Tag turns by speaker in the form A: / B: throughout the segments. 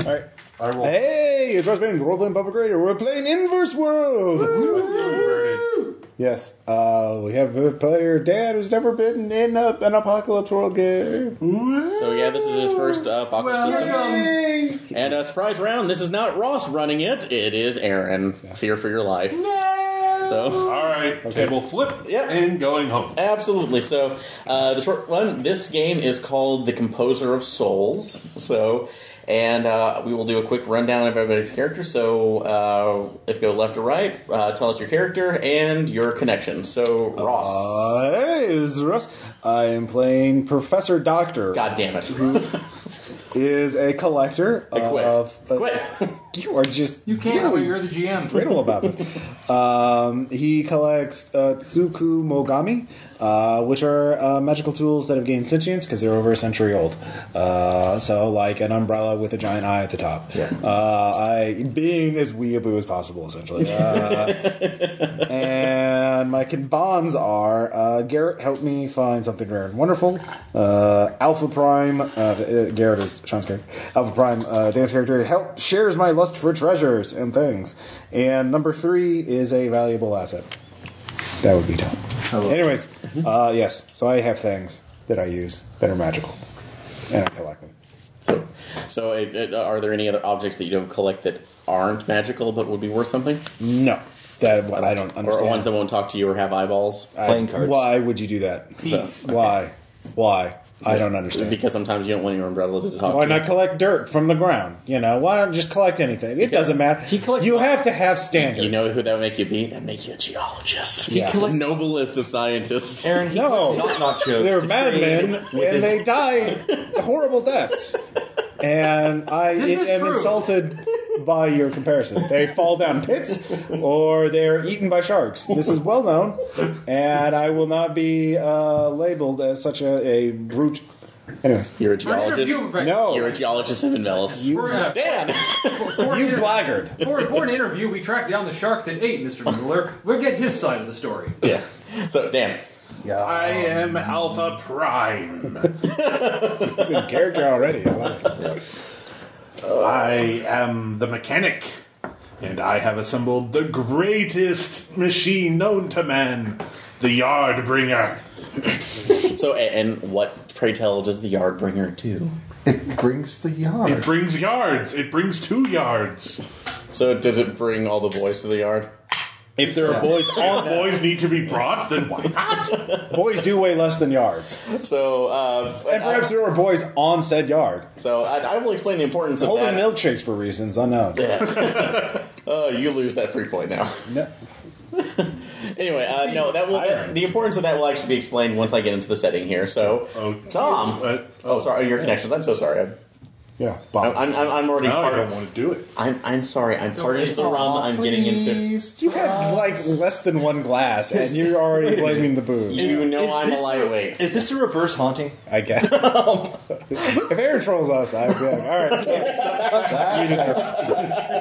A: All right.
B: I roll.
A: Hey, it's Rush Band, role playing Bubba Greater. We're playing Inverse World. Yes, uh, we have a player, Dad, who's never been in a, an apocalypse world game.
C: So yeah, this is his first uh, apocalypse system.
B: Yay!
C: And a surprise round. This is not Ross running it. It is Aaron. Fear for your life. So
B: All right, table flip
C: Yep.
B: and going home.
C: absolutely. So uh, the short one. This game is called The Composer of Souls. So. And uh, we will do a quick rundown of everybody's character. So, uh, if you go left or right, uh, tell us your character and your connection. So, Ross.
A: Uh, hey, this is Russ. I am playing Professor Doctor.
C: God damn it.
A: Is a collector
C: quit.
A: of. uh,
C: Quit.
A: You are just.
D: You can't,
A: really
D: but you're the GM.
A: brittle about this. Um, he collects uh, Tsuku Mogami, uh, which are uh, magical tools that have gained sentience because they're over a century old. Uh, so, like an umbrella with a giant eye at the top.
C: Yeah.
A: Uh, I, being as weeaboo as possible, essentially. Uh, and my con- bonds are uh, Garrett helped me find something rare and wonderful. Uh, Alpha Prime, uh, uh, Garrett is Sean's character. Alpha Prime, uh, dance character, help shares my lust for treasures and things. And number three is a valuable asset. That would be Tom. Anyways, uh, yes. So I have things that I use that are magical, and I collect them.
C: So, uh, uh, are there any other objects that you don't collect that aren't magical but would be worth something?
A: No, that I don't
C: Or,
A: understand.
C: or ones that won't talk to you or have eyeballs?
A: I-
E: Playing cards.
A: Why would you do that?
D: Teeth.
A: Why? Why? I don't understand.
C: Because sometimes you don't want your umbrella to talk
A: Why
C: to you.
A: not collect dirt from the ground? You know, why not just collect anything? It doesn't matter.
E: He collects-
A: You have to have standards.
C: You know who that would make you be? That'd make you a geologist.
A: Yeah.
E: collects-
C: Noblest of scientists.
E: Aaron, he
A: No.
E: no. not knock jokes.
A: they're
E: to
A: madmen
E: trade
A: and
E: with his-
A: they die horrible deaths. And I
D: This is
A: am
D: true.
A: insulted by your comparison. They fall down pits or they're eaten by sharks. This is well known, and I will not be uh, labeled as such a, a brute. Anyways,
C: You're a
D: For an
C: geologist.
D: interview, right,
A: No.
C: You're a geologist in Millis.
A: You-
D: For, uh,
C: Dan!
D: for, for an
A: you
D: inter-
A: blackguard.
D: For, for an interview, we tracked down the shark that ate Mr. Miller. We'll get his side of the story.
C: yeah. So, Dan.
B: I am Alpha Prime.
A: It's in character already. I love it.
B: I am the mechanic, and I have assembled the greatest machine known to man, the Yard Bringer.
C: So, a- and what, pray tell, does the yard bringer do?
F: It brings the
B: It
F: yard.
B: brings yards. It brings two yards.
C: So, does it bring all the boys to the yard?
A: If there are boys,
B: All boys need to be brought. Then why not?
A: boys do weigh less than yards.
C: So, uh,
A: And perhaps there were boys on said yard
C: so I, I will explain the importance of
A: holding
C: that.
A: milkshakes for reasons unknown.
C: Oh, you lose that free point now.
A: No.
C: Anyway, uh, no, that will
B: Iron.
C: the importance of that will actually be explained once I get into the setting here. So,
B: Oh.
C: Tom,
B: Uh,
C: oh, sorry, your connections. I'm so sorry. I'm
A: Yeah,
C: I'm,
A: Bob.
C: I'm, I'm already
B: Now I
C: part.
B: don't want to do it.
C: I'm I'm sorry. I'm part
D: okay.
C: of the rum. I'm getting into.
A: You
E: Uh,
A: had like less than one glass, and you're already blaming the booze.
C: You know
E: Is
C: I'm a
E: this
C: lightweight.
E: Is this a reverse haunting?
A: I guess.
C: Um.
A: if Aaron trolls us, I'd be like, all right,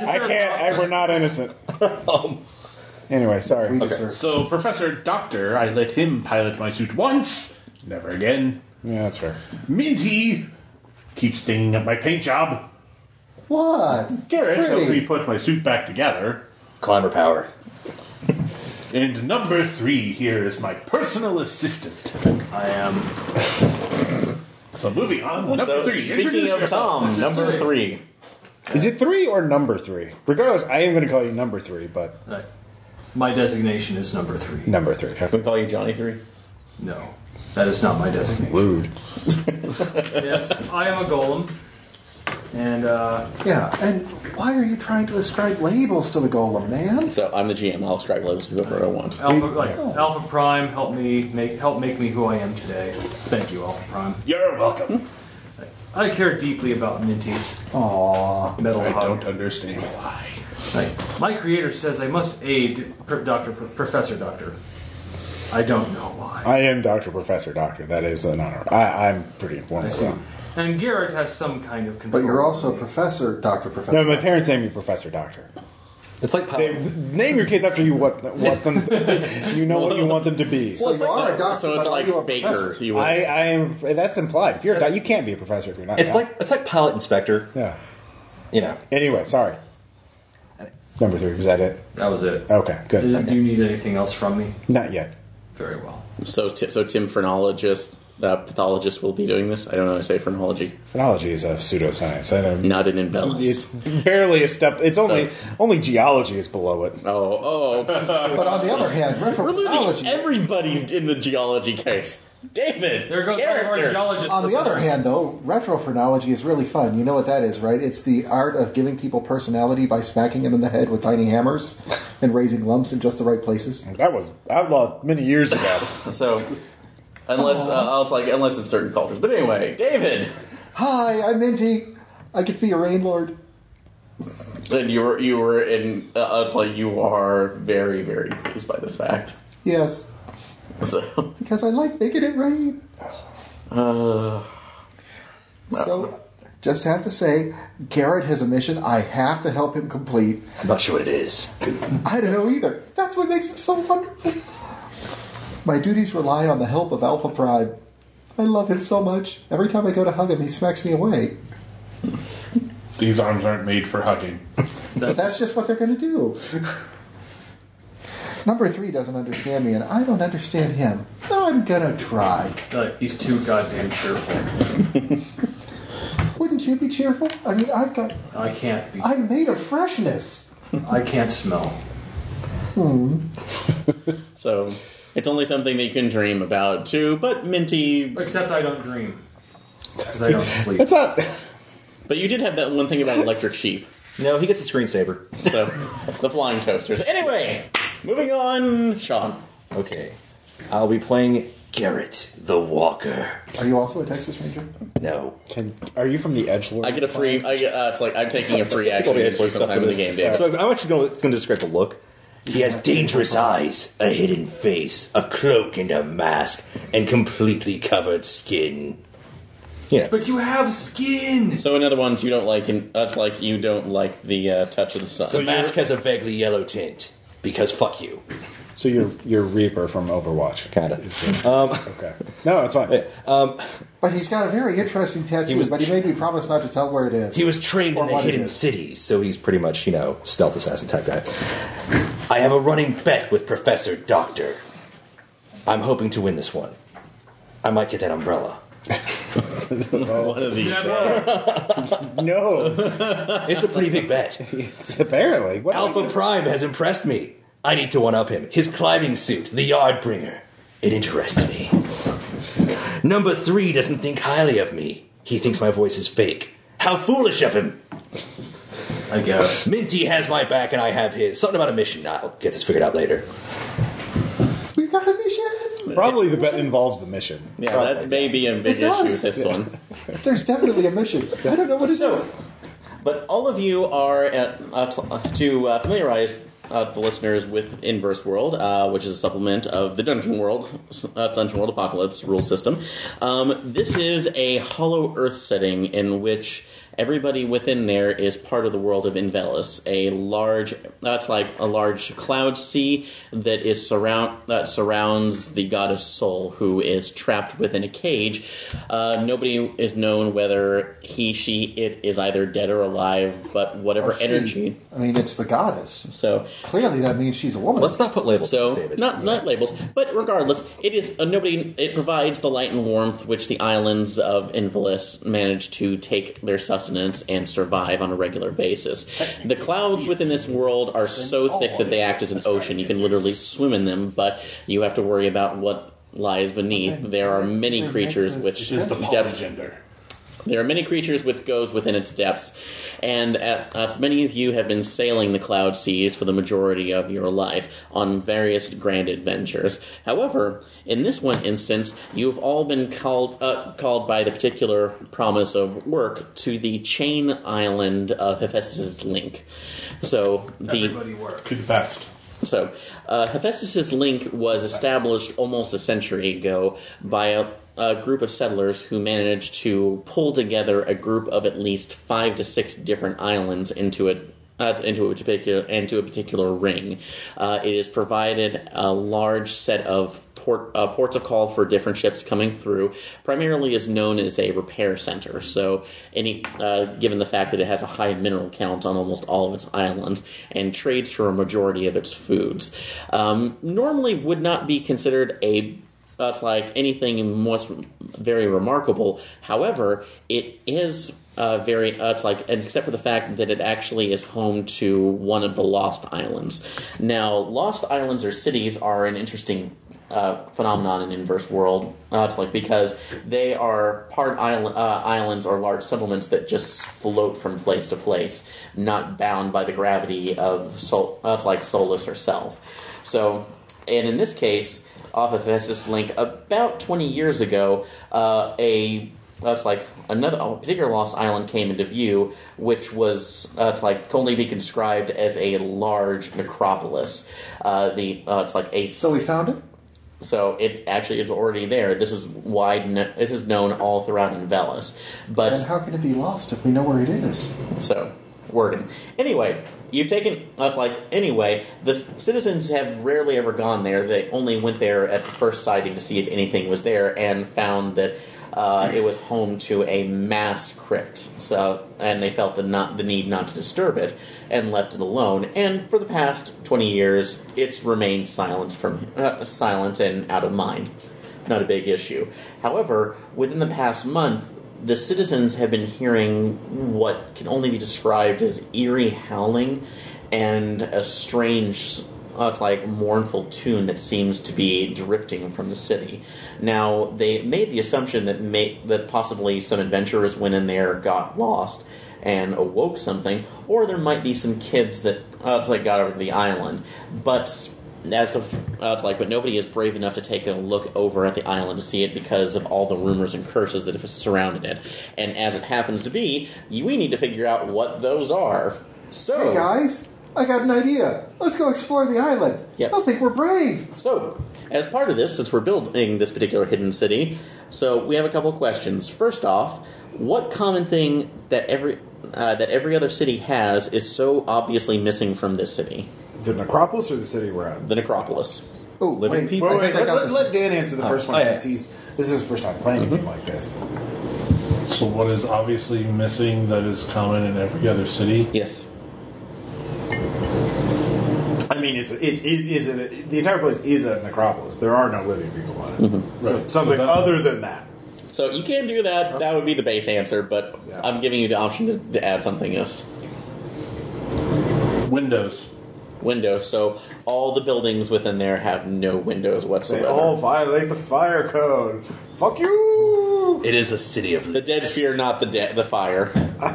A: I can't. I, we're not innocent.
C: Um.
A: Anyway, sorry.
B: So, Professor Doctor, I let him pilot my suit once. Never again.
A: Yeah, that's fair.
B: Minty keeps stinging at my paint job.
F: What?
B: Garrett
F: It's pretty.
B: helped me put my suit back together.
E: Climber power.
B: And number three here is my personal assistant.
E: I am.
B: So moving on. Number
C: So
B: three.
C: speaking
B: introduce
C: of
B: yourself.
C: Tom, number three.
A: Is it three or number three? Regardless, I am going to call you number three, but
D: Right. uh, My designation is number three.
A: number three.
C: Can we call you Johnny Three?
D: No, that is not my designation.
A: Rude.
D: yes, I am a golem. And, uh,
F: Yeah, and why are you trying to ascribe labels to the golem, man?
C: So I'm the GM. I'll strike levels to whoever I want.
D: Alpha, like, Alpha Prime helped me make help make me who I am today. Thank you, Alpha Prime.
B: You're welcome.
D: I care deeply about Minty
F: Aww.
D: Metal
B: I
D: Hug.
B: don't understand why.
D: Like, my creator says I must aid Pr- Doctor Pr- Professor Doctor. I don't know why.
A: I am Doctor Professor Doctor. That is an honor. I, I'm pretty
D: I
A: informed.
D: see.
A: So.
D: And Garrett has some kind of control.
F: But you're also a
D: over me.
F: professor, Dr. Professor.
A: No, my parents named me Professor Doctor.
E: It's like power.
A: They name your kids after you what what them you know what you want them to be.
F: so you are
C: So,
F: a doctor,
C: so it's
F: but are
C: like
F: you a
C: Baker.
F: professor?
C: You would-
A: I, I am. That's implied. If you're a doc, you can't be a professor if you're not.
E: it's
A: a doc-
E: like it's like pilot inspector.
A: yeah.
E: you know.
A: Anyway, sorry. Number three was that it?
D: That was it.
A: Okay, good.
D: Do you need anything else from me?
A: Not yet.
D: Very well.
C: So, ti so Tim, phrenologist, uh, pathologist, will be doing this. I don't know how to say phrenology.
A: Phenology is a pseudoscience. I don't.
C: Not an embellis.
A: It's barely a step. It's only only geology is below it.
C: oh, oh.
F: But on the other hand,
C: We're
F: ripperology.
C: losing everybody in the geology case. David!
D: There goes one of our
C: character.
D: geologists.
F: On the other hand, though, retrophonology is really fun. You know what that is, right? It's the art of giving people personality by smacking them in the head with tiny hammers and raising lumps in just the right places.
A: That was outlawed many years ago.
C: So, unless uh, I'll like unless it's certain cultures. But anyway, David,
F: Hi, I'm Minty. I could be a rain lord.
C: then you were you were in uh, I was like you are very very pleased by this fact.
F: Yes,
C: So,
F: because I like making it rain.
C: uh,
F: So, just have to say, Garrett has a mission I have to help him complete.
E: I'm not sure what it is.
F: I don't know either. That's what makes it so wonderful. My duties rely on the help of Alpha Pride. I love him so much. Every time I go to hug him, he smacks me away.
B: These arms aren't made for hugging.
F: But that's just what they're going to do. Number three doesn't understand me, and I don't understand him. But I'm going to try.
D: Like, he's too goddamn cheerful.
F: Wouldn't you be cheerful? I mean, I've got.
D: I can't be.
F: I'm made of freshness.
D: I can't smell.
C: so it's only something that you can dream about too. But Minty,
D: Except I don't dream. Because I don't sleep.
A: That's not.
C: but you did have that one thing about electric sheep.
E: No, he gets a screensaver.
C: So the flying toasters. Anyway, moving on, Sean.
E: Okay. I'll be playing Garrett the Walker.
F: Are you also a Texas Ranger?
E: No.
A: Can, are you from the Edge Lord?
C: I get a free. I get, uh, it's like I'm taking a free
E: Pick all
C: action
E: the
C: at a
E: exploit
C: different
E: stuff
C: time in
E: for
C: the
E: this.
C: game, David.
E: So I'm actually going to describe the look. He has dangerous eyes, a hidden face, a cloak and a mask, and completely covered skin. Yeah.
D: But you have skin!
C: So another ones you don't like, and that's like you don't like the uh, touch of the sun.
E: The mask has a vaguely yellow tint because fuck you.
A: so you're you're Reaper from Overwatch.
E: Kinda.
A: Okay. No, it's fine.
F: But he's got a very interesting tattoo,
E: He was-
F: but he made me promise not to tell where it is.
E: He was trained
F: Or
E: in the
F: what it
E: hidden
F: is.
E: cities, so he's pretty much, you know, stealth assassin type guy. I have a running bet with Professor Doctor. I'm hoping to win this one. I might get that umbrella.
C: one of the
D: Never.
A: No,
E: It's a pretty big bet.
A: it's apparently. What
E: Alpha Prime has impressed me. I need to one up him. His climbing suit, the Yardbringer. It interests me. Number three doesn't think highly of me. He thinks my voice is fake. How foolish of him!
D: I guess.
E: Minty has my back and I have his. Something about a mission. I'll get this figured out later.
F: We've got a mission!
A: Probably the bet involves the mission.
C: yeah, that may be a big
F: It
C: issue
F: does.
C: with this one.
F: There's definitely a mission. I don't know what it is.
C: But all of you are at, uh, t- uh, to uh, familiarize uh, the listeners with Inverse World, uh, which is a supplement of the Dungeon World, uh, Dungeon World Apocalypse rule system. Um, this is a Hollow Earth setting in which everybody within there is part of the world of Invelis, a large that's like a large cloud sea that is surround that surrounds the goddess Soul, who is trapped within a cage. Uh, nobody is known whether he, she, it is either dead or alive, but whatever
F: She-
C: energy.
F: I mean, it's the goddess.
C: So
F: Clearly, that means she's a woman.
E: Let's not put labels on
C: so
E: this, David.
C: not not labels, but regardless, it is uh, nobody. It provides the light and warmth which the islands of Invalus manage to take their sustenance and survive on a regular basis. The clouds within this world are so thick that they act as an ocean. You can literally swim in them, but you have to worry about what lies beneath. There are many creatures which
B: Just the
C: depths
B: polygender.
C: there are many creatures which goes within its depths, and at, as many of you have been sailing the cloud seas for the majority of your life on various grand adventures. However, in this one instance, you've all been called uh, called by the particular promise of work to the chain island of Hephaestus's Link. So the
D: Everybody work.
B: To the past.
C: so, uh, Hephaestus's link was established almost a century ago by a, a group of settlers who managed to pull together a group of at least five to six different islands into a uh, into, a particular, into a particular ring. Uh, it is provided a large set of port, uh, ports of call for different ships coming through. Primarily is known as a repair center. So, any uh, given the fact that it has a high mineral count on almost all of its islands and trades for a majority of its foods, um, normally would not be considered a that's like anything most very remarkable. However, it is uh, very. Uh, it's like, and except for the fact that it actually is home to one of the Lost Islands. Now, Lost Islands or cities are an interesting uh, phenomenon in Inverse World. Uh, it's like because they are part island, uh, islands or large settlements that just float from place to place, not bound by the gravity of sol- uh, it's like Solus herself. So, and in this case, off of Hessus Link, about 20 years ago, uh, a that's like another a particular lost island came into view, which was uh, it's like could only be described as a large necropolis. Uh, the uh, it's like a
G: So we found it?
C: so it's actually it's already there. This is wide. kn- This is known all throughout Envelis, but
G: And how can it be lost if we know where it is?
C: so, wording. Anyway, you've taken. That's like. Anyway, the citizens have rarely ever gone there. They only went there at the first sighting to see if anything was there, and found that uh, it was home to a mass crypt. So, and they felt the not the need not to disturb it, and left it alone. And for the past twenty years, it's remained silent from uh, silent and out of mind not a big issue. However, within the past month, the citizens have been hearing what can only be described as eerie howling and a strange, uh, it's like mournful tune that seems to be drifting from the city. Now, they made the assumption that may, that possibly some adventurers went in there, got lost, and awoke something, or there might be some kids that uh, it's like got over to the island, but as of uh, it's like, but nobody is brave enough to take a look over at the island to see it because of all the rumors and curses that have surrounded it. And as it happens to be, you- we need to figure out what those are. So,
G: Hey guys, I got an idea. Let's go explore the island.
C: Yep.
G: I think we're brave.
C: so as part of this, since we're building this particular hidden city, so we have a couple of questions. First off, what common thing that every uh, that every other city has is so obviously missing from this city?
H: The necropolis or the city we're at?
C: The necropolis.
G: Oh,
I: Living
G: wait,
I: people.
G: I
H: Wait,
G: think
H: wait,
G: I
H: let,
G: got
H: let,
G: this.
H: let Dan answer the first one
I: oh, yeah.
H: since he's this is his first time playing a game like this.
B: So, what is obviously missing that is common in every other city?
C: Yes.
H: I mean, it's a, it, it is a, the entire place is a necropolis. There are no living people on it.
F: Mm-hmm.
H: So
B: Right.
H: something
B: So that-
H: other than that.
C: So you can do that. That would be the base answer, but
H: Yeah.
C: I'm giving you the option to, to add something else.
B: Windows.
C: Windows. So all the buildings within there have no windows
H: They
C: whatsoever.
H: all violate the fire code. Fuck you!
I: It is a city of
C: the dead fear, not the de- the fire.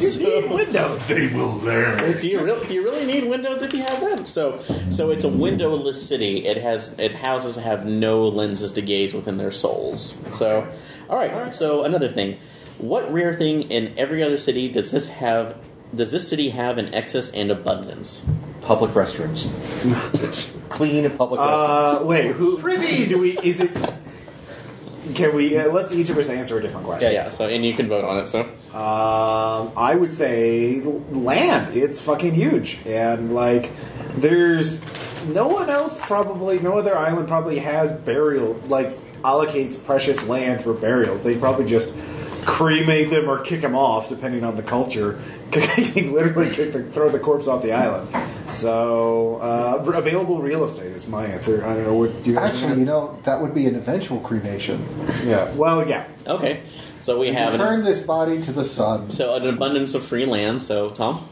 H: You need windows.
B: They will learn.
H: It's
C: do you
H: just-
C: really do you really need windows if you have them? So so it's a windowless city. It has it houses have no lenses to gaze within their souls. So all right. So another thing, what rare thing in every other city does this have? Does this city have an excess and abundance?
I: public restrooms. Clean public
H: Uh, wait, who?
D: Privies!
H: Do we? Is it? Can we? Uh, let's each of us answer a different question.
C: Yeah. So and you can vote on it. So.
H: Um, I would say l- land. It's fucking huge, and like, there's no one else probably. No other island probably has burial like allocates precious land for burials. They probably just cremate them or kick them off, depending on the culture. They literally kick the, throw the corpse off the island. So uh, r- available real estate is my answer. I don't know what do you guys
G: Actually, you know, that would be an eventual cremation.
H: Yeah. Well, yeah.
C: Okay, so we have
G: Return
C: an,
G: this body to the sun.
C: so an abundance of free land. So Tom,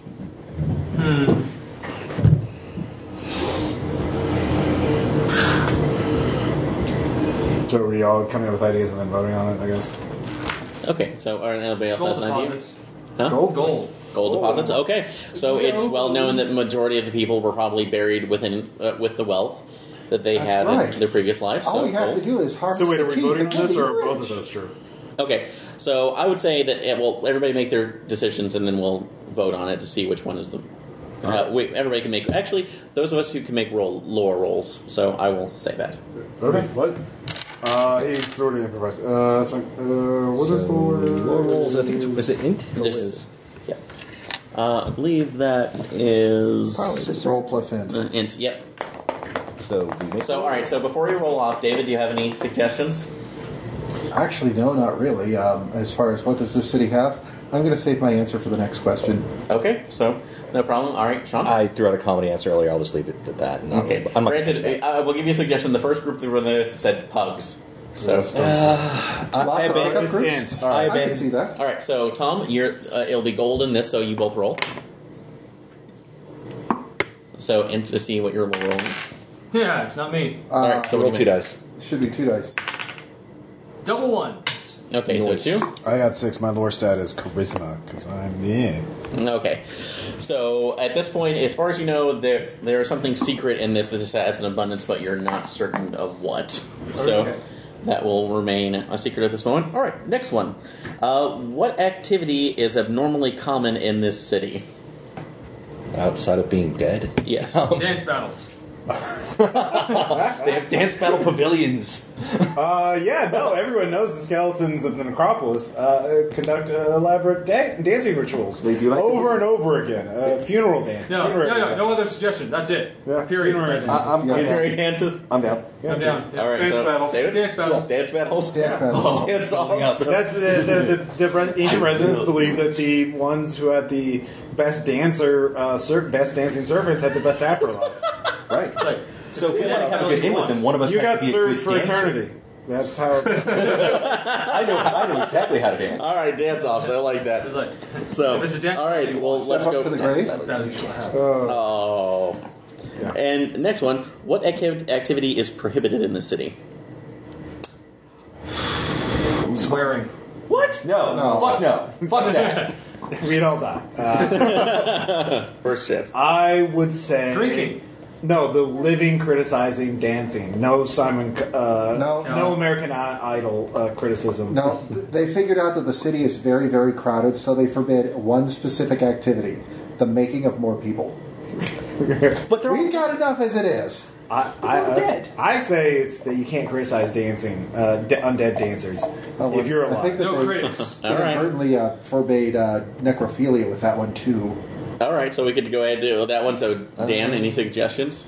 H: So are we all coming up with ideas and then voting on it? I guess.
C: okay. So or anybody else
D: Gold
C: has an idea?
D: deposits.
C: Huh?
H: Gold.
D: Gold.
C: Gold
G: Oh.
C: deposits. Okay, so
G: No.
C: it's well known that majority of the people were probably buried within uh, with the wealth that they
G: That's
C: had
G: right.
C: in their previous lives.
G: All
C: so
G: we have
C: gold.
G: to do is harvest
H: So wait,
G: the
H: are we
G: teeth
H: voting on
G: and we'll
H: this
G: be
H: or are
G: rich.
H: both of those true?
C: Okay, so I would say that yeah, well, everybody make their decisions and then we'll vote on it to see which one is the. Uh, wait, everybody can make. Actually, those of us who can make roll lower rolls. So I will say that.
H: Okay.
B: What?
H: Uh, he's sort of improvised. Uh, that's fine. Uh, what is the word?
I: rolls. I think it's is it int?
C: This- Yeah. Uh, I believe that is
G: Probably just roll plus
C: uh,
G: in.
C: int. Yep.
E: So we make
C: So all right. So before we roll off, David, do you have any suggestions?
G: Actually, no, not really. Um, as far as what does this city have, I'm going to save my answer for the next question.
C: Okay. So no problem. All right, Sean.
E: I threw out a comedy answer earlier. I'll just leave it at that. and not
C: okay.
E: really- I'm not gonna touch
C: Granted,
E: that.
C: I I will give you a suggestion. The first group that were on the list said pugs. So
E: I- I
G: Lots of
E: abandon-
G: hookup
B: it's
G: groups.
B: in.
E: Uh, I
G: I can
E: abandoned-
G: see that.
C: all right. So Tom, you're uh, it'll be golden this. So you both roll. So and to see what you're rolling.
D: Yeah, it's not me.
C: All
G: Uh,
C: right. So
E: So roll
C: what
E: two
C: do you make?
E: dice.
G: Should be two dice.
D: Double ones.
C: Okay.
E: Nice.
C: So two.
H: I got six. My lore stat is charisma because I'm yeah.
C: Okay. So at this point, as far as you know, there there is something secret in this that just has an abundance, but you're not certain of what. So
D: Okay.
C: that will remain a secret at this moment. All right, next one. Uh, what activity is abnormally common in this city?
E: Outside of being dead,
C: Yes.
D: Dance battles.
I: They have dance battle pavilions.
H: Uh, yeah, no, everyone knows the skeletons of the necropolis uh, conduct uh, elaborate da- dancing rituals
E: They do like to
H: over
E: do-
H: and over again. Uh, funeral dance.
D: No, no,
H: funeral
D: no,
H: dance.
D: no other suggestion. That's it.
H: Yeah,
D: Period.
H: funeral
D: That's it.
E: I, am
G: Yeah.
C: Funerary dances.
E: I'm down.
D: I'm down. Yeah.
C: All right.
B: Dance
C: so,
B: battles.
C: David?
D: Dance battles.
C: Dance battles.
G: Dance battles.
C: Dance off.
H: That's the, the, the, the res- ancient residents believed that the ones who had the best dancer, uh, ser- best dancing servants, had the best afterlife.
E: Right.
D: Like,
I: So if we want to have a good in with them, one of us
H: you
I: has to be
H: got
I: a
H: served
I: good
H: for
I: dancer.
H: eternity. That's how.
E: I know. I know exactly how to dance.
C: All right, dance offs. I like that.
D: it's like,
C: So,
D: If it's a dance
C: all right.
D: battle,
C: Well,
G: Step
C: let's
G: up
C: go.
G: to the
E: Dance
G: grave.
E: battle.
D: that you shall have.
H: Uh,
C: Oh.
H: Yeah.
C: And next one, what acti- activity is prohibited in the city?
D: Swearing.
E: What? No.
G: No.
E: Fuck no. Fuck that.
H: we'd all die. Uh,
C: First shift.
H: I would say
D: Drinking.
H: No, the living criticizing dancing. No Simon. Uh,
G: No.
H: no American I- Idol uh, criticism.
G: No, they figured out that the city is very, very crowded, so they forbid one specific activity the making of more people.
E: But they're all
G: We've got enough as it is.
H: I, I,
E: They're
H: I,
E: dead.
H: I say it's that you can't criticize dancing, uh, de- undead dancers.
G: Oh,
H: if you're
G: I think
H: alive,
G: that
D: No
G: they
D: critics.
C: All right.
G: inadvertently uh, forbade uh, necrophilia with that one, too.
C: All right, so we could go ahead and do that one. So, Dan,
D: Uh-huh.
C: any suggestions?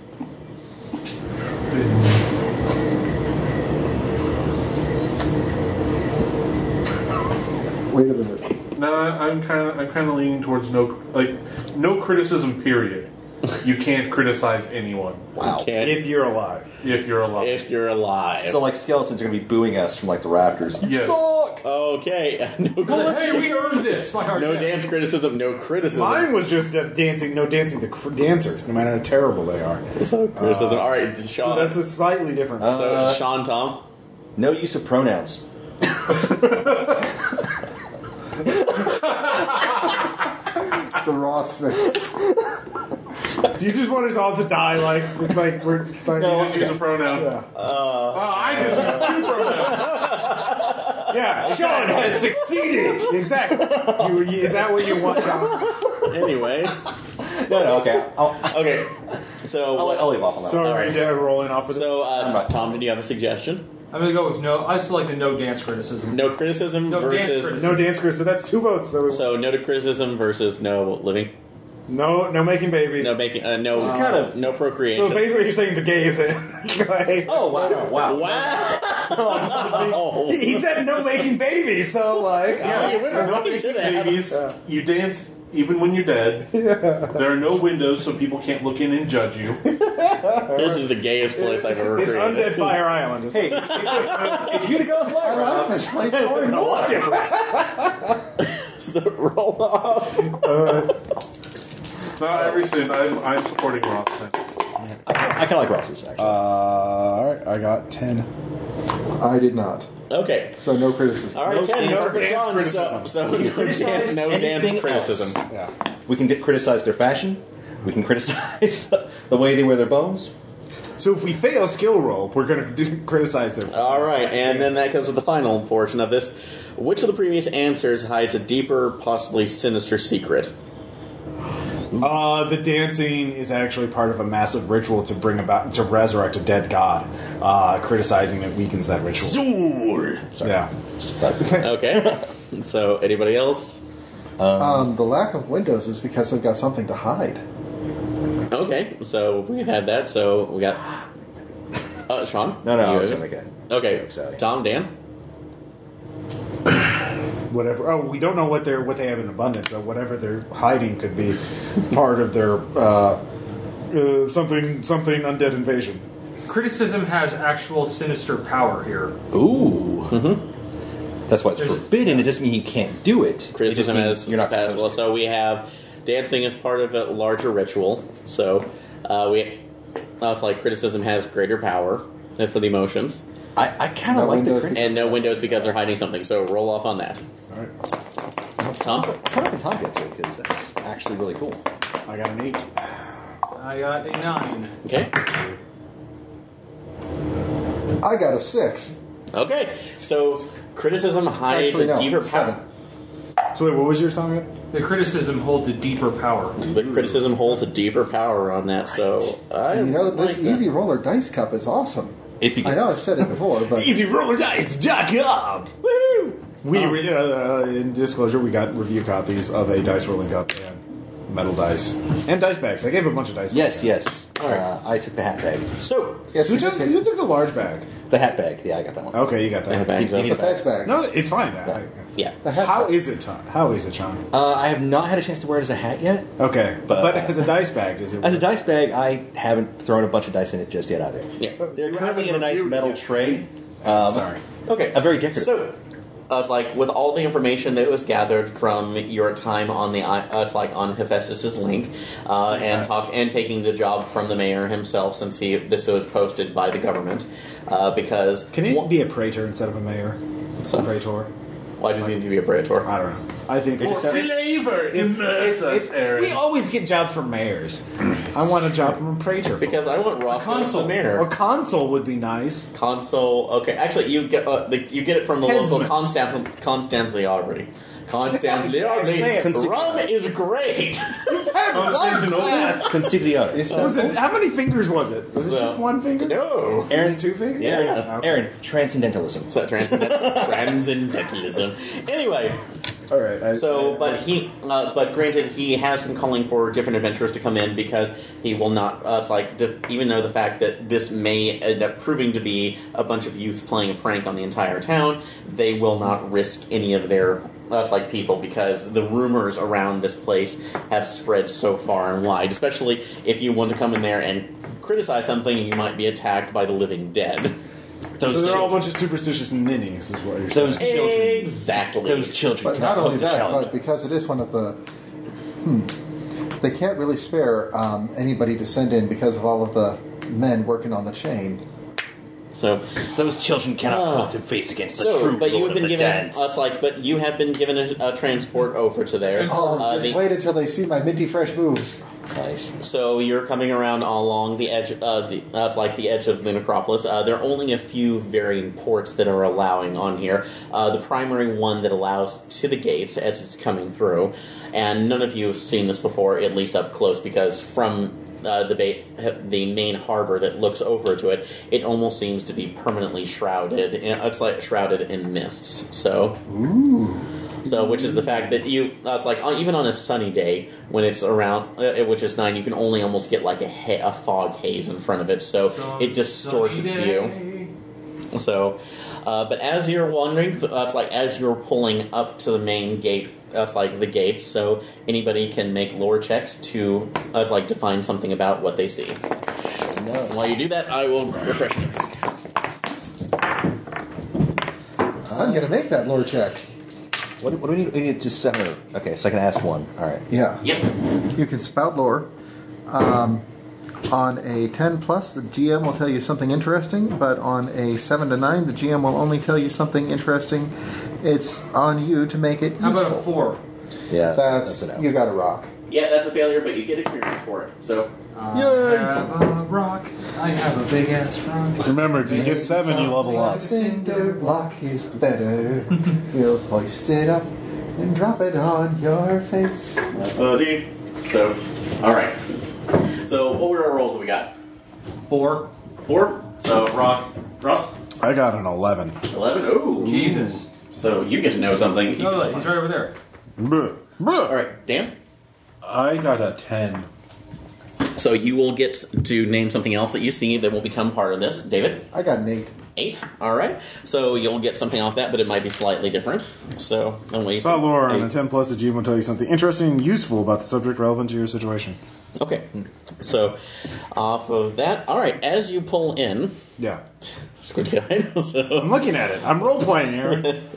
G: Wait a minute.
B: No, I- I'm kind of I'm kind of leaning towards no like no criticism. Period. You can't criticize anyone
E: wow.
C: Can't
H: if you're alive,
B: if you're alive.
C: if you're alive.
E: So like skeletons are gonna be booing us from like the rafters. You
B: Yes.
E: suck.
C: okay,
D: It's
C: no,
D: like, hey, we earned this. Fuck our
C: no
D: dance.
C: dance criticism, no criticism.
H: mine was just uh, dancing. No dancing to cr- dancers, no matter how terrible they are.
C: So criticism. All right,
H: Uh, So
C: Sean.
H: that's a slightly different.
C: So,
E: uh,
C: Sean, Tom.
E: No use of pronouns.
G: The raw space.
H: Do you just want us all to die? Like, like we're like,
B: You just use a pronoun. oh, I just use two pronouns.
H: yeah. Sean has succeeded. Exactly. You, you- is that what you want, Sean?
C: Anyway,
E: No, no. Okay. I'll,
C: okay. So,
E: I'll, I'll leave off on that.
H: Sorry,
C: All right.
H: Dad, rolling off of this.
C: so uh,
E: I'm not-
C: Tom, did you have a suggestion?
D: I'm gonna go with no. I select the no dance criticism.
C: No criticism
D: No dance
C: versus
D: criticism.
H: no dance crew. So that's two votes. So, we-
C: so no to criticism versus no living,
H: no, no making babies.
C: no making, uh, no
E: is kind of-
C: no procreation.
H: so basically, you're saying the gay is in. like,
E: Oh wow! Wow!
C: wow.
H: He said no making babies. So like, uh,
C: Yeah, we're not
B: Don't
C: gonna
B: make
C: do that.
B: babies. You dance even when you're dead. There are no windows, so people can't look in and judge you.
C: This is the gayest place I've ever
H: it's
C: created.
H: undead Fire Island.
E: Hey, if, if you'd have gone with
G: I like this place more
E: a lot different.
C: So roll off.
B: Not every sin. I'm, I'm supporting Ross.
E: I, I kind of like Ross's actually.
C: Uh,
H: all right, I got ten.
G: I did not.
C: Okay.
G: So no criticism.
C: All right, ten.
H: no
C: perfect
H: dance
C: John,
H: criticism.
C: So, so no, dan- no dance
E: anything
C: criticism.
E: else.
H: Yeah.
E: We can get, criticize their fashion. We can criticize the, the way they wear their bones.
H: So if we fail a skill roll, we're going to criticize them.
C: All right, and then that comes with the final portion of this. Which of the previous answers hides a deeper, possibly sinister secret?
H: Uh, the dancing is actually part of a massive ritual to bring about to resurrect a dead god. Uh, criticizing it weakens that ritual.
E: Sorry.
H: Yeah.
E: Just that.
C: Okay. so anybody else?
G: Um, the lack of windows is because they've got something to hide.
C: Okay, so we've had that. So we got. Uh, Sean?
E: No, no,
C: You
E: I was
C: have
E: gonna
C: it?
E: make a
C: Okay,
E: joke, sorry.
C: Tom, Dan?
H: whatever. Oh, we don't know what they're what they have in abundance. So whatever they're hiding could be part of their uh, uh, something something undead invasion.
D: Criticism has actual sinister power here.
E: Ooh.
C: Mm-hmm.
E: That's why it's
D: There's-
E: forbidden. It doesn't mean you can't do it. It just
C: Criticism
E: means
C: as
E: you're not
C: as- well,
E: supposed to.
C: So we have dancing as part of a larger ritual. So uh, we. That's like criticism has greater power than for the emotions.
E: I, I kind
G: No
E: of like the
G: windows
E: criticism.
C: And no windows because they're hiding something. So roll off on that.
H: All right,
C: Tom?
E: I wonder if Tom gets it because that's actually really cool.
H: I got an eight.
D: I got a nine.
C: Okay.
G: I got a six.
C: Okay. So criticism hides
G: Actually,
C: a
G: no,
C: deeper
G: seven.
C: power.
H: So wait, what was yours, Tommy?
D: The criticism holds a deeper power.
C: The criticism holds a deeper power on that. So I
G: And you know,
C: like
G: this
C: that.
G: easy roller dice cup is awesome.
E: If you
G: I
E: can.
G: know I've said it before, but
C: EasyRollerDice.com. Woohoo!
H: We re- uh, uh, in disclosure, we got review copies of a dice rolling cup and metal dice and dice bags. I gave a bunch of dice.
E: Yes, yes.
C: All right.
E: Uh, I took the hat bag.
C: So
G: yes,
H: bags. Who
G: you
H: took,
G: can
H: who
G: take
H: took the large bag?
E: The hat bag. Yeah, I got that
C: Oh.
E: one.
H: Okay, you got
C: I have
H: that.
C: bags
E: You- you
C: up.
E: need
G: the fast bag.
H: No, it's fine. That.
C: Yeah.
G: The hat
H: How
G: bag.
H: is it, Tom? How is it, Sean?
E: Uh, I have not had a chance to wear it as a hat yet.
H: Okay, but,
E: But-
H: as a dice bag, does it?
E: As a dice bag, I haven't thrown a bunch of dice in it just yet either.
C: Yeah.
E: They're
H: You
E: currently in a
H: haven't
E: nice
H: reviewed
E: metal
H: it.
E: tray.
H: Sorry.
C: Okay.
E: A very decorative.
C: So, uh, it's like with all the information that was gathered from your time on the, i- uh, it's like on Hephaestus's link, uh, and talk and taking the job from the mayor himself since he this was posted by the government, uh, because
H: Can it
C: Wha-
H: be a praetor instead of a mayor?
C: So-
H: praetor.
C: why does he need to be a praetor?
H: I don't know. I think they just have-
B: Flavor
H: it's-
B: immerse us,
H: it's-
B: Aaron.
H: we always get jobs from mayors. I want a job from a praetor
C: Because I want Ross as the
D: consul.
H: or
C: mayor.
H: consul would be nice.
C: Console. Okay, actually, you get uh, the, you get it from the local
H: Headsman.
C: Constant Constantly Aubrey. Constantly
H: Say
C: Aubrey.
H: it.
C: Rum is great.
B: Constantinople.
E: Consigliere.
G: Is
H: Was
G: that-
H: it- how many fingers was it? Was it
C: So-
H: just one finger?
C: No.
H: Aaron's two fingers.
E: Aaron, uh,
C: Yeah.
E: Aaron, transcendentalism.
C: So transcendental- transcendentalism. Anyway,
H: All right. I,
C: so but he, uh, but granted, he has been calling for different adventurers to come in because he will not. Uh, it's like def- even though the fact that this may end up proving to be a bunch of youth playing a prank on the entire town, they will not risk any of their. uh, it's like people because the rumors around this place have spread so far and wide. Especially if you want to come in there and criticize something, you might be attacked by the living dead.
E: Those,
H: So they're all a
E: chil-
H: bunch of superstitious ninnies, is what you're saying.
E: those children.
C: Exactly.
E: Those children.
G: But
E: cannot
G: not only
E: hope to
G: that,
E: challenge
G: but because it is one of the. Hmm, they can't really spare um, anybody to send in because of all of the men working on the chain.
C: So
E: Those children cannot
C: Ah.
E: hope to face against the
C: So,
E: true
C: but
E: lord
C: you've
E: of
C: been
E: the
C: given
E: dance.
C: us like, but you have been given a, a transport over to there.
G: Oh,
C: Uh,
G: just
C: the-
G: wait until they see my minty fresh moves.
E: nice.
C: so you're coming around along the edge. Uh, the, uh, it's like the edge of the necropolis. Uh, there are only a few varying ports that are allowing on here. Uh, the primary one that allows to the gates as it's coming through, and none of you have seen this before, at least up close, because from. Uh, the ba- the main harbor that looks over to it, it almost seems to be permanently shrouded. In, it's like shrouded in mists. So, so, which is the fact that you, that's like, uh, even on a sunny day when it's around, uh, which is nine, you can only almost get like a, ha- a fog haze in front of it, so it distorts its view. So, uh, but as you're wandering, th- that's like as you're pulling up to the main gate, that's like the gates, so anybody can make lore checks to, that's like, define something about what they see. While you do that, I will refresh you.
G: I'm going to make that lore check.
E: What, what do we need? We need just seven. Okay, so I can ask one. All right.
G: Yeah.
C: Yep.
G: You can spout lore. Um, on a 10 plus, the GM will tell you something interesting, but on a 7 to 9, the GM will only tell you something interesting. It's on you to make it useful.
D: How about a four?
E: Yeah,
G: That's,
E: an out.
G: you got to rock.
C: Yeah, that's a failure, but you get experience for it, so.
D: I have
G: Uh,
D: a rock. I have a big ass rock.
H: Remember, if you get seven, you level up.
G: Cinder block is better. You'll hoist it up and drop it on your face.
C: Buddy. Uh, So, alright. So, what were our rolls that we got?
D: Four.
C: Four. So rock, Russ,
H: I got an eleven.
C: eleven. Ooh,
D: Jesus.
C: So you get to know something.
D: Oh, look, he's right over there.
H: Bleh.
C: All right, Dan.
B: I got a 10.
C: So you will get to name something else that you see that will become part of this. David,
G: I got an eight.
C: eight. All right. So you'll get something off that, but it might be slightly different. So and we
H: Spot lore on a 10 plus, the GM will tell you something interesting and useful about the subject relevant to your situation.
C: Okay. So off of that, all right. As you pull in,
H: Yeah.
C: squid guide. So
H: I'm looking at it. I'm role playing, Aaron.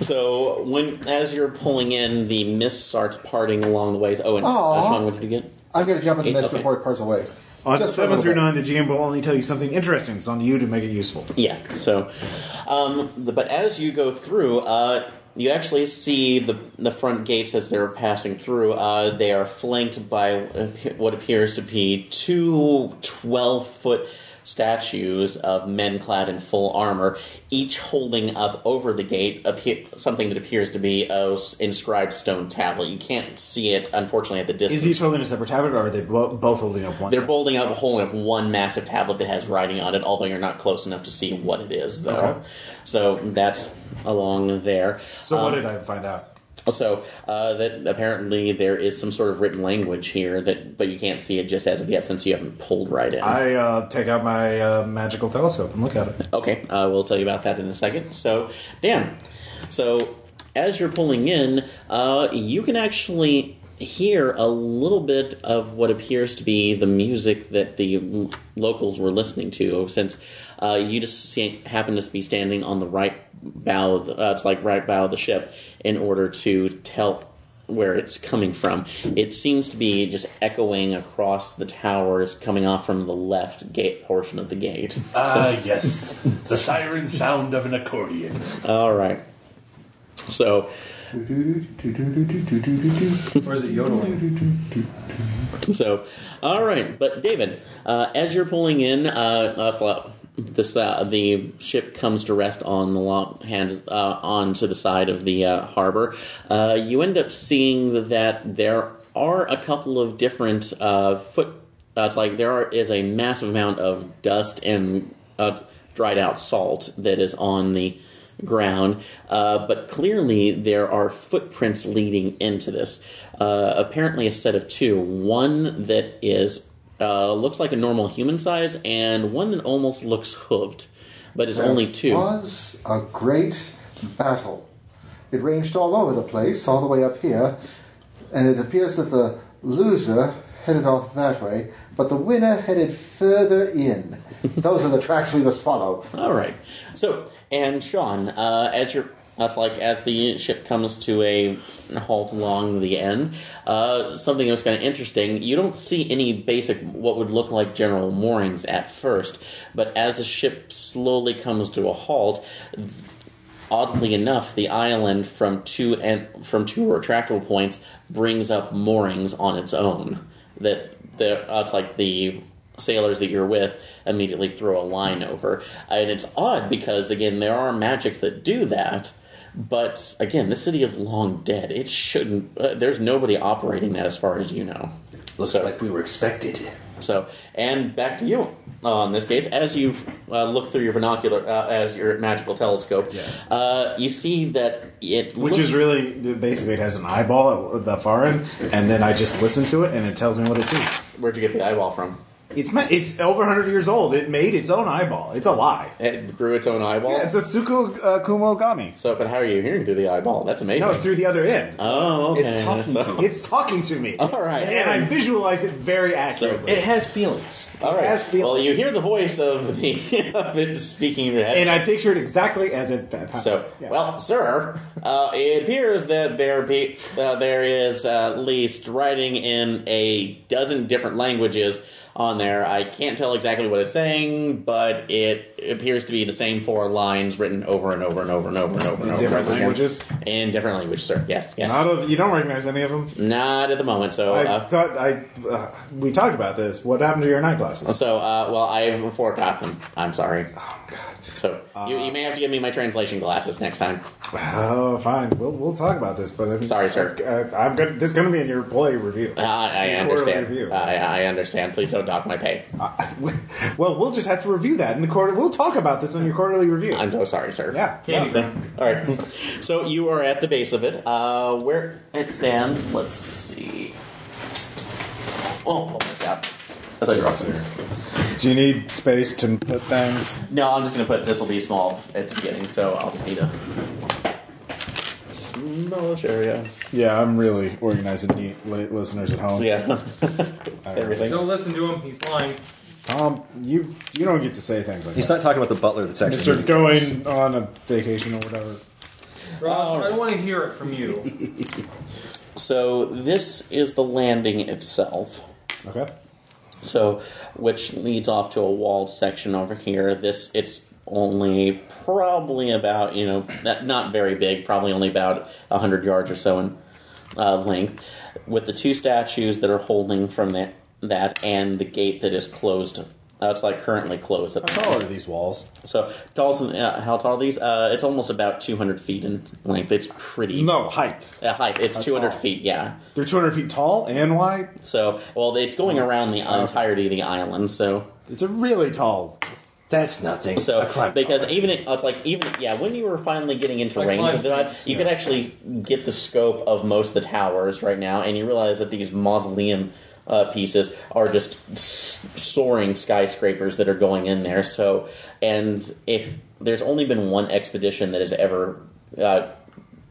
C: So when as you're pulling in, the mist starts parting along the ways. Oh, and
G: Aw.
C: uh, Sean, what did you get?
G: I'm going to jump in the
C: Eight,
G: mist
C: okay.
G: before it parts away.
H: on
G: Just for a
H: 7 through
G: little
H: 9, the GM will only tell you something interesting. It's on you to make it useful.
C: Yeah. So, um, the, but as you go through, uh, you actually see the the front gates as they're passing through. Uh, they are flanked by what appears to be two 12 foot statues of men clad in full armor, each holding up over the gate appear, something that appears to be a s- inscribed stone tablet. You can't see it, unfortunately, at the distance.
H: Is each holding a separate tablet, or are they bo- both holding up one?
C: They're holding up, holding up one massive tablet that has writing on it, although you're not close enough to see what it is, though.
H: Okay.
C: So that's along there.
H: so, what
C: Um,
H: did I find out?
C: so uh, that apparently there is some sort of written language here that, but you can't see it just as of yet since you haven't pulled right in.
H: I uh, take out my uh, magical telescope and look at it.
C: Okay, uh, we'll tell you about that in a second. So, Dan, so as you're pulling in, uh, you can actually hear a little bit of what appears to be the music that the l- locals were listening to, since uh, you just see, happen to be standing on the right bow. Of the, uh, it's like right bow of the ship in order to tell where it's coming from. It seems to be just echoing across the towers, coming off from the left gate portion of the gate.
B: Ah, yes. The siren sound of an accordion.
C: All right. So,
D: Or is it yodeling?
C: so, all right. But David, uh, as you're pulling in, uh, that's a lot- This, uh, the ship comes to rest on the long hand uh, onto the side of the uh, harbor. Uh, you end up seeing that there are a couple of different uh, foot. Uh, it's like there are, is a massive amount of dust and uh, dried out salt that is on the ground, uh, but clearly there are footprints leading into this. Uh, apparently, a set of two. One that is uh, looks like a normal human size, and one that almost looks hooved, but it's only two.
G: was a great battle. It ranged all over the place, all the way up here, and it appears that the loser headed off that way, but the winner headed further in. Those are the tracks we must follow.
C: All right. So, and Sean, uh, as your that's like as the ship comes to a halt along the end. Uh, something that was kind of interesting. You don't see any basic what would look like general moorings at first, but as the ship slowly comes to a halt, oddly enough, the island from two and from two retractable points brings up moorings on its own. That the uh, it's like the sailors that you're with immediately throw a line over, and it's odd because again there are magics that do that. But again, this city is long dead. It shouldn't. Uh, there's nobody operating that, as far as you know.
I: Looks
C: So-
I: like we were expected.
C: so, and back to you uh, in this case. As you uh, look through your binocular, uh, as your magical telescope, uh, you see that it.
H: Which
C: looks-
H: is really basically it has an eyeball at the far end, and then I just listen to it, and it tells me what it sees.
C: Where'd you get the eyeball from?
H: It's ma- it's over 100 years old. It made its own eyeball. It's alive.
C: It grew its own eyeball?
H: Yeah, it's a Tsuku uh, Kumogami.
C: so, but how are you hearing through the eyeball? That's amazing.
H: No, it's through the other end.
C: oh, okay.
E: It's talking
C: So-
E: to you.
H: It's talking to me.
C: All right.
H: And I visualize it very accurately.
E: It has feelings.
C: all right.
H: has feelings.
C: Well, you hear the voice of the of it speaking in your head.
H: and I picture it exactly as it.
C: So,
H: Yeah.
C: well, sir, uh, it appears that there be uh, there is at least writing in a dozen different languages on there. I can't tell exactly what it's saying, but it appears to be the same four lines written over and over and over and over and over and
H: In
C: over.
H: different
C: again.
H: languages?
C: In different languages, sir. Yes, yes.
H: Not
C: Not,
H: of, you don't recognize any of them.
C: at the moment. So,
H: I
C: uh,
H: thought I. Uh, we talked about this. What happened to your night glasses?
C: so uh, well, I forgot them. I'm sorry. So you, you may have to give me my translation glasses next time.
H: Oh, fine. We'll we'll talk about this, but I'm
C: Sorry, sir.
H: I, am gonna, this is going to be in your play review.
C: I, Uh, I
H: Your quarterly
C: understand. Uh,
H: review.
C: I, I understand. Please don't dock my pay.
H: well, we'll just have to review that in the quarter. We'll talk about this in your quarterly review.
C: I'm so sorry, sir.
H: yeah.
D: Candy
C: Okay. All right. So you are at the base of it. Uh, where it stands, let's see. Oh, pull this out. I thought you were awesome.
H: Do you need space to put things?
C: No, I'm just gonna put this will be small at the beginning, so I'll just need a smallish area.
H: Yeah, I'm really organized and neat. li- Listeners at home,
C: Yeah, everything.
D: Don't listen to him. He's lying.
H: Tom, Um, you you don't get to say things like
E: He's
H: that.
E: not talking about the butler that's actually.
H: Mister going on a vacation or whatever.
D: Ross, I want to hear it from you.
C: So this is the landing itself.
H: Okay.
C: So, which leads off to a walled section over here. This it's only probably about you know that not very big, probably only about hundred yards or so in uh, length, with the two statues that are holding from that that and the gate that is closed. That's like currently closed. At the
H: How tall are these walls?
C: So tall is uh, how tall are these? Uh, it's almost about 200 feet in length. It's pretty.
H: No height.
C: Uh, height. It's
H: That's
C: 200
H: tall.
C: feet. Yeah.
H: They're 200 feet tall and wide.
C: So well, it's going
H: Oh.
C: around the entirety of the island. So
H: It's a really tall.
I: That's nothing. I
C: so
I: climbed
C: because
I: up.
C: even it, it's like even yeah when you were finally getting into
D: Like
C: range of
D: climbing
C: that
D: things,
C: you could actually get the scope of most of the towers right now and you realize that these mausoleum uh, pieces are just s- soaring skyscrapers that are going in there so and if there's only been one expedition that has ever uh,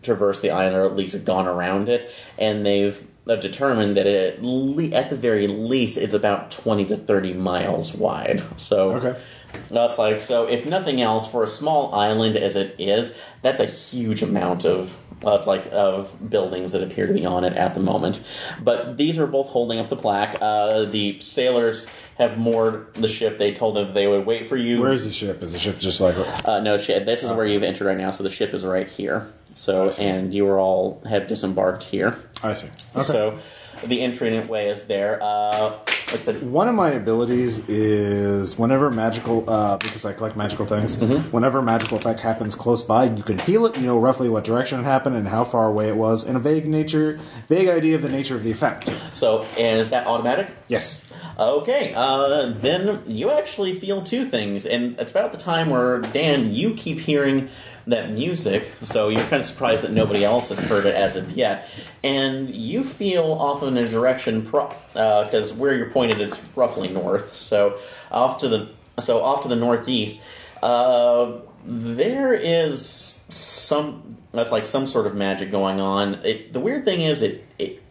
C: traversed the island or at least gone around it and they've I've determined that it at, le- at the very least it's about 20 to 30 miles wide. So
H: Okay.
C: that's like so. If nothing else, for a small island as it is, that's a huge amount of uh, it's like of buildings that appear to be on it at the moment. But these are both holding up the plaque. Uh, the sailors have moored the ship. They told them they would wait for you.
H: Where is the ship? Is the ship just like
C: Uh, no shit. This is where you've entered right now. So the ship is right here. So and you are all have disembarked here.
H: I see. Okay.
C: So the entryway is there. Uh, like I said,
H: One of my abilities is whenever magical, uh, because I collect magical things, whenever a magical effect happens close by, you can feel it, you know roughly what direction it happened and how far away it was, and a vague nature, vague idea of the nature of the effect.
C: so is that automatic?
H: Yes.
C: Okay, uh, then you actually feel two things, and it's about the time where Dan, you keep hearing that music, so you're kind of surprised that nobody else has heard it as of yet, and you feel off in a direction because where you're pointed, it's roughly north. So off to the so off to the northeast, uh, there is some that's like some sort of magic going on. It, the weird thing is it. it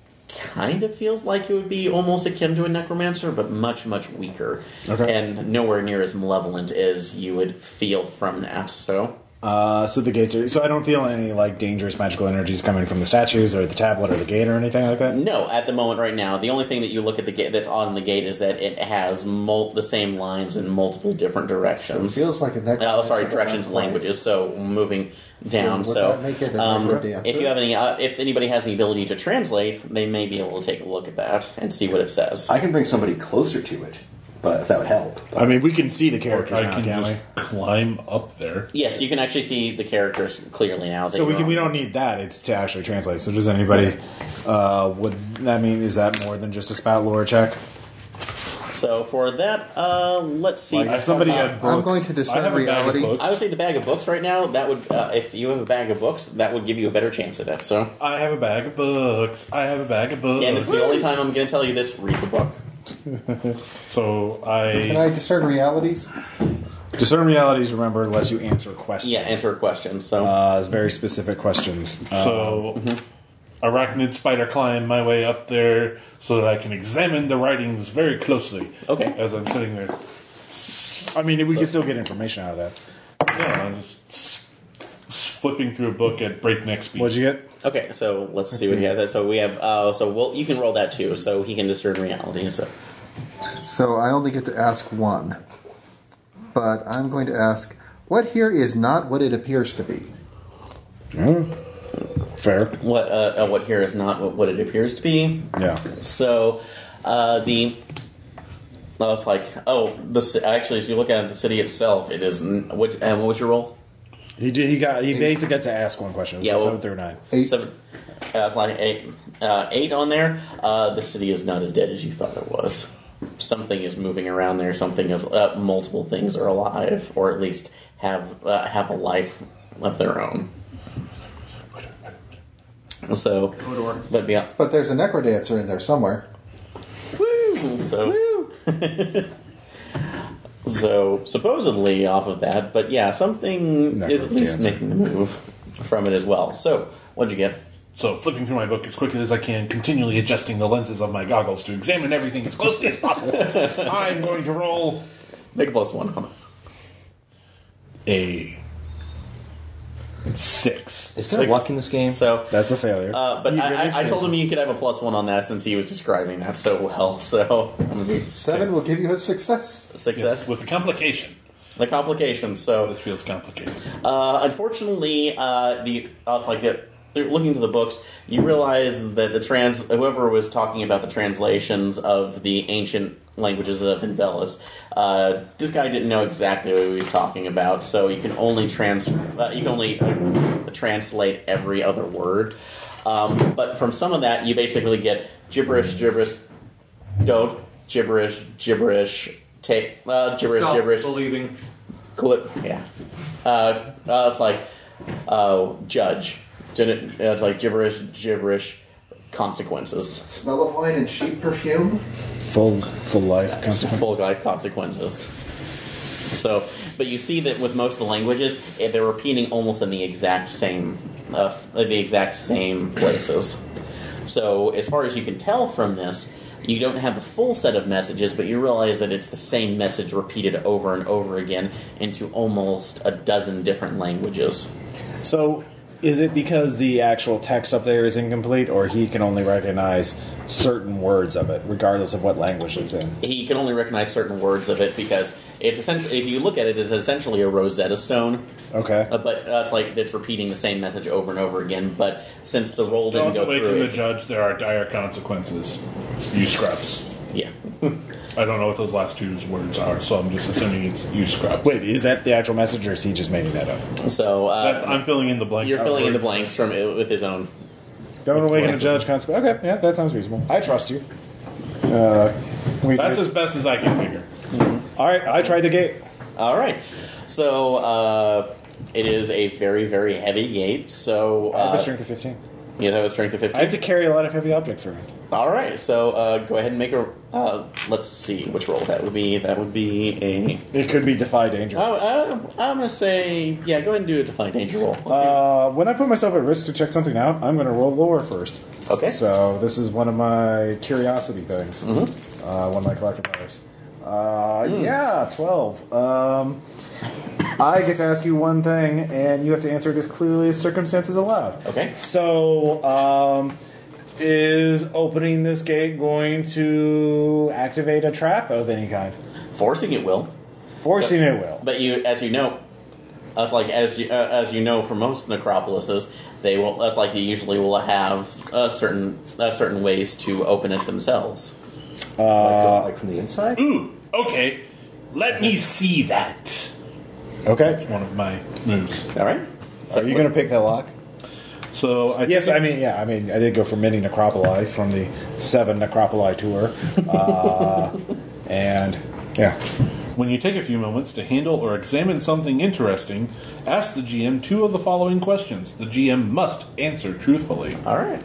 C: kind of feels like it would be almost akin to a necromancer, but much, much weaker.
H: Okay.
C: And nowhere near as malevolent as you would feel from that. So,
H: Uh, so the gates are. So I don't feel any like dangerous magical energies coming from the statues or the tablet or the gate or anything like that.
C: no, at the moment right now, the only thing that you look at the gate that's on the gate is that it has mul- the same lines in multiple different directions.
G: Feels like a neck.
C: Oh, sorry, directions and languages. So moving down.
G: would
C: So,
G: that make it a
C: um,
G: number dancer?
C: if you have any, uh, if anybody has the ability to translate, they may be able to take a look at that and see what it says.
I: I can bring somebody closer to it, but if that would help.
H: I mean, we can see the
B: Or
H: characters
B: I
H: now,
B: can
H: can't
B: just
H: we?
B: climb up there.
C: Yes, you can actually see the characters clearly now. that
H: So we
C: you're
H: can, we
C: on.
H: don't need that. It's to actually translate. So does anybody? Uh, would I mean? Is that more than just a spout lore check?
C: So for that, uh, let's see.
H: Like if somebody
C: Uh,
H: had books,
G: I'm going to
B: I have
G: discern
B: a bag of
G: reality.
B: books.
C: I would say the bag of books right now. That would, uh, if you have a bag of books, that would give you a better chance at it. So,
H: Uh,
B: I have a bag of books. I have a bag of books.
C: and it's the only time I'm going to tell you this. Read the book.
B: so
G: Can
B: I,
G: I discern realities?
H: discern realities. Remember, lets you answer questions.
C: Yeah, answer a question. So,
H: Uh, it's very specific questions. Uh, mm-hmm.
B: so arachnid spider climb my way up there so that I can examine the writings very closely.
C: Okay.
B: As I'm sitting there,
H: I mean, we can still get information out of that.
B: yeah, I'm just s- s- flipping through a book at breakneck speed.
H: What'd you get?
C: okay, so let's see what you have. So we have. Uh, so well, you can roll that too. So he can discern reality. So
G: So I only get to ask one. But I'm going to ask what here is not what it appears to be?
H: Hmm? Fair.
C: what? Uh, uh, what here is not what, what it appears to be.
H: Yeah.
C: So, uh, the. I was like, oh, the ci- actually, if you look at the city itself, it is. n- What? And what was your role?
H: He did, he got he basically got to ask one question. It was
C: Yeah, well-
H: seven through nine.
G: Eight.
C: Seven. Uh, it's like eight, uh, eight on there. Uh, the city is not as dead as you thought it was. Something is moving around there. Something is uh, multiple things are alive, or at least have uh, have a life of their own. So, but yeah,
G: But there's a necrodancer in there somewhere.
C: so so supposedly off of that, but yeah, something
H: Not
C: is at
H: really
C: least
H: dancing.
C: making the move from it as well. So, what'd you get?
B: So, flipping through my book as quickly as I can, continually adjusting the lenses of my goggles to examine everything as closely as possible, I'm going to roll
C: Make a plus one on it.
B: a six.
I: Is there luck in this game?
C: So
H: That's a failure.
C: Uh, but
H: You
C: I,
H: really
C: I, I told
H: changed
C: him you could have a plus one on that since he was describing that so well. So I'm gonna be
G: Seven will give you a success.
C: success.
B: With a complication.
C: The complications. So
B: This feels complicated.
C: uh, unfortunately, uh, the I was like uh, looking to the books. You realize that the trans whoever was talking about the translations of the ancient languages of Invelis, uh, this guy didn't know exactly what he was talking about. So you can only trans uh, you can only uh, translate every other word. Um, but from some of that, you basically get gibberish, gibberish, don't gibberish gibberish take uh, gibberish
D: Stop
C: gibberish
D: believing.
C: clip yeah uh, uh it's like oh judge didn't uh, it's like gibberish gibberish consequences
G: Smell of wine and sheep perfume.
H: full full life. consequence.
C: full life consequences so but you see that with most of the languages eh, they're repeating almost in the exact same uh, the exact same places so as far as you can tell from this you don't have the full set of messages but you realize that it's the same message repeated over and over again into almost a dozen different languages
H: So, is it because the actual text up there is incomplete, or he can only recognize certain words of it, regardless of what language it's in?
C: he can only recognize certain words of it because it's essentially if you look at it it's essentially a rosetta stone
H: Okay.
C: Uh, but that's like it's repeating the same message over and over again. But since the roll didn't
B: Don't
C: go
B: wait for
C: through,
B: the
C: it's,
B: judge. There are dire consequences. You scrubs.
C: yeah,
B: I don't know what those last two words are, so I'm just assuming it's you scrubs.
H: Wait, is that the actual message, or is he just making that up?
C: so uh,
B: That's, I'm filling in the blank.
C: you're filling in the
B: Outwards.
C: blanks from it with his own.
H: Don't
B: That's
H: awaken
B: what
H: a
B: it
H: judge consequence. Okay, yeah, that sounds reasonable. I trust you. Uh, we
B: That's
H: did-
B: as best as I can figure.
H: all right. I tried the gate.
C: All right, so uh, it is a very very heavy gate. So
H: I have a
C: uh,
H: strength of fifteen.
C: you have a strength of
H: I
C: fifteen.
H: have to carry a lot of heavy objects around.
C: All right, so uh, go ahead and make a. Uh, let's see which roll that would be. That would be a.
H: It could be defy danger.
C: Oh, uh, I'm gonna say yeah. Go ahead and do a defy danger roll. Let's see.
H: Uh, when I put myself at risk to check something out, I'm going to roll lower first.
C: Okay.
H: So this is one of my curiosity things. Uh, one of my collective powers. Uh, Yeah, twelve. Um, I get to ask you one thing, and you have to answer it as clearly as circumstances allow.
C: Uh, Okay.
H: So, um, is opening this gate going to activate a trap of any kind?
C: Forcing it will.
H: Forcing it will.
C: But you, as you know, that's like as you uh, as you know for most necropolises, they will. That's like you usually will have uh, certain uh, certain ways to open it themselves.
I: like, like from the inside?
B: Ooh, okay. Let me see that.
H: Okay.
B: One of my moves.
C: All right. So
H: Are you going to pick that lock?
B: So I
H: Yes, I mean, yeah, I mean, I did go for many necropoli from the seven necropoli tour, uh, and yeah,
B: When you take a few moments to handle or examine something interesting, ask the GM two of the following questions. The GM must answer truthfully.
C: All right.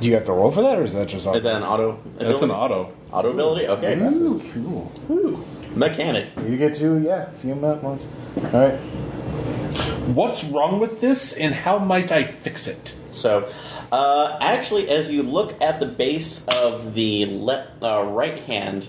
H: do you have to roll for that, or is that just
C: Is that an auto?
B: That's
C: ability?
B: an auto.
C: Auto ability. Okay.
H: Ooh, cool.
C: Whew. Mechanic.
H: You get to yeah, a few moments. All right,
B: What's wrong with this, and how might I fix it?
C: So, uh, actually, as you look at the base of the le- uh, right hand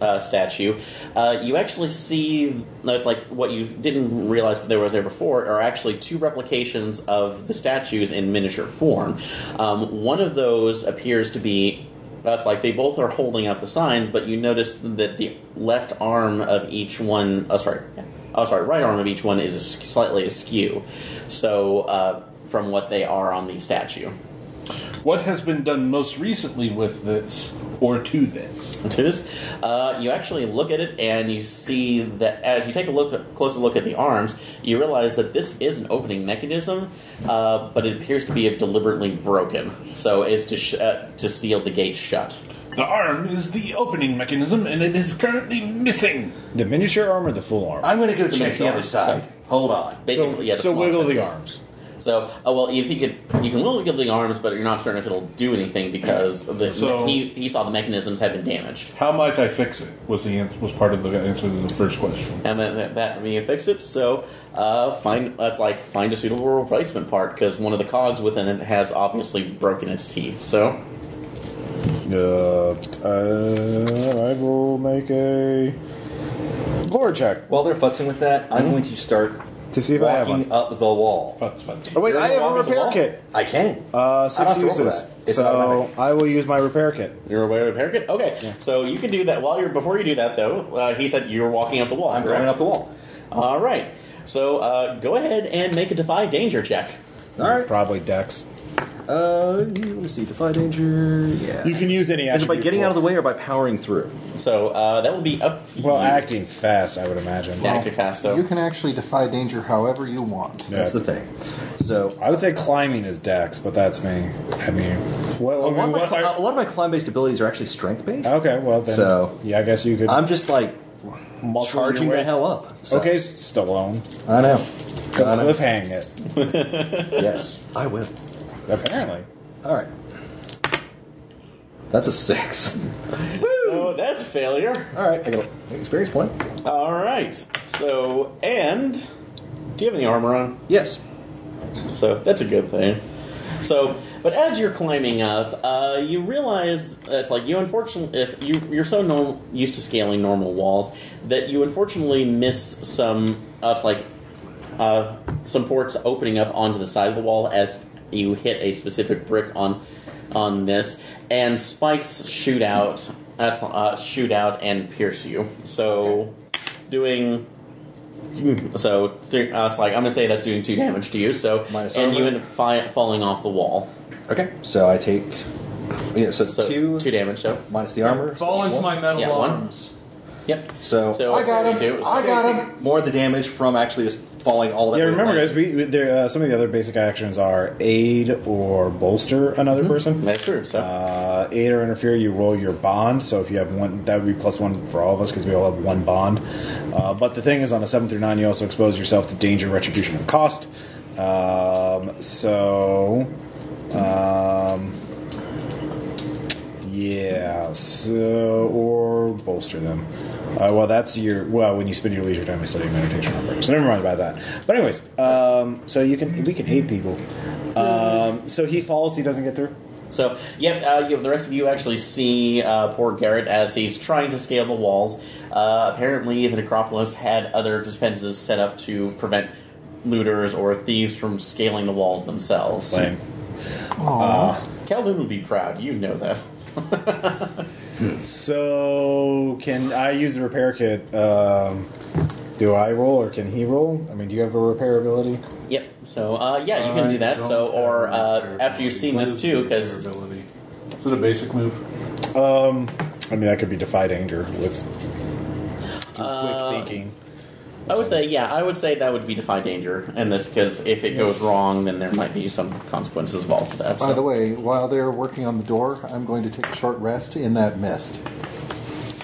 C: uh, statue, uh, you actually see that's like what you didn't realize there was there before are actually two replications of the statues in miniature form. Um, one of those appears to be that's like they both are holding up the sign, but you notice that the left arm of each one, oh sorry, oh sorry, right arm of each one is as- slightly askew. So uh, from what they are on the statue.
B: What has been done most recently with this or to this?
C: to this. Uh, you actually look at it and you see that as you take a look, closer look at the arms, you realize that this is an opening mechanism, uh, but it appears to be deliberately broken. So it's to sh- uh, to seal the gate shut.
B: The arm is the opening mechanism, and it is currently missing.
H: The miniature arm or the full arm?
I: I'm going to go check the other side. Hold on.
C: Basically,
H: so
C: yeah. The
H: so
C: small
H: wiggle the
C: touches.
H: arms.
C: So, oh well, if you could, you can wiggle the arms, but you're not certain if it'll do anything because the,
B: So-
C: he, he saw the mechanisms had been damaged,
B: How might I fix it? Was the answer, was part of the answer to the first question.
C: and then that, that may fix it. So, uh, find that's like find a suitable replacement part because one of the cogs within it has obviously broken its teeth. So,
H: Uh, uh, I will make a lore check
E: While they're futzing with that, I'm going to start
H: to see if I have
E: walking
H: one.
E: up the wall.
B: That's fun.
H: Oh wait,
E: You're
H: I
E: no
H: have a
E: longer the
H: repair
E: wall?
H: kit.
E: I can.
H: Uh,
E: I don't
H: six
E: have to roll for
H: uses.
E: that. It's
H: So
E: automatic.
H: I will use my repair kit.
C: You're aware of haircut? Okay. So you can do that while you're before you do that though. Uh, he said you were walking up the wall.
E: I'm
C: correct?
E: going up the wall.
C: All right. So uh, go ahead and make a defy danger check.
E: All right.
H: Probably Dex.
E: Uh, let me see. Defy danger. Yeah.
H: You can use any.
E: Is it by
H: attribute
E: getting
H: for-
E: out of the way or by powering through?
C: So uh, that will be up to
H: Well,
C: you.
H: acting fast, I would imagine.
C: Yeah, acting fast. So
G: You can actually defy danger however you want.
H: Yeah.
E: That's the thing. So
H: I would say climbing is Dex, but that's me. I mean, what,
E: a
H: I mean,
E: lot, of my,
H: what
E: cli-
H: are-
E: a lot of my climb-based abilities are actually strength-based.
H: okay, well then.
E: So-
H: yeah, I guess you could.
E: I'm just like
H: muscle your
E: charging
H: way-
E: the hell up. So.
H: Okay, S- Stallone.
E: I know.
H: Go
E: I know.
H: cliffhang it.
E: yes, I will.
H: Apparently.
E: All right. That's a six.
C: so that's failure.
E: All right, I got an experience point.
C: All right. So and do you have any armor on?
E: Yes.
C: So that's a good thing. So, but as you're climbing up, uh, you realize that's like you unfortunately, if you you're so norm, used to scaling normal walls that you unfortunately miss some uh, it's like uh, some ports opening up onto the side of the wall as you hit a specific brick on on this, and spikes shoot out uh, shoot out and pierce you. So, doing so th- uh, it's like I'm gonna say that's doing two damage to you. So
E: Minus
C: and you
E: armor.
C: end up fi- falling off the wall.
E: Okay. So I take. Yeah. So, it's
C: So
E: two,
C: two damage. So
E: minus the armor. so
D: Fall
E: it's
D: into
E: one.
D: my metal
C: Yeah, one.
D: arms.
C: yep.
E: So,
C: So
G: I got him.
C: 32.
G: I got him.
E: more of the damage from actually just falling all that.
H: Yeah,
E: way
H: remember,
E: around.
H: guys, we, we, there, uh, some of the other basic actions are aid or bolster another
E: Mm-hmm.
H: person.
C: That's true. So
H: Uh, aid or interfere, you roll your bond. So if you have one, that would be plus one for all of us because we all have one bond. Uh, but the thing is, on a seven through nine, you also expose yourself to danger, retribution, and cost. Um, so, um, yeah. So or bolster them. Uh, well, that's your well when you spend your leisure time studying meditation. on So never mind about that. But anyways, um, so you can we can aid people. Um, so he falls. He doesn't get through.
C: So, yep, uh, you, the rest of you actually see uh, poor Garrett as he's trying to scale the walls. Uh, apparently, the Necropolis had other defenses set up to prevent looters or thieves from scaling the walls themselves.
H: Lame.
C: Calvin would be proud, you know that.
H: So can I use the repair kit? Um, do I roll or can he roll? I mean, do you have a repair ability?
C: Yep, so, uh, yeah, you can do that. So, or uh, after you've seen this too, because.
B: Is it a basic move?
H: I mean, that could be defy danger with quick thinking.
C: I would say, yeah, I would say that would be defy danger in this, because if it goes wrong, then there might be some consequences involved for that.
G: By
C: so.
G: the way, while they're working on the door, I'm going to take a short rest in that mist.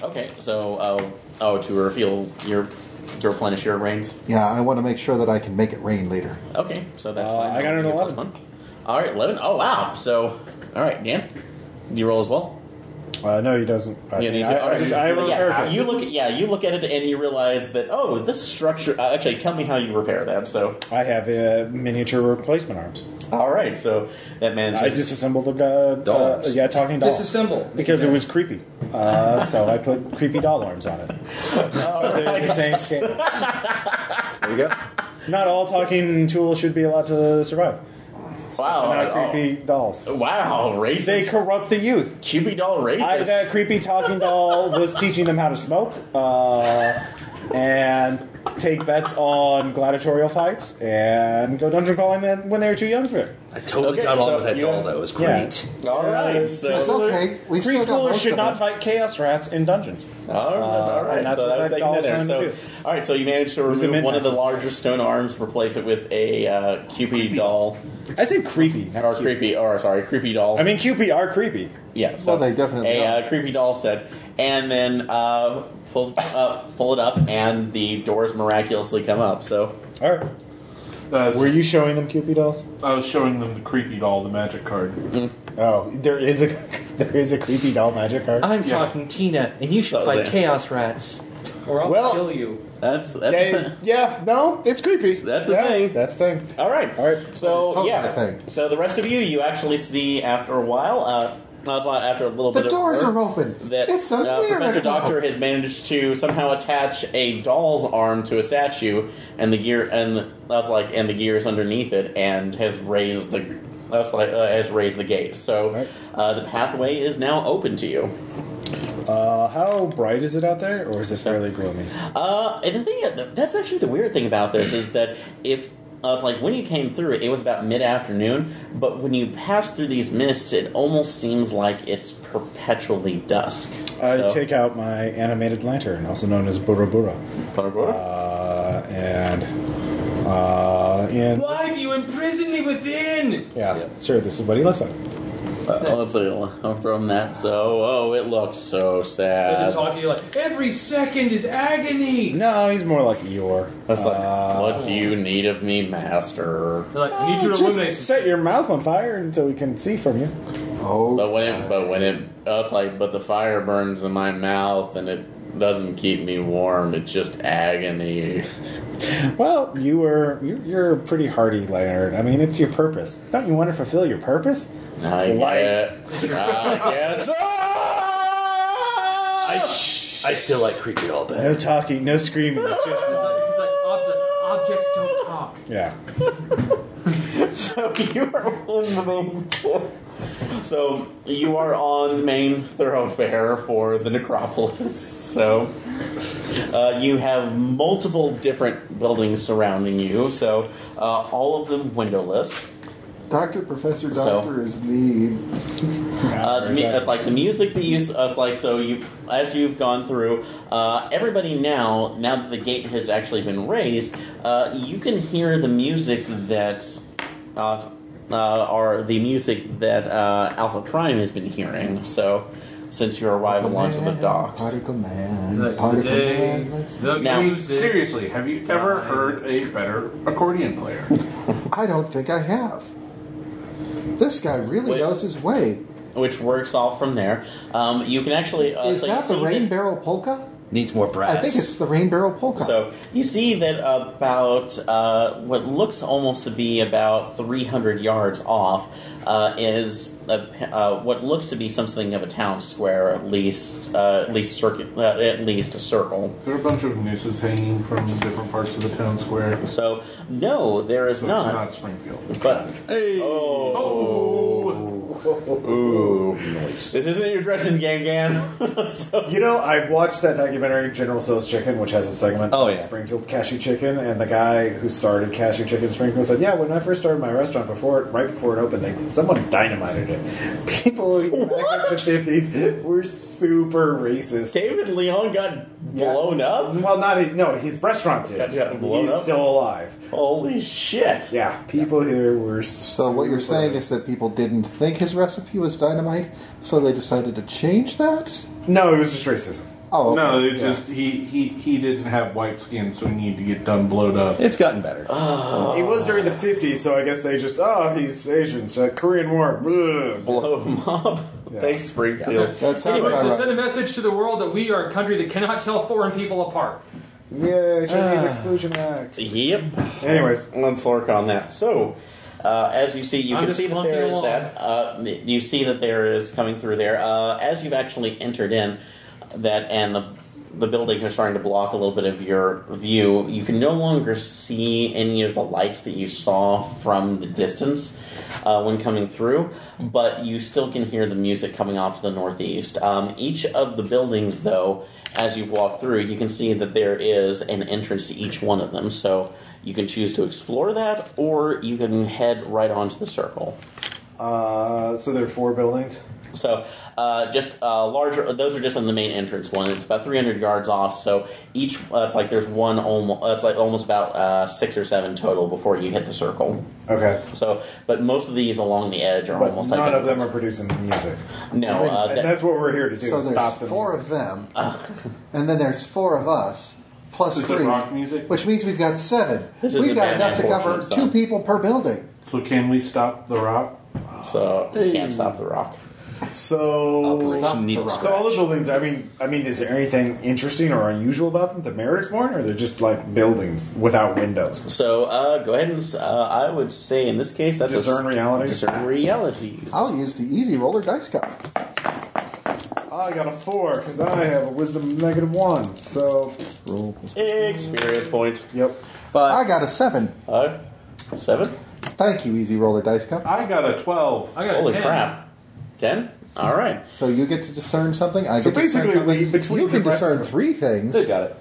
C: Okay, so uh, oh, to refill your to replenish your brains.
G: Yeah, I want to make sure that I can make it rain later.
C: Okay, so that's
H: Uh,
C: fine.
H: I got an
C: That'll be a plus
H: 11.
C: one. All right, eleven. Oh wow. So, all right, Dan, do you roll as well?
H: Uh, no, he doesn't. I,
C: Yeah,
H: mean,
C: you do.
H: I,
C: All
H: I
C: right,
H: just,
C: you-
H: I have a
C: yeah,
H: repair kit.
C: You look at yeah, you look at it and you realize that oh, this structure. Uh, actually, tell me how you repair that. So,
H: I have uh, miniature replacement arms.
C: all right, so that man.
H: I disassembled the uh,
E: Dolls.
H: Uh, yeah, talking doll.
D: Disassemble.
H: Because it was creepy. Uh, so I put creepy doll arms on it. They're the same scale.
E: There we go.
H: Not all talking tools should be allowed to survive.
C: Wow.
H: They're
C: like,
H: not creepy dolls.
C: oh, wow. Racist.
H: They corrupt the youth.
C: Cupid doll racist.
H: I, that creepy talking doll was teaching them how to smoke uh, and take bets on gladiatorial fights and go dungeon crawling then- when they were too young for it.
I: I totally
C: Okay,
I: got along
C: so
I: with that
C: you-
I: doll, though. It was great.
C: all right.
G: It's
C: So,
G: okay. We still got
H: Preschoolers
G: most
H: should
G: of
H: not
G: it.
H: fight chaos rats in dungeons.
C: all right. All right.
H: Uh, and that's
C: so
H: what
C: I was
H: that
C: thinking
H: doll
C: that
H: is
C: there.
H: trying to
C: So,
H: do.
C: all right. So you managed to
H: was a
C: remove one of
H: midnight.
C: the larger stone arms, replace it with a uh, Cupid doll
H: I said creepy. Not
C: or
H: cute.
C: creepy or sorry, creepy doll.
H: I mean, Cupid are creepy.
C: Yeah, so
G: Well, they definitely
C: a
G: are.
C: uh, creepy doll said, and then uh, pull uh, pull it up, and the doors miraculously come up. So
H: All right.
B: Uh,
H: Were you showing them Cupid dolls?
B: I was showing them the creepy doll, the magic card.
H: Oh, there is a there is a creepy doll magic card.
J: I'm talking Tina, and you should
C: Oh,
J: fight
C: there.
J: chaos rats.
D: Or I'll
H: Well-
D: kill you.
C: that's that's
H: Yeah, yeah, no, it's creepy.
C: That's the
H: Yeah,
C: thing.
H: That's the thing.
C: all right.
H: All right.
C: So
G: Totally, I
C: yeah,
G: think.
C: so the rest of you, you actually see after a while, uh, not a lot, after a little
G: The
C: bit.
G: doors
C: of
G: are
C: work,
G: open.
C: That
G: it's so
C: uh,
G: weird.
C: Professor Doctor has managed to somehow attach a doll's arm to a statue, and the gear and that's like and the gears underneath it, and has raised the that's like uh, has raised the gate. So
H: Right.
C: uh, the pathway is now open to you.
H: Uh, how bright is it out there, or is it fairly gloomy?
C: Uh, and the thing that's actually the weird thing about this is that if I was like when you came through, it was about mid afternoon, but when you pass through these mists, it almost seems like it's perpetually dusk.
H: I
C: So-
H: take out my animated lantern, also known as Burabura, uh, and uh, and
J: Why do you imprison me within?
H: yeah, sir, this is what he looks like.
C: Uh, let's see, uh, from that. So, oh, it looks so sad.
J: As it talking, you're like, every second is agony.
H: No, he's more like Eeyore.
C: It's like,
H: Uh,
C: what do you need of me, master?
D: They're like, we need you to
H: just
D: illuminate some
H: set your mouth on fire until we can see from you.
G: Oh,
C: But when it, but when it, oh, it's like, but the fire burns in my mouth and it doesn't keep me warm. It's just agony.
H: Well, you were you, you're a pretty hardy lantern. I mean, it's your purpose. Don't you want to fulfill your purpose?
C: I
H: Light.
C: guess. I guess. ah!
I: I still like creepy doll better.
H: No talking, no screaming. just
D: It's like, it's like obs- objects don't talk.
H: yeah.
C: So you are on the main. so you are on the main thoroughfare for the necropolis. So uh, you have multiple different buildings surrounding you. So uh, all of them windowless.
G: Doctor Professor
C: So-
G: Doctor is mean.
C: Uh, the, mu- it's like the music that you. s- It's like so you as you've gone through. Uh, everybody now, now that the gate has actually been raised, uh, you can hear the music that. Uh, uh, are the music that uh, Alpha Prime has been hearing. So, since your arrival onto the docks,
G: Particle man.
D: Like,
G: particle
D: today,
G: man. let's-
D: the
C: Now,
D: music.
B: Seriously, have you ever heard a better accordion player?
G: I don't think I have. This guy really
C: Wait.
G: knows his way.
C: which works off from there, um, you can actually. Uh,
G: Is
C: so you
G: that the
C: see
G: rain barrel polka?
I: Needs more brass.
G: I think it's the rain barrel polka.
C: So you see that about uh, what looks almost to be about 300 yards off uh, is a, uh, what looks to be something of a town square, at least uh, at least circuit, uh, at least a circle.
B: Is there a bunch of nooses hanging from different parts of the town square? So
C: So no, there is
B: it's
C: not.
B: not Springfield.
C: But oh, this isn't your dressing game, Gan. so,
H: You know, I watched that documentary, General So's Chicken, which has a segment
I: Oh,
H: on
I: yeah.
H: Springfield Cashew Chicken, and the guy who started Cashew Chicken in Springfield said, "Yeah, when I first started my restaurant, before it, right before it opened, they someone dynamited it. People back in the fifties were super racist.
C: David Leon got
H: Yeah.
C: blown up.
H: Well, not he- no, his restaurant did.
C: Got- got blown
H: He's
C: up?
H: still alive.
C: Holy shit!
H: Yeah, people here were. So
G: So what you're saying is that people didn't think his recipe was dynamite, so they decided to change that.
H: no, it was just racism.
G: Oh okay.
B: No, it's just he, he he didn't have white skin, so he needed to get done blowed up.
I: It's gotten better.
C: Uh,
H: It was during the fifties, so I guess they just oh he's Asian, so Korean War. Blah.
C: Blow him up.
H: Yeah.
C: Oh, Thanks, Springfield.
G: that sounds
D: Anyway,
G: about
D: to
G: right.
D: send a message to the world that we are a country that cannot tell foreign people apart.
H: Yeah,
F: Ah.
H: Chinese Exclusion Act.
C: Yep.
H: Anyways,
C: Let's work on that. So, uh, as you see, you
D: I'm
C: can
D: just
C: see that
D: plunking
C: there is
D: along.
C: that. Uh, you see that there is coming through there. Uh, as you've actually entered in, that and the the buildings are starting to block a little bit of your view, you can no longer see any of the lights that you saw from the distance uh, when coming through, but you still can hear the music coming off to the northeast. Um, each of the buildings, though, as you've walked through, you can see that there is an entrance to each one of them. So you can choose to explore that, or you can head right onto the circle.
H: Uh, so there are four buildings.
C: So, uh, just uh, larger. Those are just on the main entrance one. It's about 300 yards off. So each uh, it's like there's one almost. That's like almost about uh, six or seven total before you hit the circle.
H: Okay.
C: So, but most of these along the edge are
H: But
C: almost.
H: none
C: identical.
H: of them are producing music.
C: No, uh,
H: and
C: that-
H: that's what we're here to do.
F: So
H: is
F: there's
H: stop the
F: four
H: music.
F: of them,
C: Ah.
F: and then there's four of us plus
I: Is it
F: three,
I: rock music?
F: which means we've got seven.
C: This is
F: we've
C: a
F: got
C: Batman
F: enough to cover
C: portion, so-
F: two people per building.
I: So can we stop the rock?
C: so you can't stop the rock. Oh,
H: So.
E: Operation Needle
H: So
E: Scratch.
H: all the buildings. I mean, I mean, is there anything interesting or unusual about them to merit exploring, or they're just like buildings without windows?
C: So uh, go ahead and s- uh, I would say in this case that's a s-
H: Discern reality?
C: Discern realities.
F: I'll use the easy roller dice cup.
H: I got a four because I have a wisdom negative one. So,
C: Experience point.
H: yep.
F: I got a seven.
C: Uh, seven.
F: Thank you, easy roller dice cup.
I: I got a 12.
D: I got
C: Holy
D: a 10.
C: crap. Ten. All right.
F: So you get to discern something. I
H: So
F: get to discern
H: basically,
F: something.
H: we- between
F: you can
H: the rest
F: discern
H: of-
F: three things.
E: They got it.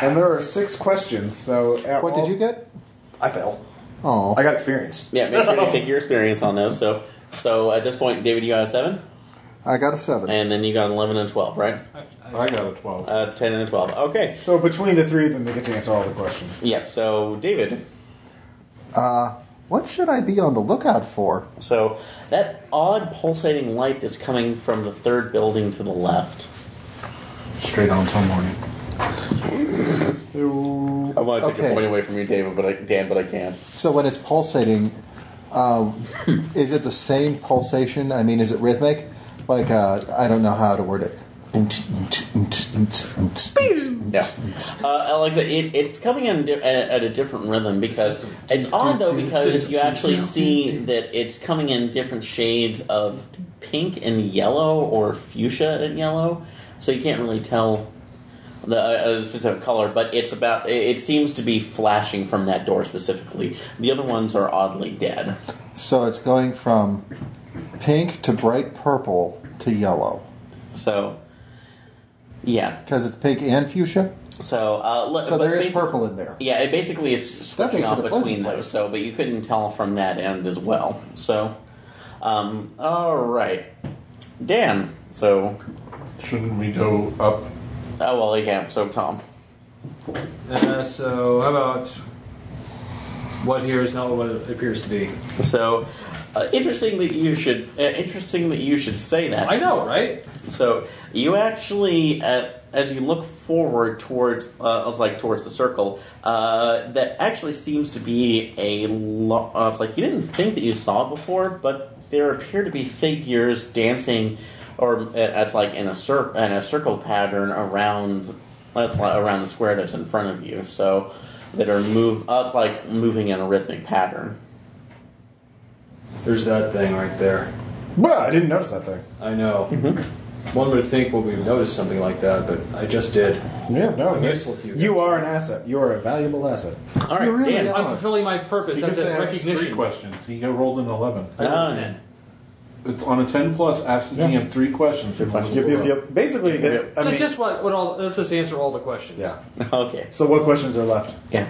H: And there are six questions. So, at
F: What
H: all-
F: did you get?
E: I fell.
F: Oh,
E: I got experience.
C: Yeah, make sure to take your experience on those. So, so at this point, David, you got a seven,
F: I got a seven.
C: and then you got an eleven and a twelve, right?
I: I got a 12.
C: Uh, Ten and a twelve. Okay.
H: So between the three of them, they get to answer all the questions.
C: Yep. So, David.
F: what should I be on the lookout for?
C: So that odd pulsating light that's coming from the third building to the left.
F: Straight on till morning.
C: I want to take
F: Okay.
C: a point away from you, David, but I, Dan, but I can't.
F: So when it's pulsating, uh, is it the same pulsation? I mean, is it rhythmic? Like uh, I don't know how to word it.
C: Yeah. Uh, Alexa, it, it's coming in di- at, at a different rhythm because it's odd though because you actually see that it's coming in different shades of pink and yellow or fuchsia and yellow, so you can't really tell the uh, uh, specific color. But it's about it, it seems to be flashing from that door specifically. The other ones are oddly dead.
F: So it's going from pink to bright purple to yellow
C: So yeah,
F: because it's pink and fuchsia.
C: so uh, le-
F: So
C: but
F: there is
C: basi-
F: purple in there.
C: Yeah, it basically is
F: That
C: switching
F: makes it
C: off
F: a pleasant
C: between
F: place.
C: those. So, but you couldn't tell from that end as well. So, um, all right, Dan. So,
I: Shouldn't we go up?
C: oh well, yeah. So Tom.
D: Uh, so how about what here is not what it appears to be?
C: So, uh, interesting that you should. Uh, interesting that you should say that.
D: I know, right?
C: So you actually, uh, as you look forward towards, uh, it's like towards the circle, uh, that actually seems to be a. Lo- uh, it's like you didn't think that you saw it before, but there appear to be figures dancing, or uh, it's like in a cir- in a circle pattern around. That's like around the square that's in front of you. So that are move. Uh, it's like moving in a rhythmic pattern.
B: There's that thing right there.
H: Well, I didn't notice that thing.
B: I know.
D: Mm-hmm.
B: One would think well, we've noticed something like that, but I just did.
H: Yeah, no.
B: I'm useful to you guys.
H: You are an asset. You are a valuable asset.
C: All right,
F: You really
C: Dan.
F: are.
D: I'm fulfilling my purpose.
I: He
D: That's
I: gets
D: a
I: to ask three
D: recognition.
I: questions. He got rolled an 11.
C: Uh,
I: It's on a 10 plus, asks the GM three questions.
H: Yep, yep, yep. Basically, that- I
D: Just,
H: mean,
D: just what, what all? Let's just answer all the questions.
H: yeah.
C: okay.
H: So what questions are left?
C: Yeah.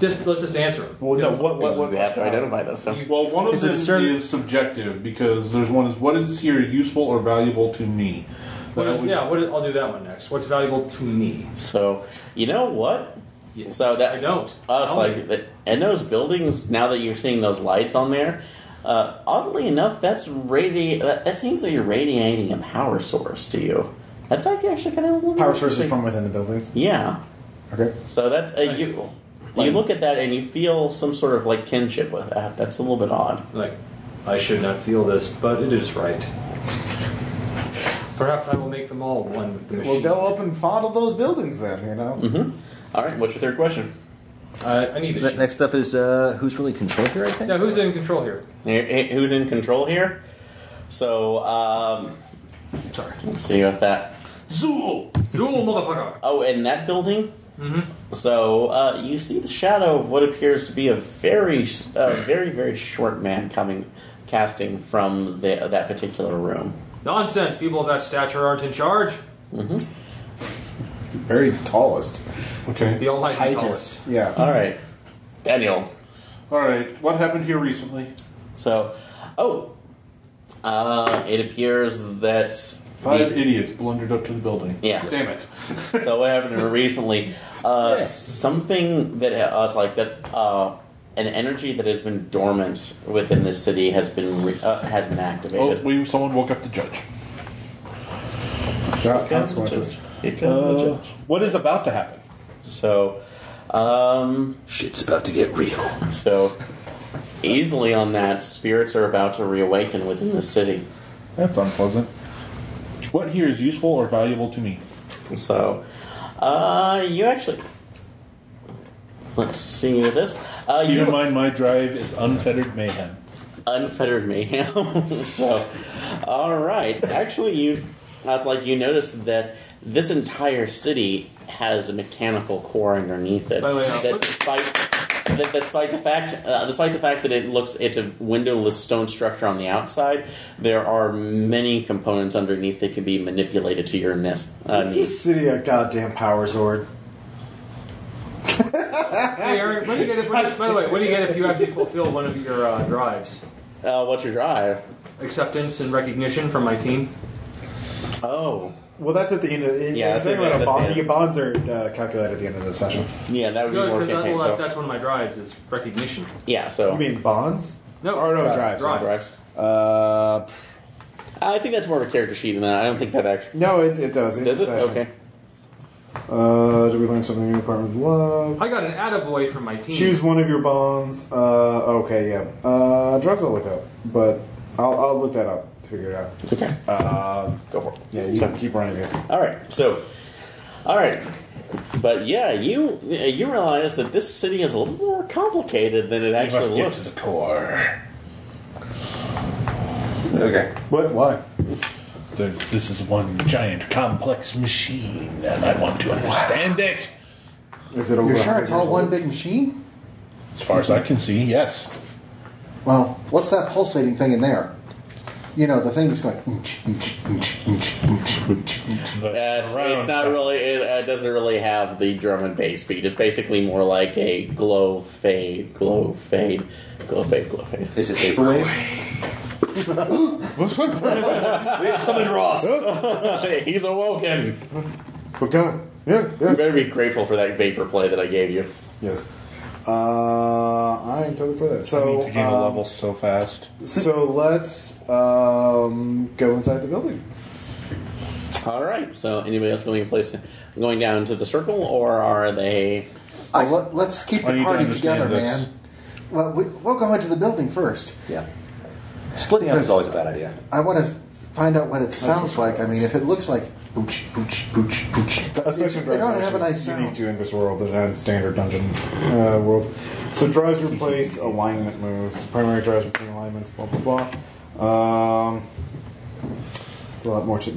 D: Just let's just answer them.
H: Well, no. What? What? What?
C: We have to identify those. So.
I: Well, one of
B: Is it
I: them
B: a certain-
I: is subjective because there's one is what is here useful or valuable to me.
D: What
I: That
D: is,
I: would-
D: yeah, what is, I'll do that one next. What's valuable to me?
C: So you know what?
D: Yeah.
C: So that
D: I don't.
C: Oh, it's
D: Tell
C: like that- and those buildings. Now that you're seeing those lights on there, uh, oddly enough, that's radi- that, that seems like you're radiating a power source to you. That's like actually kind of
H: Power sources from within the buildings.
C: Yeah.
H: Okay.
C: So that's uh, you. You look at that and you feel some sort of like kinship with that. That's a little bit odd.
B: Like, I should not feel this, but it is right.
D: Perhaps I will make them all one with the
H: Well,
D: machine.
H: go up and fondle those buildings then. You know.
C: All right. What's your third question?
D: I, I need the sheet.
E: Next up is uh, who's really in control here? I think.
D: Now, who's in control here?
C: Eh, eh, Who's in control here? So um,
D: Sorry.
C: let's see with that.
B: Zool!
D: Zool, motherfucker. Mm-hmm.
C: Oh, in that building. So uh, you see the shadow of what appears to be a very, uh, very, very short man coming, casting from the, that particular room.
D: Nonsense. People of that stature aren't in charge.
H: Very tallest.
B: Okay.
D: The all might be
H: Tightest.
D: tallest.
H: Yeah.
C: All right, Daniel.
B: Alright, what happened here recently?
C: So, oh, uh, it appears that
B: Five idiots blundered up to the building.
C: Yeah.
B: Damn it.
C: so what happened recently? Uh, Something that uh, it's like that, uh, an energy that has been dormant within this city has been re- uh, has been
B: Oh,
C: activated.
B: we, someone woke up the judge.
H: There are consequences.
C: It comes to
B: Uh,
C: judge.
B: what is about to happen?
C: So, um,
I: Shit's about to get real.
C: so easily on that, spirits are about to reawaken within the city.
B: That's unpleasant. What here is useful or valuable to me?
C: So, uh, you actually. Let's see this. Uh,
B: Keep
C: you
B: in mind, my drive is unfettered mayhem.
C: unfettered mayhem. so, all right. Actually, you that's like you noticed that this entire city has a mechanical core underneath it.
D: By the way, how-
C: that despite that despite the fact uh, despite the fact that it looks it's a windowless stone structure on the outside, there are many components underneath that can be manipulated to your nest. Uh,
F: Is
C: needs.
F: this city a goddamn power sword?
D: Hey, Aaron, what do you get if, what do you- by the way, what do you get if you actually fulfill one of your uh, drives?
C: Uh, what's your drive?
D: Acceptance and recognition from my team.
C: Oh,
H: Well, that's at the end of the
C: Yeah, that's
H: you're talking
C: at the-
H: about a bond,
C: that's the
H: Your bonds are uh, calculated at the end of the session.
C: yeah, that would be
D: Good,
C: more
D: because that,
C: campaign.
D: well, that-
C: so,
D: that's one of my drives is recognition.
C: yeah, so
H: You mean bonds?
D: No,
H: Or no,
D: drive.
H: drives.
D: Drive.
C: drives.
H: Uh,
C: I think that's more of a character sheet than that. I don't think that actually
H: no, it, it does. It's
C: does
H: a
C: it.
H: session.
C: Okay.
H: Uh, did we learn something new? Apartment of love.
D: I got an attaboy from my
B: Hmm.
D: team.
H: Choose one of your bonds. Uh, okay, yeah. Uh, drugs I'll look up, but I'll, I'll look that up to figure it out.
C: Okay.
H: Um,
C: Go for it.
H: yeah, you
C: So-
H: can keep running it.
C: all right. So, all right. But yeah, you you realize that this city is a little more complicated than it actually looks.
B: core.
F: Okay.
H: What? Why?
B: this is one giant complex machine, and I want to understand it.
H: Is it over?
F: You're sure
H: 100
F: it's
H: years
F: all one
H: old?
F: big machine?
B: As far as I can see, yes.
F: Well, what's that pulsating thing in there? You know, the thing that's going inch, inch, inch, inch, inch, inch, inch.
B: The
C: Uh, it's,
B: surround
C: it's not
B: sound.
C: really. It uh, doesn't really have the drum and bass beat. It's basically more like a glow fade, glow fade, glow fade, glow fade.
I: Is it vaporwave? we have summoned Ross.
C: He's awoken.
H: We're done. Yeah,
C: You
H: yes.
C: better be grateful for that vapor play that I gave you.
H: Yes. Uh, I am totally for that. So,
B: I need to gain a
H: um,
B: level so fast.
H: so let's um, go inside the building.
C: All right. So anybody else going in place, going down to the circle, or are they?
F: I, let, us keep
B: I
F: the
B: need to
F: party
B: understand
F: together,
B: this.
F: man. Well, we, we'll go into the building first.
I: Yeah. Splitting up is always a bad idea.
F: I want to find out what it sounds like. I mean, if it looks like booch, booch, booch, booch,
H: That's
F: it, they don't have a nice sound.
H: Unique to in this world and then standard dungeon uh, world. So drives replace alignment moves. Primary drives between alignments. Blah blah blah. Um, it's a lot more. To,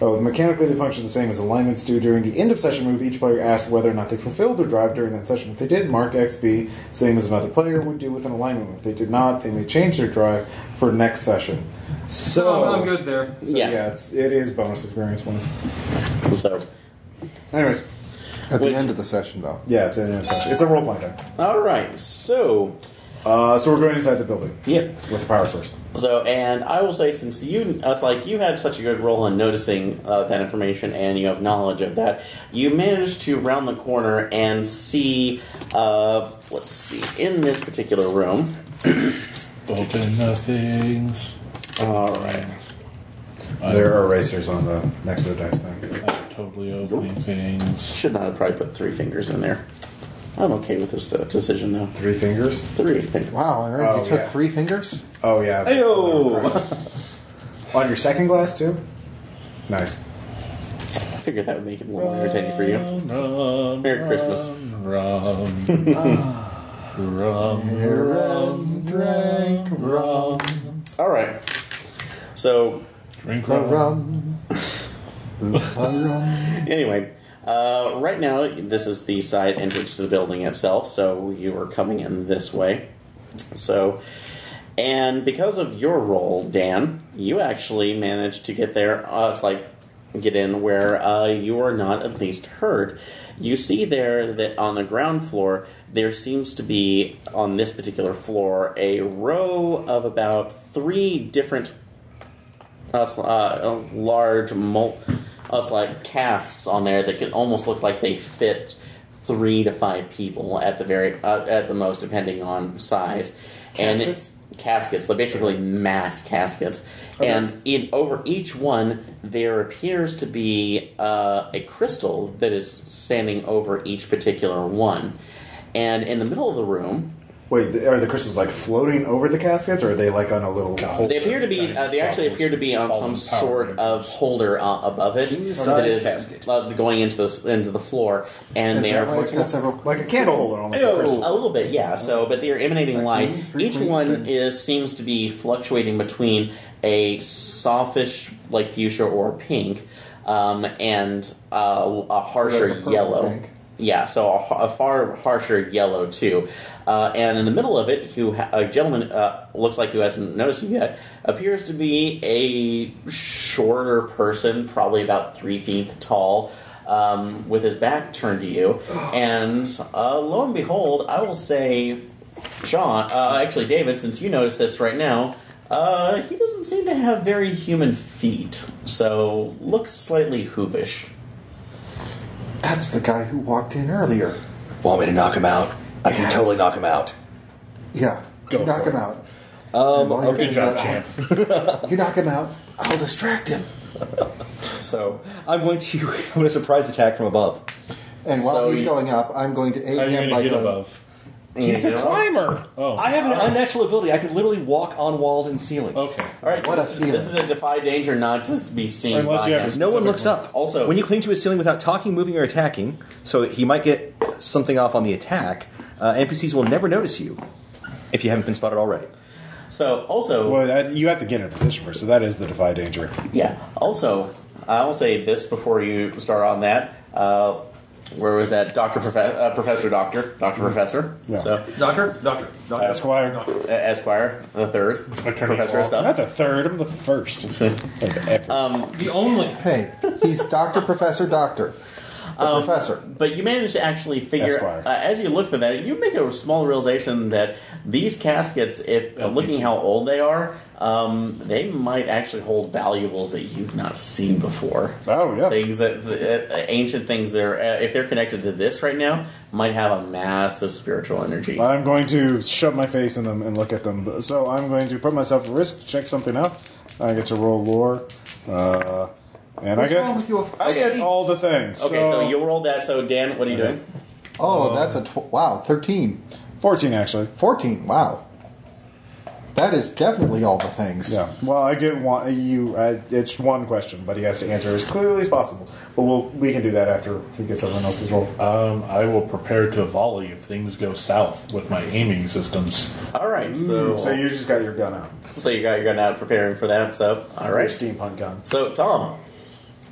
H: oh, mechanically they function the same as alignments do. During the end of session move, each player asks whether or not they fulfilled their drive during that session. If they did, mark XB, same as another player would do with an alignment. move. If they did not, they may change their drive for next session. So,
D: So I'm, I'm good there.
H: So,
C: Yeah.
H: yeah, it's, it is bonus experience ones.
C: So
H: Anyways,
G: At
C: Which-
G: the end of the session, though.
H: yeah, it's an essential. It's a role playing thing.
C: all right. So
H: Uh, so we're going inside the building
C: yep.
H: with the power source.
C: So, and I will say, since you, it's like you had such a good role in noticing uh, that information, and you have knowledge of that, you managed to round the corner and see. Uh, let's see, in this particular room.
B: Open the things.
C: All right.
F: Uh,
H: There are erasers on the next to the dice thing.
B: I'm totally opening things.
C: Should not have probably put three fingers in there. I'm okay with this though, decision though.
H: Three fingers.
C: Three fingers.
G: Wow, Aaron,
H: Oh,
G: you took
H: yeah.
G: three fingers?
H: Oh yeah.
C: Ayo!
H: on your second glass too. Nice.
C: I figured that would make it more entertaining for you.
B: Rum, rum,
C: Merry Christmas.
B: Rum. rum, rum, drink, rum.
C: All right. So
B: Drink
G: The
I: Oh.
B: rum.
G: rum,
C: anyway, uh, right now this is the side entrance to the building itself, so you are coming in this way. So, and because of your role, Dan, you actually managed to get there. Uh, it's like get in where uh, you are not at least heard. You see there that on the ground floor there seems to be on this particular floor a row of about three different uh, it's, uh, large mul- uh, it's like casks on there that could almost look like they fit three to five people at the very uh, at the most, depending on size. And
K: Caskets?
C: it, caskets, they're basically mass caskets. And in over each one, there appears to be uh, a crystal that is standing over each particular one. And in the middle of the room,
H: Wait, th- are the crystals like floating over the caskets, or are they like on a little? hole?
C: They appear to be. Uh, they actually appear to be on some sort of holder uh, above it that
H: size
C: is uh, going into the into the floor, and
H: Is
C: they
H: that
C: are
H: why it's got several- like a candle holder almost, like crystals?
C: A little bit, yeah. So, but they are emanating light. Each
H: green,
C: one is seems to be fluctuating between a softish, like fuchsia or pink, um, and uh, a harsher
K: that's a purple
C: yellow.
K: pink.
C: Yeah, so a, har- a far harsher yellow too, uh, and in the middle of it, who ha- a gentleman uh, looks like who hasn't noticed you yet appears to be a shorter person, probably about three feet tall, um, with his back turned to you. And uh, lo and behold, I will say, Sean, uh, actually David, since you noticed this right now, uh, he doesn't seem to have very human feet, so looks slightly hoovish.
F: That's the guy who walked in earlier.
I: Want me to knock him out? I can
F: Yes.
I: totally knock him out.
F: Yeah.
I: Go
F: knock
I: for
F: him
I: it.
F: out.
I: Um,
F: While you're
I: okay.
F: getting that out- you knock him out. I'll distract him.
I: So I'm going to I'm going to surprise attack from above.
F: And while
I: So
F: he's
I: you-
F: going up, I'm going to aid
I: How are you
F: him
I: gonna
F: by
I: get
F: going.
I: above? He's a climber.
F: Oh.
I: I have an unnatural ability. I can literally walk on walls and ceilings. Okay.
C: All right, so this, is- this is a defy danger not to be seen. by him.
I: no one looks up.
C: Also,
I: when you cling to a ceiling without talking, moving, or attacking, so he might get something off on the attack. Uh, NPCs will never notice you if you haven't been spotted already.
C: So also,
H: well, that, you have to get in a position first. So that is the defy danger.
C: Yeah. Also, I will say this before you start on that. Uh, where was that, Doctor Profe- uh, Professor Doctor Doctor Professor?
H: Mm-hmm. Yeah.
C: So uh,
D: Doctor Doctor Doctor
H: Esquire
C: Esquire the third Professor of Stuff.
H: Not the third. I'm the first. Uh,
C: Um,
D: the only
F: Hey, he's doctor, professor, doctor. The
C: Um,
F: professor.
C: But you manage to actually figure
F: Esquire.
C: uh, as you look at that, you make a small realization that these caskets, if uh, looking how old they are, um, they might actually hold valuables that you've not seen before.
H: Oh yeah,
C: things that uh, ancient things that are, uh, if they're connected to this right now, might have a mass of spiritual energy.
H: I'm going to shove my face in them and look at them. So I'm going to put myself at risk, check something out. I get to roll lore, uh, and I
F: What's
H: get
F: wrong with your
H: I get all the things.
C: Okay, so, you rolled that. So Dan, what are you doing?
I: uh,
F: Oh, that's a tw- wow, thirteen.
H: Fourteen actually.
F: Fourteen. Wow. That is definitely all the things.
H: Yeah. Well, I get one. You. I, it's one question, but he has to answer as clearly as possible. But we'll we can do that after he gets everyone else's roll.
B: Um, I will prepare to volley if things go south with my aiming systems.
C: All right, so
B: Mm, so you
H: just got your gun out.
C: So you got your gun out, preparing for that. So all right,
H: steampunk gun.
C: So Tom,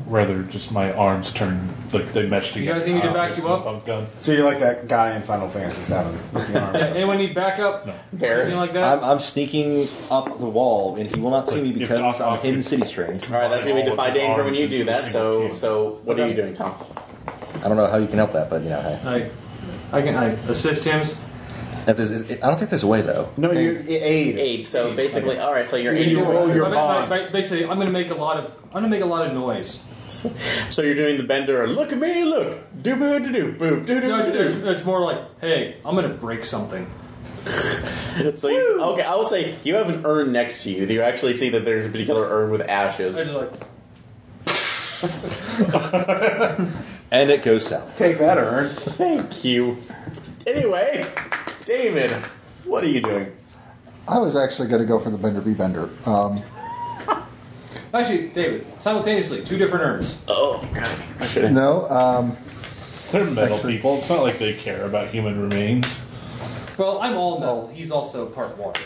B: Rather, just my arms turn like they mesh
D: You
B: together.
D: guys need me to back you up?
H: So you're like that guy in Final Fantasy VII.
D: Yeah, anyone need backup? No. Anything like that?
I: I'm, I'm sneaking up the wall, and he will not see me because I'm hidden city string.
C: all right, that's gonna be defy danger when you do that. So so what are you doing, Tom?
I: I don't know how you can help that, but you know, hey.
D: I, I can I assist him.
I: If there's- is- I don't think there's a way though.
H: No,
I: you
H: aid.
C: Aid. So basically, all right. So you're aiding-
D: But- but- but Basically, I'm going to make a lot of I'm going to make a lot of noise.
C: So you're doing the bender. Look at me. Look. Do boo do do boo do do.
D: No, it's, it's more like, hey, I'm going to break something.
C: So you, okay, I will say you have an urn next to you. You actually see that there's a particular urn with ashes.
D: I just like
I: And it goes south.
H: Take that, Ern.
C: Thank you. Anyway, David, what are you doing?
F: I was actually going to go for the bender be bender. Um,
D: actually, David, simultaneously, two different urns.
C: Oh god, I should
F: no. Um,
B: They're metal people. It's not like they care about human remains.
D: Well, I'm all metal. He's also part water.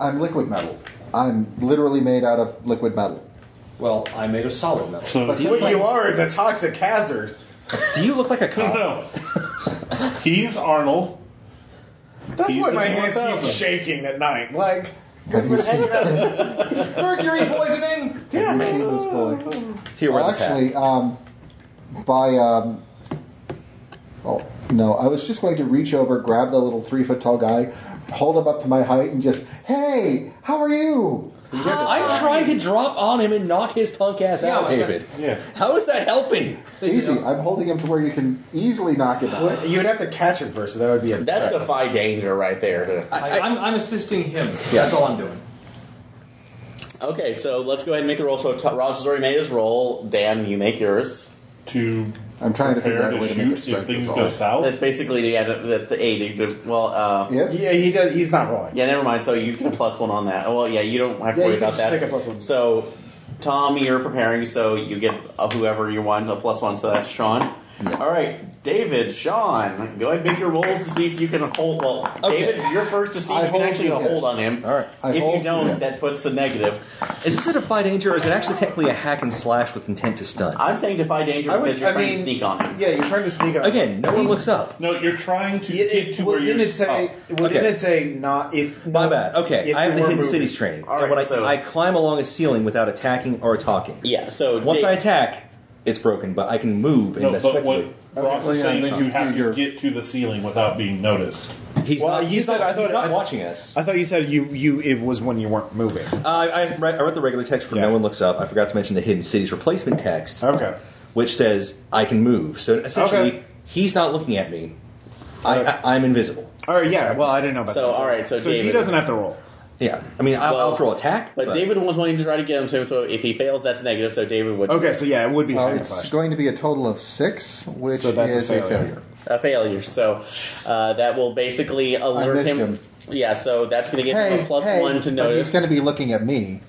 F: I'm liquid metal. I'm literally made out of liquid metal.
L: Well, I'm made of solid metal.
I: Uh,
B: So
H: But what you are is a toxic hazard.
L: Do you look like a
B: No, no. He's Arnold.
H: That's
B: He's
H: why
B: the
H: my hands keep
B: 4000.
H: shaking at night. Like,
F: Have you seen, have
D: Mercury poisoning.
F: you seen this boy?
M: Here, wear
F: Oh. Well,
M: this hat.
F: actually, um, by um, well, no, I was just going to reach over, grab the little three foot tall guy, hold him up to my height, and just, hey, how are you?
E: I'm trying to drop on him and knock his punk ass
D: Yeah,
E: out,
D: like-
E: David.
B: Yeah.
E: How is that helping?
F: Easy. I'm holding him to where you can easily knock him out.
H: you'd have to catch it first, so that would be a.
C: That's defy danger right there. To...
D: I, I'm, I'm assisting him.
F: Yeah.
D: That's all I'm doing.
C: Okay, so let's go ahead and make the roll. So T- Ross has already made his roll. Dan, you make yours.
B: To
F: I'm trying to figure
B: prepare
F: out a
B: to
F: way to make it
B: shoot if
F: strength.
B: things
F: is
B: go
F: all.
B: south.
C: That's basically yeah, that- that's the eight. You do- Well, uh, yeah.
F: If?
H: yeah, he does, he's not rolling.
C: never mind. So you get a plus one on that. Oh, Well, yeah, you don't have to
H: Yeah,
C: worry
H: you can
C: about that.
H: just take a plus one.
C: So, Tom, you're preparing, so you get uh, whoever you want a plus one. So that's Sean. All right, David, Sean, go ahead and make your rolls to see if you can hold. Well,
E: Okay.
C: David, you're first to see
F: I
C: if you can
F: hold
C: actually get a
F: you, yeah.
C: hold on him.
E: All right.
F: I
C: if you
F: hold-
C: don't,
F: yeah.
C: that puts a negative.
E: Is this a defy danger, or is it actually technically a hack and slash with intent to stun?
C: I'm saying defy danger because you're trying to sneak on him.
H: Yeah, you're trying to sneak on
E: Again, no one looks up.
B: No, you're trying to
H: Yeah,
B: get
H: it,
B: to
H: well,
B: where
H: didn't
B: you're.
H: it say? well,
E: okay.
H: didn't it say not if?
E: My
H: no,
E: bad. Okay,
H: if
E: I have
H: you
E: the
H: were
E: hidden
H: moving.
E: cities training,
C: All
E: and
C: right,
E: when I,
C: so-
E: I climb along a ceiling without attacking or talking.
C: Yeah, so
E: Once
C: Da-
E: I attack, it's broken, but I can move and
B: No,
E: mess
B: but what
E: quickly.
B: Ross
F: well,
B: is
F: yeah,
B: saying
F: then
B: is you have to
F: you're-
B: get to the ceiling without being noticed.
E: He's
H: Well,
E: not,
H: you
E: he's
H: said-
E: not,
H: I thought-
E: he's not
H: I thought-
E: watching us.
H: I thought you said you you it was when you weren't moving.
E: Uh, I, read, I wrote the regular text for
H: Yeah.
E: No One Looks Up. I forgot to mention the Hidden Cities replacement text,
H: Okay.
E: which says I can move. So essentially,
H: Okay.
E: he's not looking at me. I, I, I'm invisible.
H: All right. Yeah. Well, I didn't know about
C: So,
H: that.
C: all right, so
H: he
C: David-
H: doesn't have to roll.
E: Yeah, I mean, I'll,
C: Well,
E: I'll throw attack,
C: But, David was wanting to try to get him to, so if he fails, that's negative. So David would
H: Okay. So yeah, it would be
F: Uh,
H: hack and
F: it's
H: slash.
F: going to be a total of six, which
H: So that's a
F: is a failure.
H: failure.
C: a failure. So uh, that will basically alert
F: missed
C: him.
F: him.
C: Yeah, so that's going to give him
F: Hey,
C: a plus
F: hey,
C: one to
F: but
C: notice.
F: He's going to be looking at me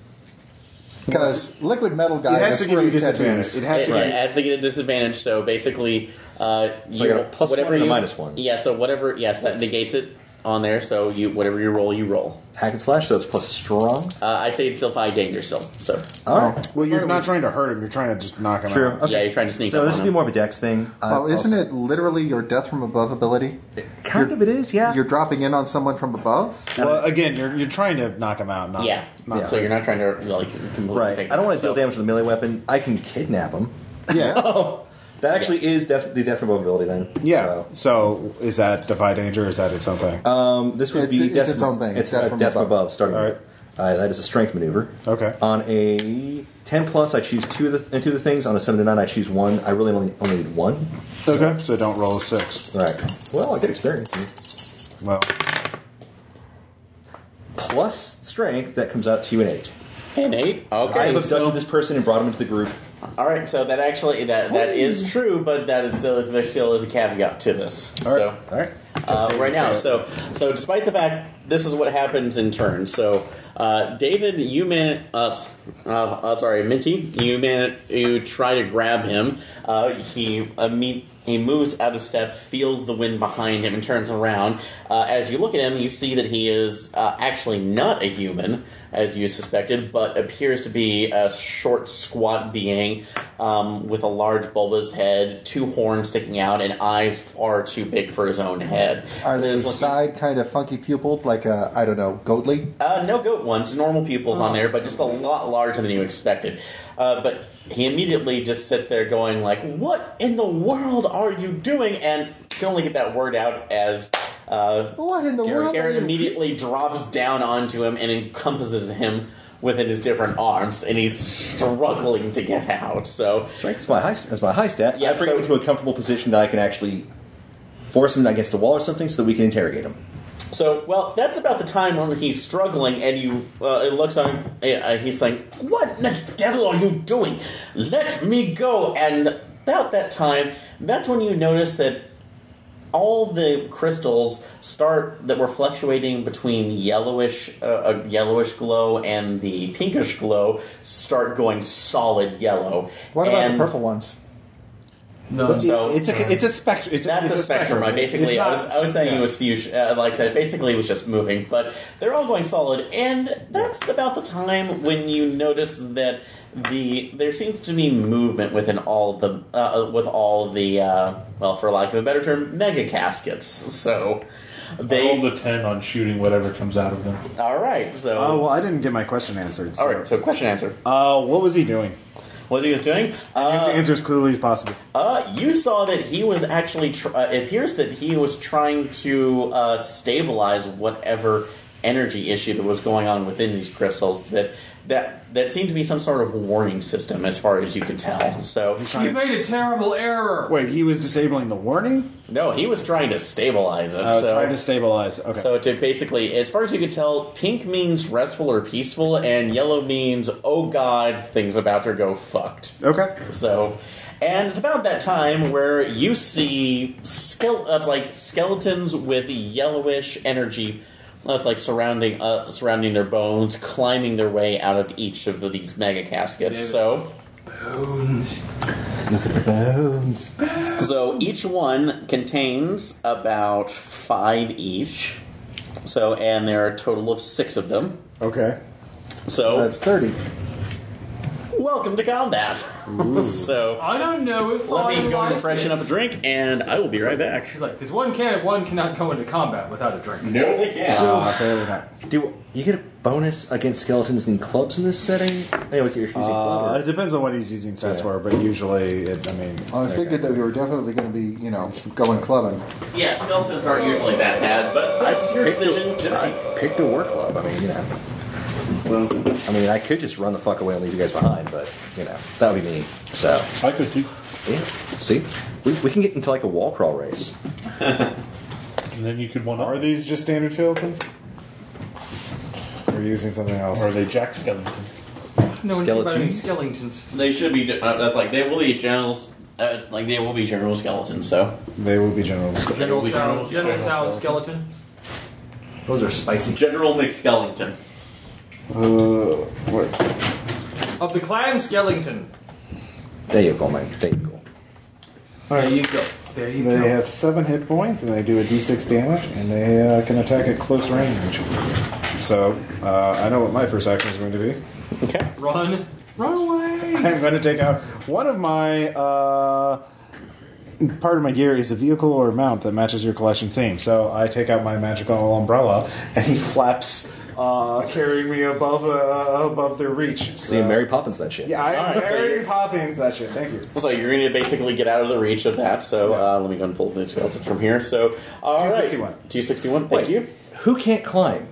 F: because liquid metal guy
H: It
F: has
H: has to give you
F: squirrely
H: disadvantage.
F: tattoos.
H: It has
C: It,
H: to.
C: it adds to get a disadvantage. So basically, uh,
E: So I got a plus one and a minus one.
C: Yeah, so whatever. Yes, that negates it on there. So you whatever you roll, you roll.
E: hack and slash. So it's plus strong.
C: Uh, I say it's still five danger still. So
E: All right.
H: Well,
F: I thought
H: you're
F: it
H: not
F: was-
H: trying to hurt him. You're trying to just knock him
E: True.
H: out.
E: Okay.
C: yeah, you're trying to sneak.
E: So
C: up
E: this
C: on
E: would be
C: him.
E: more of a dex thing. Uh,
H: Uh,
F: Well, isn't it literally your death from above ability?
E: Kind of it is, yeah.
F: You're dropping in on someone from above.
H: Well, again, you're you're trying to knock him out. Not,
C: Yeah.
H: Not
E: Yeah.
C: So you're not trying to like completely
E: right.
C: take
E: I don't
C: it,
E: want to
C: so-
E: deal damage with a melee weapon. I can kidnap him.
F: Yeah.
E: That actually is death, the death removal ability then.
H: Yeah.
E: So,
H: So. is that defy danger? Is that its own thing?
C: Uh,
E: um, this would
F: It's-
E: be
F: it's
E: death
F: its own thing.
E: It's
F: Death
E: death,
F: from
E: death from
F: above.
E: above. Starting.
H: All right.
E: Uh, that is a strength maneuver.
H: Okay.
C: uh,
E: On a ten plus, I choose two of the two of the things. On a seven to nine, I choose one. I really only only need one.
H: okay. So don't roll a six.
E: All right. Well, I get experience. here.
H: Well,
E: Plus strength, that comes out to an eight.
C: And eight.
E: I
C: Okay.
E: have
C: so-
E: abducted this person and brought him into the group.
C: All right, so that actually that that is true, but that is still there still is a caveat to this. so
E: All right.
C: uh, right now, so so despite the fact this is what happens in turn. So uh, David, you man, uh, s- uh, uh, sorry, Minty, you man, you try to grab him. Uh, he uh, meet, he moves out of step, feels the wind behind him, and turns around. Uh, as you look at him, you see that he is uh, actually not a human as you suspected, but appears to be a short, squat being um, with a large bulbous head, two horns sticking out, and eyes far too big for his own head.
F: Are they
C: He's looking-
F: side kind of funky pupiled, like a I don't know, goatly?
C: Uh, no goat ones, normal pupils
F: Oh.
C: on there, but just a lot larger than you expected. Uh, but he immediately just sits there going like, what in the world are you doing? And can only get that word out as... Uh,
F: What in the
C: Garrett,
F: world? are
C: Garrett
F: you-
C: immediately drops down onto him and encompasses him within his different arms, and he's struggling to get out. So,
E: Strength is my high, is my high stat.
C: Yeah,
E: I bring
C: so-
E: him into a comfortable position that I can actually force him against the wall or something so that we can interrogate him.
C: so well, that's about the time when he's struggling, and you uh, it looks on him. Uh, he's saying, "What in the devil are you doing? Let me go!" And about that time, that's when you notice that all the crystals start that were fluctuating between yellowish uh, a yellowish glow and the pinkish glow start going solid yellow.
F: What about
C: And
F: the purple ones?
D: No.
C: So-
H: it's a it's a spectrum. It's
C: That's
H: it's
C: a spectrum. I basically,
H: It's
C: I
H: not-
C: was, I was saying it was fusion. Uh, like I said, it basically was just moving, but they're all going solid, and that's about the time when you notice that the there seems to be movement within all of the uh, with all the uh, well, for lack of a better term, mega caskets. So they
I: rolled a ten on shooting whatever comes out of them.
C: All right, so
H: Oh well, I didn't get my question answered.
C: all right, so question answer.
H: Uh, what was he doing?
C: What he was doing?
H: have to answer as clearly as possible.
C: Uh, you saw that he was actually. Tr- uh, it appears that he was trying to uh, stabilize whatever energy issue that was going on within these crystals. That that that seemed to be some sort of warning system, as far as you could tell. So
D: You made a terrible error.
H: Wait, he was disabling the warning.
C: no, he was trying to stabilize it.
H: Uh,
C: so.
H: Trying to stabilize. Okay.
C: So to basically, as far as you could tell, pink means restful or peaceful, and yellow means oh god, things about to go fucked.
H: okay.
C: So, and it's about that time where you see skele- uh, like skeletons with yellowish energy, that's like surrounding uh, surrounding their bones, climbing their way out of each of these mega caskets. So,
N: Bones.
F: Look at the bones.
C: so each one contains about five each. So, and there are a total of six of them.
H: Okay.
C: So,
F: That's 30.
C: welcome to combat. so,
D: I don't know if
C: let
D: I
C: me go
D: like
C: and freshen
D: it.
C: up a drink, and I will be right back.
D: Like, because one can, one cannot go into combat without a drink.
C: No, they can't.
H: Uh, clearly not.
E: Do you get a bonus against skeletons and clubs in this setting? Anyway, if you're using
H: Uh,
E: club.
H: it depends on what he's using stats for, but usually, it, I mean,
F: Well, I figured that we were definitely going to be, you know, going clubbing.
C: Yeah, skeletons aren't usually that bad, but that's your decision
E: Or, I picked a war club. I mean, you know. I mean, I could just run the fuck away and leave you guys behind, but you know that would be me. So
I: I could too.
E: yeah, see, we, we can get into like a wall crawl race.
I: And then you could one
H: are
I: up.
H: these just standard tokens? We're using something else.
I: Or are they jack skeletons?
D: No one can buy any
E: Skeletons.
D: skeletons.
C: They should be. Uh, that's like they will be generals. Uh, like they will be general skeletons. So
H: They will be general.
D: General
I: General
D: Sal,
I: Skeletons.
D: General Sal
I: General
D: skeletons. Those are spicy.
C: General McSkeleton.
H: Uh, wait.
D: Of the clan skeleton.
E: There you go, man. There you go.
D: There you go. There you
H: They
D: go.
H: have seven hit points, and they do a d6 damage, and they uh, can attack at close range. So uh, I know what my first action is going to be.
C: Okay.
D: Run. Run away.
H: I'm going to take out one of my. Uh, part of my gear is a vehicle or mount that matches your collection theme. So I take out my magical umbrella, and he flaps, uh, carrying me above uh, above their reach.
E: See,
C: Uh,
H: So-
E: Mary Poppins that shit.
H: Yeah, I'm
C: Alright.
H: Mary Poppins. That shit. Thank you.
C: So you're going to basically get out of the reach of that. So uh, let me go and pull the skeletons from here. So all right.
H: 261.
C: 261. Thank
E: Wait,
C: you.
E: Who can't climb?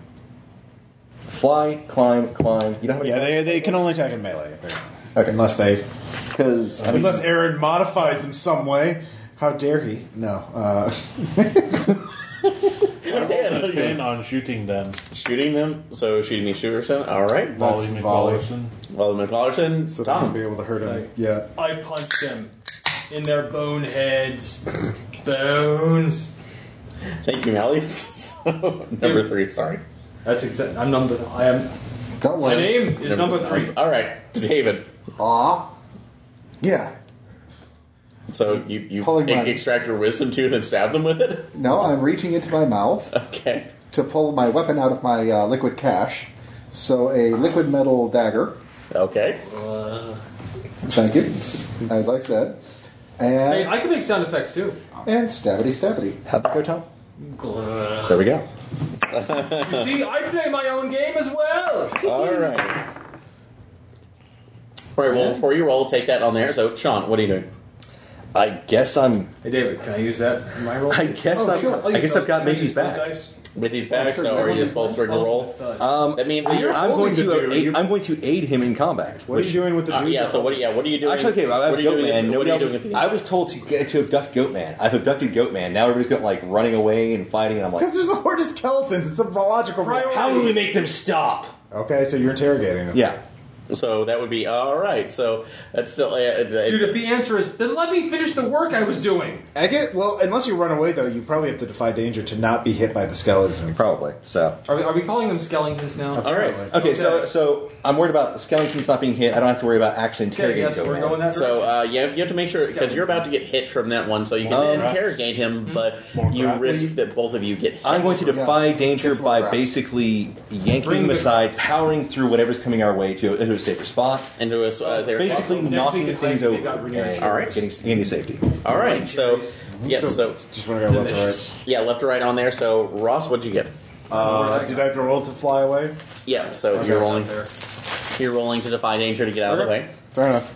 E: Fly, climb, climb. You don't have any.
H: Yeah, they, they can only attack in melee, apparently.
E: Okay.
H: Unless they
E: because I mean,
H: Unless Aaron modifies them some way. How dare he? No. Uh,
I: A ten on shooting them.
C: Shooting them. So shooting me, shooter. so- All right.
I: Volley
H: That's volley.
I: McCollerson.
C: Well, McCollerton.
H: so they won't
C: Tom.
H: be able to hurt him. Yeah.
D: I punched them in their bone heads. Bones.
C: Thank you, Malleus. So, number three. Sorry.
D: That's exact. I'm number. I am.
F: Don't
D: My
F: worry. Ah,
D: name is number three.
C: All right, David.
F: Aw. Yeah.
C: So
E: Mm-hmm.
C: you you
F: Pulling
C: e-
F: my-
C: extract your wisdom tooth and stab them with it.
F: No, I'm reaching into my mouth
C: Okay.
F: to pull my weapon out of my uh, liquid cache. So a liquid metal dagger.
C: Okay.
F: Thank you. As I said.
D: Hey,
F: And,
D: I can make sound effects too.
F: and stabbity stabbity.
E: how'd that go, Tom? There we go.
D: You see, I play my own game as well.
C: All right. All right. Well, before you roll, take that on there. So, Sean, what are you doing?
E: I guess I'm.
D: Hey, David, can I use that? in My roll.
E: I guess
F: Oh,
E: I'm.
F: sure.
E: I guess I've got
D: Can I use
E: Minty's
D: those
E: back.
D: dice?
C: With these back, so are you just bolstering your roll?
E: Um,
C: That means
E: I-
C: you're
E: I'm going
H: holding
E: to.
H: the dude.
E: aid,
H: You-
E: I'm going to aid him in combat.
H: What are you doing with the
C: Uh,
H: dude?
C: yeah. So what? Are, yeah. What are you doing?
E: Actually, okay, well, I
C: what
E: have
C: are you
E: Goat
C: doing? with-
E: Man.
C: what
E: Nobody
C: are you
E: else.
C: doing with
E: Is,
C: these?
E: I was told to get to abduct Goat Man. I've abducted Goat Man. Now everybody's got like running away and fighting, and I'm like,
H: Because there's a horde of skeletons. It's a biological
D: Priority.
E: how do we make them stop?
H: Okay, so you're interrogating them.
E: Yeah.
C: So that would be all right. So that's still. Uh, uh,
D: Dude, if the answer is, then let me finish the work I was doing.
H: I get, well, unless you run away, though, you probably have to defy danger to not be hit by the skeleton.
E: Probably. So.
D: Are we, are we calling them skeletons now?
C: all right.
E: Okay, so
D: Okay.
E: so I'm worried about the skeletons not being hit. I don't have to worry about actually
D: Okay,
E: interrogating
D: yes,
E: Goat
D: we're
E: Man.
D: going that
C: So
D: direction.
C: uh, yeah, if you have to make sure because you're about to get hit from that one, so you can
E: Um,
C: interrogate him, but
I: More
C: you
I: grab.
C: risk that both of you get hit.
E: I'm going to defy danger
F: Gets more
E: by
F: crap.
E: basically yanking
D: Bring
E: him
D: the-
E: aside, powering through whatever's coming our way to a safer spot.
C: Into a uh, safer
E: Basically,
C: spot.
E: knocking
C: Next week
E: things
C: at Hyde,
E: over.
C: they got renewed
E: and
C: insurance.
E: Getting, getting to safety.
C: All right, so yeah, so,
H: just want to go left or right.
C: yeah, left to right on there. So Ross, what'd you get?
H: Uh, did I have to roll to fly away?
C: Yeah, so
H: Okay.
C: you're rolling. You're rolling to defy danger to get out of the way.
H: Fair enough.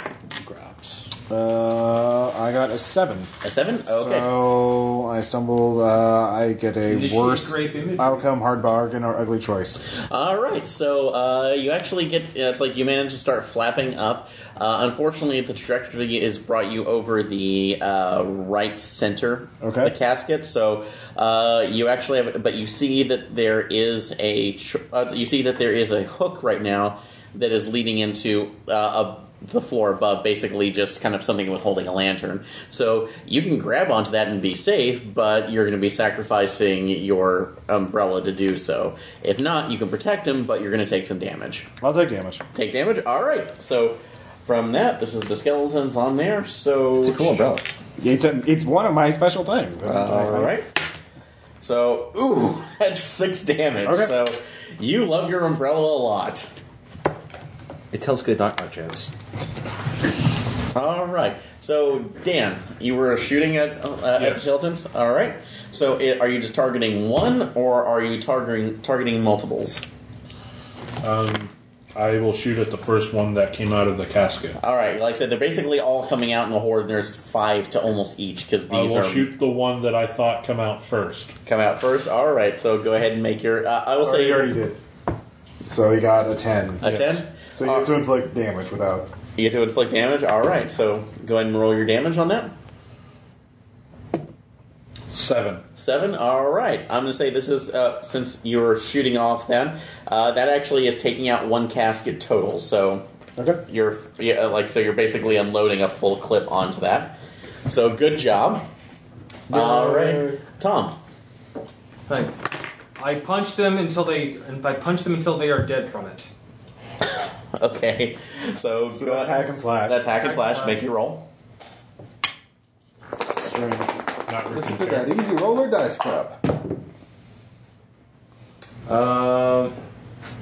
H: Graps. Uh, I got a seven.
C: A seven? Okay.
H: So I stumbled. Uh, I get a
C: Initiate
H: worse
C: grape imagery.
H: outcome, hard bargain, or ugly choice.
C: All right, so uh, you actually get yeah, it's like you manage to start flapping up. Uh, unfortunately, the trajectory is brought you over the uh, right center
H: Okay.
C: of the casket. So uh, you actually have, but you see that there is a tr- uh, you see that there is a hook right now that is leading into uh, a. The floor above, basically, just kind of something with holding a lantern. So you can grab onto that and be safe, but you're going to be sacrificing your umbrella to do so. If not, you can protect him, but you're going to take some damage.
H: I'll take damage.
C: Take damage. All right. So from that, this is the skeletons on there. So it's a cool
E: umbrella.
H: It's a, it's one of my special things.
C: all right. So ooh, that's six damage.
H: Okay.
C: So you love your umbrella a lot.
E: It tells good knock knock jokes.
C: All right. So Dan, you were shooting at uh, at skeletons. All right. So i are you just targeting one, or are you targeting targeting multiples?
B: Um, I will shoot at the first one that came out of the casket.
C: All right. Like I said, they're basically all coming out in a horde. And there's five to almost each because these
B: I will
C: are
B: shoot the one that I thought come out first.
C: come out first. All right, so go ahead and make your. Uh, I will say
H: he already did. So he got a ten.
C: A 10?
H: So he gets to inflict damage without.
C: you get to inflict damage. All right, so go ahead and roll your damage on that.
B: Seven.
C: Seven. All right. I'm going to say this is uh, since you're shooting off them. Uh, that actually is taking out one casket total. So you're yeah, uh, like so you're basically unloading a full clip onto that. So good job. All right, Tom.
D: Like, I punch them until they, and by punch them until they are dead from it.
C: Okay. So,
H: So that's hack and slash.
C: That's hack and
D: Hack
C: slash.
D: and
C: Make your roll.
B: Not
F: Listen to that easy roller dice club.
D: Um,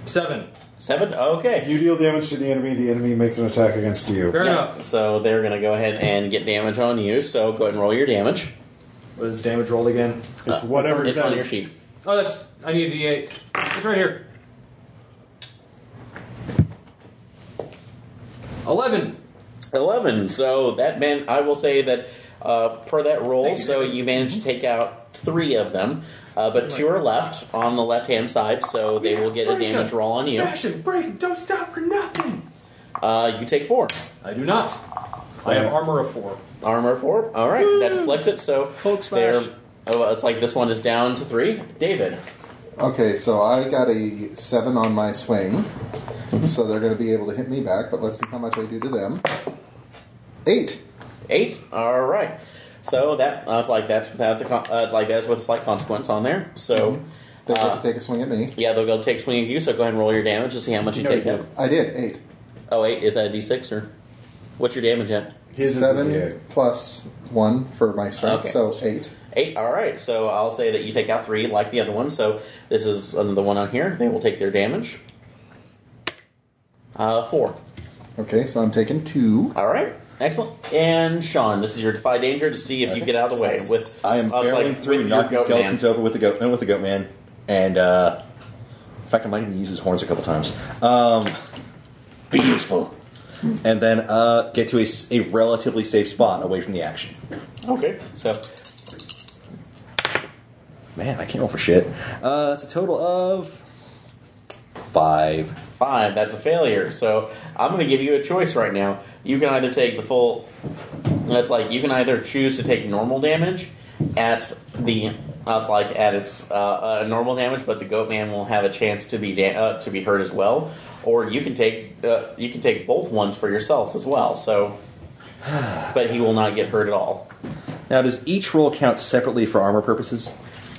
D: seven.
C: Seven. Okay.
H: You deal damage to the enemy. The enemy makes an attack against you.
D: Fair
C: Yeah,
D: enough.
C: So they're going to go ahead and get damage on you. So go ahead and roll your damage.
D: What is damage rolled again?
H: It's whatever it
C: It's on your
H: says.
C: sheet.
D: Oh, that's. I need a d8. It's right here. Eleven.
C: Eleven. So that meant I will say that uh, per that roll, so you managed to take out three of them, uh, but two are left on the left hand side. So they will get a
D: Break
C: damage
D: him.
C: roll on you.
D: Smash him, break him, don't stop for nothing.
C: Uh, you take four.
D: I do not. I have armor of four.
C: Armor four. All right, that deflects it. So they're. Oh, it's like this one is down to three. David.
F: Okay, so I got a seven on my swing, so they're going to be able to hit me back. But let's see how much I do to them. Eight.
C: Eight. All right. So that uh, it's like that's without the con- uh, it's like that's with slight consequence on there. So.
F: They
C: Uh,
F: Mm-hmm. have to take a swing at me.
C: Yeah, they'll go take swing at you, so go ahead and roll your damage to see how much you
H: No,
C: take
H: you
C: out.
F: I did eight.
C: Oh, wait, is that a d6 or? What's your damage at?
H: His
F: seven
H: is a D8.
F: plus one for my strength,
C: Okay.
F: so eight.
C: Eight, alright, so I'll say that you take out three like the other one, so this is the one on here. They will take their damage. Uh, four.
F: Okay, so I'm taking two.
C: Alright, excellent. And Sean, this is your defy danger to see if you get out of the way with.
E: I am
C: uh, it's
E: barreling
C: like
E: through,
C: with your
E: knocking
C: goat
E: skeletons
C: man.
E: over with the goat uh, with the goat man, and uh, in fact, I might even use his horns a couple times. Um, be useful, and then uh, get to a, s- a relatively safe spot away from the action.
C: Okay, so
E: Man, I can't roll for shit. Uh, it's a total of five.
C: five, that's a failure. So I'm going to give you a choice right now. You can either take the full. That's like you can either choose to take normal damage at the. That's like at its uh, uh, normal damage, but the goat man will have a chance to be da- uh, to be hurt as well. Or you can take uh, you can take both ones for yourself as well. So, but he will not get hurt at all.
E: Now, does each roll count separately for armor purposes?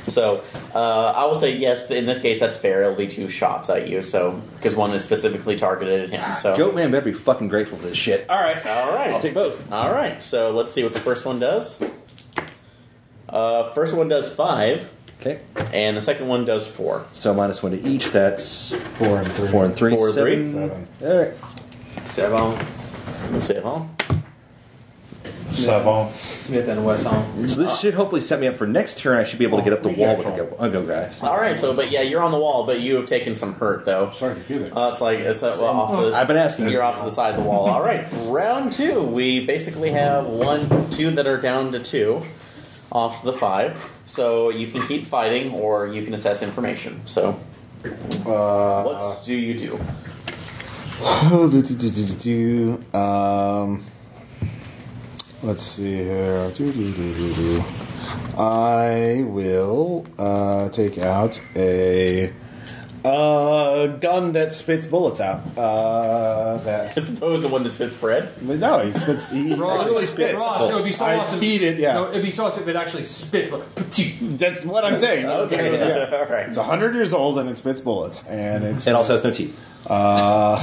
C: So uh, I will say yes. In this case, that's fair. It'll be two shots at you. So because one is specifically targeted at him. So
E: Goat man better be fucking grateful for this shit. All right,
C: all right.
E: I'll take both.
C: All right, so let's see what the first one does. Uh, first one does five.
E: Okay.
C: and the second one does four.
E: So minus one to each. That's
H: Four and three.
E: four and three.
C: Four and
E: seven.
C: three.
H: Seven.
E: All right.
C: Seven. Seven.
B: Savant.
O: Smith and Wesson.
E: So this should hopefully set me up for next turn. I should be able to get up the wall with the
B: Reject
E: go, uh, go guys.
C: All right, so but yeah, you're on the wall, but you have taken some hurt though.
B: Sorry to hear that.
C: Uh, it's like it's uh, well, off to the,
E: I've been asking you.
C: You're off to the side of the wall. All right, round two. We basically have one, two that are down to two, off to the five. So you can keep fighting, or you can assess information. So what
H: Uh,
C: do you do?
H: oh, do, do, do, do, do, do. Um, let's see here. Do, do, do, do, do. Uh, I will uh, take out a uh, gun that spits bullets out. Uh, that
C: As opposed to one that's been spread.
H: no, it spits. He
D: Raw,
H: actually spits.
D: raw, so it'd be so
H: I
D: awesome.
H: eat it. Yeah,
D: No, it'd be so awesome if it actually spit. Like,
H: that's what I'm saying.
C: Okay,
H: Yeah.
C: all right.
H: It's hundred years old and it spits bullets, and it's
E: It also has no teeth.
H: uh,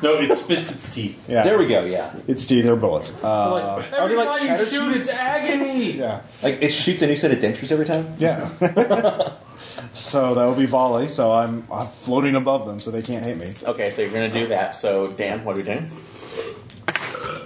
B: No, it spits its teeth.
H: yeah,
E: There we go. Yeah.
H: it's teeth or bullets. Uh,
D: like, every
E: they like
D: time you
E: shatter
D: shoot, it's agony.
H: yeah,
E: Like it shoots a new set of dentures every time.
H: yeah. so that will be volley. So I'm, I'm floating above them, so they can't hit me.
C: Okay, so you're gonna do that. So Dan, what are we doing?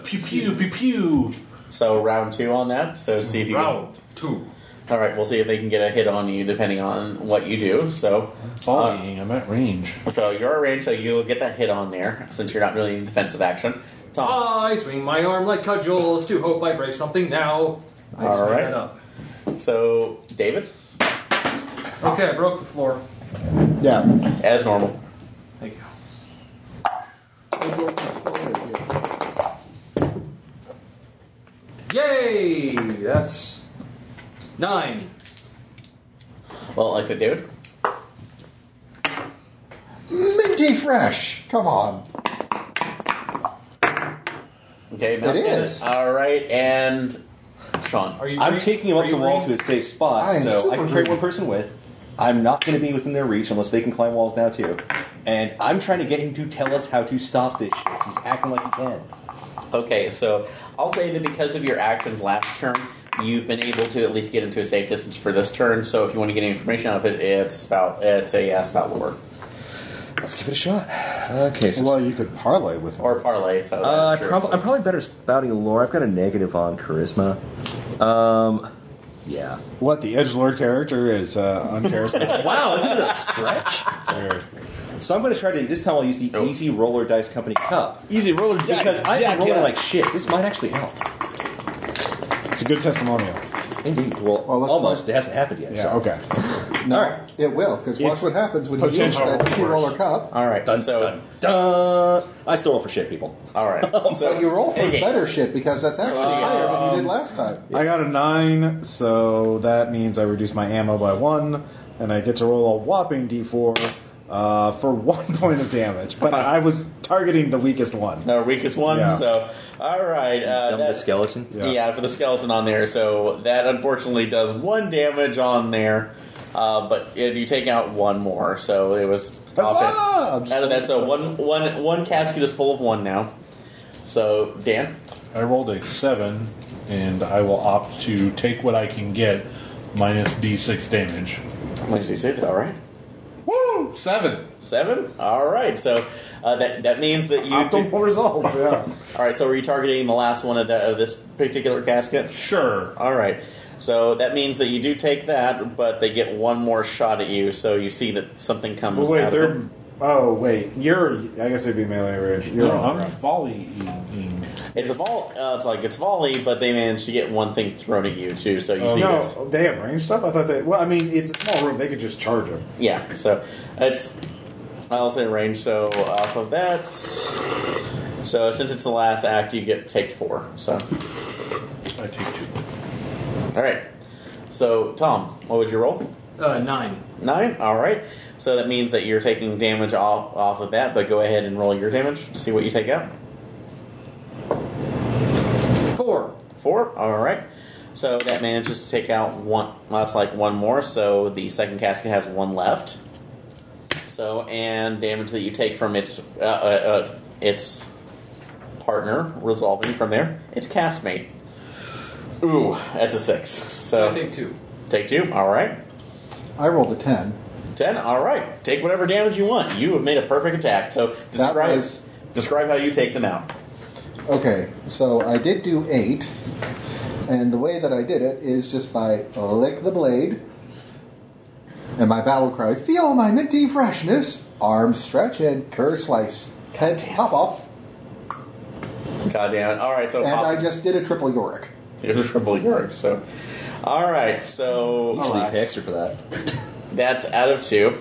B: Pew pew pew pew.
C: So round two on that. So see if you. can-
D: Round two.
C: All right, we'll see if they can get a hit on you depending on what you do. So. uh,
B: Volleying, Oh, I'm at range.
C: So you're arranged, so you'll get that hit on there since you're not doing any defensive action. Tom.
D: I swing my arm like cudgels to hope I break something now. I
C: All
D: just made
C: right.
D: that up.
C: So David,
D: Okay, I broke the floor.
H: Yeah,
C: as normal.
D: Thank you. Yay! That's nine.
C: Well, like I said, David.
F: Minty fresh. Come on.
C: Okay,
F: It is.
C: All right, and Sean.
D: Are you?
E: I'm
D: re-
E: taking him up
D: are
E: the
D: you
E: wall
D: re-
E: to a safe spot,
F: I am
E: so I
F: super
E: can carry
F: greedy.
E: one person with. I'm not going to be within their reach unless they can climb walls now too. And I'm trying to get him to tell us how to stop this shit. He's acting like he can.
C: Okay, so I'll say that because of your actions last turn, you've been able to at least get into a safe distance for this turn. So if you want to get any information out of it, it's spout. It's a uh, spout lord
E: Let's give it a shot. Okay, so
H: well, you could parlay with him.
C: or parlay. So that's
E: Uh,
C: true.
E: prob- I'm probably better at spouting lore. I've got a negative on charisma. Um, yeah.
H: what the edge lord character is uh, uncharismatic.
E: Wow,
C: Oh!
E: isn't it a stretch?
H: Sorry.
E: So I'm going to try to. This time I'll use the
C: Oh.
E: Easy Roller Dice Company cup
H: Easy roller
E: because I've been rolling like shit. This might actually help.
H: It's a good testimonial.
E: Indeed. Well,
F: Well, let's
E: almost. It hasn't happened yet.
H: Yeah.
E: so.
H: Okay.
F: No,
E: All right.
F: it will, because watch
H: It's
F: what happens when you use
H: potential
F: that easy
H: worse.
F: roller cup.
C: all right,
E: Dun,
C: so
E: dun, dun. I still roll for shit, people.
C: all right, so
F: But you roll for
C: Okay.
F: better shit because that's actually
C: Uh,
F: higher than you did last time.
H: I got a nine, so that means I reduce my ammo by one, and I get to roll a whopping d4 uh, for one point of damage. But I was targeting the weakest one.
C: No, weakest one.
H: Yeah.
C: So, all right. Uh,
E: Dumb the
C: that-
E: skeleton.
H: Yeah.
C: Yeah. for the skeleton on there. So that unfortunately does one damage on there, uh, but it, you take out one more. So it was
H: Huzzah!
C: out of that. So one one one casket is full of one now. So Dan,
B: I rolled a seven, and I will opt to take what I can get, minus d6 damage.
C: Lindsay six. All right,
B: Woo! Seven.
C: seven. All right. So uh, that that means that you. do-
H: Optimal results. Yeah.
C: all right. So were you targeting the last one of, the, of this particular casket?
B: Sure.
C: All right. So that means that you do take that, but they get one more shot at you. So you see that something comes.
H: Well, wait,
C: out Of
H: they're.
C: it.
H: Oh wait, you're. I guess it'd be melee range. You're
B: No,
H: on.
B: I'm volleying.
C: It's a vol. Uh, it's like it's volley, but they managed to get one thing thrown at you too. So you see this.
H: Oh, No, they have range stuff. I thought they. Well, I mean, it's a small room. They could just charge him.
C: Yeah. So it's. I'll say range. So off of that. So since it's the last act, you get take four. So
B: I take two.
C: all right. So Tom, what was your roll?
D: Uh, nine.
C: Nine. All right. So that means that you're taking damage off off of that. But go ahead and roll your damage to see what you take out.
D: Four.
C: Four. All right. So that manages to take out one. Well, that's like one more. So the second casket has one left. So and damage that you take from its uh, uh, uh, its partner resolving from there. Its castmate. Ooh, that's a six.
D: I
C: So
E: Oh.
D: take two.
C: take two. All right.
F: I rolled a 10.
C: 10. All right. Take whatever damage you want. You have made a perfect attack. So describe
F: was-
C: describe how you take them out.
F: Okay, so I did do 8. And the way that I did it is just by lick the blade. And my battle cry, feel my minty freshness. Arm stretch and cur slice. Head pop off.
C: God damn it. All right. So
F: And
C: pop.
F: I just did a triple Yorick.
C: You're the triple York. So, all right.
H: Oh,
C: So
E: Actually, pay extra for that.
C: that's out of two.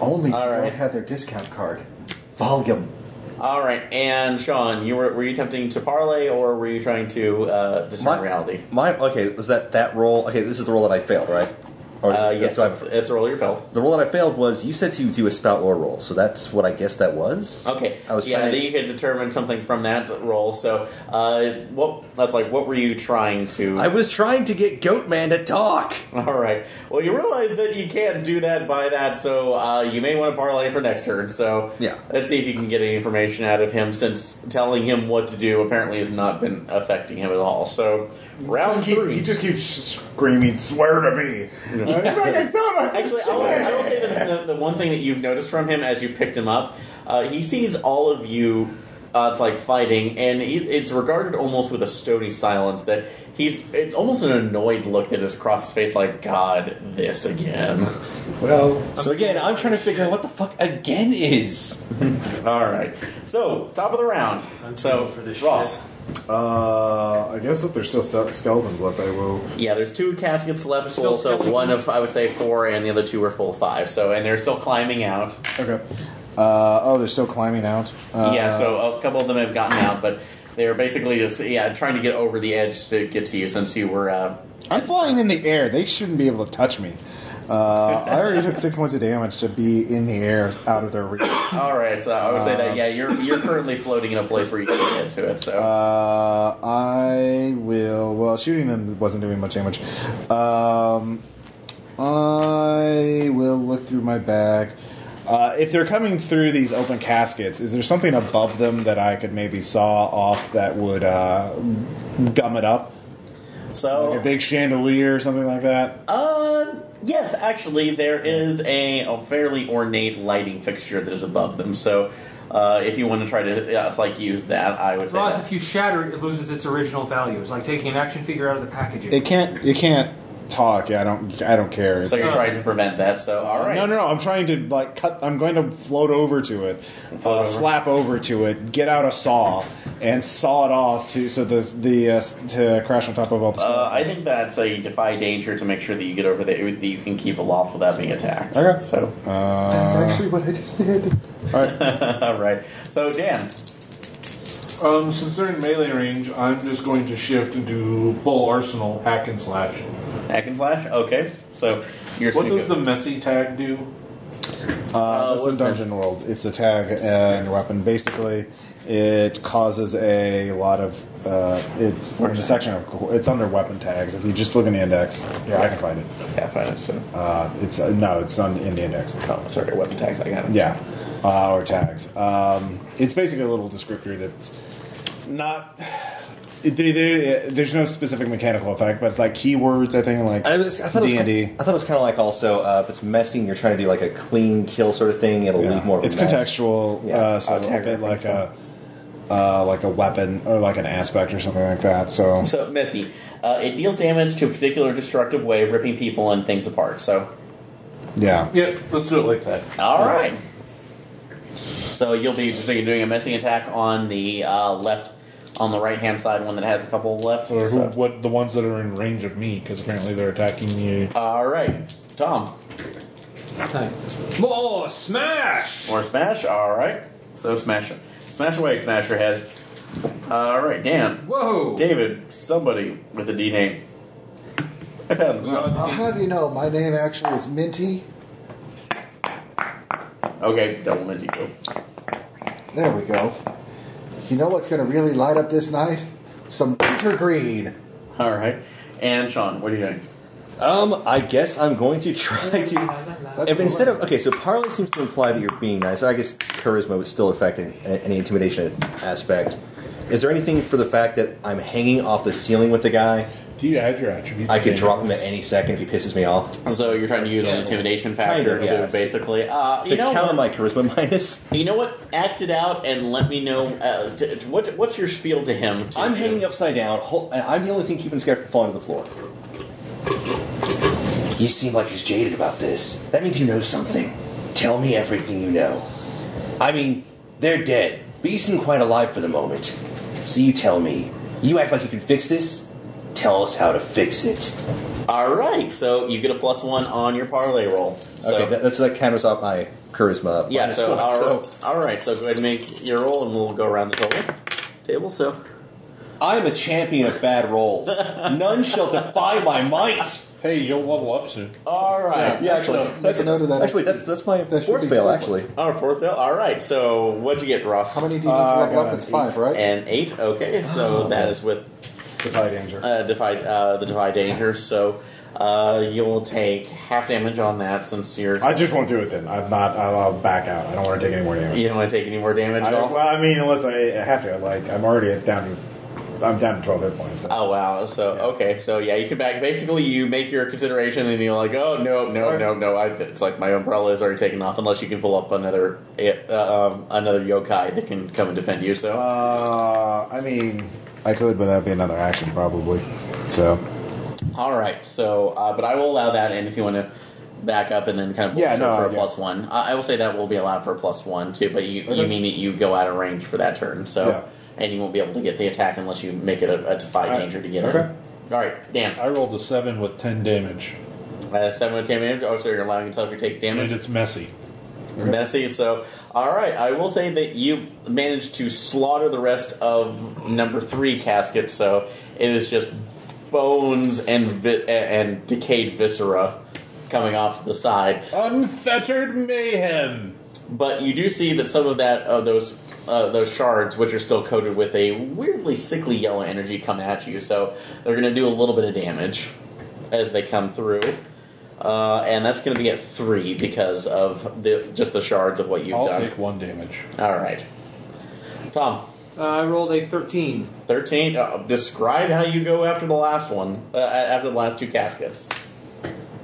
F: Only if
C: All
F: you
C: right.
F: don't have their discount card. Volume.
C: All right. And Sean, you were were you attempting to parlay or were you trying to uh, discern reality?
E: My okay was that that roll. Okay, this is the roll that I failed, right? Or is
C: Uh,
E: it-
C: yes,
E: so I've-
C: it's a roll your felt.
E: the roll that I failed was you said to do a spout lore roll, so that's what I guess that was.
C: Okay.
E: I was
C: yeah,
E: trying.
C: that you could determine something from that roll. So, uh, what? That's like, what were you trying to?
E: I was trying to get Goatman to talk.
C: All right. Well, you realize that you can't do that by that, so uh, you may want to parlay for next turn. So,
E: Yeah.
C: let's see if you can get any information out of him, since telling him what to do apparently has not been affecting him at all. So, round
H: Just keep-
C: three.
H: he just keeps screaming, swear to me.
C: Actually, I will, I will say that the, the one thing that you've noticed from him as you picked him up, uh, he sees all of you. Uh, it's like fighting, and he, it's regarded almost with a stony silence that he's. It's almost an annoyed look that is across his face, like God, this again.
H: Well,
E: So again, I'm trying to figure out what the fuck again is.
C: All right, so top of the round.
D: I'm
C: so
D: too old for this
C: Ross,
H: uh, I guess if there's still stu- skeletons left, I will.
C: yeah, there's two caskets left
D: Still
C: full, so
D: skeletons.
C: one of I would say four, and the other two are full five. So, and they're still climbing out.
H: Okay. Uh, oh, they're still climbing out. Uh,
C: yeah, so a couple of them have gotten out, but they were basically just yeah trying to get over the edge to get to you since you were. Uh,
H: I'm flying in the air. They shouldn't be able to touch me. Uh, I already took six points of damage to be in the air, out of their reach.
C: all right, so I would say that yeah, you're you're currently floating in a place where you can get to it. So
H: Uh, I will. Well, shooting them wasn't doing much damage. Um, I will look through my bag. Uh, if they're coming through these open caskets, is there something above them that I could maybe saw off that would uh, gum it up? Like a
C: so
H: big chandelier or something like that?
C: uh, yes, actually there is a, a fairly ornate lighting fixture that is above them. So uh, if you want to try to yeah, it's like use that, I would say.
D: Ross,
C: that-
D: if you shatter it, it loses its original value. It's like taking an action figure out of the packaging.
H: It can't. It can't talk. Yeah, I don't. I don't care.
C: so you're trying to prevent that. So all right,
H: No, no, no. I'm trying to like cut. I'm going to float over to it, uh, flap over to it, get out a saw, and saw it off to so the the uh, s- to crash on top of all the.
C: Uh, I think that's a defy danger to make sure that you get over there, that you can keep aloft without being attacked.
H: Okay.
C: So,
F: That's actually what I just did.
C: all right. So, Dan,
B: Um, since they're in melee range, I'm just going to shift and do full arsenal hack and slash.
C: hack and slash. Okay. So, you're
B: What
C: gonna
B: does
C: go-
B: the messy tag do?
H: Uh, it's in Dungeon World. It's a tag and weapon. Basically, it causes a lot of. Uh, it's in the section of. It's under weapon tags. If you just look in the index, yeah, I can find it.
C: Yeah, fine. it. So,
H: Uh, it's uh, no, it's on in the index.
C: oh, sorry, weapon tags. I got it.
H: Yeah, uh, or tags. Um, it's basically a little descriptor that's not. It, they, they, there's no specific mechanical effect, but it's like keywords. I think like
E: I, was, I thought it was,
H: D and
E: I
H: D.
E: thought it was kind of like also uh, if it's messy, and you're trying to do like a clean kill sort of thing. It'll leave more. Of a
H: It's
E: mess.
H: contextual,
E: Yeah.
H: uh, so
C: Oh,
H: a
C: tag
H: little bit like
C: reference,
H: a uh, like a weapon or like an aspect or something like that. So
C: So, Missy, uh, it deals damage to a particular destructive way, ripping people and things apart. So,
H: yeah,
B: Yep, let's do it like that.
C: all right. So you'll be so you're doing a messing attack on the uh, left, on the right hand side, one that has a couple left.
B: Or who,
C: So-
E: Mm-hmm.
B: what the ones that are in range of me? Because apparently they're attacking me.
C: All right, Tom.
O: Time.
D: More smash!
C: More smash. All right. So smash it. Smash away. Smash your head. All right, Dan,
D: Whoa!
C: David, somebody with a D name. I found one.
F: I'll have you know, my name actually is Minty.
C: Okay, double minty go.
F: There we go. You know what's going to really light up this night? Some wintergreen.
C: All right, and Sean, what are you doing?
E: Um, I guess I'm going to try to.
F: That's
E: If
F: the
E: instead
F: one.
E: of okay, so parlay seems to imply that you're being nice. I guess charisma is still affecting a- any intimidation aspect. Is there anything for the fact that I'm hanging off the ceiling with the guy
B: Do you add your attributes?
E: I could drop him at any second if he pisses me off.
C: So you're trying to use an
J: Yes.
C: intimidation factor
E: Kind of, yeah.
C: to basically, uh,
E: To
C: you know,
E: counter my charisma minus.
C: you know what? Act it out and let me know. Uh, t- t- what what's your spiel to him? To
E: I'm hanging upside down. hol- and I'm the only thing keeping this guy from falling to the floor. You seem like he's jaded about this. That means you know something. Tell me everything you know. I mean, they're dead, but you seem quite alive for the moment. So you tell me. You act like you can fix this. Tell us how to fix it.
C: All right, so you get a plus one on your parlay roll. So,
E: okay, that, that's that counters off my charisma.
C: yeah.
E: minus
C: So,
E: one,
C: all- all right. So go ahead and make your roll, and we'll go around the table. Table. So
E: I'm a champion of bad rolls. None shall defy my might.
B: Hey, you'll level up soon.
C: all right.
E: Yeah, actually, that's
F: a note of that.
E: Actually, that's that's my
F: That should
E: fourth
F: be
E: fail.
F: covered.
E: Actually,
C: Our fourth fail. All right. So what'd you get, Ross?
F: How many do you need
H: Uh,
F: to
H: I
F: level
H: got
F: up?
H: an
F: It's five, right?
C: And eight. Okay. So that is with
H: Defy danger.
C: uh, defy uh, the defy danger. So uh, you'll take half damage on that since you're.
H: I just won't do it then. I'm not. I'll, I'll back out. I don't want to take any more damage.
C: you don't want to take any more damage
H: I
C: at all.
H: don't, well, I mean, unless I, I have to. Like, I'm already at down to. I'm down to 12 hit points. So.
C: Oh wow! So okay, so yeah, you can back. Basically, you make your consideration, and you're like, oh no, no, no, no. I, it's like my umbrella is already taken off, unless you can pull up another uh, um, another yokai that can come and defend you. So
H: Uh, I mean, I could, but that'd be another action probably. So
C: all right, so uh, but I will allow that, and if you want to back up and then kind of
H: Yeah,
C: bolster
H: no,
C: for a
H: yeah.
C: plus one, I, I will say that will be allowed for a plus one too. But you, you mean that you go out of range for that turn, so
H: Yeah.
C: and you won't be able to get the attack unless you make it a, a defy
H: Alright,
C: danger to get
H: okay.
C: in. All right, damn.
B: I rolled a seven with ten damage,
C: Uh, seven with damage. Oh, so you're allowing yourself to take damage.
B: and it's messy.
C: messy. So, all right, I will say that you managed to slaughter the rest of number three casket. So it is just bones and vi- and decayed viscera coming off to the side.
B: Unfettered mayhem.
C: But you do see that some of that of those uh, those shards, which are still coated with a weirdly sickly yellow energy, come at you. So they're going to do a little bit of damage as they come through. Uh, and that's going to be at three because of the just the shards of what you've
B: I'll
C: done.
B: take one damage.
C: All right. Tom,
D: Uh, I rolled a 13.
C: 13. Uh, describe how you go after the last one, uh, after the last two caskets.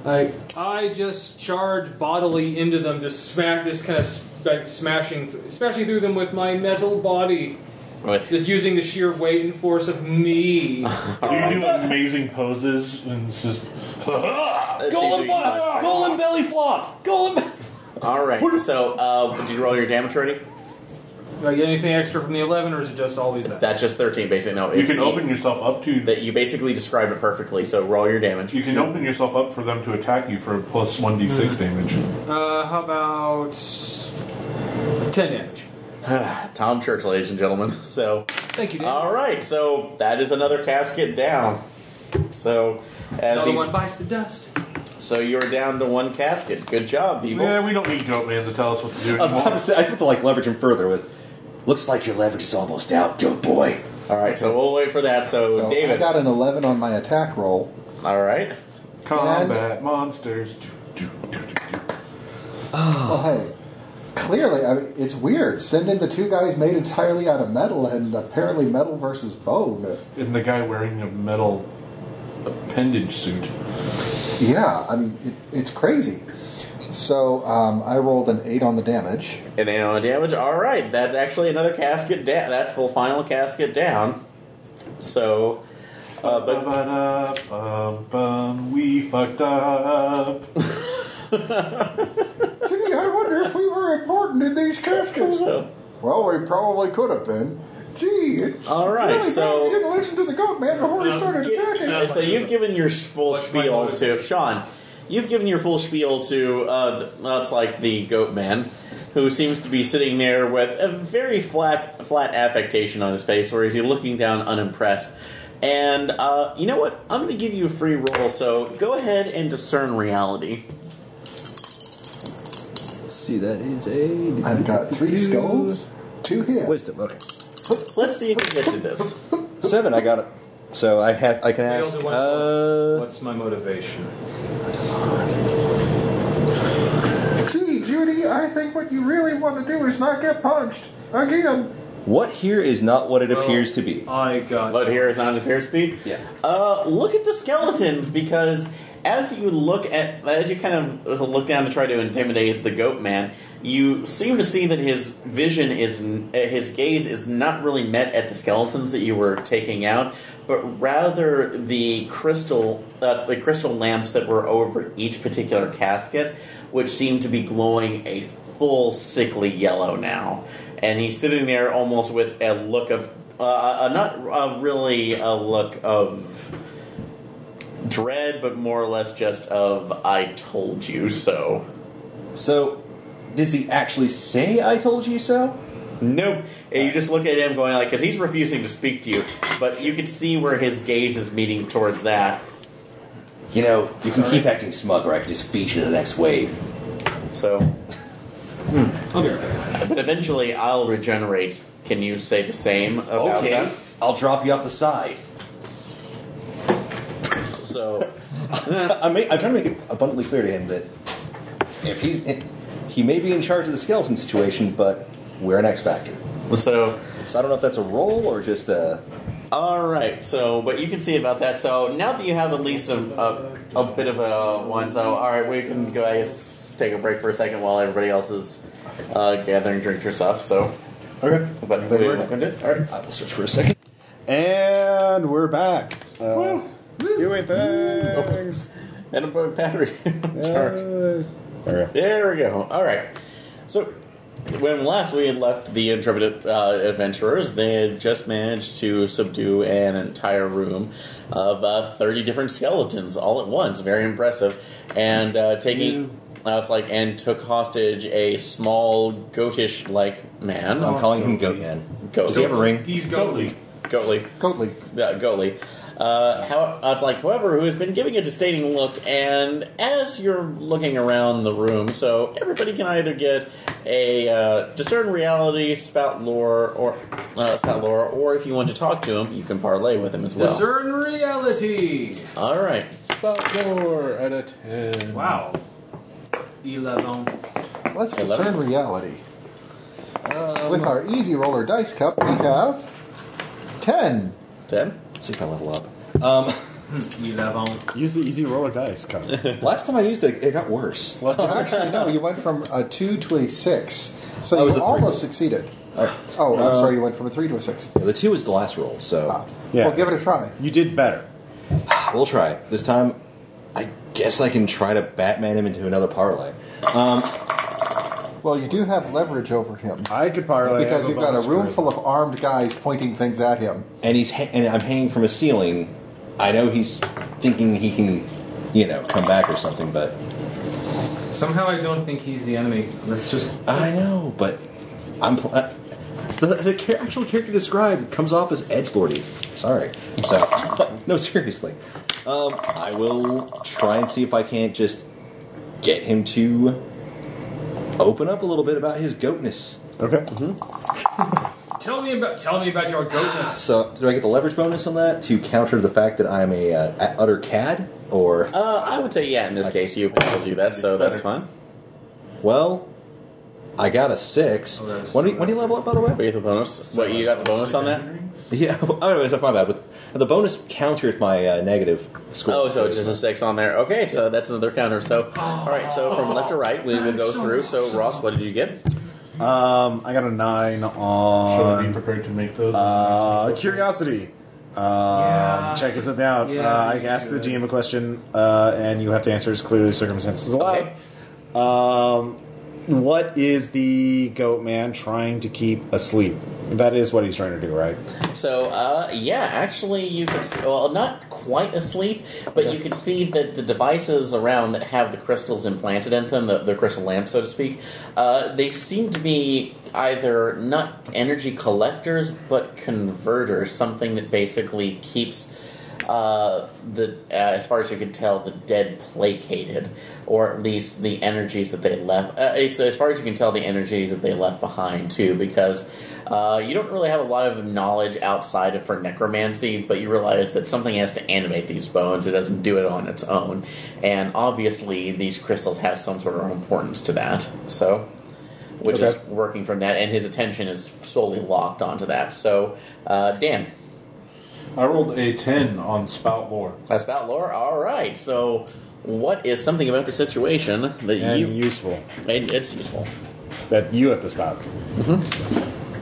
D: I I just charge bodily into them, just smack, just kind of like smashing, th- smashing through them with my metal body,
C: With
D: just using the sheer weight and force of me.
B: Do you do amazing poses? And it's just.
C: uh, Golden Bot!
E: golden belly flop. Golden.
C: All right. So, uh, did you roll your damage already?
D: Do I get anything extra from the 11, or is it just always that?
C: That's just 13, basically. No,
B: You
C: it's
B: can open yourself up to.
C: That you basically describe it perfectly. So roll your damage.
B: You can open yourself up for them to attack you for plus one d six damage.
D: Uh, how about 10 damage?
C: Tom Church, ladies and gentlemen. So.
D: Thank you, Dan.
C: All right. So that is another casket down. So as
D: Another
C: he's-
D: one bites the dust.
C: so you're down to one casket. Good job, people.
B: Yeah, we don't need Goat Man to tell us what to do
E: I was about
B: anymore.
E: to say, I was about to like leverage him further with. Looks like your leverage is almost out. Go boy.
C: All right, so we'll wait for that. So,
F: So I
C: David,
F: got an 11 on my attack roll.
C: all right,
B: Combat monsters. Do, do, do, do, do.
F: Well, hey, clearly, I mean, it's weird. Send in the two guys made entirely out of metal, and apparently metal versus bone.
B: And the guy wearing a metal appendage suit.
F: Yeah, I mean, it, it's crazy. So um, I rolled an 8 on the damage.
C: and then on damage. All right, that's actually another casket down. that's the final casket down. So, uh, but
B: Ba-ba-da-bum-bum, we fucked up.
F: Gee, I wonder if we were important in these caskets.
C: so,
F: Well, we probably could have been. Gee, it's
C: All right,
F: really
C: so-
F: glad we didn't listen to the goat man before he started attacking.
C: so you've given your full
D: What's my
C: spiel
D: motive?
C: to Sean. You've given your full spiel to uh, that's like the goat man, who seems to be sitting there with a very flat, flat affectation on his face, where he's looking down unimpressed. And uh, you know what? I'm going to give you a free roll. So go ahead and discern reality.
I: Let's see, that is a.
F: I've got three skulls, two hits.
I: Wisdom, okay.
C: Let's see if we get to this.
E: Seven. I got it. So I have. I can
D: all
E: ask.
D: do one
E: Uh,
D: What's my motivation?
F: Gee, Judy, I think what you really want to do is not get punched. Again.
E: What here is not what it appears to be.
D: I got.
C: Load here is not the pair speed.
E: Yeah.
C: Uh, look at the skeletons because as you look at as you kind of look down to try to intimidate the goat man, you seem to see that his vision is n- uh, his gaze is not really met at the skeletons that you were taking out, but rather the crystal uh, the crystal lamps that were over each particular casket, which seemed to be glowing a full sickly yellow now. And he's sitting there almost with a look of uh, uh, not uh, really a look of dread, but more or less just of "I told you so."
E: So, does he actually say "I told you so"?
C: Nope. And you just look at him going like, because he's refusing to speak to you, but you can see where his gaze is meeting towards that.
E: You know, you can keep acting smug, or I can just feed you to the next wave.
C: So,
D: I'll be right back.
C: but eventually, I'll regenerate. Can you say the same? About
E: Okay,
C: that?
E: I'll drop you off the side.
C: So,
E: I'm, ma- I'm trying to make it abundantly clear to him that if he's in, he may be in charge of the skeleton situation, but we're an X factor.
C: so
E: So I don't know if that's a role or just a.
C: All right. So, but you can see about that. So now that you have at least a, a, a bit of a one, so all right, we can go. I guess take a break for a second while everybody else is uh, gathering drink your stuff. So,
H: Okay.
C: but we welcomed it. All right.
E: I will search for a second.
H: And we're back. Uh, doing things.
C: And a battery. Charge.
H: Uh, there we go.
C: There we go. All right. So, when last we had left the intrepid uh, adventurers, they had just managed to subdue an entire room of uh, 30 different skeletons all at once. Very impressive. And uh, taking. Uh, it's like and took hostage a small goatish like man.
E: I'm calling him Goat Man.
C: Goat.
E: Does he have a ring?
D: He's going.
C: Goatly.
F: Coatley.
C: uh, goalie. Uh, how, uh, it's like whoever who has been giving a disdating look, and as you're looking around the room, so everybody can either get a uh, discern reality, spout lore, or uh, spout lore, or if you want to talk to him, you can parlay with him as well.
D: Discern reality.
C: All right,
B: Spot door at a 10.
D: Wow.
J: Eleven.
F: Let's
C: Eleven.
F: discern reality. With our easy roller dice cup, we have ten.
C: ten.
E: Let's see if I level up. Um,
J: Eleven.
H: Use the easy roller dice. Come.
E: last time I used it, it got worse.
F: Actually, no, you went from a two to a six, so
E: I was
F: you
E: a three.
F: almost succeeded. Oh, I'm sorry, you went from a three to a six.
E: The two is the last roll, so
F: Ah.
H: Yeah.
F: Well, give it a try.
H: You did better.
E: we'll try it. This time, I guess I can try to Batman him into another parlay.
F: Well, you do have leverage over him
H: I could parlay
F: because
H: I have
F: you've got a
H: bonus
F: room
H: crit.
F: full of armed guys pointing things at him.
E: and he's ha- and I'm hanging from a ceiling. I know he's thinking he can, you know, come back or something, but
D: Somehow I don't think he's the enemy. Let's just.
E: I know, but I'm pl- uh, the, the char- actual character described comes off as edge lordy. Sorry, so no, seriously, um, I will try and see if I can't just get him to open up a little bit about his goatness.
H: Okay.
D: Tell me about. Tell me about your goatness.
E: So, do I get the leverage bonus on that to counter the fact that I'm a uh, utter cad, or
C: Uh, I would say yeah. In this case, you will do that, so that's fine.
E: Well, I got a six. when, do you, when do you level up, by the way?
C: But you get the bonus. What you got the bonus on that?
E: Yeah, oh, no, it's my bad. But the bonus countered my uh, negative score.
C: Oh, so it's just a six on there. Okay, so that's another counter. So, all right. So from left to right, we will go through. So Ross, what did you get?
H: Um, I got a nine
B: Should I be
H: on
B: prepared to make those?
H: uh, curiosity. Um,
J: Yeah.
H: Checking something out.
J: Yeah,
H: uh, I
J: you
H: asked the
J: should.
H: GM a question, uh, and you have to answer as clearly as circumstances
C: Uh,
H: allow. Um, what is the goat man trying to keep asleep? That is what he's trying to do, right?
C: So, uh, yeah, actually, you could, s- well, not quite asleep, but you could see that the devices around that have the crystals implanted in them, the, the crystal lamp, so to speak, uh, they seem to be either not energy collectors, but converters, something that basically keeps. Uh, the uh, as far as you can tell, the dead placated, or at least the energies that they left. Uh, so as far as you can tell, the energies that they left behind too, because uh, you don't really have a lot of knowledge outside of for necromancy, but you realize that something has to animate these bones. It doesn't do it on its own, and obviously these crystals have some sort of importance to that. So which
H: Okay.
C: is working from that, and his attention is solely locked onto that. So, uh, Dan,
B: I rolled a 10 on spout lore.
C: that's about Laura. All right, so what is something about the situation that
H: And
C: you,
H: useful.
C: and it's useful?
H: That you have to spout.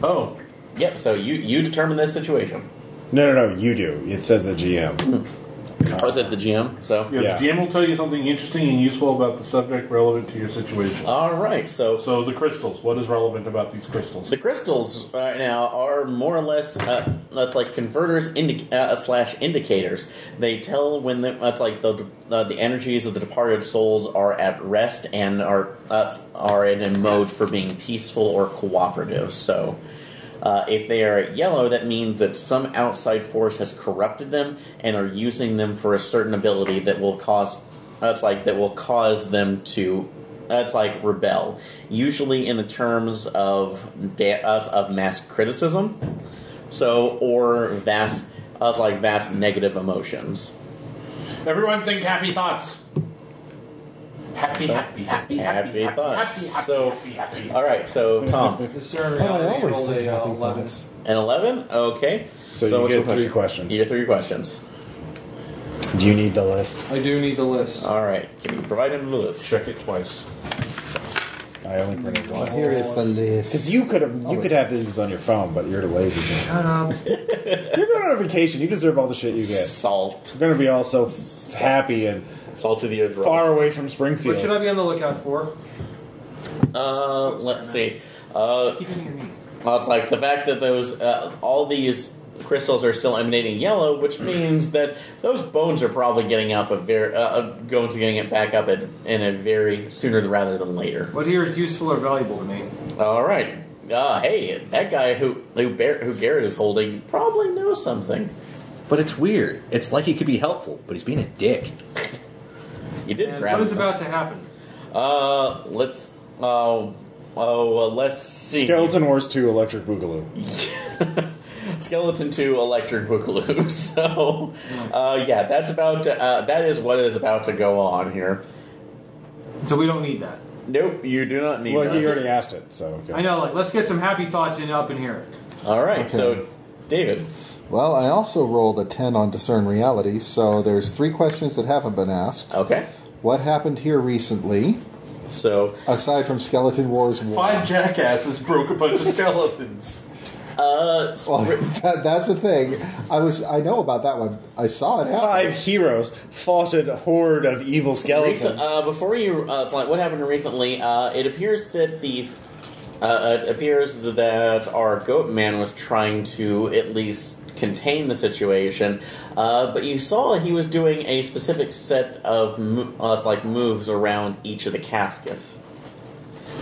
B: Oh,
C: Yep. So you you determine this situation.
H: No, no, no, you do. It says the GM.
C: I was at the GM, so
B: yeah,
H: Yeah.
B: The GM will tell you something interesting and useful about the subject relevant to your situation.
C: all right. So
B: So the crystals. What is relevant about these crystals?
C: The crystals right now are more or less uh, that's like converters indi- uh, slash indicators. They tell when the, that's like the uh, the energies of the departed souls are at rest and are uh, are in a mode for being peaceful or cooperative. So. Uh, if they are at yellow, that means that some outside force has corrupted them and are using them for a certain ability that will cause that's like that will cause them to that's like rebel usually in the terms of da- us of mass criticism so or vast us like vast negative emotions
B: Everyone think happy thoughts. Happy,
C: So-
B: happy, happy,
C: happy
B: happy, happy
C: thoughts.
B: Happy, happy,
C: So-
B: happy, happy.
C: all right so tom
D: Discern
F: I
D: reality.
F: always
D: Roll
F: think
D: a uh,
F: happy
D: 11.
F: thoughts.
C: an 11 okay
H: So, you
C: what's
H: get
C: your
H: three
C: question?
H: questions.
C: you get three questions
H: Do you need the list?
D: I do need the list.
C: all right can you provide him the list
B: Check it twice.
H: I only printed
C: Oh,
H: one.
F: Here is the list.
H: Because you could have, you could have these on your phone, but you're lazy. Shut up. you're going on vacation. You deserve all the shit you get.
C: salt
H: You're going to be all so happy and
C: salt to the overall
H: far away from
D: What should
H: Springfield.
D: I be on the lookout for?
C: Uh, let's see. Uh, well, it's like the fact that those uh, all these crystals are still emanating yellow, which means that those bones are probably getting up a very uh, uh, going to getting it back up at, in a very sooner rather than later.
D: What here is useful or valuable to me?
C: All right. Uh, hey, that guy who who, Bar- who Garrett is holding probably knows something.
E: But it's weird. It's like he could be helpful, but he's being a dick.
C: You did
D: And
C: grab.
D: what is
C: him.
D: about to happen?
C: Uh, let's. Oh, oh, uh, let's see.
H: Skeleton Wars 2 Electric Boogaloo.
C: Skeleton 2 Electric Boogaloo. So, uh, yeah, that's about to, uh, that is what is about to go on here.
D: So we don't need that.
C: Nope, you do not need
H: Well,
C: that.
H: he already asked it, so.
D: I know. Like, let's get some happy thoughts in up in here.
C: All right, so David,
F: Well, I also rolled a 10 on Discern Reality, so there's three questions that haven't been asked.
C: okay.
F: What happened here recently,
C: So,
F: aside from Skeleton Wars 1?
B: Five jackasses broke a bunch of skeletons.
C: uh,
F: Well,
C: Spr-
F: that, that's a thing. I was I know about that one. I saw it happen.
H: Five heroes fought a horde of evil skeletons.
C: recent, uh, before you, uh, it's like what happened recently, uh, it appears that the, uh, it appears that our goat man was trying to at least contain the situation, uh, but you saw he was doing a specific set of, mo- uh, it's like moves around each of the caskets.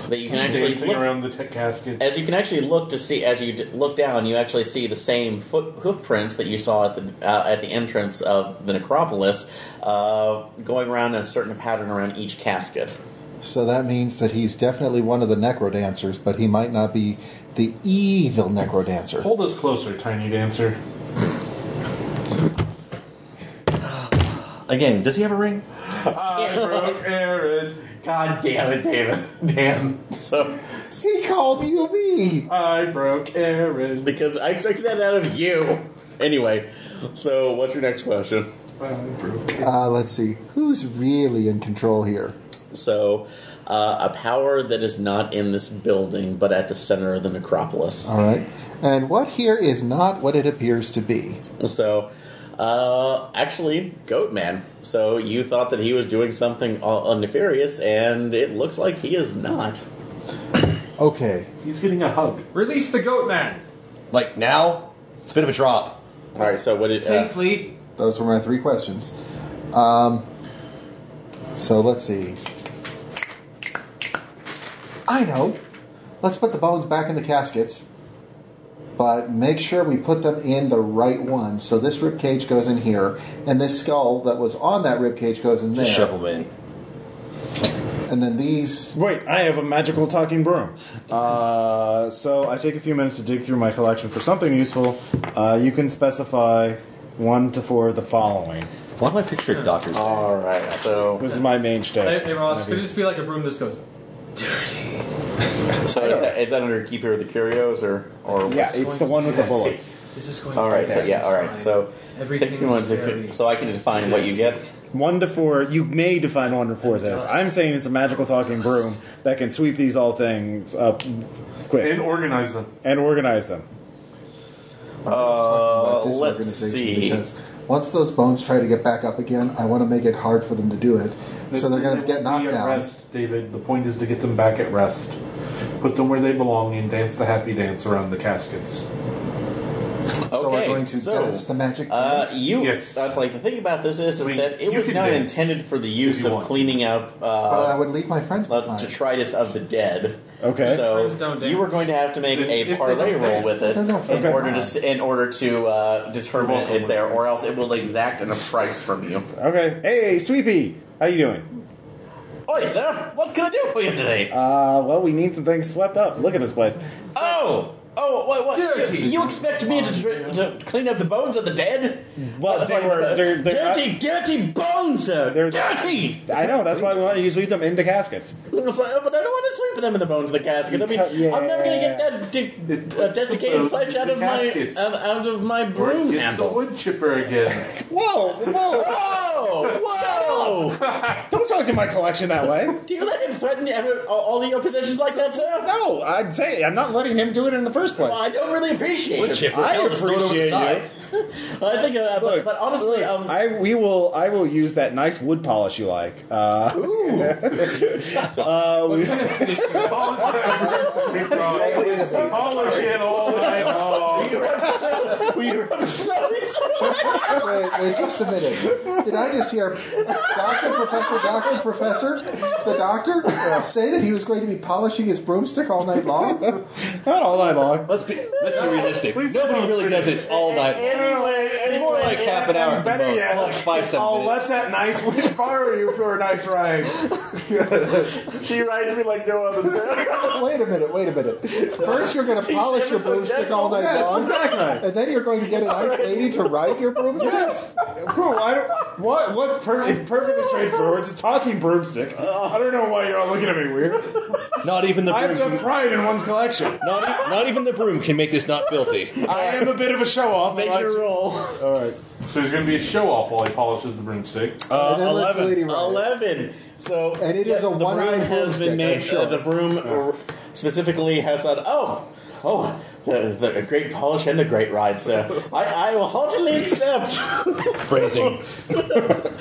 C: That you can actually
B: Dancing
C: look,
B: around the tech casket.
C: as you can actually look to see as you d- look down, you actually see the same foot hoofprints that you saw at the uh, at the entrance of the necropolis, uh, going around in a certain pattern around each casket.
F: So that means that he's definitely one of the necrodancers, but he might not be the evil necrodancer.
B: Hold us closer, Tiny Dancer.
E: Again, does he have a ring?
B: I broke Aaron.
C: God damn it, David! Damn. So
F: He called you me.
B: I broke Aaron.
C: because I expected that out of you. Anyway, so what's your next question?
F: Uh, let's see. Who's really in control here?
C: So. Uh, a power that is not in this building, but at the center of the necropolis.
F: All right. And what here is not what it appears to be.
C: So, uh, actually, Goatman. So you thought that he was doing something uh, nefarious, and it looks like he is not.
F: Okay.
B: He's getting a hug.
D: Release the goat man
E: Like now? It's a bit of a drop.
C: All right. So what is? Uh,
D: safely.
F: Those were my three questions. Um, so let's see. I know. Let's put the bones back in the caskets, but make sure we put them in the right one. So this rib cage goes in here, and this skull that was on that rib cage goes in there,
E: Just shove him in.
F: and then these.
H: Wait, I have a magical talking broom. Uh, so I take a few minutes to dig through my collection for something useful. Uh, you can specify one to four of the following.
E: Why do I picture a doctor's
C: Oh. all right. So
H: This is my
D: Hey,
H: mainstay.
D: hey Ross, could it just be like a broom that goes?
C: So is that, is that under Keeper of the Curios or or
H: Yeah, it's the one with the bullets.
J: This is going
C: All right,
J: to
C: so
J: take
C: yeah,
J: some
C: all right.
J: time.
C: So
J: Everything
C: take me one
J: is
C: second,
J: very-
C: so I can define what you get.
H: One to four. You may define one to four this. I'm saying it's a magical talking broom that can sweep these all things up quick
B: And organize them.
H: and organize them.
C: Uh,
F: about
C: let's
F: disorganization
C: see.
F: because once those bones try to get back up again, I want to make it hard for them to do it. So they're going to
B: They
F: get
B: won't be
F: knocked
B: at
F: down.
B: Rest, David. The point is to get them back at rest. Put them where they belong and dance the happy dance around the caskets.
F: So we're
C: Okay,
F: going to
C: so,
F: dance the magic
C: Uh,
F: dance.
C: you.
B: Yes.
C: That's like the thing about this is, is
B: I mean,
C: that it
B: you
C: was
B: can
C: not
B: dance
C: intended for the use
B: if you
C: of
B: want.
C: cleaning up
F: but
C: uh,
F: I would leave my friends
C: uh,
F: behind.
C: detritus of the dead.
H: Okay.
D: Friends
C: So
D: don't
C: you were
D: dance.
C: going to have to make
D: If- if
C: a
D: they
C: parlay
D: don't
C: roll
D: dance,
C: with it
F: they're no
C: in
F: friends.
C: order to s- in order to uh, determine it's there, or else it will exact a price from you.
H: Okay. Hey, Sweepy, how you doing?
C: Oi, sir, what can I do for you today?
H: Uh, well, we need some things swept up. Look at this place.
C: Oh! Oh, what? what?
D: Dirty.
C: You expect me to, to clean up the bones of the dead? uh,
H: Well, they were- they're- they're-
C: dirty, dirty bones, sir!
H: They're-
C: dirty!
H: I know. That's why we want you to sweep them into caskets.
C: It's like, oh, but I don't want to sweep them in the bones of the casket. I mean,
H: Because- yeah.
C: I'm never going to get that de- uh,
B: it's the
C: desiccated
B: bones
C: flesh
B: of
C: out
B: the
C: of my
B: caskets.
C: out, out of my
B: Or
C: broom
B: it gets the
C: handle.
B: wood chipper again.
H: Whoa! Whoa!
C: Whoa! Whoa!
H: Don't talk to my collection that way.
C: do you let him threaten every, all- all of your possessions like that, sir?
H: No, I'm saying I'm not letting him do it in the first place.
C: Well, I don't really appreciate it.
I: chipper.
H: I
I: Hell, just throw it over the
H: appreciate
I: side.
H: you.
C: I think, uh, but, but honestly,
H: look,
C: um,
H: I we will I will use that nice wood polish you like. Uh,
B: Polish it all night long.
C: we rub slowly.
F: wait, wait, just a minute. Did I just hear Doctor Professor Doctor Professor the Doctor say that he was going to be polishing his broomstick all night long?
H: not all night long.
I: Let's be let's be realistic. Nobody really does it all night.
B: Anyway,
I: It's more like half an hour. at the
B: Better
I: most.
B: yet,
I: More like five seven
C: Oh,
H: Oh,
B: I'll
I: minutes.
B: let that nice witch borrow you for a nice ride.
C: She rides me like no other, sir.
F: Wait a minute, wait a minute. First, you're going to
C: She
F: polish
C: said
F: your
C: so
F: broomstick
C: gentle.
F: all night
H: Yes,
F: long,
H: exactly.
F: and then you're going to get a nice lady to ride your broomstick.
H: Bro, I don't. What? What's per- it's perfectly straightforward? It's a talking broomstick. I don't know why you're all looking at me weird.
I: Not even the broom.
H: I've done pride in one's collection.
I: not, e- not even the broom can make this not filthy.
H: I am a bit of a show off.
C: Make your roll.
H: All right.
B: So there's going to be a show off while he polishes the broomstick.
H: Uh,
F: and then let the lady ride. it.
C: Eleven. So
F: And it is
C: the
F: a
C: broom
F: one-eyed
C: has
F: broomstick,
C: been made.
F: I'm sure.
C: uh, the broom uh, specifically has said, "Oh, oh, the, the, a great polish and a great ride, sir. I, I will heartily accept."
I: Phrasing.
H: what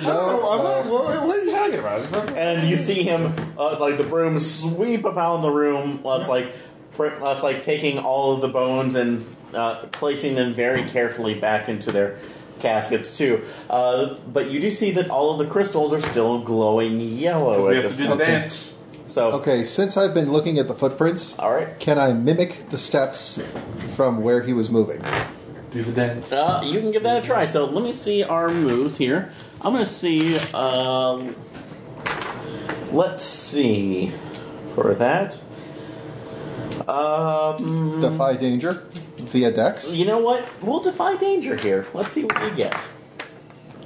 H: are you talking about?
C: and you see him uh, like the broom sweep around the room. Well, it's like pr- that's like taking all of the bones and uh, placing them very carefully back into their caskets too. Uh, but you do see that all of the crystals are still glowing yellow
B: we
C: at
B: have
C: this
B: to do the
C: point.
B: dance.
C: So
F: Okay, since I've been looking at the footprints,
C: all right.
F: can I mimic the steps from where he was moving?
B: Do the dance.
C: Uh, you can give that a try. So let me see our moves here. I'm gonna see. Uh, let's see for that. Um,
F: Defy danger via dex.
C: you know what? We'll defy danger here. Let's see what we get.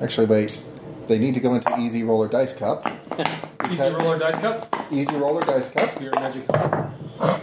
F: Actually, wait. They need to go into easy roller dice cup.
D: Easy roller dice cup.
F: Easy roller dice cup.
D: Spirit magic cup.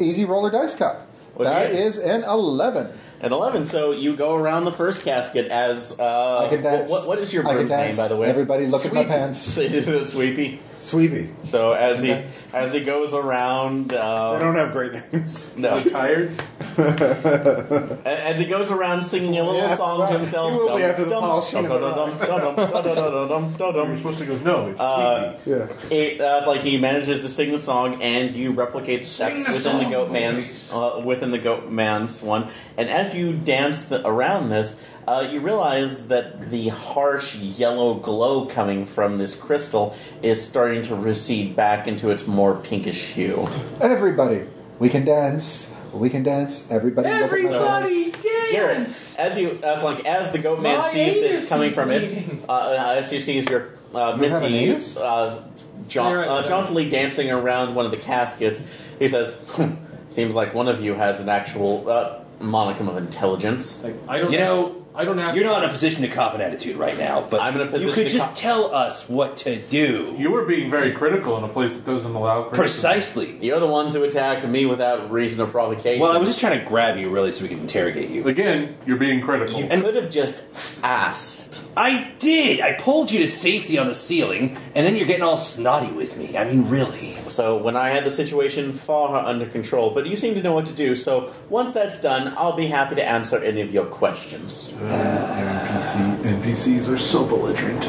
F: Easy roller dice cup.
C: What'd you
F: That
C: get?
F: is an 11.
C: At eleven, so you go around the first casket as. Uh,
F: I can
C: what,
F: dance.
C: what- what is your
F: I can
C: broom's name,
F: dance.
C: by the way?
F: Everybody look at my pants.
C: Sweepy.
H: Sweepy.
C: So as he
F: Okay.
C: as he goes around,
H: They
C: uh,
H: don't have great names.
C: no,
B: Tired?
C: A- As he goes around singing a little
H: Yeah,
C: song
H: right.
C: to himself.
H: He will
C: dum,
H: be after the
C: dum,
H: polishing
C: dum,
H: of the
C: dum, dum, dum, dum, dum, dum, dum, dum,
B: You're
C: dum.
B: supposed to go, no, it's
C: Uh,
B: sweepy.
H: Yeah.
C: It, uh, it's like he manages to sing the song, and you replicate the steps
B: Sing the
C: within the
B: song,
C: goat man's uh, within the goat man's one. And as you dance the, around this, uh, you realize that the harsh yellow glow coming from this crystal is starting to recede back into its more pinkish hue.
F: Everybody, we can dance. We can dance. Everybody, look at my pants.
D: Everybody
C: Garrett,
D: dance.
C: as you as like as the goat man
D: My
C: sees this
D: anus
C: coming
D: is
C: from
D: bleeding.
C: it, uh, as he sees your uh,
F: You have an
C: minty
F: anus?
C: uh, jaunt,
D: You're right,
C: uh,
D: though.
C: jauntily dancing around one of the caskets, he says, "Hmm, "Seems like one of you has an actual uh, monicum of intelligence."
D: I don't.
I: You know,
D: I don't have.
H: You're not in a position to cop an attitude right now, but
C: I'm in a
H: you
C: position
H: could
C: to
H: just
C: cop-
H: tell us what to do.
I: You were being very critical in a place that doesn't allow criticism.
H: Precisely.
C: You're the ones who attacked me without reason or provocation.
H: Well, I was just trying to grab you, really, so we could interrogate you.
I: Again, you're being critical.
C: you could have just asked.
H: I did! I pulled you to safety on the ceiling, and then you're getting all snotty with me. I mean, really.
C: So when I had the situation far under control, but you seem to know what to do. So once that's done, I'll be happy to answer any of your questions.
I: NPC, NPCs are so belligerent.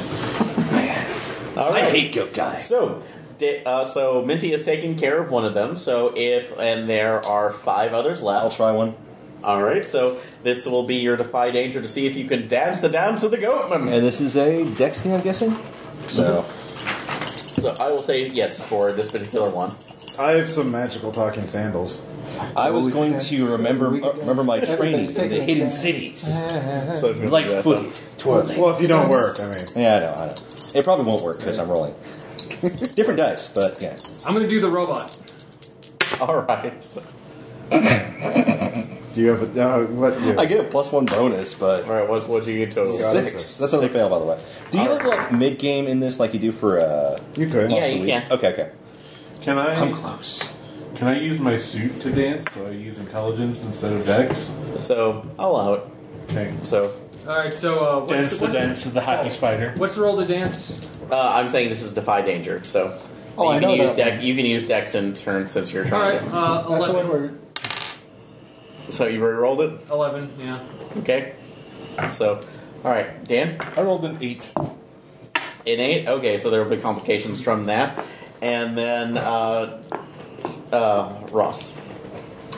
C: All right.
H: I hate goat guys.
C: So, di- uh, so Minty is taking care of one of them. So if and there are five others
E: I'll
C: left.
E: try one.
C: All right. So this will be your defy danger to see if you can dance the dance of the goatman.
E: And this is a dex thing, I'm guessing? So,
C: So I will say yes for this particular one.
A: I have some magical talking sandals.
E: I was
F: we
E: going
F: can
E: to remember
F: we can
E: uh, remember my
F: dance.
E: training in the
F: Everything's
E: hidden
F: taken
E: cities.
C: So if you
E: Like
C: do that,
E: footed, twirling.
A: Well, if you don't work, I mean.
E: Yeah, I know, I know. It probably won't work because I'm rolling. Different dice, but yeah.
D: I'm gonna do the robot.
C: so- All right. So-
A: Do you have a. Uh, what? You,
E: I get a plus one bonus, but
C: all right. What what do you get total?
A: Got it.
E: six. That's another fail, by the way. Do you level up mid game in this like you do for uh?
A: you could.
C: Yeah,
E: the
C: you
E: week?
C: can.
E: Okay, okay.
I: Can I
E: I'm close.
I: can I use my suit to dance? So I use intelligence instead of dex.
C: So I'll allow it.
I: Okay.
C: So
D: All right. So uh, what's
I: Dance the
D: what- Oh.
I: dance of the happy spider.
D: What's the roll to dance?
C: uh, I'm saying this is defy danger. So
F: Oh,
C: you
F: I
C: can
F: know
C: use
F: that one.
C: dex. You can use dex in turn since you're
D: All
C: trying.
D: right. Uh,
F: That's the one
D: eleven.
F: where
C: to. So you already rolled it.
D: Eleven. Yeah.
C: Okay. So, all right, Dan.
I: I rolled an eight.
C: In eight. Okay, so there will be complications from that, and then uh, uh, Ross.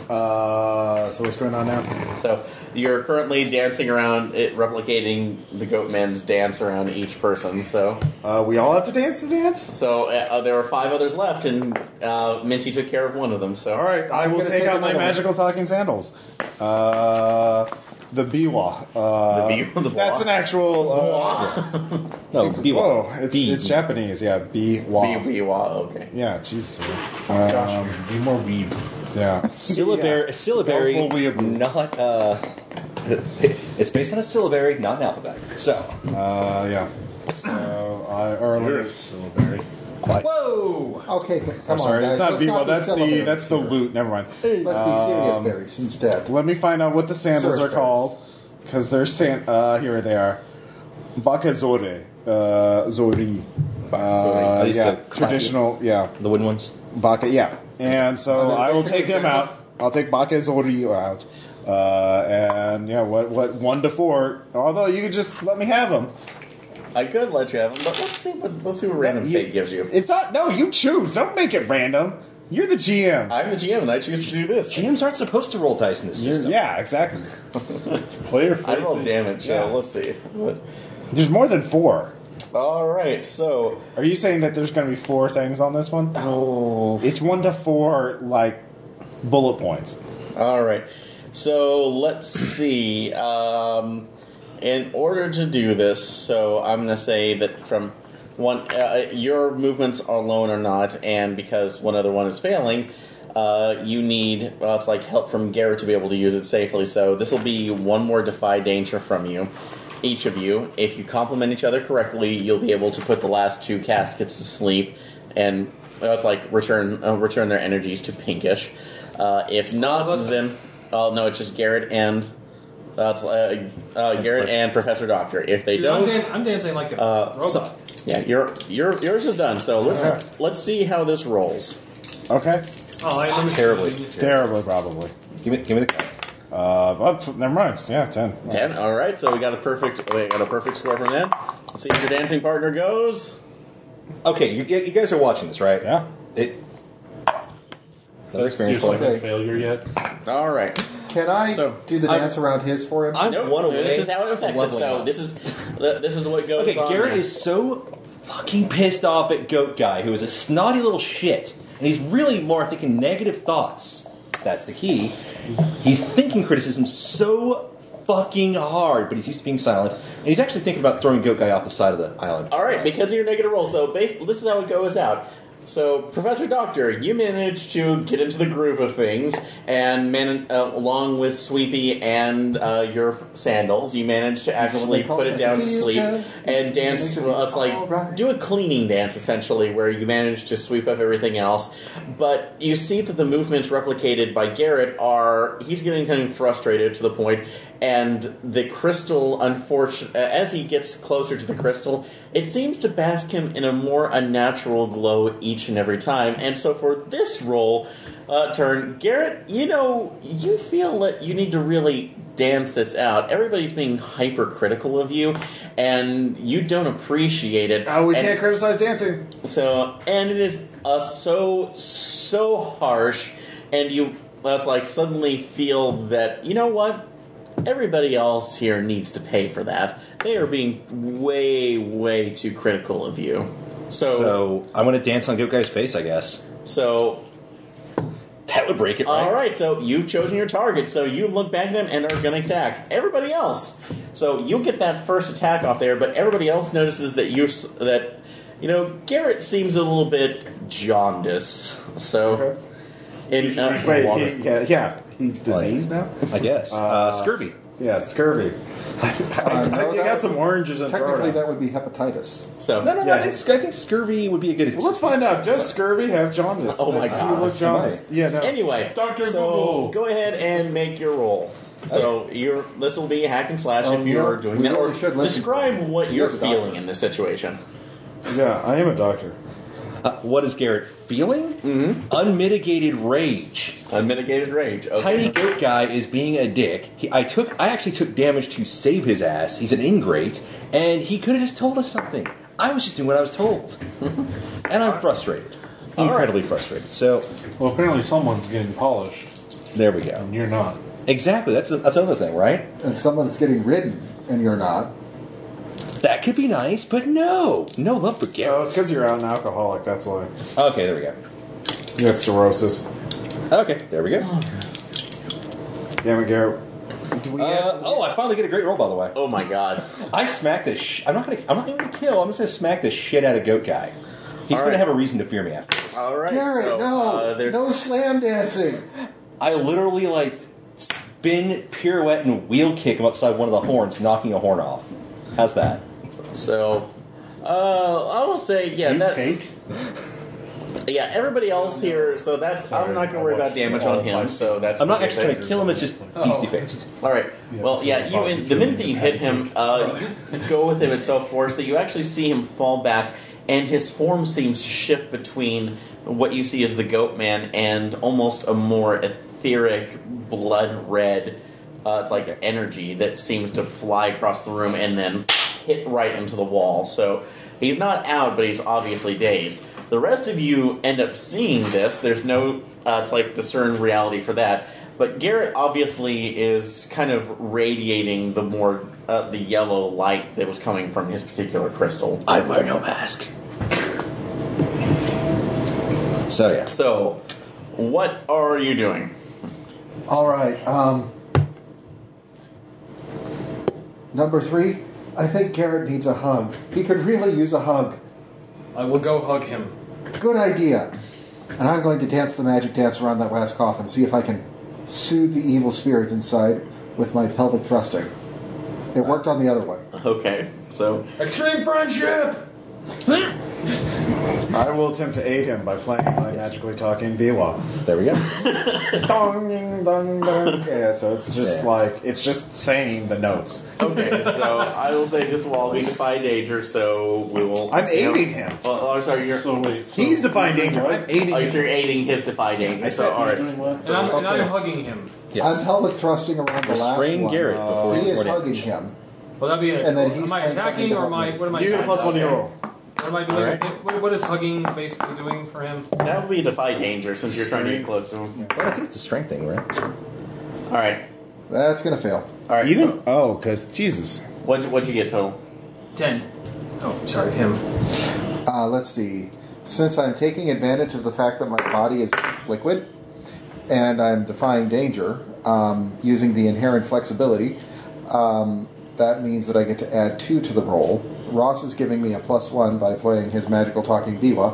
A: Uh, so what's going on now?
C: So you're currently dancing around, it, replicating the Goatman's dance around each person. So,
A: Uh, we all have to dance the dance?
C: so uh, there are five others left, and uh, Minty took care of one of them. So, all
A: Alright, I will
F: gonna
A: take
F: take
A: out my
F: another one.
A: magical talking sandals. Uh, the biwa. Uh,
C: The biwa, the
A: That's
C: biwa.
A: an actual. Uh,
E: No, B
A: whoa,
E: one.
A: it's,
E: B.
A: it's Japanese, yeah. Biwa.
C: okay.
A: Yeah, Jesus.
I: Gosh,
A: Um,
I: man, be more weeb.
A: yeah.
E: Syllabary,
A: Yeah.
E: a syllabary,
A: Don't fool me up.
E: not uh. it's based on a syllabary, not an alphabet. So,
A: Uh, yeah. So, I, or
I: You're a syllabary.
E: quite.
F: Whoa! Okay, c- come
A: I'm
F: on,
A: sorry,
F: guys.
A: it's not
F: Let's
A: biwa.
F: be
A: That's the
F: celebrating
A: that's um, the
F: here.
A: loot. Never mind.
F: Let's be serious berries instead.
A: Let me find out what the sandals
F: Source
A: are
F: berries.
A: called, because they're san- uh, here they are. Bakazore, uh, zori,
E: Bakazori.
A: uh,
E: At least
A: yeah,
E: the clappy.
A: traditional, yeah,
E: The wooden ones.
A: baka, yeah. And so
F: Are they
A: I will
F: basically
A: take them
F: peasant?
A: out. I'll take bakazori out, uh, and yeah, what what one to four. Although you could just let me have them.
C: I could let you have them, but let's see what let's see what random
A: You-
C: fate gives you.
A: It's not. No, you choose. Don't make it random. You're the GM.
C: I'm the GM, and I choose to do this.
E: GMs aren't supposed to roll dice in this system.
A: yeah, exactly.
I: Player
C: I rolled damage, so
A: Yeah.
C: let's see. What-
A: There's more than four.
C: All right, so
A: Are you saying that there's going to be four things on this one?
C: oh,
A: It's one to four, like bullet points.
C: all right. So let's see. Um, in order to do this, so I'm going to say that from one, uh, your movements alone are not, and because one other one is failing, uh, you need well, it's like help from Garrett to be able to use it safely. So this will be one more defy danger from you. Each of you, if you complement each other correctly, you'll be able to put the last two caskets to sleep, and uh, it's like return uh, return their energies to pinkish. Uh, if not,
D: us?
C: then oh no, it's just Garrett and that's uh, uh, Garrett and Professor Doctor. If they
D: Dude, I'm,
C: don't,
D: dan- I'm dancing like a
C: uh,
D: robot.
C: so- yeah, your your yours is done. So let's let's see how this rolls.
A: Okay,
D: oh, I, I'm
E: Terribly.
A: terribly probably.
E: Give me, give me the cup.
A: Uh, but never mind. Yeah, ten.
C: Ten. All right. So we got a perfect. We got a perfect score from that. Let's see if your dancing partner goes.
E: Okay, you, you guys are watching this, right?
A: Yeah.
E: It.
I: So
E: Another experience point.
F: Okay.
I: failure yet?
C: All right.
F: Can I
C: So,
F: do the
E: I'm-
F: dance around his for him?
E: I'm
C: Nope.
E: one away.
C: This is how it affects it.
E: Leveling
C: So
E: up.
C: this is this is what goes
E: Okay,
C: on.
E: Garrett is so fucking pissed off at Goat Guy, who is a snotty little shit, and he's really more thinking negative thoughts. That's the key. He's thinking criticism so fucking hard, but he's used to being silent, and he's actually thinking about throwing Goat Guy off the side of the island.
C: All right, because of your negative roll. So bas- this is how it goes out. So, Professor Doctor, you managed to get into the groove of things, and man- uh, along with Sweepy and uh, your sandals, you managed to actually
F: call
C: put it
F: it.
C: down to
F: Feel
C: sleep
F: good.
C: and dance to us
F: All
C: like
F: right.
C: do a cleaning dance essentially, where you manage to sweep up everything else. But you see that the movements replicated by Garrett are he's getting kind of frustrated to the point, and the crystal, unfortunate, as he gets closer to the crystal, it seems to bask him in a more unnatural glow each and every time. And so for this roll. Uh, turn Garrett. You know, you feel that you need to really dance this out. Everybody's being hypercritical of you, and you don't appreciate it.
H: Oh, we
C: And-
H: can't criticize dancing.
C: so, and it is uh, so so harsh, and you that's like suddenly feel that you know what. Everybody else here needs to pay for that. They are being way, way too critical of you. So,
E: So I'm gonna dance on Goat Guy's face, I guess.
C: so, so
E: That would break it, right?
C: All right, so you've chosen your target, so you look back at him and are going to attack everybody else. So you get that first attack off there, but everybody else notices that you that you know Garrett seems a little bit jaundice. So in uh, water.
H: Wait, he, yeah, yeah, he's diseased now.
E: I guess. Uh, scurvy.
H: Yeah, scurvy. I,
F: no,
H: I dig
F: that-
H: out some oranges and throw
F: Technically,
H: it. out.
F: that would be hepatitis.
C: so
E: No, no, no.
H: Yeah.
E: I, think, sc- I think scurvy would be a good.
H: Well, let's find out. Does scurvy have jaundice?
C: Oh my
H: Do you
C: God.
H: look jaundiced? Yeah, no.
C: anyway,
B: Dr.
C: so
B: Google.
C: go ahead and make your roll. So you're this will be hack and slash
F: Um,
C: if
F: you
C: you're
F: know,
C: doing
F: we
C: that. Or
F: really should listen.
C: describe what
F: He
C: you're
F: is a doctor.
C: feeling in this situation.
H: Yeah, I am a doctor.
E: Uh, what is Garrett feeling? Mm-hmm. Unmitigated rage.
C: Unmitigated rage. Okay.
E: Tiny goat guy is being a dick. He, I took. I actually took damage to save his ass. He's an ingrate, and he could have just told us something. I was just doing what I was told, and I'm frustrated. Incredibly frustrated. So
B: Well, apparently someone's getting polished,
E: there we go.
B: and you're not.
E: Exactly. That's that's another thing, right?
F: And someone is getting ridden, and you're not.
E: That could be nice, but no, no love for
H: Oh,
E: Garrett.
H: it's because you're out an alcoholic. That's why.
E: Okay, there we go.
H: You have cirrhosis.
E: Okay, there we go.
C: Oh,
H: Damn it, Garrett. Do we
E: Uh, oh, I finally get a great roll, by the way.
C: Oh my god.
E: I smack the. Sh- I'm not gonna. I'm not even gonna kill. I'm just gonna smack the shit out of Goat Guy. He's
C: All
E: gonna
C: right.
E: have a reason to fear me after this.
C: All right.
F: Garrett,
C: so,
F: no,
C: uh, there-
F: no slam dancing.
E: I literally like spin, pirouette, and wheel kick him upside one of the horns, knocking a horn off. How's that?
C: So, uh, I will say, yeah,
B: you
C: that,
B: cake?
C: yeah, everybody else here. So that's I'm not gonna worry about damage on him. So that's
E: I'm not
C: the
E: actually
C: good
E: trying to kill him. It's just he's defaced.
C: thing. All right. Well, yeah, you in, the minute that you hit him, uh, you go with him at so force that you actually see him fall back, and his form seems to shift between what you see as the goat man and almost a more etheric blood red. Uh, it's like energy that seems to fly across the room and then hit right into the wall. So he's not out, but he's obviously dazed. The rest of you end up seeing this. There's no, uh, it's like discern reality for that. But Garrett obviously is kind of radiating the more uh, the yellow light that was coming from his particular crystal.
E: I wear no mask. So yeah.
C: So, what are you doing?
F: All right. Um, number three, I think Garrett needs a hug. He could really use a hug.
D: I will go hug him.
F: Good idea. And I'm going to dance the magic dance around that last coffin, see if I can soothe the evil spirits inside with my pelvic thrusting. It worked on the other one.
C: Okay, so
D: Extreme friendship!
H: I will attempt to aid him by playing my magically talking biwa.
E: There we go.
H: dong, ding, dong, dong. Yeah, so it's just
E: Yeah.
H: like it's just saying the notes.
C: okay, so I will say this will all be defined danger. So we will.
H: I'm aiding him.
C: Well, oh, sorry, you're.
B: So wait, so
H: He's defined danger. I'm aiding
C: Oh,
H: him.
C: so you're aiding his defy danger.
H: I
C: so,
H: said-
C: all
B: doing
C: right.
B: what?
D: And I'm, and I'm
F: Okay.
D: hugging him.
F: I'm
E: Yes.
F: pelvic thrusting around the last
E: Restrain
F: one.
E: Garrett before
F: he
E: he's
F: is
E: sworn in.
F: hugging him.
D: Well, that'd be an
F: And then he's
D: Am I
F: playing
D: attacking or am I.
F: something
D: What am I
H: You get a plus one to your roll.
D: What am I doing? What, what is hugging basically doing for him?
C: That would be defy danger since you're trying to get close to him.
E: Well, I think it's a strength thing, right?
C: All right,
F: That's gonna fail.
C: all right.
H: Even
C: So,
H: oh, because Jesus.
C: what what'd you get total?
J: Ten. Oh, sorry, him.
F: Uh, let's see. Since I'm taking advantage of the fact that my body is liquid and I'm defying danger um, using the inherent flexibility, um, that means that I get to add two to the roll. Ross is giving me a plus one by playing his magical talking diva,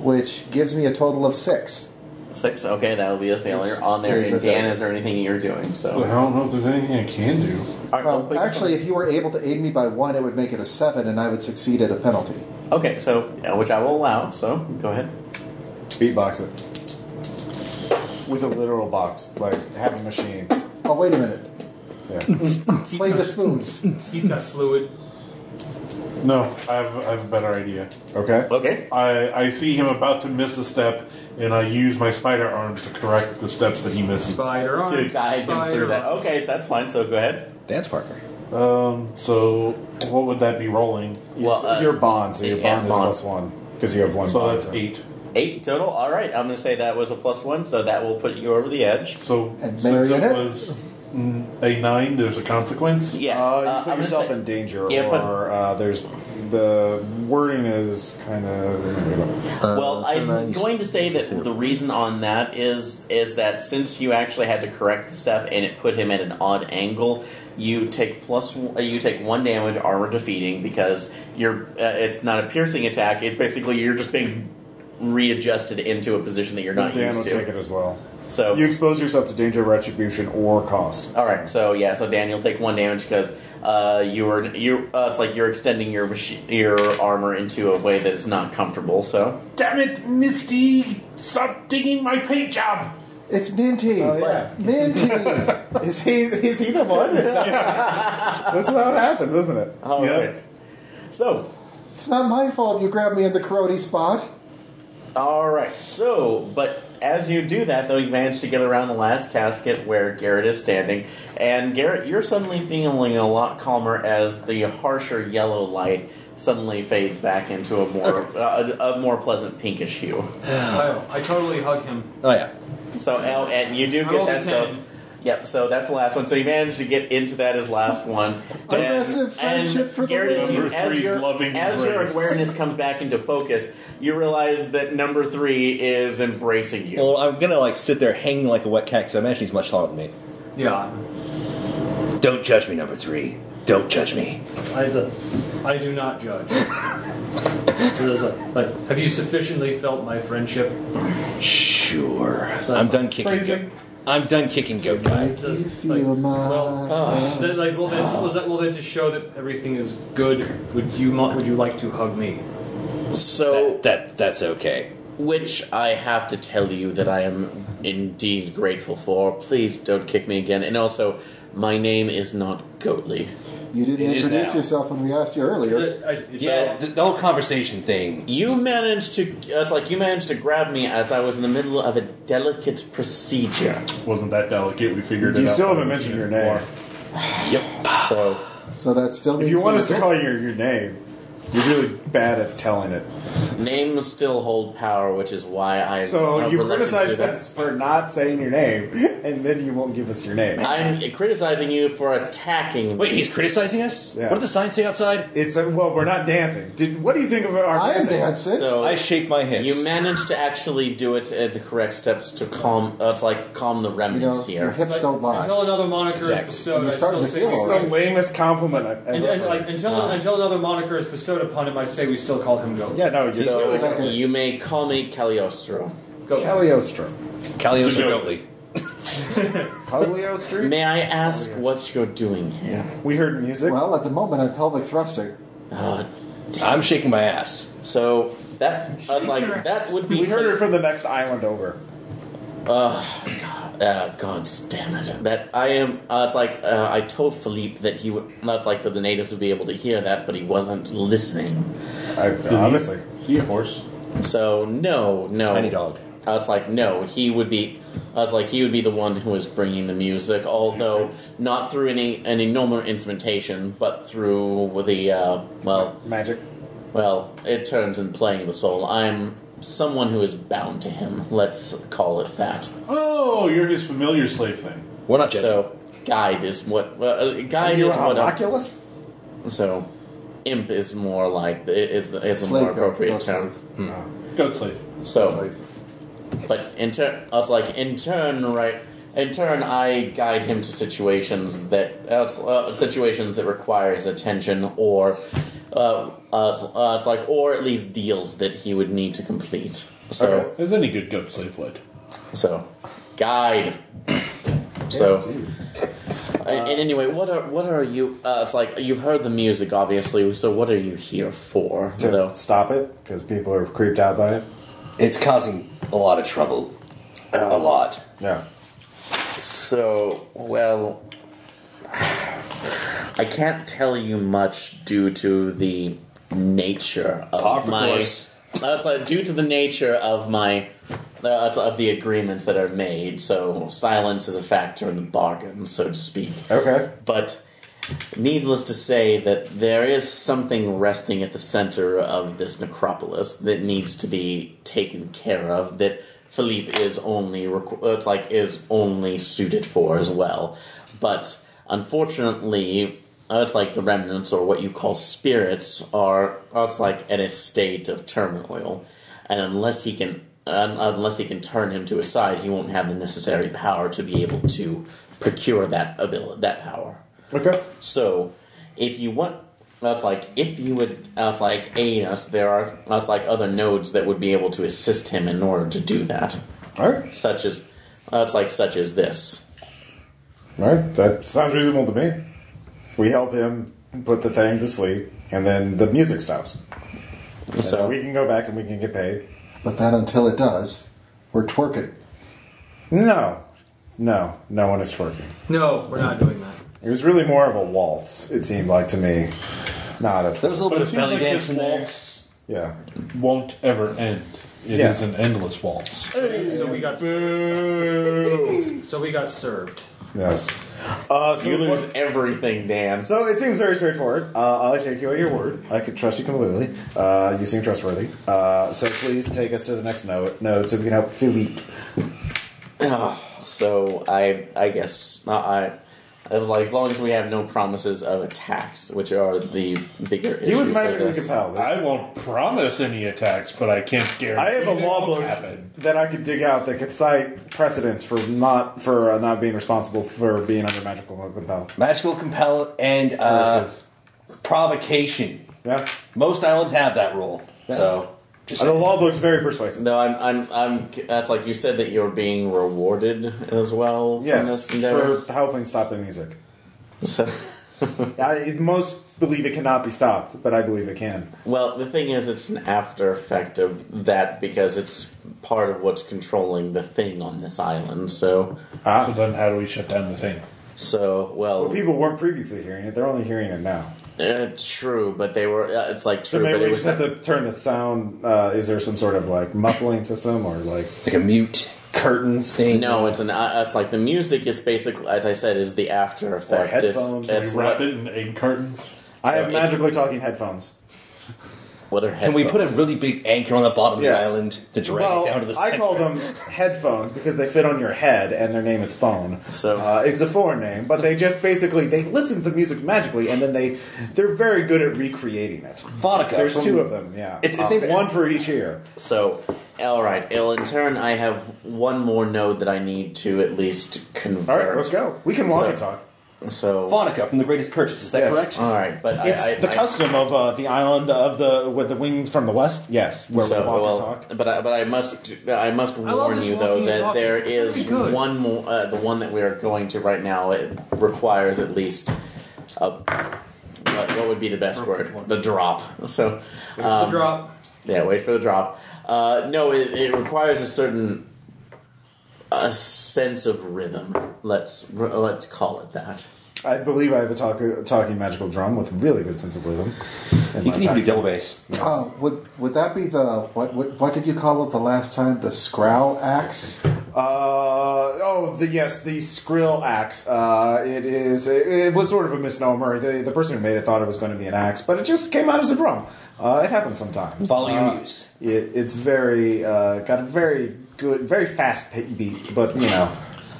F: which gives me a total of six.
C: Six. Okay, that'll be a failure on there.
F: There's
C: And
F: a
C: Dan,
F: failure.
C: is there anything you're doing? So,
B: I don't know if there's anything I can do.
C: All right, well,
F: Well,
C: quick-
F: actually, if you were able to aid me by one, it would make it a seven, and I would succeed at a penalty.
C: okay. So, uh, which I will allow. So, go ahead.
H: Beatbox it. With a literal box. Like, have a machine.
F: Oh, wait a minute.
H: Yeah.
F: Play the spoons.
D: He's got fluid.
B: No, I have, I have a better idea.
H: Okay.
C: Okay.
B: I, I see him about to miss a step, and I use my spider arms to correct the step that he misses.
D: Spider arm.
C: To guide him
D: spider
C: through that.
D: arm.
C: Okay, that's fine. So, go ahead.
E: Dance partner.
B: Um, so what would that be rolling?
C: Well, uh,
H: your bond, so your
C: yeah,
H: bond is
C: bond.
H: plus one. Because you have one
B: So
H: bond.
B: that's eight.
C: Eight total. All right. I'm going to say that was a plus one, so that will put you over the edge.
B: So uh,
F: And
B: since it
F: marionette?
B: was mm, a nine, there's a consequence.
C: Yeah.
H: Uh, you
C: uh, I'm
H: put
C: gonna
H: yourself
C: say-
H: in danger,
C: Yeah, but-
H: or uh, there's the wording is kind of.
C: well, I'm going to say that the reason on that is is that since you actually had to correct the step and it put him at an odd angle, you take plus one- uh, you take one damage armor defeating because you're uh, it's not a piercing attack. It's basically you're just being readjusted into a position that you're not
H: Dan will
C: used to.
H: take it as well.
C: So
H: You expose yourself to danger, retribution, or cost.
C: All right, so yeah, so Dan, you'll take one damage because uh, you were you. Uh, it's like you're extending your machi- your armor into a way that is not comfortable. So
B: Damn it, Misty! Stop digging my paint job.
F: It's Minty.
H: Oh, yeah.
F: Minty.
H: Is he? Is he the one? This is how it happens, isn't it?
C: all right.
B: Yeah.
C: so
F: it's not my fault you grabbed me in the karate spot.
C: all right, so but as you do that, though, you manage to get around the last casket where Garrett is standing, and Garrett, you're suddenly feeling a lot calmer as the harsher yellow light suddenly fades back into a more uh, a, a more pleasant pinkish hue.
D: Oh, I, I totally hug him.
E: Oh yeah.
C: So Al, and you do
D: I
C: get
D: rolled a
C: that. So,
D: 10.
C: yep. So that's the last one. So you managed to get into that as last one.
F: Aggressive friendship for the
C: Garrett, as
B: win.
C: you-
B: Number
C: as,
B: three's
C: your,
B: loving
C: as your
B: embrace.
C: awareness comes back into focus, you realize that number three is embracing you.
E: Well, I'm gonna like sit there hanging like a wet cat because I imagine he's much taller than me.
D: Yeah.
I: Don't judge me, number three. Don't judge me.
D: I, I do not judge.
O: Like,
D: Have you sufficiently felt my friendship?
I: Sure. I'm done kicking. Goat. I'm done kicking goat guy.
D: Does-
F: You feel
D: like,
F: my-
D: well, then, like, well, then, well, then, well, then, to show that everything is good, would you mo- would you like to hug me?
C: so
I: That, that that's okay.
C: which I have to tell you that I am indeed grateful for. Please don't kick me again. And also, my name is not Goatly.
F: You didn't
I: It is
F: introduce
I: now.
F: yourself when we asked you
D: Is
F: earlier.
D: it- I- it's-
I: Yeah, the, the whole conversation thing.
C: You managed to. It's like you managed to grab me as I was in the middle of a delicate procedure.
B: Wasn't that delicate? We figured it out.
H: You still haven't
B: by
H: mentioned your
B: looking
H: name.
B: at the floor.
I: Yep.
C: So
F: So that still means
H: If you want us to
F: something.
H: call you your name, you're really bad at telling it.
C: names still hold power, which is why I.
H: So
C: I'm
H: you
C: reluctant to
H: criticize
C: do that.
H: us for not saying your name, and then you won't give us your name.
C: I'm criticizing you for attacking.
I: Wait,
C: me.
I: he's criticizing us.
H: Yeah.
I: What did the sign say outside?
H: It's like, well, we're not dancing. Did what do you think of our
F: I am
H: dancing?
F: dancing.
C: so
I: I shake my hips.
C: you managed to actually do it at the correct steps to calm, uh, to like calm the
F: you know,
C: remnants
F: your
C: here.
F: hips don't lie.
K: Until another moniker
I: Exactly.
K: is bestowed,
F: You're
K: I
F: starting
K: still
F: to
K: say
F: feel
K: we-
F: all
H: It's the lamest compliment I've
K: and,
H: ever
K: and, like
H: heard.
K: until until another moniker is bestowed upon him, I say we still call him Goat.
H: Yeah, no, you're
C: So
F: Second.
C: you may call me Cagliostro.
K: Goat.
H: Cagliostro.
I: Calios
B: So
I: or
B: goat.
I: Goatly?
H: Cagliostro?
C: May I ask what you're doing here?
H: We heard music.
F: Well, at the moment, I'm pelvic thrusting.
C: Uh,
I: I'm shaking my ass.
C: so that uh, like that would be
H: we heard it from the next island over.
C: Uh, God damn it! That I am. Uh, it's like uh, I told Philippe that he would. That's like that the natives would be able to hear that, but he wasn't listening.
H: I, obviously.
B: See a horse.
C: So no, no.
I: Tiny
H: Oh.
I: dog.
C: I was like, no, he would be. I was like, he would be the one who is bringing the music, although not through any any normal instrumentation, but through the uh, well,
H: Oh, Magic.
C: well, it turns in playing the soul. I'm someone who is bound to him. Let's call it that.
B: Oh, you're his familiar slave thing.
I: We're not judging.
C: So, guide is what uh, guide
H: you
C: is
H: an
C: what. a-
H: homunculus?
C: So, imp is more like is the, is the
F: Slave
C: more
F: goat,
C: appropriate
F: goat
C: term.
H: Oh,
B: Goat slave.
C: So, but in turn, I was like, in turn, right? In turn, I guide him to situations that uh, uh, situations that require his attention or Uh, uh, it's, uh, it's like, or at least deals that he would need to complete. So,
B: Okay. As any good goat slave would.
C: So, guide. so, and, and anyway, what are what are you? Uh, it's like you've heard the music, obviously. So, what are you here for?
H: To
C: though?
H: stop it because people are creeped out by it.
I: It's causing a lot of trouble.
H: Oh.
I: a lot.
H: Yeah.
C: So, well, I can't tell you much due to the nature of
I: Par for
C: my.
I: course.
C: Uh, it's like due to the nature of my. Uh, it's of the agreements that are made, so silence is a factor in the bargain, so to speak.
H: Okay.
C: But needless to say that there is something resting at the center of this necropolis that needs to be taken care of that Philippe is only requ- uh, it's like is only suited for as well. But unfortunately, uh, it's like the remnants or what you call spirits are uh, it's like in a state of turmoil and unless he can un unless he can turn him to his side, he won't have the necessary power to be able to procure that ability, that power.
H: Okay.
C: So, if you want, that's like if you would, that's like aid us. There are that's like other nodes that would be able to assist him in order to do that.
H: All right.
C: Such as that's like such as this.
H: All right. That sounds reasonable to me. We help him put the thing to sleep, and then the music stops. So we can go back and we can get paid.
F: But that until it does, we're twerking.
H: No, no, no one is twerking.
D: No, we're not doing that.
H: It was really more of a waltz. It seemed like to me, not a. Twerk.
I: There's a little bit of belly dance in there.
H: Yeah.
B: Won't ever end. It is
H: Yeah.
B: an endless waltz.
D: So we got so we got served.
H: Yes. Uh, so
C: You
H: what-
C: lose everything, Dan.
H: So it seems very straightforward. Uh, I'll take you at your word. I can trust you completely. Uh, you seem trustworthy. Uh, so please take us to the next node, node so we can help Philippe.
C: So I I guess uh, I. I was like, as long as we have no promises of attacks, which are the bigger issues.
H: He was
C: I
H: magically
C: guess.
H: compelled.
B: I won't promise any attacks, but I can't guarantee.
H: I have a
B: they
H: law
B: won't
H: book
B: happen.
H: that I could dig out that could cite precedents for not for uh, not being responsible for being under magical compel.
I: Magical compel and uh,
H: Versus,
I: provocation.
H: yeah.
I: Most islands have that rule. So just
H: the law book's very persuasive.
C: No, I'm, I'm, I'm. That's like you said that you're being rewarded as well. from
H: Yes,
C: this endeavor.
H: for helping stop the music.
C: So,
H: I, most believe it cannot be stopped, but I believe it can.
C: well, the thing is, it's an after effect of that because it's part of what's controlling the thing on this island. So,
B: So then, how do we shut down the thing?
C: so
H: Ah. Well,
C: well,
H: people weren't previously hearing it; they're only hearing it now.
C: uh, true, but they were. Uh, it's like
H: So
C: true,
H: maybe
C: but
H: we
C: it
H: just
C: was.
H: have to turn the sound. Uh, is there some sort of like muffling system or like
I: like a mute
H: curtains?
I: thing.
C: no, it's an. Uh, it's like the music is basically, as I said, is the after effect.
H: headphones,
B: We
C: it's, it's
B: wrap
C: what,
B: it in egg curtains.
H: I have
C: it's-
H: magically talking headphones.
C: what are
I: Can we put a
C: headphones?
I: really big anchor on the bottom
H: Yes.
I: of the island to drag
H: Well,
I: it down to the
H: I
I: center?
H: call them headphones because they fit on your head, and their name is phone.
C: So-
H: uh, it's a foreign name, but they just basically they listen to music magically, and then they they're very good at recreating it.
I: Vodka
H: There's
I: uh, from-
H: two of them. Yeah,
I: It's- it's
H: Uh,
I: named-
H: one for each ear.
C: So, all right. Well, in turn, I have one more node that I need to at least convert.
H: All right, let's go. We can walk
C: So-
H: and talk.
C: So,
I: Phonica from the Greatest Purchase. Is that
H: Yes.
I: correct?
C: all right, but I-
H: It's
C: I,
H: the
C: I,
H: custom of uh, the island of the with the wings from the west. Yes, where
C: so,
H: we walk
C: well,
H: and talk.
C: But I, but I must I must
D: love
C: warn
D: this
C: you
D: walking
C: though
D: and
C: that
D: talking.
C: there
D: It's
C: is
D: pretty good.
C: one more uh, the one that we are going to right now. It requires at least a what, what would be the best word? The drop. So um,
D: the drop.
C: Yeah, wait for the drop. Uh, no, it, it requires a certain a sense of rhythm. Let's let's call it that.
H: I believe I have a talk, talking magical drum with really good sense of rhythm. in
I: You
H: my
I: can even do
H: pack.
I: double bass.
F: Oh, would would that be the what, what? What did you call it the last time? The scrowl axe.
H: Uh, oh, the, yes, the Skrill axe. Uh, it is. It, it was sort of a misnomer. The, the person who made it thought it was going to be an axe, but it just came out as a drum. Uh, it happens sometimes.
I: Follow your
H: Uh,
I: muse.
H: It, it's very uh, got a very good, very fast pa- beat, but you know,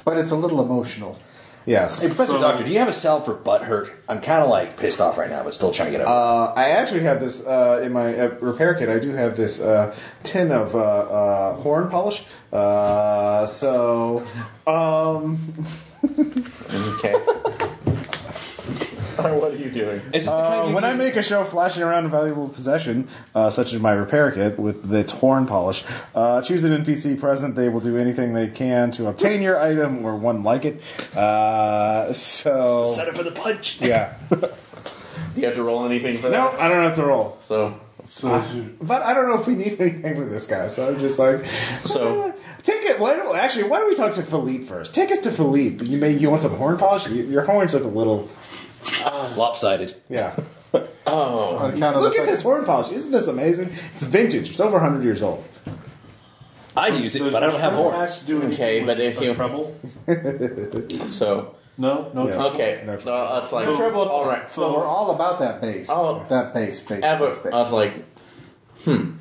F: But it's a little emotional.
H: yes.
I: Hey, Professor Doctor, do you have a salve for butt hurt? I'm kind of like pissed off right now, but still trying to get over. it.
H: Uh, I actually have this uh, in my uh, repair kit. I do have this uh, tin of uh, uh, horn polish. Uh, so, um,
C: Okay. what are you doing?
H: Uh, when I make a show flashing around a valuable possession, uh, such as my repair kit with its horn polish, uh, choose an NPC present. They will do anything they can to obtain your item or one like it. Uh, so
I: Set up for the punch.
H: yeah,
C: Do you have to roll anything for
H: no,
C: that?
H: I don't have to roll.
C: So,
H: But I don't know if we need anything with this guy, so I'm just like,
C: so
H: take it. Why don't, actually, why don't we talk to Philippe first? Take us to Philippe. You may you want some horn polish? You- Your horns look a little,
I: Lopsided.
H: yeah.
F: On account of
H: Look
F: the
H: at this horn polish. Isn't this amazing? It's vintage. It's over 100 years old.
I: I use it, but I don't have horns.
C: okay, but if you
B: trouble?
C: so
B: No, no
H: Yeah.
B: trouble.
C: okay,
H: No
C: no,
H: trouble.
C: that's like trouble. All right,
F: So we're all about that base.
C: Oh.
F: that base, base,
C: Abba-
F: base, base.
C: I was like, hmm,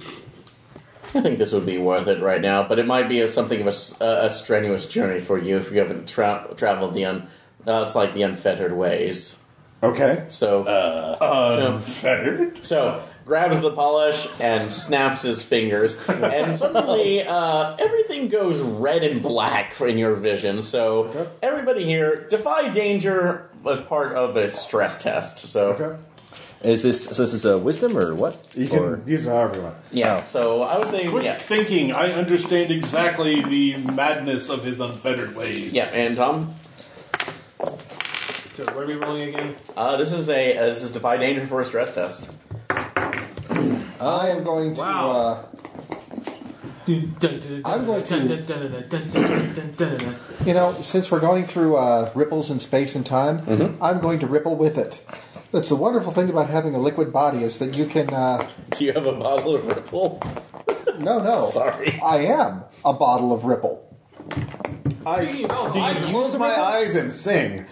C: I think this would be worth it right now, but it might be a, something of a s- a, a strenuous journey for you if you haven't tra- traveled the un. Uh, it's like the unfettered ways.
H: Okay.
C: So,
I: Uh,
B: Unfettered?
C: so grabs the polish and snaps his fingers, and suddenly uh, everything goes red and black for- in your vision. So everybody here defy danger as part of a stress test. So
H: Okay.
E: Is this so? This is a wisdom or what?
H: You can
E: Or-
H: use it however you want.
C: yeah, so I would say
B: Quick
C: yeah,
B: thinking. I understand exactly the madness of his unfettered ways.
C: yeah, and Tom.
K: So what are we rolling again?
C: Uh, this is a uh, this is defy danger for a stress test.
F: I am going to.
D: Wow.
F: Uh, I'm going
D: to.
F: You know, since we're going through uh, ripples in space and time,
E: Mm-hmm.
F: I'm going to ripple with it. That's the wonderful thing about having a liquid body is that you can. Uh,
C: Do you have a bottle of Ripple?
F: no, no.
C: Sorry.
F: I am a bottle of ripple.
H: I close my eyes and sing.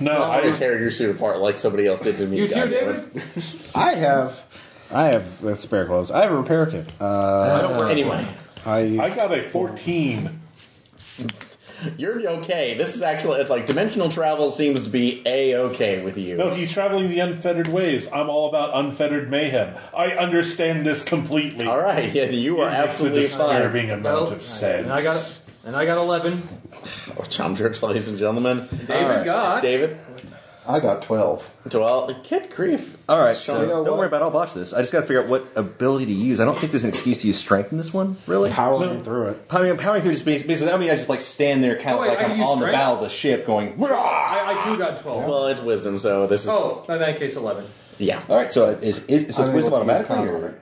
B: No,
C: I would
B: I,
C: tear your suit apart like somebody else did to me.
D: You too,
C: God damn it.
D: David?
H: I have. I have uh, spare clothes. I have a repair kit. Uh,
C: Anyway,
H: I
B: I got a 14.
C: you're okay. This is actually it's like dimensional travel seems to be a okay with you.
B: No, he's traveling the unfettered ways. I'm all about unfettered mayhem. I understand this completely.
C: All right, yeah, you are
B: It makes a
C: absolutely fine.
B: disturbing amount
K: Well,
B: of sense.
K: and I got and I got eleven.
C: Oh, Tom Jerks, ladies and gentlemen.
K: David got
C: David,
F: I got 12.
C: well, kid grief.
E: All right, so
F: You know
E: don't
F: what?
E: worry about. it. I'll botch this. I just got to figure out what ability to use. I don't think there's an excuse to use strength in this one, really.
H: powering through it.
E: I mean, powering through just bas- basically. I mean, I just like stand there, kind
D: Oh,
E: of
D: wait,
E: like
D: I can
E: I'm
D: use
E: on the
D: strength?
E: bow of the ship, going. "Rah!"
D: I, I too got 12.
C: Well, it's wisdom, so this is
D: oh, in that case, 11.
C: yeah.
E: All right, so it is, is so it's
F: I'm
E: wisdom
F: able to use
E: automatically?
F: con
E: or-
F: on it.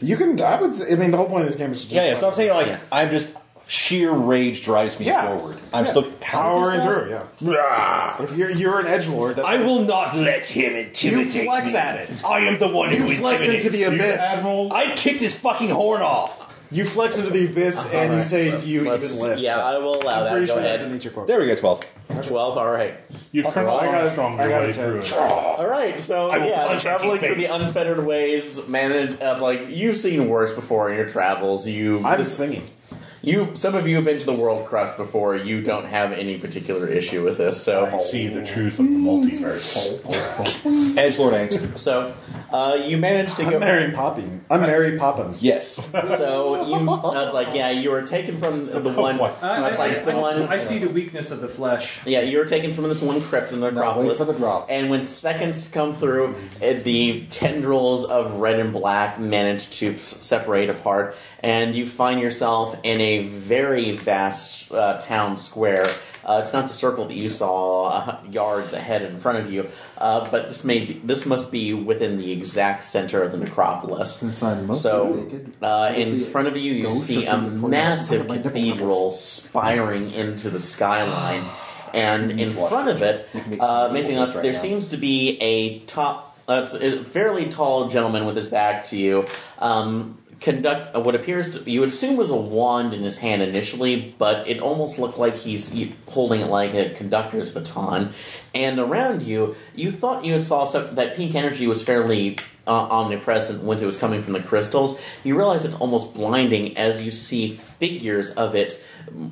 H: You can. I would. say- I mean, the whole point of this game is to just
E: Yeah, yeah. So I'm saying like
C: Yeah.
E: I'm just sheer rage drives me
H: Yeah.
E: forward. I'm still
H: powering through. Yeah. If you're you're an edge lord, that's
I: I will not let him intimidate
H: You flex
I: me.
H: at it.
I: I am the one who
H: you flex
I: intimidates.
H: into the
B: You,
H: abyss.
B: Admiral,
I: I kicked his fucking horn off.
H: You flex into the abyss,
E: Uh-huh.
H: and you say, "Do you even
C: Let's-
H: live?"
C: yeah, I will allow
H: I'm
C: that.
H: pretty
C: Uh, Go
H: sure that's an
C: ahead.
H: nature quote.
E: There we go. Twelve.
C: Twelve. All right.
B: you Colonel
H: I gotta-
B: Armstrong
H: I
B: your
H: gotta
B: way
H: say-
B: through it.
C: All right, so
I: I will
C: yeah,
I: punch
C: traveling
I: Mickey's
C: through the
I: face.
C: unfettered ways, managed as like you've seen worse before in your travels. You,
H: I'm
C: this-
H: singing.
C: you, some of you have been to the world crust before. You don't have any particular issue with this,
B: I
C: so
B: see the truth of the multiverse.
E: Edge Lord angst.
C: so uh, you managed to go.
H: I'm Mary Poppins. I'm Mary Poppins.
E: Yes.
C: So you, I was like, yeah, you were taken from the one. Oh, I was like, the one.
K: I see the weakness of the flesh.
C: Yeah, you were taken from this one crypt in the
F: No,
C: Acropolis.
F: wait for the drop.
C: And when seconds come through, it, the tendrils of red and black manage to s- separate apart, and you find yourself in a very vast uh, town square. Uh, it's not the circle that you saw uh, yards ahead in front of you, uh, but this may be, this must be within the exact center of the necropolis.
F: Since I'm mostly
C: so,
F: naked,
C: uh,
F: it'll
C: in
F: be
C: front of you, you
F: ghost
C: see
F: or
C: a
F: something for you.
C: massive
F: My nipple
C: cathedral spiring into the skyline. And in front of it,
E: make
C: uh,
E: some
C: amazing
E: rules
C: enough,
E: right
C: there
E: now.
C: seems to be a top, uh, a fairly tall gentleman with his back to you. Um, conduct uh, what appears to you would assume was a wand in his hand initially, but it almost looked like he's y- holding it like a conductor's baton. And around you, you thought you saw some, that pink energy was fairly uh, omnipresent once it was coming from the crystals, you realize it's almost blinding as you see figures of it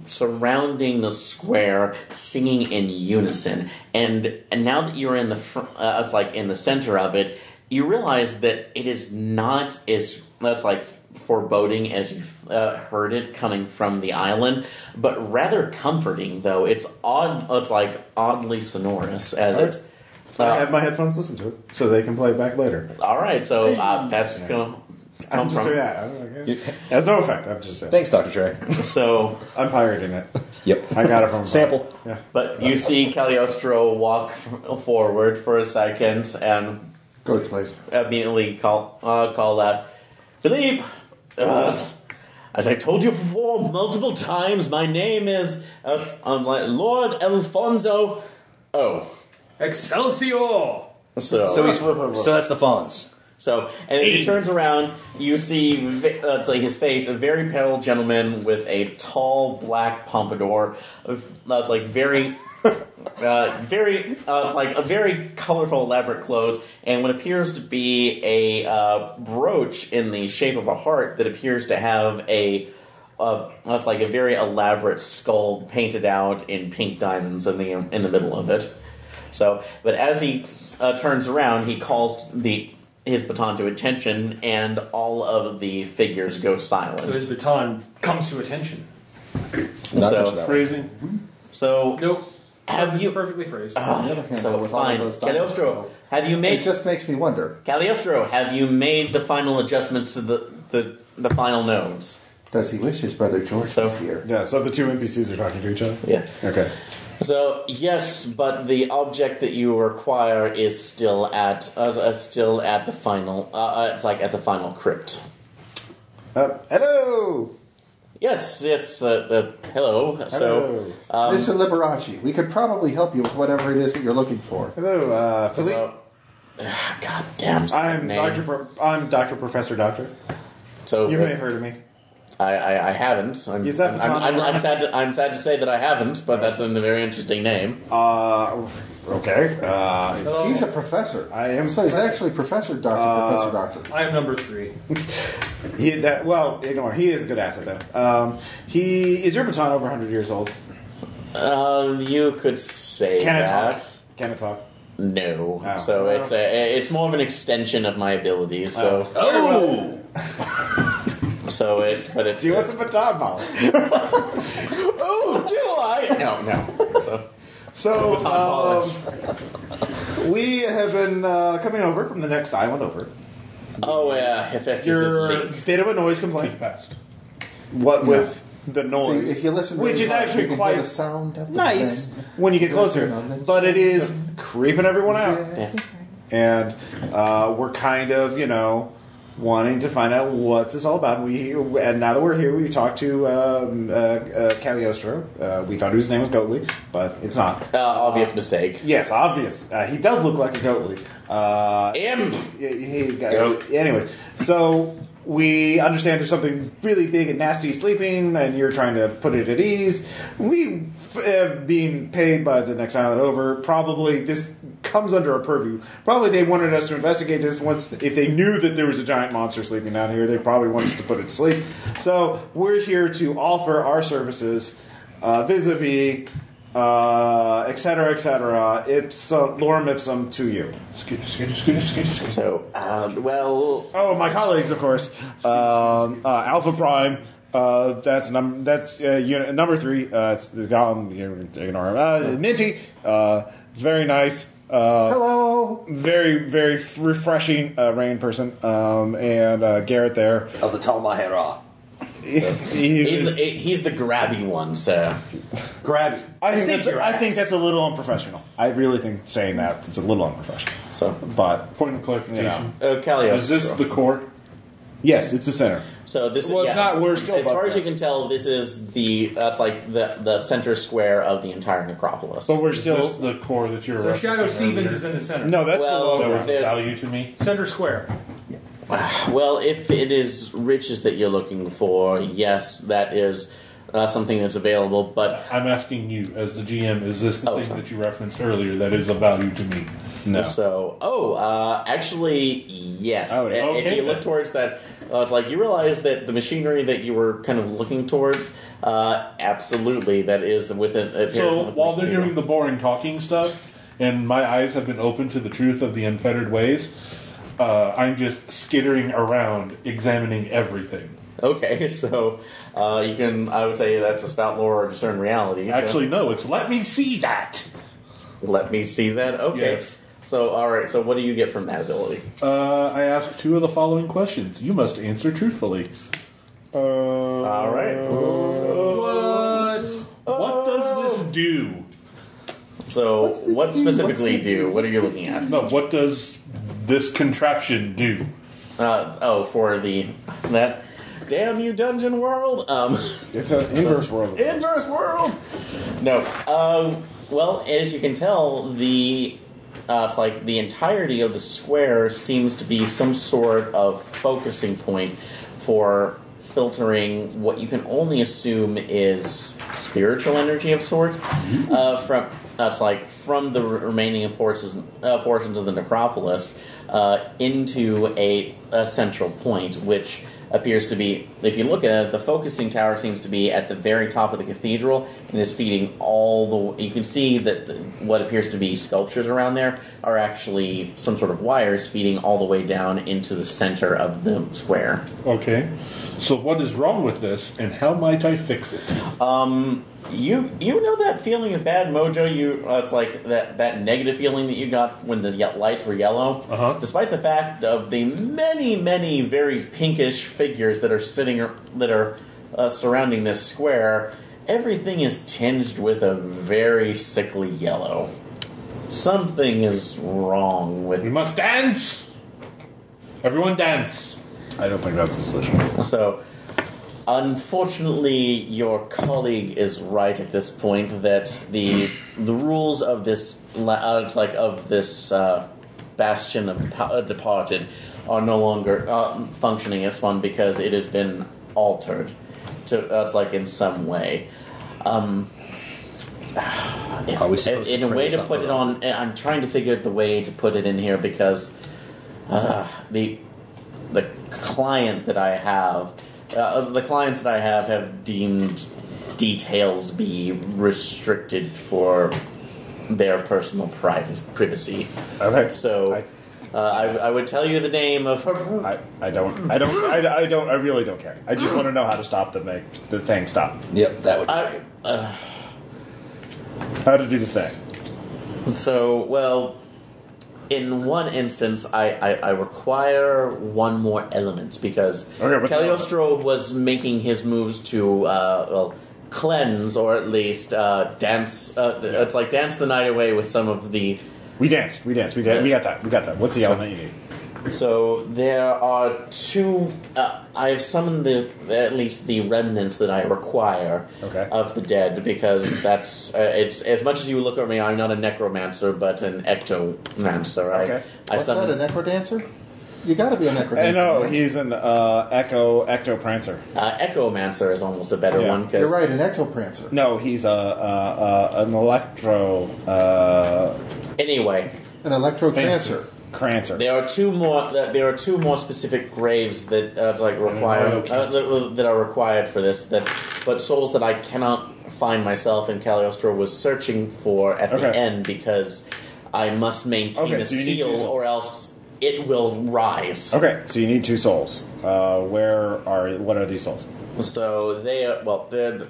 C: surrounding the square, singing in unison. And, and now that you're in the fr- uh, it's like in the center of it, you realize that it is not as that's like foreboding as you uh, heard it coming from the island, but rather comforting though. It's odd. It's like oddly sonorous as it uh,
H: I have my headphones listen to it, so they can play it back later.
C: All right, so uh, that's going to come
H: I'm just
C: from
H: doing that. I don't know. Has no effect. I'm just saying.
E: Thanks, Dr. Trey.
C: So
H: I'm pirating it.
E: Yep.
H: I got it from
E: Sample.
H: Yeah.
C: But you see Cagliostro walk f- forward for a second and
F: Go slice.
C: immediately call uh, call out, Philippe. Ugh. as I told you before multiple times, my name is uh, I'm like Lord Alfonso. Oh,
D: Excelsior!
C: so
E: So, he's, so that's the Fawns.
C: so, and as he turns around, you see ve- uh, it's like his face, a very pale gentleman with a tall black pompadour. of- That's like very, uh, very, uh, it's like a very colorful, elaborate clothes, and what appears to be a uh, brooch in the shape of a heart that appears to have a. Uh, that's like a very elaborate skull painted out in pink diamonds in the in the middle of it. So, but as he uh, turns around, he calls the his baton to attention, and all of the figures go
K: So
C: silent.
K: his baton comes to attention.
E: Not
C: So-
E: much of that one.
B: Phrasing.
C: So,
K: Nope.
C: have you? Ah,
K: Perfectly phrased.
F: On the other hand,
C: So
F: with
C: fine,
F: all of those diamonds,
C: Cagliostro.
F: though,
C: Have you
F: it
C: made
F: just makes me wonder:
C: Cagliostro? Have you made the final adjustment to the the, the final nodes?
F: Does he wish his brother George
C: So-
F: was here?
H: Yeah. So the two NPCs are talking to each other.
C: Yeah.
H: Okay.
C: So yes, but the object that you require is still at uh, uh, still at the final. Uh, uh, it's like at the final crypt.
H: Uh, hello.
C: Yes, yes. Uh, uh, hello. So,
H: Hello.
C: um,
F: Mr. Liberace, we could probably help you with whatever it is that you're looking for.
H: Hello, uh, Philippe.
C: so Ah, God damn.
H: I'm
C: name.
H: Doctor. Pro- I'm Doctor Professor Doctor.
C: So
H: You
C: uh,
H: may have heard of me.
C: I, I, I haven't. I'm,
H: Is that
C: I'm,
H: the time
C: I'm, I'm,
H: around?
C: I'm sad to, I'm sad to say that I haven't, but that's a very interesting name.
H: Uh, okay. Uh,
D: Hello.
F: He's a professor.
H: I am
F: So he's
H: professor.
F: actually Professor Doctor,
E: Uh,
F: Professor Doctor.
D: I am number three.
H: he that well ignore. He is a good asset though. Um, he is your baton over 100 years old.
C: Uh, you could say
H: Can it
C: that.
H: talk? Can it talk?
C: No.
H: Oh.
C: So it's a, it's more of an extension of my abilities. So
E: Oh!
C: so it's but it's uh,
H: Do you want some baton, Molly?
C: oh do I no no so
H: So um, we have been uh, coming over from the next island over.
C: oh yeah Hephaestus
H: Your
C: is big.
H: bit of a noise complaint.
B: Past.
H: What with the noise?
F: See, if you listen,
H: which
F: really
H: is
F: hard, you
H: actually
F: can
H: quite
F: hear the sound of the
H: nice
F: thing.
H: when you get closer,
F: Listen on the-
H: but it is creeping everyone out,
C: Yeah.
H: and uh, we're kind of you know wanting to find out what's this all about. We and now that we're here, we talked to um, uh, uh, Cagliostro. Uh, we thought his name was Goatley, but it's not.
C: Uh, obvious mistake.
H: Yes, obvious. Uh, he does look like a Goatley. Uh,
C: Him.
H: yeah, he got, Anyway, so we understand there's something really big and nasty sleeping, and you're trying to put it at ease. We, uh, being paid by the next island over, probably this comes under our purview. Probably they wanted us to investigate this once. If they knew that there was a giant monster sleeping down here, they probably wanted us to put it to sleep. So we're here to offer our services uh, vis-a-vis. Uh, et cetera, et cetera, ipsum, lorem ipsum to you.
B: Skitty, skitty, skitty, skitty, skitty.
C: So uh, well
H: Oh, my colleagues, of course. Um, uh, Alpha Prime. Uh, that's num- that's uh, unit number three. Uh, it's the Gollum. You ignore him. Uh, Minty. Uh, it's very nice. Uh,
F: Hello.
H: Very very f- refreshing uh, rain person. Um, and uh, Garrett there.
I: Of the Talmahera.
H: He
C: he's
H: was-
C: the, he's the grabby one. So
I: Grab it.
H: I think,
I: Save
H: that's,
I: your
H: I
I: ass.
H: think that's a little unprofessional. I really think saying that it's a little unprofessional.
C: so
H: But
B: Point of clarification.
C: oh Calliostro.
B: Is this the core?
H: yes, it's the center.
C: So this
H: Well,
C: is
H: it's
C: yeah.
H: not- we're still
C: as far
H: above
C: as you can tell. This is the that's like the the center square of the entire necropolis.
H: But we're
B: Is this
H: still
B: the core that you're
K: So Shadow
B: referencing
K: Stevens
B: earlier?
K: is in the center.
H: no. That's
C: Well,
H: below.
B: That was
C: There's-
B: value to me.
K: Center square.
C: well, if it is riches that you're looking for, yes, that is uh, something that's available. But
B: I'm asking you, as the GM, is this the
C: Oh,
B: thing
C: sorry.
B: that you referenced earlier that is of value to me?
H: No.
C: So, oh, uh, actually, yes.
H: Oh,
C: If-
B: okay
C: if you look
B: then.
C: towards that, uh, it's like you realize that the machinery that you were kind of looking towards, uh, absolutely, that is within. appears
B: So
C: within
B: while they're
C: community.
B: doing the boring talking stuff, and my eyes have been open to the truth of the unfettered ways, uh, I'm just skittering around, examining everything.
C: Okay, so uh, you can. I would say that's a spout lore or discern reality. so
B: Actually, no, it's let me see that.
C: let me see that. Okay.
B: Yes.
C: So, all right. So, what do you get from that ability?
B: Uh, I ask two of the following questions. You must answer truthfully. Uh, All
C: right.
B: What? What does this do?
C: So, what do? specifically What's it do? do? What are you looking at?
B: No, what does this contraption do?
C: Uh, oh, for the that damn you dungeon world. Um,
H: it's an inverse world.
C: Inverse world. No. Um, well, as you can tell, the uh, it's like the entirety of the square seems to be some sort of focusing point for filtering what you can only assume is spiritual energy of sorts uh, from that's like from the remaining portions, uh, portions of the necropolis uh, into a, a central point, which appears to be, if you look at it, the focusing tower seems to be at the very top of the cathedral and is feeding all the. You can see that the, what appears to be sculptures around there are actually some sort of wires feeding all the way down into the center of the square.
B: Okay. So what is wrong with this, and how might I fix it?
C: Um, you you know that feeling of bad mojo. You uh, it's like that that negative feeling that you got when the ye- lights were yellow. Uh-huh. Despite the fact of the many many very pinkish figures that are sitting ar- that are uh, surrounding this square, everything is tinged with a very sickly yellow. Something is wrong with.
B: We must dance. Everyone dance.
H: I don't think that's the solution.
C: So, unfortunately, your colleague is right at this point that the the rules of this la- uh, it's like of this uh, bastion of the pa- uh, departed are no longer uh, functioning as one because it has been altered. To uh, it's like in some way. Um, if-
I: Are we supposed
C: in
I: to
C: a way
I: praise
C: to
I: that
C: put it on? I'm trying to figure out the way to put it in here because uh, the the client that I have, uh, the clients that I have have deemed details be restricted for their personal privacy. privacy.
H: Okay.
C: So. I, uh, I, I would tell you the name of her.
H: I, I don't. I don't. I, I don't. I really don't care. I just want to know how to stop the make the thing stop.
I: Yep, that would.
C: I, uh,
H: How to do the thing.
C: So, well, in one instance, I, I, I require one more element because
H: Okay, what's the
C: Cagliostro was making his moves to uh, well, cleanse or at least uh, dance. Uh, it's like dance the night away with some of the.
H: We danced. We danced. We danced. We got that. We got that. What's the element you need?
C: So there are two. Uh, I have summoned the at least the remnants that I require
H: Okay.
C: of the dead because that's uh, it's as much as you look at me. I'm not a necromancer, but an ectomancer. I,
H: Okay.
C: I
F: What's that, a
C: summon
F: necrodancer? You gotta be a necrodancer.
H: I know he's an uh, Echo Ectoprancer.
C: uh, echomancer is almost a better
H: Yeah.
C: one
F: You're
C: because
F: right, an ectoprancer.
H: No, he's a, uh uh an Electro uh,
C: anyway,
F: An electrancer.
H: Crancer.
C: there are two more. Uh, there are two more specific graves that uh, like require
B: royal
C: uh, that, that are required for this. That but souls that I cannot find myself in Cagliostro was searching for at the
H: Okay.
C: end because I must maintain
H: Okay,
C: the
H: so you need
C: seal
H: two souls.
C: or else it will rise.
H: Okay, so you need two souls. Uh, where are what are these souls?
C: So they are, well, they're.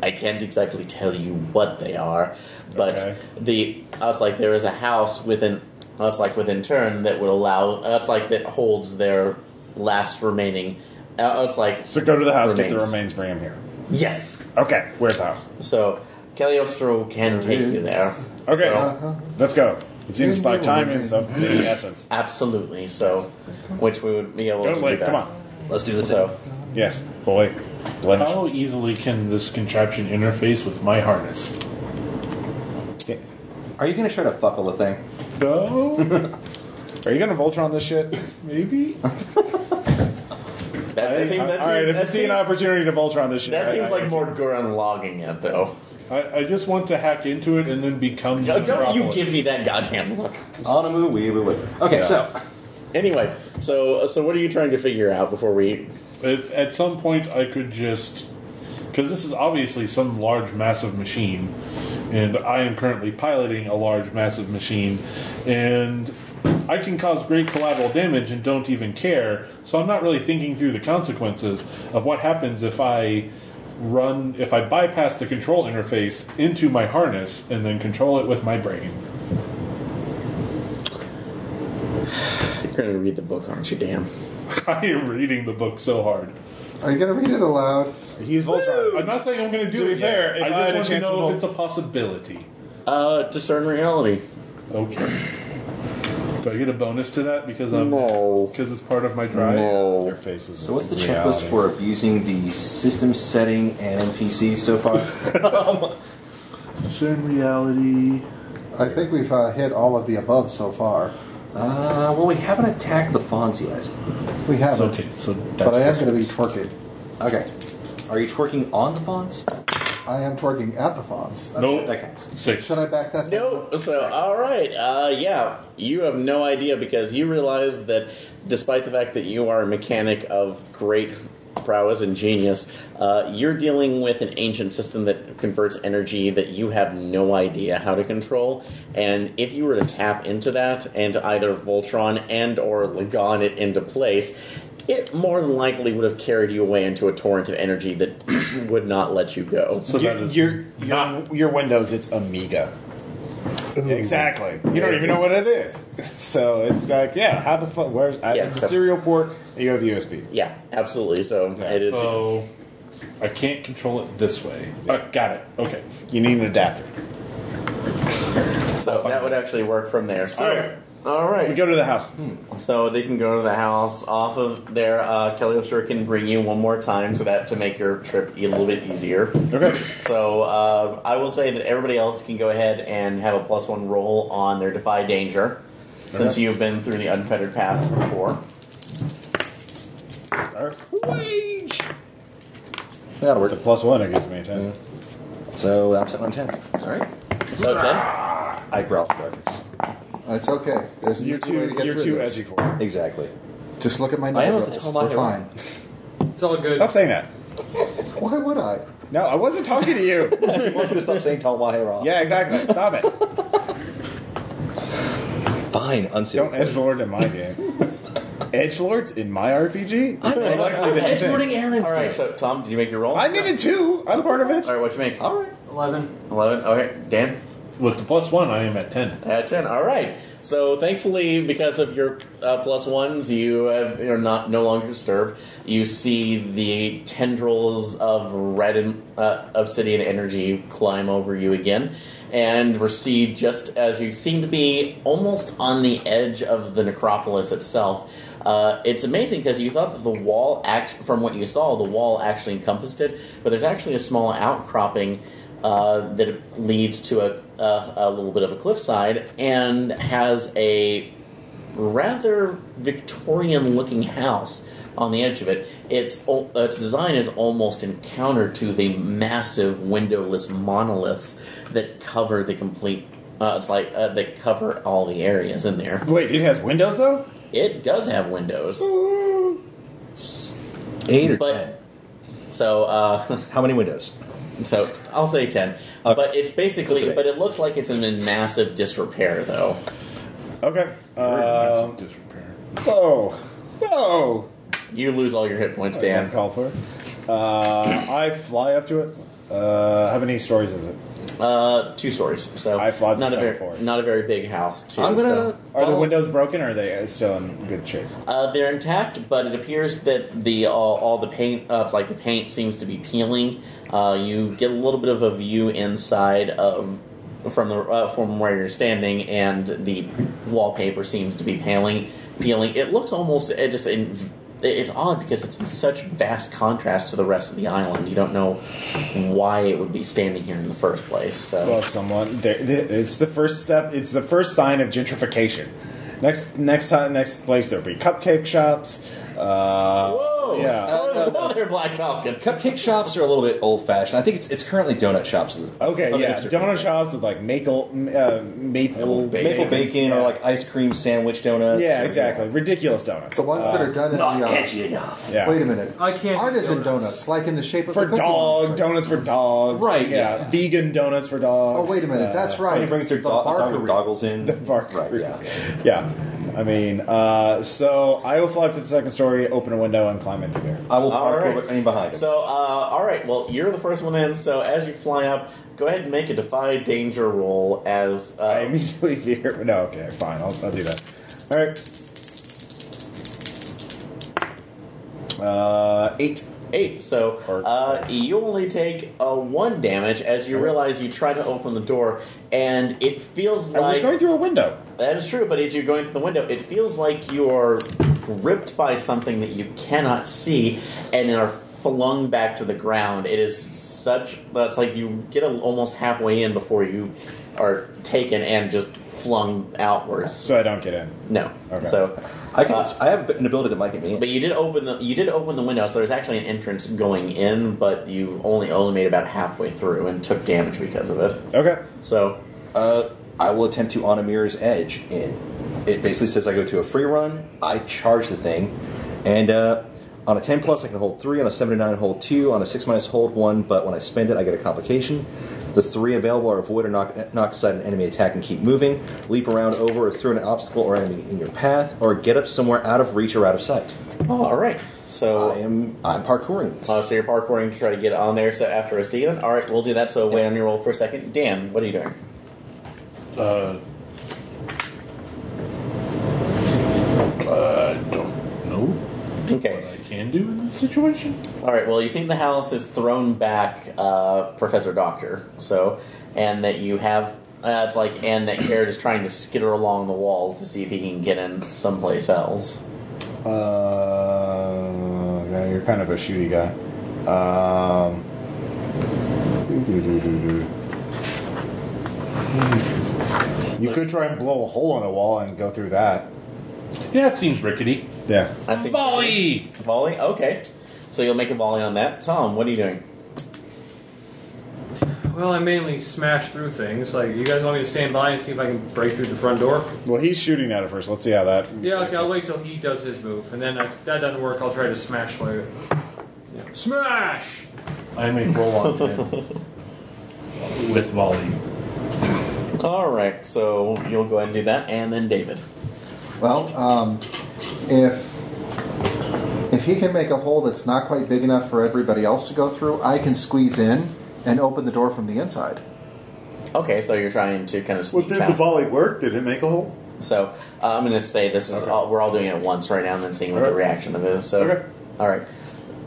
C: I can't exactly tell you what they are, but
H: Okay.
C: the I was like there is a house within that's like within turn that would allow that's like that holds their last remaining. Uh, it's like
H: So go to the house, get the
C: Remains.
H: remains, bring them here.
C: yes.
H: Okay, where's the house?
C: So Cagliostro can take you there.
H: Okay,
C: So-
H: let's go. It seems like time is of the essence.
C: absolutely. So, which we would be able
H: Go
C: to
H: Blake,
C: do that.
H: come on.
I: Let's do this.
C: So
H: Yes, boy, blemish.
B: How easily can this contraption interface with my harness?
E: Are you going to try to fuckle the thing?
B: No,
H: Are you gonna Voltron this shit?
B: maybe.
C: that, that seems, that
H: All right,
C: seems-
H: if you
C: that
H: see an
C: seems-
H: opportunity to Voltron this shit,
C: that
H: I-
C: seems
H: I-
C: like more Gurren logging it though.
B: I, I just want to hack into it and then become.
C: Yo,
B: the
C: don't you
B: Necropolis.
C: give me that goddamn look.
E: Anamu, weeaboo, weeaboo. Okay, so.
C: Anyway, so uh, so what are you trying to figure out before we?
B: If at some point I could just. Because this is obviously some large, massive machine, and I am currently piloting a large, massive machine, and I can cause great collateral damage and don't even care, so I'm not really thinking through the consequences of what happens if I run, if I bypass the control interface into my harness and then control it with my brain.
C: You're going to read the book, aren't you, Dan?
B: I am reading the book so hard.
F: Are you going to read it aloud?
H: He's Voltron.
B: I'm not saying I'm going to do
H: To be
B: it yet.
H: fair, if I
B: I just
H: had a
B: want to
H: chance to
B: know
H: vote-
B: if it's a possibility.
C: Uh, discern reality.
B: Okay. Do I get a bonus to that because I'm
C: No.
B: because it's part of my drive?
C: No.
H: Their faces.
E: So what's the checklist for abusing the system setting and NPCs so far?
H: Discern reality.
F: I think we've uh, hit all of the above so far.
E: Uh, well, we haven't attacked the Fawns yet.
F: We
B: So,
F: haven't,
B: okay, so
F: but I
B: that's-
F: am going to be twerking.
E: Okay. Are you twerking on the Fawns?
F: I am twerking at the fonts.
B: Nope.
E: That counts.
B: Six.
F: Should I back that?
C: No. So, all right. Uh, yeah, you have no idea because you realize that despite the fact that you are a mechanic of great prowess and genius, uh, you're dealing with an ancient system that converts energy that you have no idea how to control. And if you were to tap into that and either Voltron and or Lagon it into place, it more than likely would have carried you away into a torrent of energy that would not let you go.
B: So that
A: Your,
B: is
A: your,
B: not.
A: your Windows, it's Amiga. Exactly. You don't even know what it is. So it's like, yeah, how the fuck? Where's I,
C: Yeah.
A: it's a serial port? And you have USB.
C: Yeah, absolutely. So it is.
B: So I can't control it this way. Uh, got it. Okay.
A: You need an adapter.
C: So that would actually work from there. So,
A: All right.
C: All right.
A: We go to the house.
C: so they can go to the house off of there. Uh, Kaliosur can bring you one more time so that to make your trip a little bit easier.
A: Okay.
C: So uh, I will say that everybody else can go ahead and have a plus one roll on their defy danger, since you've been through the unfettered path before.
A: Wage.
E: That'll
A: The
E: work.
A: plus one against me, ten.
E: So I'm sitting on 10.
C: All right. So ten.
E: I growl for darkness.
F: It's okay. There's an
A: You're
F: easy way to
A: too,
F: get
A: you're
F: through
A: too
F: this.
A: edgy for it.
E: Exactly.
F: Just look at my
E: I am
F: nose.
E: with the
F: We're
E: Tomohiro.
F: fine.
D: It's all good.
A: Stop saying that.
F: Why would I?
A: No, I wasn't talking to you.
E: You want me to stop saying Talwahera?
A: yeah, exactly. Stop it.
E: Fine, unserial.
A: Don't
E: port.
A: edgelord in my game. Edgelords in my RPG? It's
E: I'm
A: more likely than you think.
E: edgelording Aaron's
C: All right.
E: game.
C: So Tom, did you make your roll?
A: I'm in it too. I'm part of
C: All
A: it.
C: right. What you make?
E: All right.
K: Eleven.
C: Eleven. Okay. Dan.
B: With the plus one, I am at ten.
C: At 10. All right. So thankfully, because of your uh, plus ones, you have, are not no longer disturbed. You see the tendrils of red and, uh, obsidian energy climb over you again, and recede just as you seem to be almost on the edge of the necropolis itself. Uh, it's amazing because you thought that the wall, act- from what you saw, the wall actually encompassed it, but there's actually a small outcropping uh, that leads to a, a, a little bit of a cliffside and has a rather Victorian looking house on the edge of it. Its, al- its design is almost in counter to the massive windowless monoliths that cover the complete. Uh, it's like uh, that cover all the areas in there.
A: Wait, it has windows though?
C: It does have windows,
E: Eight or
C: But-
E: ten?
C: so uh,
E: How many windows?
C: so I'll say ten.
E: Okay.
C: But it's basically,
E: Okay.
C: but it looks like it's in massive disrepair, though.
A: Okay.
B: Massive
A: Um,
B: disrepair.
A: whoa. Whoa.
C: You lose all your hit points,
A: Damn.
C: Dan.
A: Call for. Uh, I fly up to it. Uh, how many stories is it?
C: Uh, two stories. So
A: I flogged
C: not a
A: the
C: very
A: second floor.
C: not a very big house. Too,
E: I'm gonna.
C: so-
A: Are the
E: follow-
A: windows broken? or Are they still in good shape?
C: Uh, they're intact, but it appears that the all, all the paint, uh, it's like the paint seems to be peeling. Uh, you get a little bit of a view inside of from the uh, from where you're standing, and the wallpaper seems to be paling, peeling. It looks almost it just in, it's odd because it's in such vast contrast to the rest of the island. You don't know why it would be standing here in the first place. So.
A: Well, someone. There, th- it's the first step. It's the first sign of gentrification. Next, next time, next place there'll be cupcake shops. Uh,
C: Whoa!
A: Yeah.
C: Whoa, there, Black Falcon.
E: Cupcake shops are a little bit old fashioned. I think it's it's currently donut shops.
A: Okay,
E: Other
A: yeah,
E: hipster-
A: donut shops with like maple, uh, maple,
E: Maple bacon or
A: yeah.
E: like ice cream sandwich donuts.
A: yeah,
E: or-
A: exactly, ridiculous donuts.
F: The ones that are done in the.
E: Not
F: Uh,
E: edgy enough.
A: yeah.
F: Wait a minute.
D: I can't do
F: Artisan donuts.
D: donuts.
F: like in the shape of
A: for
F: a cookie
A: dog
F: monster.
A: donuts for dogs,
E: Right,
A: Yeah, vegan donuts for dogs.
F: Oh wait a minute.
A: Uh,
F: That's right.
E: Somebody brings their
F: the
E: dog, dog
F: barkery.
E: with goggles in.
A: The bark.
E: Right, yeah.
A: yeah. I mean, uh, so I will fly up to the second story, open a window, and climb
H: climb into there.
E: I will
C: All
E: park
C: right.
E: over in behind him.
C: So, uh, all right. Well, you're the first one in. So, as you fly up, go ahead and make a defy danger roll. As uh, I
H: immediately fear. No, okay, fine. I'll, I'll do that. All right. Uh, eight.
C: Eight. So uh, you only take uh, one damage as you realize you try to open the door, and it feels like I was going
H: through a window.
C: That is true, but as you're going through the window, it feels like you are gripped by something that you cannot see, and are flung back to the ground. It is such that's like you get a, almost halfway in before you are taken and just flung outwards.
H: So I don't get in.
C: No.
H: Okay.
C: So
E: I can. I have an ability that might get me in.
C: but you did open the you did open the window, so there's actually an entrance going in, but you only only made about halfway through and took damage because of it.
H: Okay.
C: So,
E: uh, I will attempt to on a mirror's edge. In it basically says I go to a free run. I charge the thing, and uh, on a ten plus I can hold three. On a seven to nine hold two. On a six minus hold one. But when I spend it, I get a complication. The three available are avoid or knock, knock aside an enemy attack and keep moving, leap around over or through an obstacle or enemy in your path, or get up somewhere out of reach or out of sight.
C: oh, all right. So
E: I am I'm parkouring this.
C: uh, so you're parkouring to try to get on there. So after a season, all right, we'll do that. So wait on your roll for a second. Dan, what are you doing?
B: Uh, I don't know.
C: Okay.
B: What I can do in this situation?
C: All right. Well, you see the house has thrown back uh, Professor Doctor. So, and that you have uh, it's like and that Garrett is trying to skitter along the walls to see if he can get in someplace else.
H: Uh, yeah, you're kind of a shooty guy. Um, doo-doo-doo-doo-doo. You could try and blow a hole in a wall and go through that.
B: Yeah, it seems rickety.
H: Yeah.
C: That's volley. Volley. Okay. So you'll make a volley on that. Tom, what are you doing?
D: Well, I mainly smash through things. Like, you guys want me to stand by and see if I can break through the front door?
H: Well, he's shooting at it first. Let's see how that.
D: Yeah, okay, I'll wait till he does his move. And then if that doesn't work, I'll try to smash my. Yeah. Smash!
B: I may roll on him with volley.
C: All right. So you'll go ahead and do that, and then David.
F: Well, um, if if he can make a hole that's not quite big enough for everybody else to go through, I can squeeze in and open the door from the inside.
C: Okay. So you're trying to kind of sneak
P: did
C: past.
P: the volley work? Did it make a hole?
C: So uh, I'm going to say this is all, we're all doing it once right now, and then seeing what the
F: Alright.
C: reaction of it is. So,
F: Okay.
C: all right.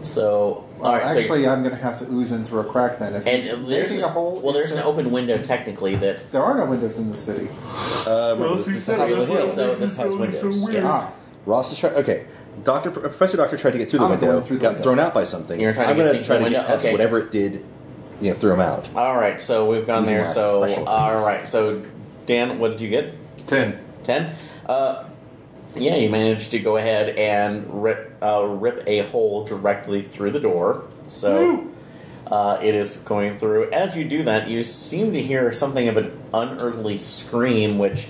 C: So,
F: Well,
C: all right. so
F: actually,
C: you're-
F: I'm going to have to ooze in through a crack then. If
C: and
F: he's
C: there's
F: making
C: a-
F: a hole,
C: well, there's an open window technically that.
F: there are no windows in the city.
E: Uh, remember, this is the house with windows. So this house with windows. yes.
F: Ah.
E: Ross is trying. Okay, Doctor Professor Doctor tried to get through the
C: I'm
E: window,
C: going through the
E: got
C: window.
E: thrown out by something.
C: You're trying to
E: I'm
C: get
E: gonna
C: sneak
E: try
C: through
E: to
C: the
E: get
C: window?
E: past
C: Okay.
E: whatever it did. You know, threw him out.
C: All right. So we've gone
E: These are
C: there.
E: my
C: So,
E: special
C: all right. So, Dan, what did you get?
B: Ten.
C: Ten. Uh, yeah, you managed to go ahead and rip uh, rip a hole directly through the door. So. Uh, it is going through. As you do that, you seem to hear something of an unearthly scream, which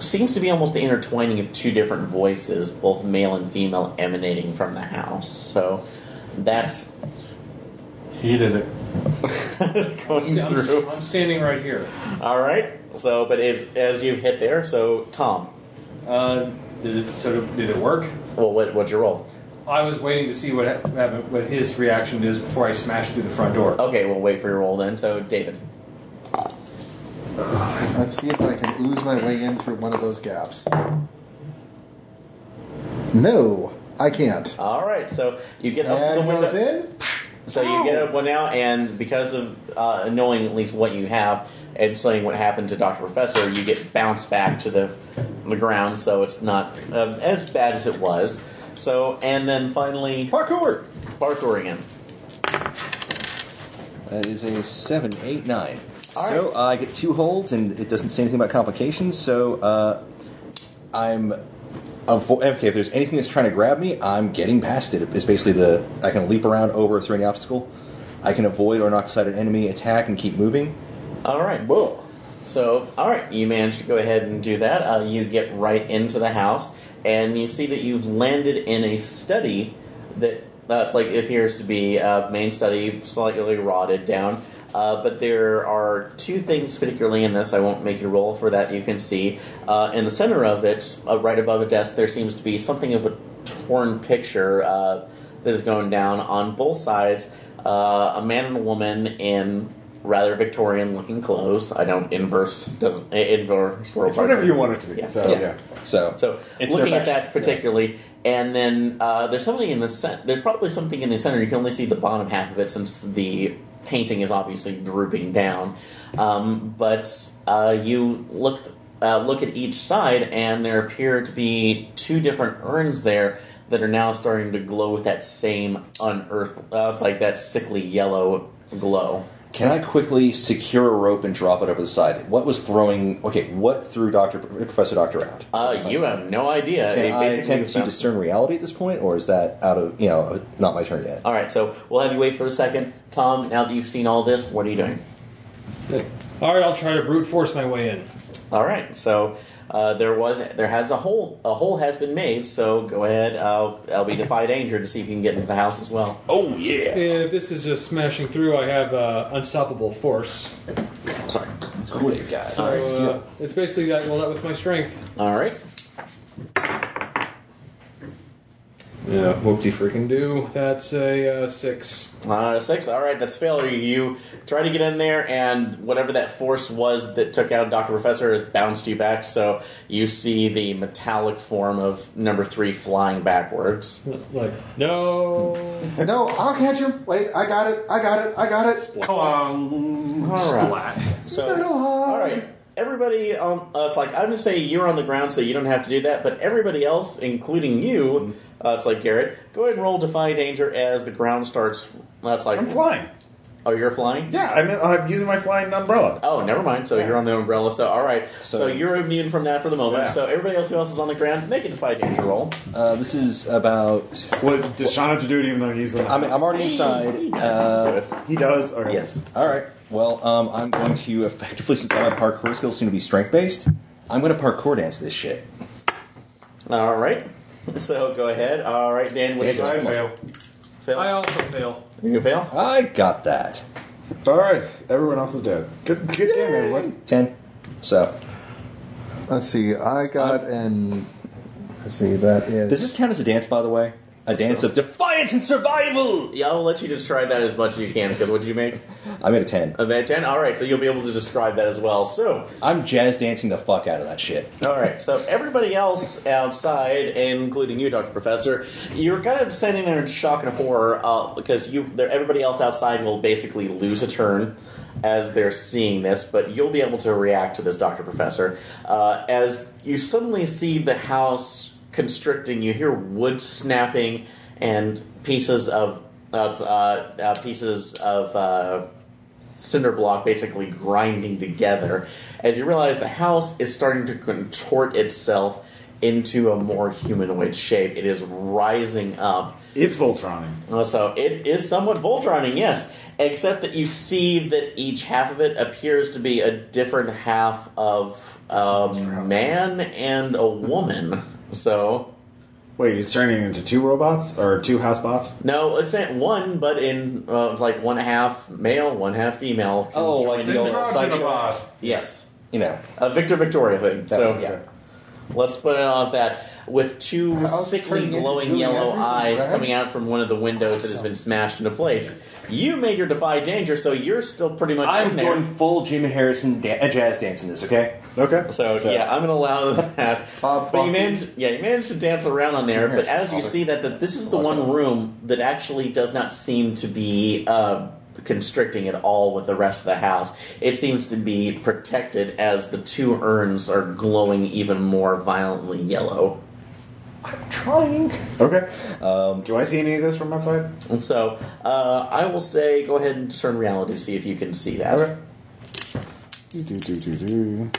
C: seems to be almost the intertwining of two different voices, both male and female, emanating from the house. So that's
B: he did it.
C: going
D: I'm,
C: through.
D: I'm standing right here.
C: All right. So, but if, as you've hit there, so Tom,
D: uh, did it, so did it work?
C: Well, what, what's your roll?
D: I was waiting to see what hap- happened, what his reaction is before I smashed through the front door.
C: Okay, we'll wait for your roll then. So, David.
F: Let's see if I can ooze my way in through one of those gaps. No, I can't.
C: All right. So you get up to the
F: And
C: window.
F: goes in.
C: So you get up one out, and because of uh, knowing at least what you have and studying what happened to Doctor Professor, you get bounced back to the the ground. So it's not uh, as bad as it was. So and then finally
E: parkour,
C: parkouring in.
E: That is a seven, eight, nine. so uh, I get two holds, and it doesn't say anything about complications. So uh, I'm avo- okay. If there's anything that's trying to grab me, I'm getting past it. It's basically the I can leap around over or through any obstacle. I can avoid or knock aside an enemy attack and keep moving.
C: All right. Whoa. So, all right, you managed to go ahead and do that. Uh, you get right into the house, and you see that you've landed in a study that that's like it appears to be a main study, slightly rotted down. Uh, but there are two things particularly in this. I won't make you roll for that. You can see uh, in the center of it, uh, right above a desk, there seems to be something of a torn picture. Uh, that is going down on both sides. Uh, a man and a woman in rather Victorian-looking clothes. I don't inverse doesn't inverse world.
A: It's whatever you want it to be, so, yeah.
E: So,
C: so
E: It's
C: looking
E: their
C: at
E: fashion,
C: that particularly, and then uh, there's something in the cen- there's probably something in the center. You can only see the bottom half of it since the painting is obviously drooping down. Um, but uh, you look uh, look at each side, and there appear to be two different urns there that are now starting to glow with that same unearth. Uh, it's like that sickly yellow glow.
E: Can I quickly secure a rope and drop it over the side? What was throwing? Okay, what threw Doctor Professor Doctor out?
C: Uh, you have no idea. It
E: Can I
C: basically
E: attempt
C: was
E: to
C: found-
E: discern reality at this point, or is that out of you know not my turn yet?
C: All right, so we'll have you wait for a second. Tom, now that you've seen all this, what are you doing?
D: All right, I'll try to brute force my way in.
C: All right, so uh, there was there has a hole a hole has been made. So go ahead. I'll I'll be defy danger to see if you can get into the house as well.
E: Oh yeah.
D: If this is just smashing through, I have uh, unstoppable force.
E: Sorry, it's cool, guy.
D: So, uh, it's basically that. Well, that with my strength.
C: All right.
O: Yeah, whoopty freaking do.
D: That's a uh, six.
C: Uh, six. All right, that's failure. You try to get in there, and whatever that force was that took out Doctor Professor has bounced you back. So you see the metallic form of number three flying backwards.
D: Like no.
F: No, I'll catch him. Wait, I got it. I got it. I got it.
C: All right. So, all right. Everybody, um, uh, it's like I'm gonna say you're on the ground, so you don't have to do that. But everybody else, including you, uh, it's like Garrett. Go ahead and roll defy danger as the ground starts. That's like
A: I'm flying.
C: Oh, you're flying.
A: Yeah, I'm, I'm using my flying umbrella.
C: Oh, never mind. So you're on the umbrella. So all right. So, you're immune from that for the moment.
A: Yeah.
C: So everybody else who else is on the ground, make a defy danger roll.
E: Uh, this is about.
A: What does Sean have to do it, even though he's in the
E: I'm,
A: house?
E: I'm already inside. Uh,
A: he does. Or
C: Yes.
E: All right. Well, um, I'm going to effectively, since all my parkour skills seem to be strength based, I'm going to parkour dance this shit.
C: All right. So go ahead. All right, Dan. What do
E: Yes,
C: you
E: I
C: got?
E: fail.
C: Fail.
D: I also fail.
C: You fail.
E: I got that.
A: All right, everyone else is dead. Good, good game, everyone.
E: Ten. So
F: Let's see. I got
C: Um,
F: an. Let's see. That is.
E: does this count as a dance? By the way, a dance of defiance and survival.
C: Yeah, I'll let you describe that as much as you can. Because what did you make?
E: I'm at a ten.
C: Of that 10? All right, so you'll be able to describe that as well. So,
E: I'm jazz dancing the fuck out of that shit.
C: all right, so everybody else outside, including you, Dr. Professor, you're kind of standing there in shock and horror uh, because you, there, everybody else outside will basically lose a turn as they're seeing this, but you'll be able to react to this, Dr. Professor. Uh, as you suddenly see the house constricting, you hear wood snapping and pieces of uh, uh, uh, pieces of uh, cinder block basically grinding together as you realize the house is starting to contort itself into a more humanoid shape. It is rising up.
A: It's Voltroning.
C: Uh, So it is somewhat Voltroning, yes, except that you see that each half of it appears to be a different half of a man and a woman. So.
A: Wait, it's turning into two robots or two housebots?
C: No, it's at one, but in uh, like one half male, one half female. can
E: Oh, like
C: join
E: the
C: in.
E: old sideshow.
C: Yes.
E: You know,
C: a Uh, Victor Victoria thing.
E: That
C: so
E: was- yeah.
C: let's put it on that with two
F: House turning
C: sickly
F: into
C: glowing
F: Julie
C: yellow
F: Andrews in
C: eyes
F: red?
C: coming out from one of the windows that has been smashed into place. You made your defy danger, so you're still pretty much
E: I'm
C: in there.
E: going full Jim Harrison da- uh, jazz dancing this. Okay.
A: Okay.
C: So, yeah, I'm gonna allow that.
F: Bob
C: But you
F: Fosse.
C: managed, yeah, you managed to dance around on there.
E: Jim
C: But
E: Harrison,
C: as you
E: Father.
C: see that, that this is the one room that actually does not seem to be uh, constricting at all with the rest of the house. It seems to be protected as the two urns are glowing even more violently yellow.
A: Trying. Okay. Um, Do I see any of this from outside?
C: And so, uh, I will say, go ahead and turn reality to see if you can see that.
A: Do, do, do, do, do.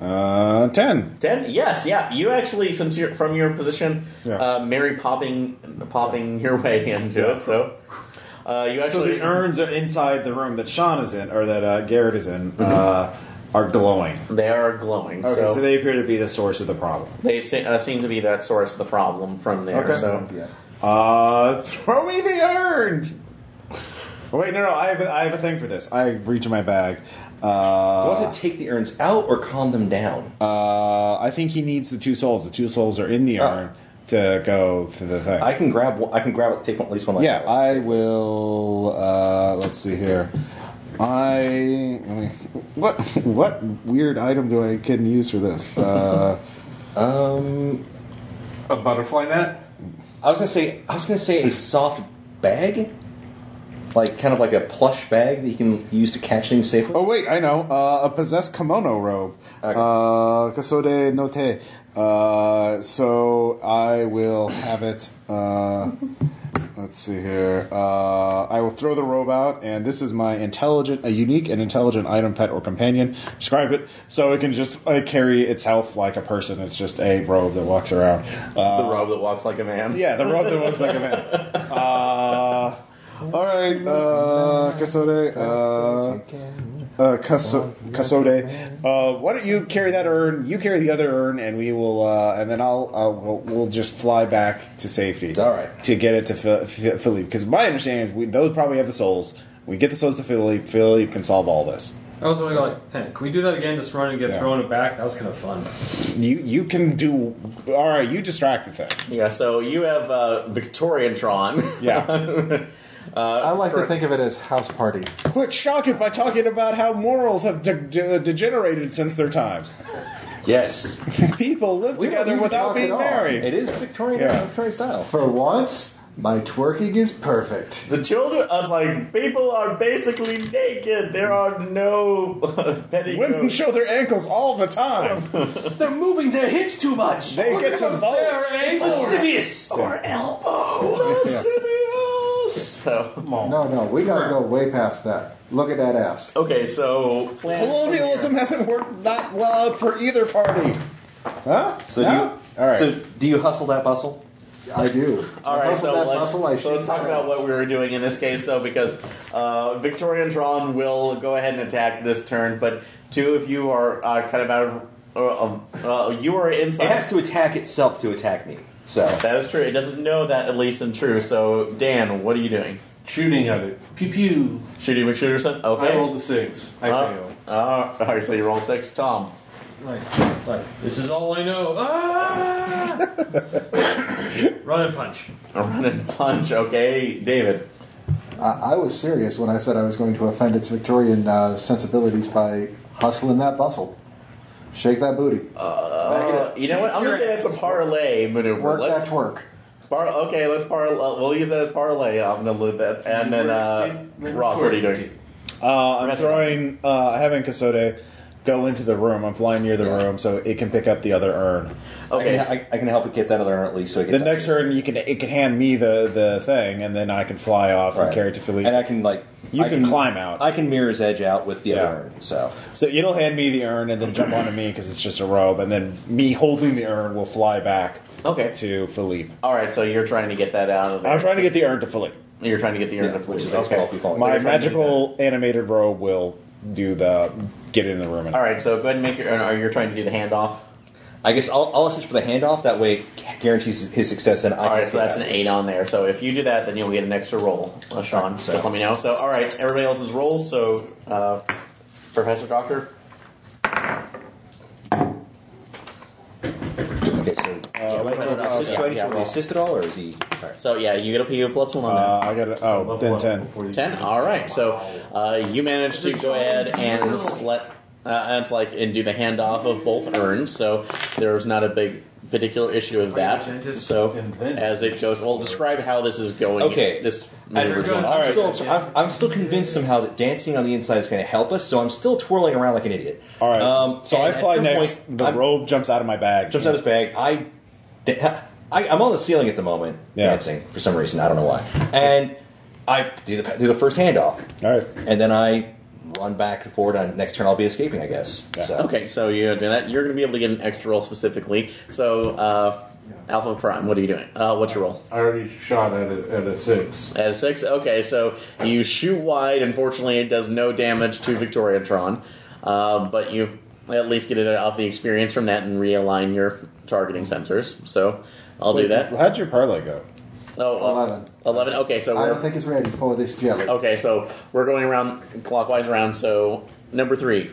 A: Uh, ten.
C: Ten? Yes, yeah. You actually, since you're from your position,
A: Yeah.
C: uh, Mary popping popping your way into
A: Yeah.
C: it. So uh, you
A: So
C: actually
A: the urns are inside the room that Sean is in, or that uh, Garrett is in, uh, are glowing.
C: they are glowing.
A: Okay, so,
C: so,
A: they appear to be the source of the problem.
C: they se- uh, seem to be that source of the problem from there.
A: Okay.
C: So
A: Uh, throw me the urns. Oh, wait, no, no, I have, a, I have a thing for this. I reach in my bag.
E: Do I
A: Uh,
E: want to take the urns out or calm them down?
A: uh, I think he needs the two souls. The two souls are in the
E: Oh.
A: urn. to go to the thing.
E: I can grab. one- I can grab. Take one- at least one. Last
A: yeah, I will. Uh, let's see here. I let me- what what weird item do I can use for this? Uh,
E: um,
B: a butterfly net.
E: I was gonna say. I was gonna say a soft bag, like kind of like a plush bag that you can use to catch things safely.
A: Oh wait, I know. Uh, a possessed kimono robe. Uh, kasode no te. Uh, so I will have it. Uh, let's see here. Uh, I will throw the robe out, and this is my intelligent, a unique and intelligent item, pet or companion. Describe it so it can just uh, carry itself like a person. It's just a robe that walks around. Uh,
C: the robe that walks like a man.
A: Yeah, the robe that walks like a man. Uh, all right, uh, Kasode. Uh, uh, Kaso- Kasode. Uh, why don't you carry that urn? You carry the other urn, and we will, uh, and then I'll, uh, we'll, we'll just fly back to safety. All right. To get it to Phil- Phil- Philip. Because my understanding is we, those probably have the souls. We get the souls to Philip. Philip can solve all this.
D: I was really like, hey, can we do that again? Just run and get thrown it back? That was kind of fun.
A: You you can do. All right, you distract the thing.
C: Yeah, so you have uh, Victorian Tron.
A: Yeah.
C: uh, I
F: like to think of it as house party.
A: Quit shocking by talking about how morals have de- de- degenerated since their time.
E: Yes.
A: People live
F: We don't
A: together
F: need to
A: without
F: talk
A: being
F: at all.
A: married.
F: It is
E: Victorian, Victorian style.
F: For once, my twerking is perfect.
C: The children, I was like, people are basically naked. There are no petty
A: Women show their ankles all the time.
E: They're moving their hips too much.
A: They
E: Look
A: get
E: at
A: to
E: those-
D: Oh,
A: vote.
E: their ankles. Lascivious.
C: Or elbow. Lascivious.
F: No, no, we gotta go way past that. Look at that ass.
C: Okay, so
A: Colonialism hasn't worked that well out for either party. Huh?
E: So do
A: No?
E: you, So do you hustle that bustle?
F: I do.
C: All right, so let's,
F: muscle, I
C: so let's
F: shoot
C: talk
F: my
C: about what we were doing in this case, though, because uh, Victorian Tron will go ahead and attack this turn, but two of you are uh, kind of out of. Uh, um, uh, you are inside. It has
E: to attack itself to attack me. So
C: that is true. It doesn't know that, at least in true. So Dan, what are you doing?
B: Shooting at it. Pew pew.
C: Shooting McShooterson. Okay.
B: I rolled a six. I
C: Uh,
B: failed.
C: uh, all right, so you roll six, Tom.
D: Like, like this is all I know. Ah! Run and punch.
C: A run and punch. Okay, David.
F: I, I was serious when I said I was going to offend its Victorian uh, sensibilities by hustling that bustle. Shake that booty.
C: Uh, you know what? I'm gonna say that's a parlay maneuver.
F: Work
C: let's,
F: that twerk.
C: Par- okay, let's parlay. Uh, we'll use that as parlay. I'm gonna loot that, and then uh, Ross, what are you doing?
A: Uh, I'm throwing, uh, having Kasode go into the room. I'm flying near the room so it can pick up the other urn.
E: Okay. I can, I, I can help it get that other urn at least so it
A: The
E: gets out.
A: next turn, you can it can hand me the, the thing, and then I can fly off
E: Right.
A: and carry it to Philippe.
E: And I can like
A: You
E: I
A: can climb out.
E: I can mirror's edge out with the
A: Yeah.
E: other urn. So
A: So it'll hand me the urn and then jump onto me because it's just a robe, and then me holding the urn will fly back.
C: Okay.
A: To Philippe.
C: All right, so you're trying to get that out of there.
A: I'm trying to get the urn to Philippe.
C: You're trying to get the urn,
A: Yeah,
C: which is
A: which is
C: okay. So
A: My
C: you're trying to do
A: magical animated robe will do the get in the room.
C: that.
A: And
C: All right, so go ahead and make your. Or you're trying to do the handoff.
E: I guess I'll, I'll assist for the handoff. That way, it guarantees his success. Then I
C: All
E: can
C: right, so
E: stay
C: that's an
E: backwards.
C: eight on there. So if you do that, then you'll get an extra roll, uh, Sean.
E: so-
C: Just let me know. So all right, everybody else's rolls. So uh, Professor Doctor,
E: Okay, so uh, do I need to assist, do I need to assist at all, or is he? All right.
C: So yeah, you get a PU plus one on that.
A: I got it. Oh, then ten.
C: Ten. All right. So uh, you managed to go ahead and slet, uh, and it's like and do the handoff of both urns. So there was not a big particular issue of that. So as it goes, well, describe how this is going.
E: Okay.
C: This.
E: I,
C: maneuver's going.
E: am still, I'm, I'm still convinced somehow that dancing on the inside is going to help us, so I'm still twirling around like an idiot. All right. Um,
A: So I
E: and at
A: fly
E: some
A: next.
E: point,
A: the
E: I'm-
A: robe jumps out of my bag.
E: jumps out of his bag. I, I, I'm on the ceiling at the moment, dancing for some reason. I don't know why. And I do the do the first handoff.
A: All right.
E: And then I run back and forward. On next turn, I'll be escaping, I guess. So.
C: Okay, so you do that. You're going to be able to get an extra roll specifically. So, uh, Alpha Prime, what are you doing? Uh, what's your roll?
B: I already shot at a, at a six.
C: At a six? Okay, so you shoot wide. Unfortunately, it does no damage to Victoria Tron, uh, but you at least get it off the experience from that and realign your targeting sensors. So I'll do
A: Wait,
C: that.
A: How'd your parlay go?
C: Oh, uh,
F: 11.
C: 11? Okay, so
F: I
C: we're,
F: don't think it's ready for this jelly.
C: okay, so we're going around clockwise around. So number three.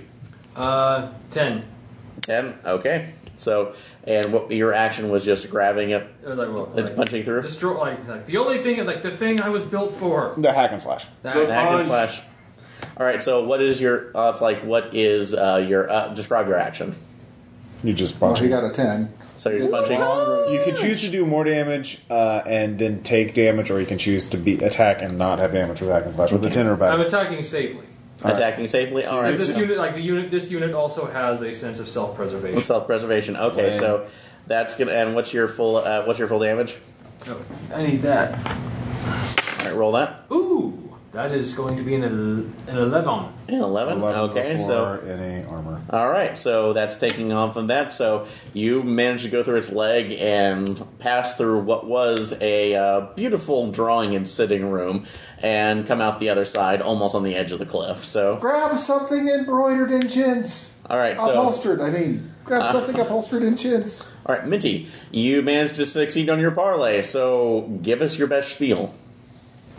D: Uh, ten.
C: Ten. Okay. So, and what your action was just grabbing it
D: It was like, well,
C: and
D: like,
C: punching through.
D: destroy, like, like the only thing, like the thing I was built for.
H: The hack and slash.
D: That-
C: Hack and slash. All right. So, what is your? Uh, it's like, what is uh, your? Uh, describe your action.
H: You just
F: Well,
H: punch.
F: Oh, he got a 10.
C: So you're just punching.
H: You can choose to do more damage uh, and then take damage, or you can choose to be attack and not have damage with hack and slash with a ten or
D: I'm
H: better.
D: attacking safely.
H: All right.
C: Attacking safely. All right.
D: Because this unit, like the unit, this unit also has a sense of self-preservation.
C: Self-preservation. Okay,
D: Lame.
C: so that's gonna. And what's your full? Uh, what's your full damage?
D: I need that.
C: All right, roll that.
D: Ooh, that is going to be an, el- an eleven.
C: An eleven. okay, so
H: in a armor.
C: All right, so that's taking off from that. So you managed to go through its leg and pass through what was a uh, beautiful drawing and sitting room, and come out the other side, almost on the edge of the cliff. So,
F: Grab something embroidered in chintz.
C: all right, so Uh.
F: Upholstered, I mean. Grab something upholstered in chintz.
C: all right, Minty, you managed to succeed on your parlay. So give us your best spiel.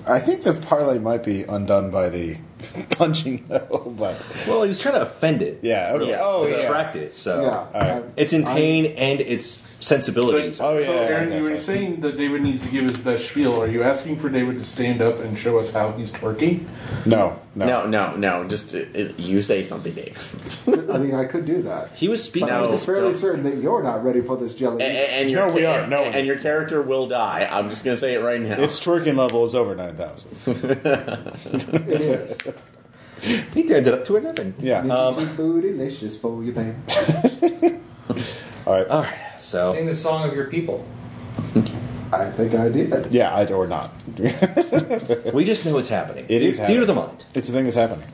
H: I think the parlay might be undone by the punching, though. But
E: Well, he was trying to offend it.
H: Yeah. Okay.
E: Really.
H: Oh, yeah.
E: Distract it. So
H: Yeah. All right.
E: it's in pain and its
K: Oh,
E: sensibilities.
B: Oh, so, Aaron, you were saying that David needs to give his best spiel. Are you asking for David to stand up and show us how he's twerking?
H: No,
C: no, no, no. Just uh, uh, you say something, Dave.
F: I mean, I could do that.
E: He was speaking.
H: Uh,
F: But
C: No. Eh,
F: I'm fairly certain that you're not ready for this jelly.
C: A- a- and your ca- and, and your character will die. I'm just going to say it right now.
H: its twerking level is over nine thousand.
F: it is.
E: He turned it up to eleven.
H: Yeah.
F: It
C: Um,
F: just be food and delicious for you, babe.
H: All right.
E: All
C: Oh.
E: right. So
D: Sing the song of your people.
F: I think I did.
H: yeah, I, or not.
E: we just know it's happening.
H: It is
E: theater
H: happening.
E: of the mind.
H: It's a thing that's happening.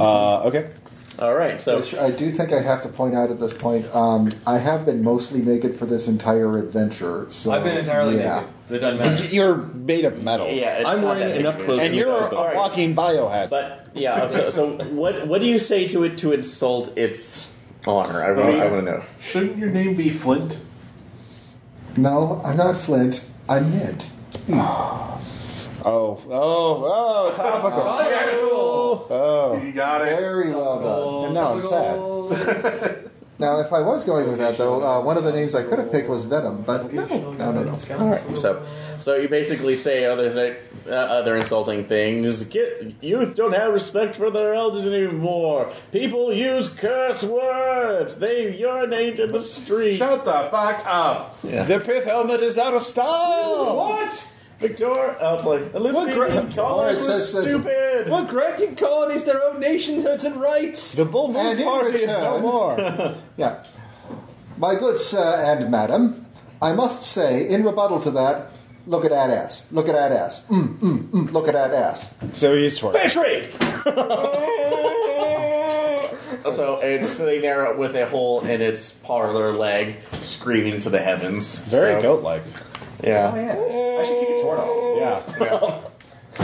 H: Uh, okay.
C: All right. So
F: Which I do think I have to point out at this point. Um, I have been mostly naked for this entire adventure. So
D: I've been entirely
F: yeah.
D: naked. But it doesn't matter.
H: You're made of metal.
C: Yeah, it's
E: I'm
C: not
E: wearing
C: that
E: enough
C: big.
E: clothes
C: And
E: to
C: you're
E: start a
C: all
E: book.
C: right.
H: Walking biohazard.
C: But yeah, so, so what what do you say to it to insult its honor? I want I want to know.
B: Shouldn't your name be Flint?
F: No, I'm not Flint. I'm Ned.
H: Oh, oh, oh, topical. Oh.
B: You got it.
F: Very well
D: Oh,
F: done.
H: And now I'm sad.
F: Now, if I was going with that, though, uh, one of the names I could have picked was Venom, but no, no, no, no.
C: All right, so so you basically say other thi- uh, other insulting things. Get youth don't have respect for their elders anymore. People use curse words. They urinate in the street.
B: Shut the fuck up.
H: The pith helmet is out of
B: Oh.
H: style.
D: What?
C: Victor, I was like Elizabeth
E: gra-
C: Dean Collins
F: Alright, so-
C: was
F: so- so-
C: stupid.
E: Well, granting colonies their own nations and rights.
H: The bull moose
F: And in
H: party is no
F: return-
H: more.
F: Yeah. My good sir and madam, I must say, in rebuttal to that, look at that ass. Look at that ass. Mm, mm, mm, look at that ass.
H: so he's twerking.
E: Betrayed.
C: So it's sitting there with a hole in its parlor leg, screaming to the heavens.
H: Very
C: So,
H: goat-like.
C: Yeah.
E: I should kick its horn off.
H: Yeah.
C: Yeah.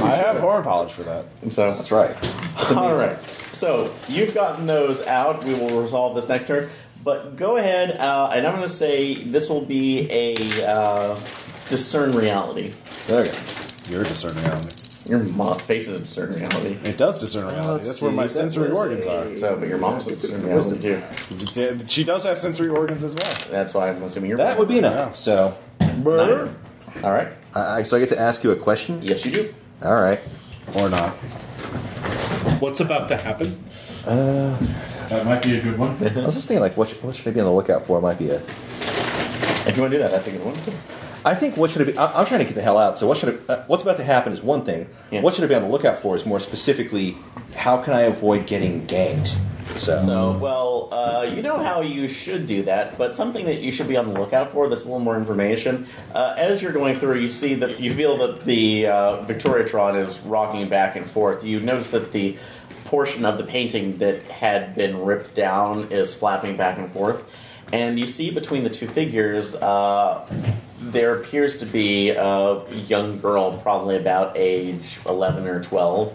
H: I have horn polish for that.
C: So
E: That's right.
C: All right. So you've gotten those out. We will resolve this next turn. But go ahead, uh, and I'm going to say this will be a uh, discern reality.
E: There we go.
H: You're discerning reality.
C: Your mom faces a discern reality.
H: It does discern reality.
E: Let's
H: That's where
E: see,
H: my
E: that
H: sensory
E: was
H: organs are.
C: So, but your mom's a discern reality too.
H: Yeah, She does have sensory organs as well.
C: That's why I'm assuming you're.
E: That would be enough.
H: Yeah.
E: So,
C: Nine. All right.
E: I so I get to ask you a question.
C: Yes, you do.
E: All right.
H: Or not.
B: What's about to happen? Uh, that might be a good one.
E: I was just thinking, like, what should, what should I be on the lookout for? Might be a.
C: If you want to do that, that's a good one. So.
E: I think what should I be? I, I'm trying to get the hell out. So what should I, uh, what's about to happen is one thing.
C: Yeah.
E: What should I be on the lookout for is more specifically, how can I avoid getting ganked? So,
C: So, well, uh, you know how you should do that, but something that you should be on the lookout for that's a little more information. Uh, as you're going through, you see that you feel that the uh, Victoriatron is rocking back and forth. You notice that the portion of the painting that had been ripped down is flapping back and forth, and you see between the two figures. Uh, there appears to be a young girl, probably about age 11 or 12,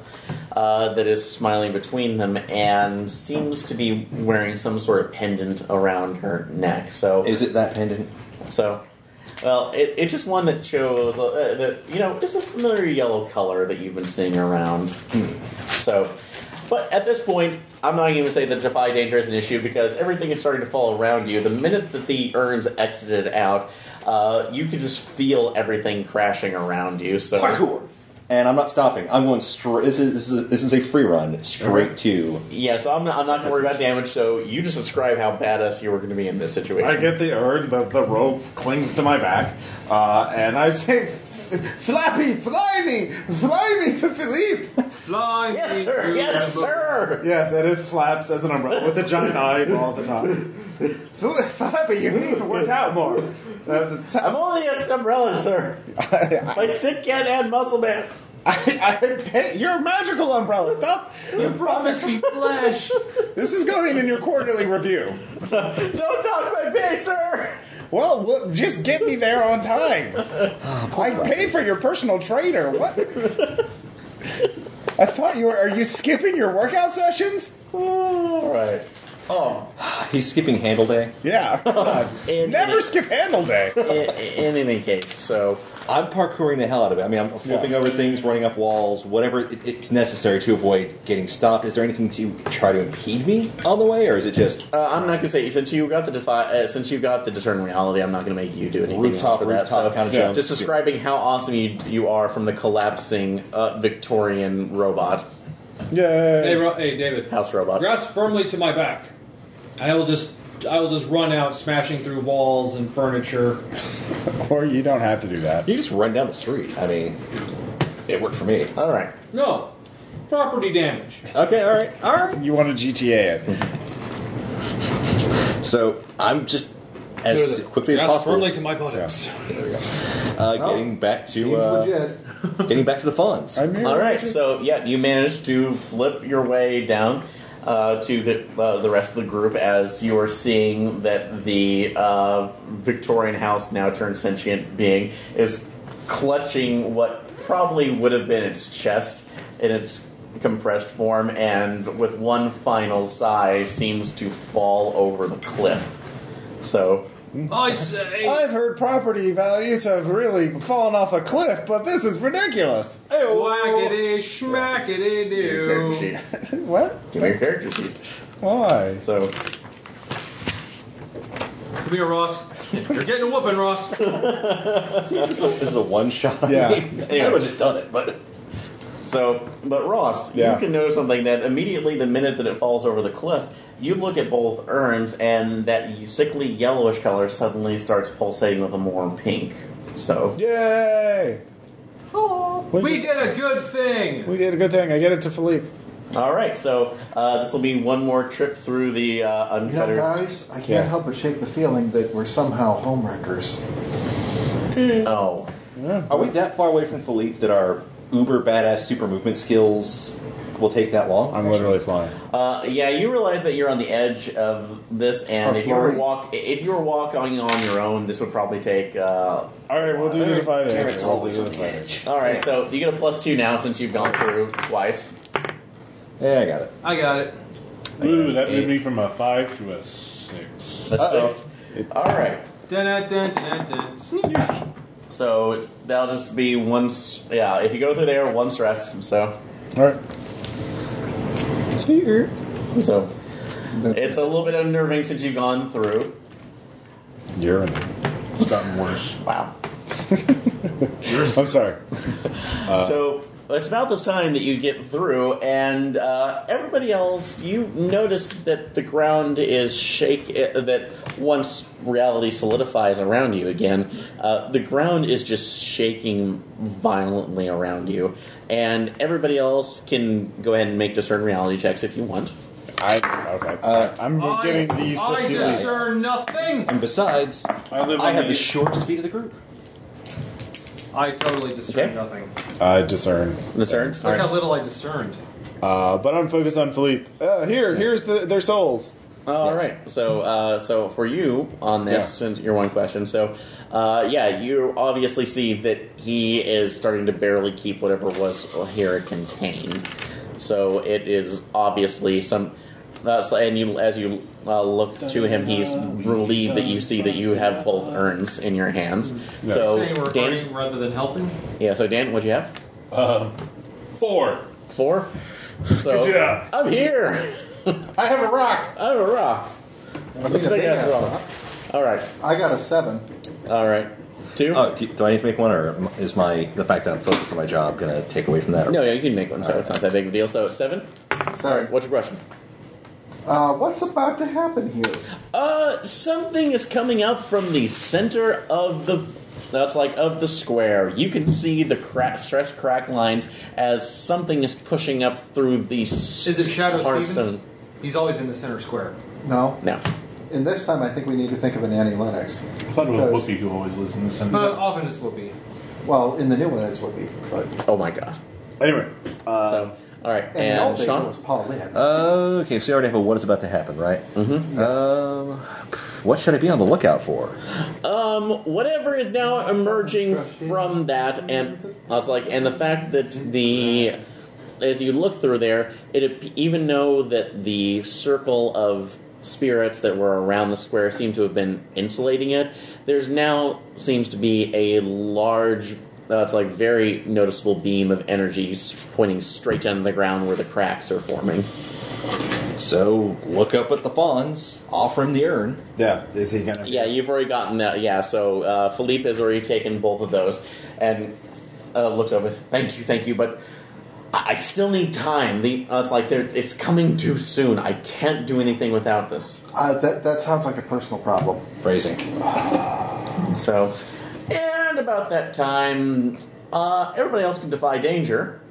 C: uh, that is smiling between them and seems to be wearing some sort of pendant around her neck. So,
E: is it that pendant?
C: so well, it, it's just one that shows uh, that, you know, it's a familiar yellow color that you've been seeing around. So, But at this point, I'm not even going to say that defy danger is an issue because everything is starting to fall around you. The minute that the urns exited out, uh, you can just feel everything crashing around you. So
E: Parkour! And I'm not stopping. I'm going straight. This is this is, this is a free run straight to.
C: Yeah, so I'm not, I'm not going to worry about damage. So you just describe how badass you were going to be in this situation.
A: I get the urn, the, the rope clings to my back, uh, and I say, Flappy, fly me! Fly me to Philippe!
D: Fly
C: Yes,
D: me
C: sir.
D: to
C: Yes,
D: the-
C: sir.
A: Yes, and it flaps as an umbrella with a giant eyeball at the top. Fl- Flappy, you need to work out more. Uh, it's-
C: I'm only an umbrella, sir. My stick can't add muscle mass.
A: I, I pay, you're a magical umbrella. Stop. You promised me
D: flesh.
A: This is going in your quarterly review.
C: Don't talk my pay, sir.
A: Well, well, just get me there on time. I pay for your personal trainer. What? I thought you were. Are you skipping your workout sessions?
C: All right. Oh,
E: He's skipping handle day.
A: Yeah. God. Never skip handle day.
C: in, in any case, so
E: I'm parkouring the hell out of it. I mean, I'm flipping over things, running up walls, whatever it, it's necessary to avoid getting stopped. Is there anything to try to impede me on the way, or is it just
C: Uh, I'm not gonna say since you got the defi- uh, since you got the discern reality. I'm not gonna make you do anything
E: Rooftop-
C: else for that.
E: rooftop
C: so,
E: kinda jump.
C: Just describing how awesome you you are from the collapsing uh, Victorian robot
D: Hey, Ro- hey, David.
C: house robot.
D: Grasp firmly to my back. I will just, I will just run out, smashing through walls and furniture.
A: Or you don't have to do that.
E: You just run down the street. I mean, it worked for me.
C: All right.
D: No, property damage.
E: Okay. All right. All right.
A: You want to GTA it?
E: So I'm just as quickly as
D: Grasp
E: possible.
D: firmly to my buttocks.
E: There we go. Uh,
F: Well,
E: getting back to
F: Seems
E: uh,
F: legit.
E: getting back to the funds.
C: All right. So yeah, you managed to flip your way down uh, to the uh, the rest of the group as you are seeing that the uh, Victorian house now turned sentient being is clutching what probably would have been its chest in its compressed form, and with one final sigh, seems to fall over the cliff. So
D: I say,
A: I've heard property values have really fallen off a cliff, but this is ridiculous.
D: whackity schmackity
C: your character
D: do.
C: sheet.
A: What?
C: Give me your character sheet.
A: Why?
C: So
D: Come here, Ross. You're getting a whooping, Ross.
E: See, this is a, this is a one shot.
A: Yeah.
E: I would have just done it, but
C: So, but Ross,
A: Yeah.
C: you can notice something that immediately the minute that it falls over the cliff, you look at both urns and that sickly yellowish color suddenly starts pulsating with a warm pink. So,
A: Yay!
D: We did a good thing.
A: We did a good thing. I get it to Philippe.
C: all right, so uh, this will be one more trip through the uh,
F: You know,
C: unfettered.
F: guys, I can't
A: Yeah.
F: help but shake the feeling that we're somehow homewreckers.
C: oh,
E: are we that far away from Philippe that our uber badass super movement skills will take that long?
A: I'm literally flying.
C: uh, yeah, you realize that you're on the edge of this, and
F: Of
C: if you were
F: glory.
C: walk, if you were walking on your own, this would probably take. Uh,
A: All right, we'll do the divide.
E: It's always on the edge.
C: all right, so you get a plus two now since you've gone through twice.
E: Yeah, I got it.
D: I got it.
B: Ooh, that moved me from a five to a six.
C: The sixth. All right.
D: Dun, dun, dun, dun, dun. Sneak.
C: So that'll just be one. s- Yeah, if you go through there, one stress. So,
A: All right.
C: so it's a little bit unnerving since you've gone through.
A: You're in it. It's gotten worse.
C: Wow.
A: I'm sorry.
C: so it's about this time that you get through, and uh, everybody else, you notice that the ground is shake. uh, That once reality solidifies around you again, uh, the ground is just shaking violently around you, and everybody else can go ahead and make discern reality checks if you want.
A: I okay. Uh, I'm
D: I,
A: giving these to
D: I
A: Philippe.
D: discern nothing.
E: And besides, I,
B: I live on
E: have
B: the-
E: the shortest feet of the group.
K: I totally discern
C: Okay.
K: nothing.
A: I discern.
C: Discern.
K: Look how little I discerned.
A: Uh, but I'm focused on Philippe. Uh, here, here's the, their souls.
B: Oh,
C: All right. So, uh, so for you on this,
A: Yeah.
C: since your one question, so uh, yeah, you obviously see that he is starting to barely keep whatever was here contained. So it is obviously some. Uh, so- and you, as you uh, look to him, he's relieved that you see that you have both urns in your hands.
K: Saying
C: So,
K: we're
C: Dan,
K: hurting rather than helping.
C: yeah. So Dan, what do you have?
B: Um, four.
C: Four. So
B: Good job.
C: I'm here. I have a rock. I have a rock. Let's
F: need a
C: make
F: big
C: us
F: ass
C: rock.
F: rock.
C: All right.
F: I got a seven.
C: All right. Two.
E: Oh, do, do I need to make one, or am- is my the fact that I'm focused on my job going to take away from that?
C: No, yeah, you can make one. So it's not that big of a deal. So it's seven.
F: Sorry.
C: what's your question?
F: Uh, what's about to happen here?
C: Uh, something is coming up from the center of the. That's like of the square. You can see the crack, stress crack lines as something is pushing up through the.
K: Is it Shadow
C: hard
K: Stevens?
C: stone.
K: He's always in the center square.
F: No.
C: No.
F: And this time, I think we need to think of an Annie Lennox.
B: I thought it was
F: Because-
B: Whoopi who always lives in the center.
K: Uh, often it's Whoopi.
F: Well, in the new one, it's Whoopi. But
C: Oh my god.
B: Anyway,
F: uh,
C: so all right,
F: in the old days, it was Paul Lynn.
E: Uh, okay, so you already have a what is about to happen, right? Mm-hmm. Um, what should I be on the lookout for?
C: Um, whatever is now emerging from that, and that's like, and the fact that the as you look through there, it ap- even though that the circle of spirits that were around the square seem to have been insulating it, there's now seems to be a large. That's like very noticeable beam of energy s- pointing straight down to the ground where the cracks are forming.
E: So look up at the fawns, offer him the urn.
H: Yeah, is he gonna?
C: Yeah, you've already gotten that. Yeah, so uh, Philippe has already taken both of those and uh, looks over. Thank you, thank you, but I, I still need time. The uh, it's like they're- it's coming too soon. I can't do anything without this.
F: Uh, that, that sounds like a personal problem.
E: Phrasing.
C: So, and about that time, uh, everybody else can defy danger.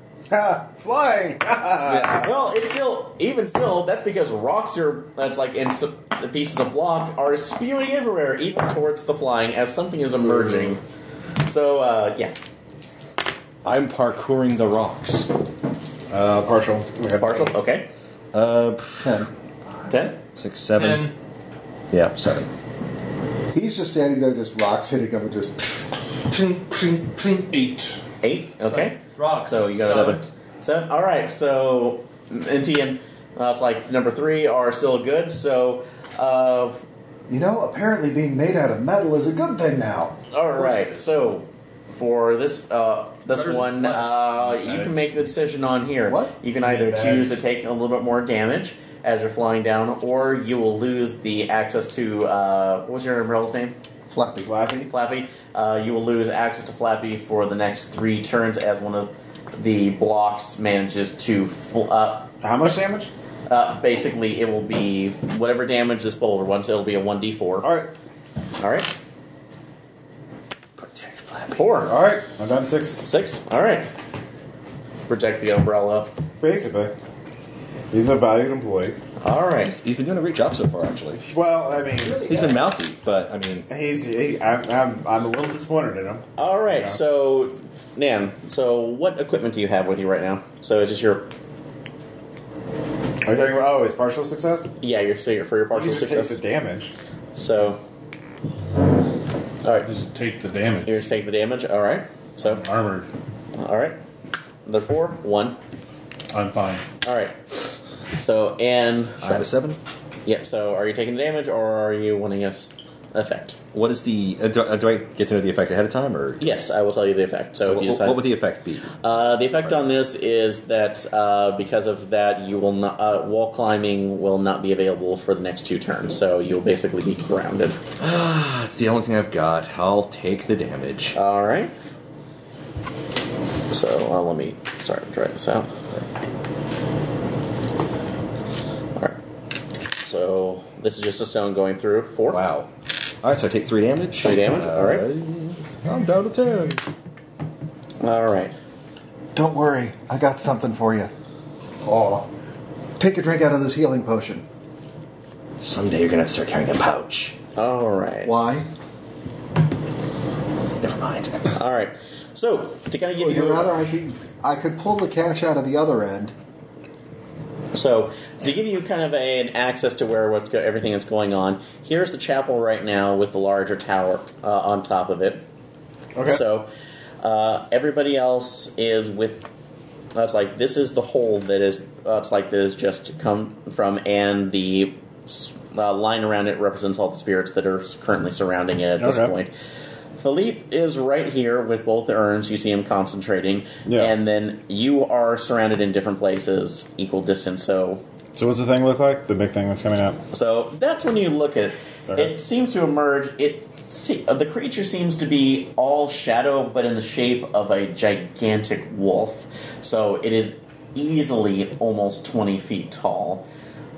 H: Flying.
C: Yeah, Well, it's still even still. That's because rocks are that's like and so, the pieces of block are spewing everywhere, even towards the flying as something is emerging. So uh, yeah.
E: I'm parkouring the rocks.
H: Uh, partial.
C: Partial. Okay.
E: Uh,
F: ten.
C: Ten?
E: Six, seven. Yeah, seven.
F: He's just standing there, just rocks hitting him, and just.
B: Eight.
C: Eight. Okay.
K: Rocks.
C: So you got a-
E: Seven.
C: Seven. All right. So NT and that's like number three are still good. So uh,
F: You know, apparently being made out of metal is a good thing now.
C: all right. So for this uh, this
F: Better than
C: one,
F: flesh.
C: uh, you can make the decision on here.
F: What?
C: You can either
F: Meatbags.
C: choose to take a little bit more damage as you're flying down, or you will lose the access to uh, what was your umbrella's name?
F: Flappy. Flappy.
C: Flappy. Uh, you will lose access to Flappy for the next three turns as one of the blocks manages to. Fl- uh,
H: How much damage?
C: Uh, basically, it will be whatever damage this boulder wants. It'll be a one d four. All
H: right.
C: All right. Protect Flappy. Four. All
H: right. I'm down to six.
C: Six. All right. Protect the umbrella.
H: Basically, he's a valued employee.
C: All right.
E: He's been doing a great job so far, actually.
H: Well, I mean,
E: He's been mouthy, but I mean,
H: he's. He, I'm, I'm. I'm a little disappointed in him.
C: All right.
H: Yeah.
C: So, Nan. So, what equipment do you have with you right now? So, it's just your
H: Are you talking about? Oh, it's partial success.
C: yeah, your so your for your partial
H: you just
C: success.
H: take the damage.
C: So, all right,
B: just take the damage.
C: You just take the damage. All right. So
B: armored.
C: All right. The four one.
B: I'm fine.
C: All right. So and
E: I had a seven.
C: Yep. So are you taking the damage or are you wanting us effect?
E: What is the? Uh, do, uh, do I get to know the effect ahead of time, or
C: Yes, I will tell you the effect. So,
E: So
C: if you
E: what-
C: decide,
E: what would the effect be?
C: Uh, the effect on this is that uh, because of that, you will not uh, wall climbing will not be available for the next two turns. So you'll basically be grounded.
E: Uh, it's the only thing I've got? I'll take the damage.
C: All right. So uh, let me start try this out. All right. So this is just a stone going through four.
E: Wow. All right, so I take three damage. Uh,
C: Three damage. all right.
E: I'm down to ten.
C: All right.
F: Don't worry, I got something for you. Oh. Take a drink out of this healing potion.
E: Someday you're gonna start carrying a pouch.
C: All right.
F: Why?
E: Never mind.
C: All right. So to kind of give
F: Would
C: you
F: you rather I could, I could pull the cash out of the other end?
C: So, to give you kind of a, an access to where what's go, everything that's going on, here's the chapel right now with the larger tower uh, on top of it.
H: Okay.
C: So, uh, everybody else is with. That's like this is the hole that is that's like that is just come from, and the s- uh, line around it represents all the spirits that are s- currently surrounding it at this
H: Okay.
C: point. Philippe is right here with both the urns. You see him concentrating, and then you are surrounded in different places, equal distance. So,
A: So what's the thing look like? The big thing that's coming up.
C: so that's when you look at it. It seems to emerge. It see, uh, the creature seems to be all shadow, but in the shape of a gigantic wolf. So it is easily almost twenty feet tall.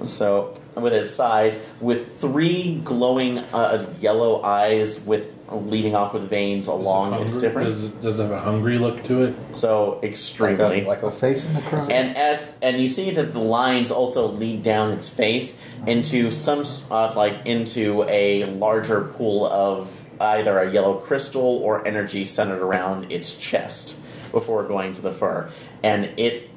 C: So with its size, with three glowing uh, yellow eyes, with leading off with veins along its
B: hungry?
C: different.
B: Does it- does it have a hungry look to it?
C: So extremely
F: Like a face in the crowd.
C: and as and you see that the lines also lead down its face into some spots like into a larger pool of either a yellow crystal or energy centered around its chest before going to the fur and it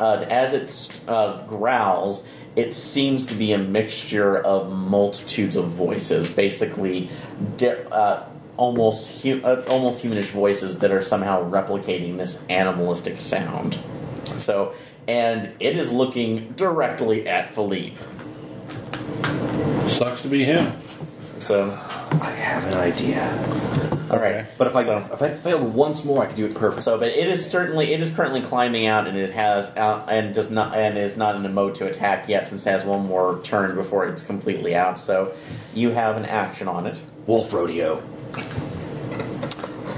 C: uh, as it uh, growls it seems to be a mixture of multitudes of voices basically di- uh, almost hu- uh, almost humanish voices that are somehow replicating this animalistic sound so, and it is looking directly at Philippe.
B: Sucks to be him.
C: So,
E: I have an idea.
C: all right.
E: But if I if I failed once more, I could do it perfect.
C: So, but it is certainly it is currently climbing out, and it has out and does not and is not in a mode to attack yet, since it has one more turn before it's completely out. So, you have an action on it.
E: Wolf rodeo.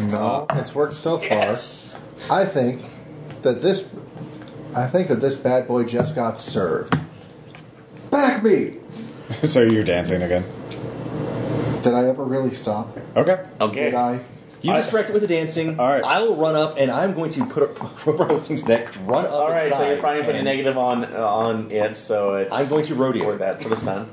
F: No, it's worked so far. I think that this, I think that this bad boy just got served. Back me.
A: so you're dancing again.
F: Did I ever really stop?
A: Okay.
C: Okay.
F: Did I?
E: You distract it with the dancing. All right. I will run up, and I'm going to put a rubber on thing's neck. Run up.
C: All right.
E: its
C: So you're
E: side,
C: probably putting
E: and-
C: negative on on it. So it's
E: I'm going to rodeo.
C: for that for this time.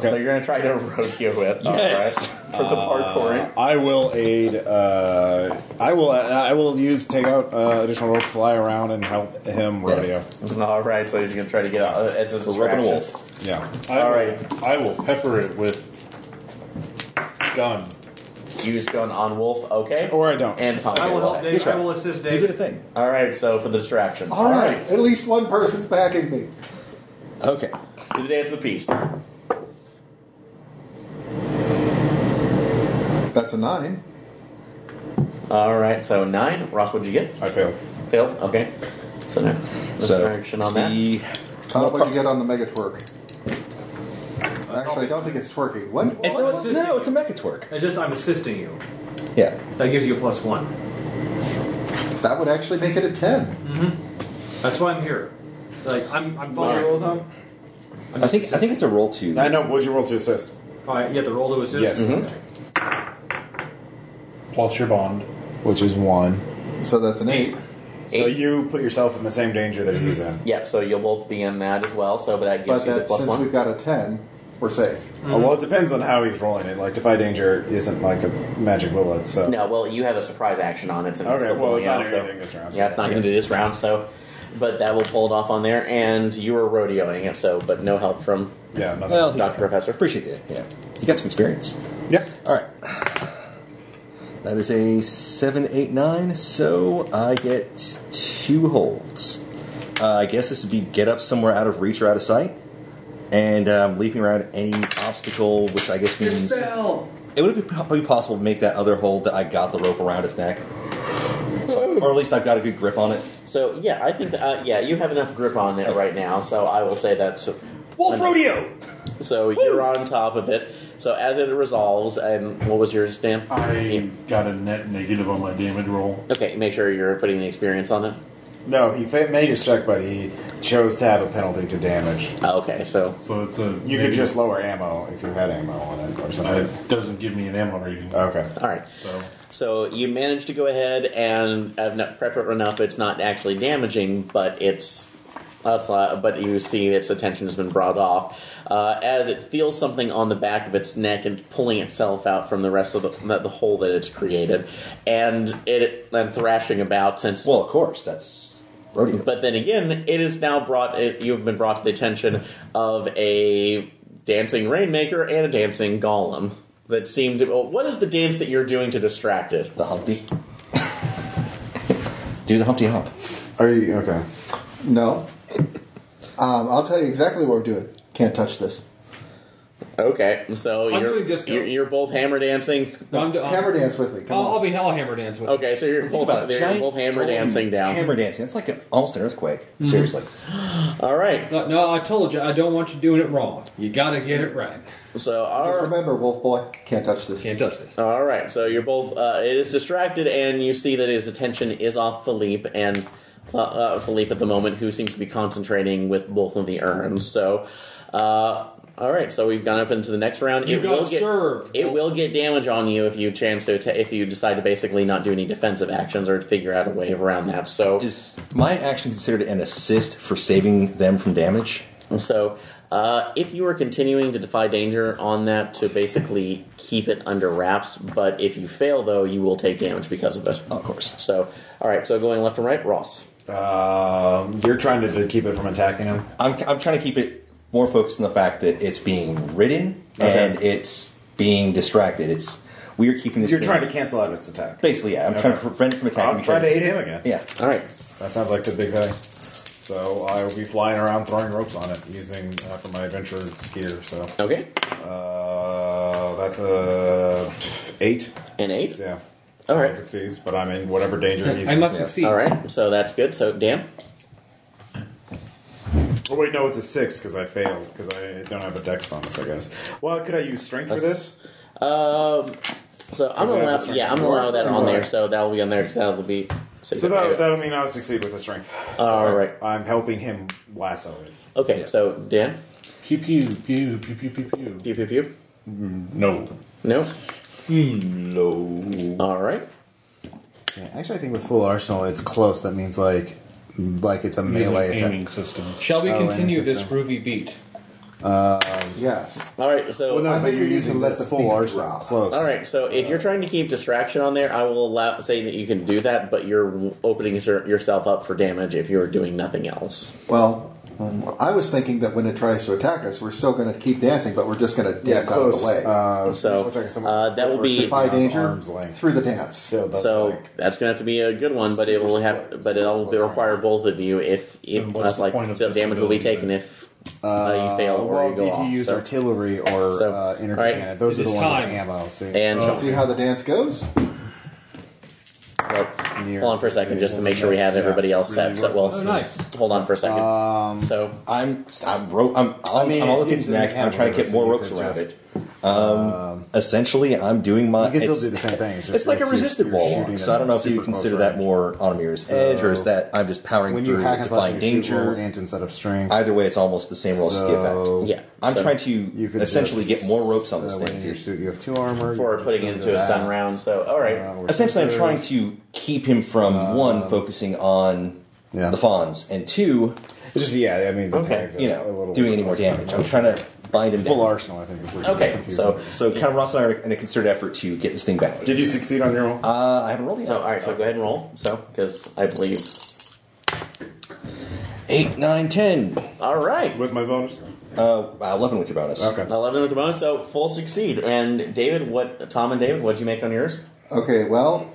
C: So you're gonna try to rodeo it.
A: Yes.
C: All right. For the parkour.
A: Uh, I will aid. Uh, I will. Uh, I will use take out uh, additional rope, fly around, and help him rodeo.
C: All right. So he's gonna try to get out uh, as a
A: rebel
C: distraction.
A: wolf. Yeah.
B: I will, I will pepper it with gun.
C: You use gun on Wolf, okay?
A: Or I don't.
C: And Tom.
D: I will help David. I will assist David. You did
E: a thing.
C: All right. So for the distraction.
F: All right. At least one person's backing me.
E: Okay.
C: Do the dance of peace.
F: That's a nine.
C: All right. So nine. Ross, what'd you get?
A: I failed.
C: Failed. Okay. So no
E: So,
C: distraction on that.
E: The,
F: Tom, what'd you get on the mega twerk? Actually, I don't think it's twerking. What?
E: And no, it's- no, it's a mecha twerk.
K: It's just I'm assisting you.
E: Yeah.
K: That gives you a plus one.
F: That would actually make it a ten.
K: That's why I'm here. Like I'm, I'm
F: What'd you
K: fine.
F: roll,
K: Tom?
E: I think I think it's a roll two.
A: I know. What'd you roll to assist?
K: Oh, you have to roll to assist.
A: Yes. Mhm.
F: Mm-hmm.
B: Plus your bond.
A: Which is one.
C: Mm-hmm.
F: So that's an eight.
A: So you put yourself in the same danger that he's in.
C: yeah. So you'll both be in that as well. So that gives
F: But
C: you the
F: that
C: plus
F: since
C: one. Mm-hmm.
F: we've got a ten, we're safe.
A: Oh, well, it depends on how he's rolling it. Like defy danger isn't like a magic bullet. So
C: No, well, you have a surprise action on it. Since
A: Okay,
C: it's still
A: well,
C: pulling
A: it's not
C: out, so-
A: anything this round, so-
C: Yeah, it's not going to do this round. So, but that will pull it off on there, and you were rodeoing it. So, but no help from
A: yeah, nothing.
E: Well,
C: Doctor Professor.
E: Appreciate that. Yeah. You got some experience.
A: Yeah.
E: All right. That is a seven, eight, nine. So I get two holds. Uh, I guess this would be get up somewhere out of reach or out of sight, and um, leaping around any obstacle, which I guess means it would be probably possible to make that other hold that I got the rope around its neck, so, or at least I've got a good grip on it.
C: So yeah, I think that, uh, yeah, you have enough grip on it right now. So I will say that's
E: Wolf rodeo.
C: So you're on top of it. So as it resolves, and what was yours, Dan?
B: I got a net negative on my damage roll.
C: Okay, make sure you're putting the experience on it.
A: No, he fa- made his check, but he chose to have a penalty to damage.
C: Oh, Okay, so
B: So it's a.
A: You could just lower ammo if you had ammo on it or
B: I,
A: something.
B: it doesn't give me an ammo rating.
A: Okay.
C: all right.
B: So
C: So you managed to go ahead and have not prep it enough. It's not actually damaging, but it's that's a lot- but you see its attention has been brought off uh, as it feels something on the back of its neck and pulling itself out from the rest of the, the, the hole that it's created, and it and thrashing about since
E: Well, of course, that's rodeo.
C: But then again, it is now brought. It, you have been brought to the attention of a dancing rainmaker and a dancing golem that seem to. Well, what is the dance that you're doing to distract it?
E: the Humpty. Do the Humpty Hump.
A: Are you okay?
F: No. Um, I'll tell you exactly what we're doing. Can't touch this.
C: Okay, so
K: I'm
C: you're,
K: doing disco.
C: you're you're both hammer dancing.
K: No, I'm do- I'm-
F: Hammer dance with me. Come
K: I'll,
F: on.
K: I'll be I'll hammer dance with.
C: Okay, so you're both
E: about a
C: they're
E: giant
C: both hammer
E: golden
C: dancing down.
E: Hammer dancing. It's like an, almost an earthquake.
A: Mm-hmm.
K: Mhm.
E: Seriously.
C: All right.
K: No, no, I told you I don't want you doing it wrong. You gotta get it right.
C: So
F: Just
C: our
F: remember, Wolf Boy, can't touch this.
K: Can't touch this.
C: All right, so you're both. Uh, it is distracted, and you see that his attention is off Philippe and uh, uh, Philippe at the moment, who seems to be concentrating with both of the urns. So, uh, all right, so we've gone up into the next round.
K: You got
C: will get,
K: served.
C: It will get damage on you if you chance to atta- if you decide to basically not do any defensive actions or figure out a way around that. So
E: is my action considered an assist for saving them from damage?
C: So, uh, if you are continuing to defy danger on that to basically keep it under wraps, but if you fail, though, you will take damage because of it.
E: Of course.
C: So, all right, so going left and right, Ross.
A: Um, you're trying to, to keep it from attacking him.
E: I'm, I'm trying to keep it more focused on the fact that it's being ridden
A: Okay.
E: and it's being distracted. It's we are keeping this.
A: You're
E: thing-
A: trying to cancel out its attack.
E: basically, yeah. I'm
A: Okay.
E: trying to prevent it from attacking.
A: I'll try to
E: because-
A: hit him again.
E: Yeah.
C: All right.
A: That sounds like the big guy. So uh, I will be flying around throwing ropes on it using uh, for my adventure skier. So
C: Okay.
A: uh, that's a eight.
C: An eight?
A: Yeah.
C: All right.
A: It succeeds, but I'm in whatever danger he's.
K: I must
A: yeah.
K: succeed.
C: All right, so that's good. So, Dan.
A: Oh wait, no, it's a six because I failed because I don't have a dex bonus. I guess. Well, could I use strength for this?
C: Um, so I'm
A: Does it have
C: gonna
A: a
C: allow,
A: strength
C: yeah, I'm gonna
A: score?
C: allow that on
A: Or-
C: there. So that'll be on there because that'll be.
A: So that, that'll mean I'll succeed with a strength.
C: All right.
A: I'm helping him lasso it.
C: Okay, so Dan.
B: Pew pew pew pew pew pew pew.
C: Pew pew pew.
B: No. Hmm,
C: No.
E: No.
C: All right.
H: Yeah, actually, I think with full arsenal, it's close. That means like, like it's a melee
B: Using aiming
H: attack.
B: systems.
K: Shall we
H: Oh, and
K: continue
H: it's a
K: this
H: sound.
K: groovy beat?
H: Uh,
F: Yes.
C: All right. So
H: well, no,
F: I
H: but
F: think
H: you're
F: you're
H: using
F: using let
H: that's
F: the
H: full
F: beat
H: arsenal.
F: drop.
H: Close.
C: All right, so if you're trying to keep distraction on there, I will allow say that you can do that, but you're opening your, yourself up for damage if you're doing nothing else.
F: Well, um, I was thinking that when it tries to attack us, we're still going to keep dancing, but we're just going to
H: Yeah,
F: dance out of
H: close.
F: the way.
H: Uh,
C: So uh, that will be
F: Defy
H: Arm's
F: danger
H: length.
F: through the dance.
H: so, that's
C: so
H: like-
C: that's going to have to be a good one, but it will have but it'll be require both of you if if
B: Then what's
C: less
B: the
C: like
B: point of
C: still damage will be
B: disability then?
C: taken if uh, you fail
H: Uh,
C: or
H: well,
C: you go
H: if
C: off.
H: you use
C: so-
H: artillery or
C: So,
H: uh, energy
C: alright.
H: cannon, those
K: It
H: are the
K: is
H: ones
K: time.
H: with ammo. See,
C: and
F: See how the dance goes?
C: well,
H: Near-
C: hold on for a second just to make sure we have
H: Yeah,
C: everybody else set.
B: really
C: So, well,
K: Oh, nice.
C: hold on for a second.
H: um,
C: so
E: I'm I'm rope. I'm I'm,
H: mean,
E: I'm all
H: it's-
E: looking
H: it's
E: at neck.
H: in the
E: I'm trying to
H: camera,
E: get
H: so
E: more
H: you
E: ropes
H: could
E: around
H: just-
E: it. Um, essentially, I'm doing my.
H: You can still
E: it's-
H: do the same thing, it's just
E: like a
H: it's your-
E: resisted
H: your
E: wall
H: shooting
E: walk.
H: at
E: So I don't know if
H: super
E: you
H: close
E: consider
H: range.
E: that more on Mirror's Edge, or is
H: So,
E: that I'm just powering
H: when
E: through
H: you hack and slash,
E: defying
H: you shoot roll
E: danger?
H: int instead of strength.
E: Either way, it's almost the same roll, just the
H: So-
E: effect.
C: yeah,
E: I'm
C: so
E: trying to
H: You could
E: essentially
H: just-
E: get more ropes on this
H: uh,
E: thing.
H: When you
E: Too.
H: shoot, you have two armor. you
C: for
H: can
C: putting
H: just
C: it
H: go
C: into a
H: that.
C: stun round. So all right.
H: Uh, we're
E: Essentially, I'm
H: sisters.
E: trying to keep him from one focusing on
H: Um, Yeah.
E: the fawns, and two,
H: It's just yeah, I mean, the
C: Okay,
H: tags are
E: you
H: a
E: know,
H: little
E: doing
H: bit
E: any more
H: less.
E: damage. I'm trying to bind him
H: Full
E: down.
H: arsenal, I think. Is where
C: Okay,
H: it's
C: so-
H: confusing.
E: So, kind of Ross and I are in a concerted effort to get this thing back.
A: Did you succeed on your roll?
E: Uh, I haven't rolled yet.
C: So, all right, so go ahead and roll. So, because I believe.
E: Eight, nine, ten.
C: All right.
A: With my bonus.
E: Uh, eleven with your bonus.
A: Okay.
C: 11 with the bonus, so full succeed. And David, what, Tom and David, what'd you make on yours?
F: Okay, well,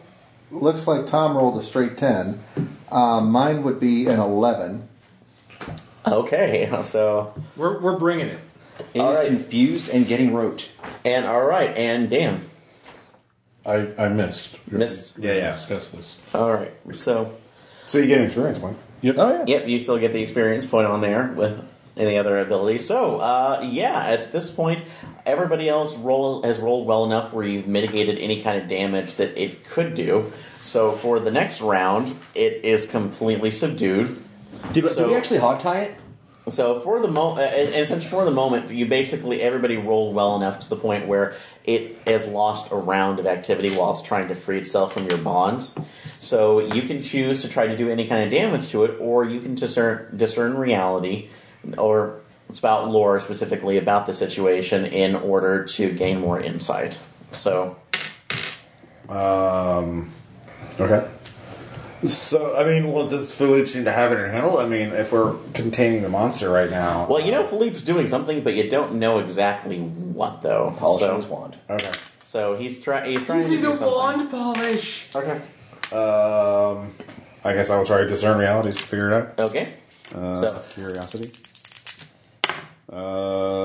F: looks like Tom rolled a straight 10. Uh, mine would be an 11.
C: Okay, so,
K: We're, we're bringing it.
E: It
C: All
E: is
C: right.
E: confused and getting roped.
C: and all right, and Dan.
B: I, I missed.
C: Missed.
B: Yeah, yeah. Discuss this.
C: All right, so,
A: So you get an experience point.
B: Yep.
O: Oh,
C: yep, you still get the experience point on there with any other abilities. So, uh, yeah, at this point, everybody else roll has rolled well enough where you've mitigated any kind of damage that it could do. So, for the next round, it is completely subdued.
E: Did,
C: So-
E: did we actually hog tie it?
C: So for the mo, uh, and and since for the moment, you basically everybody rolled well enough to the point where it has lost a round of activity while it's trying to free itself from your bonds. So you can choose to try to do any kind of damage to it, or you can discern discern reality, or it's about lore specifically about the situation in order to gain more insight. So
A: Um, okay. So I mean, well, does Philippe seem to have it in handle? I mean, if we're containing the monster right now.
C: well, you know Philippe's doing something, but you don't know exactly what though.
E: Polishing his
C: So,
E: wand.
A: Okay.
C: so he's trying. He's trying to do something.
F: polish!
C: Okay.
A: Um, I guess I will try to discern realities to figure it out.
C: Okay.
H: Uh,
C: So-
H: curiosity. Uh,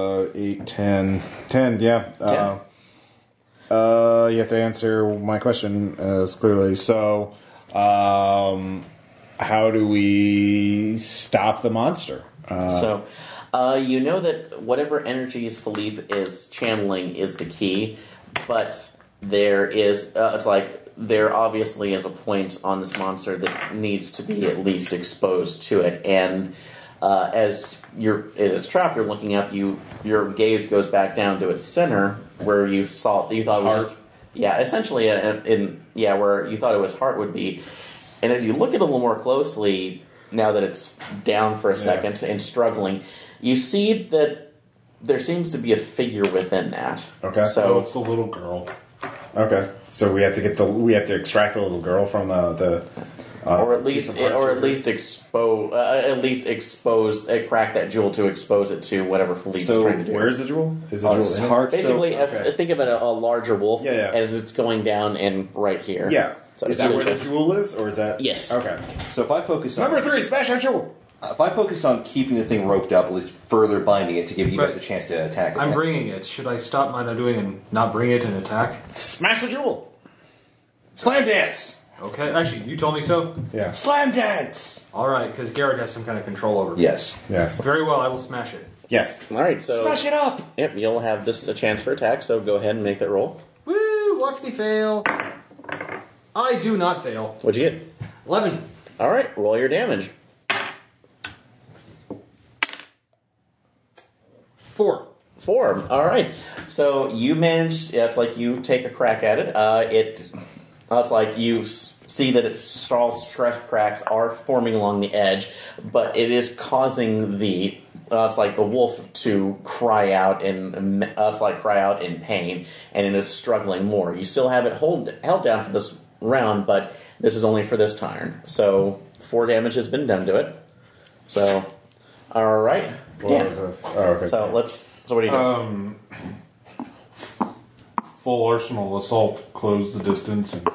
H: uh, 8, 10. 10, yeah. Uh, uh, you have to answer my question as clearly. So, um, how do we stop the monster? Uh,
C: so, uh, you know that whatever energies Philippe is channeling is the key, but there is, uh, it's like, there obviously is a point on this monster that needs to be at least exposed to it. And uh, as you're, as it's trapped, you're looking up, you, your gaze goes back down to its center where you saw, you thought it was just, yeah, essentially, uh, in, in, yeah, where you thought it was heart would be. And as you look at it a little more closely, now that it's down for a second and struggling, you see that there seems to be a figure within that.
H: Okay.
B: So
C: So
B: it's a little girl.
H: okay. So we have to get the we have to extract the little girl from the the. Uh,
C: or at least or at least expose uh, at least expose uh, crack that jewel to expose it to whatever Felipe's
H: So
C: trying to do.
H: where's the jewel? Is the
C: Uh,
H: jewel
C: so
H: in it? Heart, so-
C: Basically, if-
H: okay.
C: think of it a, a larger wolf
H: Yeah, yeah.
C: as it's going down and right here.
H: Yeah.
C: So
E: is that where the
C: essentially-
E: jewel is, or is that?
C: Yes.
H: Okay.
E: So if I focus on
H: Number three, smash that jewel.
E: if I focus on keeping the thing roped up, at least further binding it to give you guys a chance to attack it.
O: I'm bringing it. Should I stop my undoing and not bring it and attack?
H: Smash the jewel.
E: Slam dance.
O: Okay. Actually, you told me so.
H: Yeah.
E: Slam dance.
O: All right, because Garrett has some kind of control over me.
E: Yes.
H: Yes.
O: Very well. I will smash it.
H: Yes.
C: All right. So
O: Smash it up.
C: Yep. You'll have this a chance for attack. So go ahead and make that roll.
D: Woo! Watch me fail. I do not fail.
C: What'd you get?
D: Eleven.
C: All right. Roll your damage.
D: Four.
C: Four. All right. So you manage. yeah, It's like you take a crack at it. Uh, it. uh, It's like you s- see that its all stress cracks are forming along the edge, but it is causing the. Uh, it's like the wolf to cry out in. Uh, it's like cry out in pain, and it is struggling more. You still have it hold held down for this round, but this is only for this turn. So four damage has been done to it. So, all right. Yeah. So let's. So what do you do?
B: Um, full arsenal assault, close the distance, and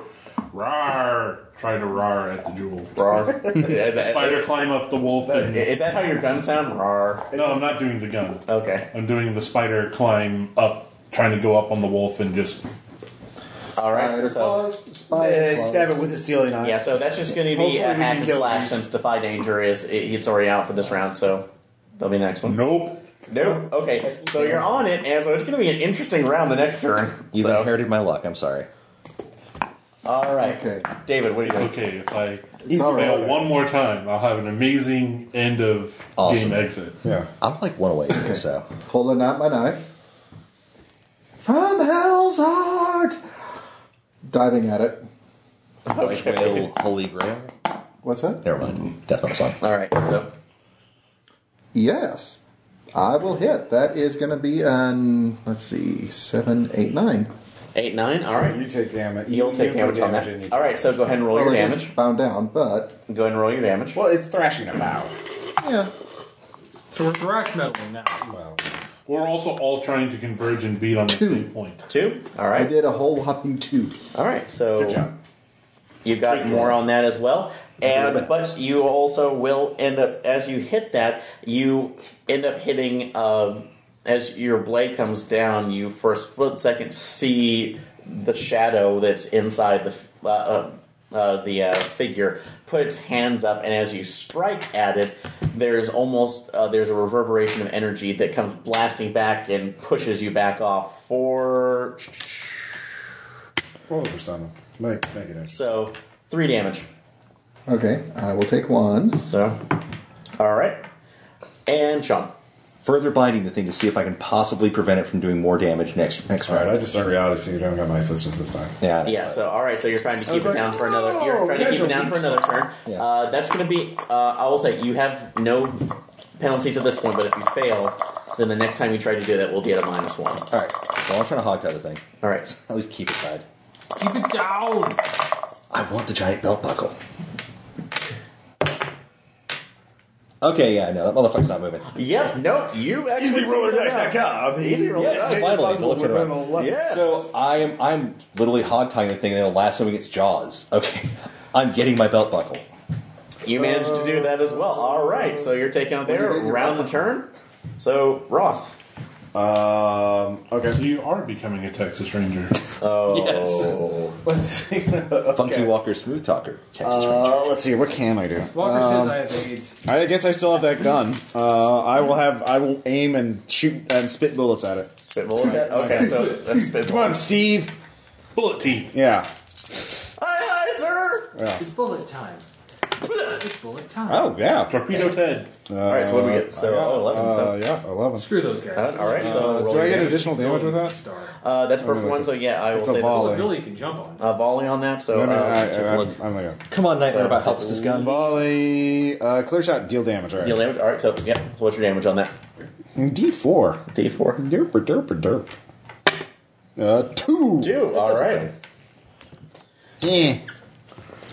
B: rar. Try to rar at the jewel.
C: Rar.
B: Spider climb up the wolf. and-
C: Is that how your gun sound? Rar.
B: No, I'm not doing the gun.
C: Okay.
B: I'm doing the spider climb up, trying to go up on the wolf and just.
C: All right. So,
F: Spider claws.
H: Uh, stab it with a steely knife.
C: yeah, so that's just going to be
H: Hopefully
C: a
H: we can
C: hack and
H: kill
C: slash
H: these.
C: since Defy Danger is it- it's already out for this round, so that'll be the next one.
B: Nope.
C: Nope. Okay. So you're on it, and so it's going to be an interesting round the next turn.
E: You've
C: So,
E: inherited my luck. I'm sorry.
C: all right.
F: Okay.
C: David, what are you
B: It's
C: doing?
B: okay if I
F: He's
B: fail
F: alright.
B: one more time. I'll have an amazing end of
E: Awesome.
B: game exit.
H: Yeah.
E: I'm like one away. here, So
F: Pulling out my knife. From Hell's Heart! Diving at it.
E: White whale, holy grail.
F: What's that?
E: Never mind. Death metal song.
C: All right. So
F: Yes. I will hit. That is going to be an, let's see, seven, eight, nine.
C: eight, nine. All right.
H: You take damage.
C: You'll take damage on
H: and you
C: that.
H: take-
C: All right. So go ahead and roll your
F: Well, it is
C: damage.
F: bound down, but
C: Go ahead and roll your damage.
H: Well, it's thrashing about.
F: yeah.
D: So we're thrash meddling now.
H: Well,
B: We're also all trying to converge and beat on the
F: Two.
B: same point.
C: Two. All
F: I
C: right.
F: did a whole whopping two.
C: All right. So
H: good job.
C: You got more on that as well, and but you also will end up as you hit that you end up hitting um, as your blade comes down. You for a split second see the shadow that's inside the f- uh, uh, uh, the uh, figure put its hands up, and as you strike at it, there's almost uh, there's a reverberation of energy that comes blasting back and pushes you back off for
H: Roll a persona. Oh, Make, make it in.
C: so three damage.
F: Okay, I will take one.
C: So, all right, and Sean.
E: Further binding the thing to see if I can possibly prevent it from doing more damage next next
H: All right, I
E: round.
H: just learned reality, so you don't got my assistance this time.
E: Yeah. I know.
C: Yeah. So, all right. So you're trying to keep it
H: like,
C: down for another. You're trying to
H: there's
C: keep
H: a
C: it down for
H: weak
C: another turn.
E: Yeah.
C: Uh, that's going to be. Uh, I will say you have no penalty to this point, but if you fail, then the next time you try to do that, we'll get a minus one.
E: All right. So I'm trying to hog tie the thing.
C: All right.
E: At least keep it tied.
D: Keep it down.
E: I want the giant belt buckle. Okay, yeah, no, that motherfucker's not moving.
C: Yep. Nope. You actually
H: EasyRollerDice.com.
C: Easy roller
E: Yes,
C: dice.
E: finally,
H: possible
E: look at
H: within
E: her.
H: 11.
C: Yes.
E: So I am, I'm literally hog tying the thing, and it'll lasso me its jaws. Okay, I'm getting my belt buckle.
C: You managed to do that as well. All right. So you're taking out there
F: What do you do?
C: round the turn. So Ross.
B: Um, okay. So you are becoming a Texas Ranger.
E: Oh.
B: Yes. Let's see.
E: Funky Walker Smooth Talker. Texas
H: Uh, let's see. What can I do?
D: Walker says
H: Um,
D: I have AIDS.
H: I guess I still have that gun. Uh, I will have. I will aim and shoot and spit bullets at it.
C: Spit bullets at it? Okay, so that's spit
H: Come on, Steve.
B: Bullet teeth.
H: Yeah.
C: Aye, aye, sir.
H: Yeah.
D: It's bullet time. It's bullet time.
H: Oh yeah.
B: Torpedo Ted.
C: All right, so what do we get? So, oh, 11, so-
H: Uh, yeah, eleven.
D: Screw those guys.
C: Uh, all right, so
H: Uh,
C: roll
H: do I get
C: damage.
H: additional damage with that?
C: Uh, that's
H: Oh,
C: perfect
H: really?
C: one. So yeah, I will
H: It's a
C: say
H: volley.
C: that
H: Really,
D: you can jump on.
C: a volley on that. So
H: I
C: uh,
H: mean, I,
C: take a
H: I,
C: look.
H: I, am like,
E: Come on, Nightmare,
C: So-
E: about help us this gun.
H: volley, uh, clear shot, deal damage. All right.
C: Deal damage. All right, so yeah. So what's your damage on that?
H: D four.
C: D four.
H: Derper derper derp. Uh, two.
C: Two. All right.
H: Eh.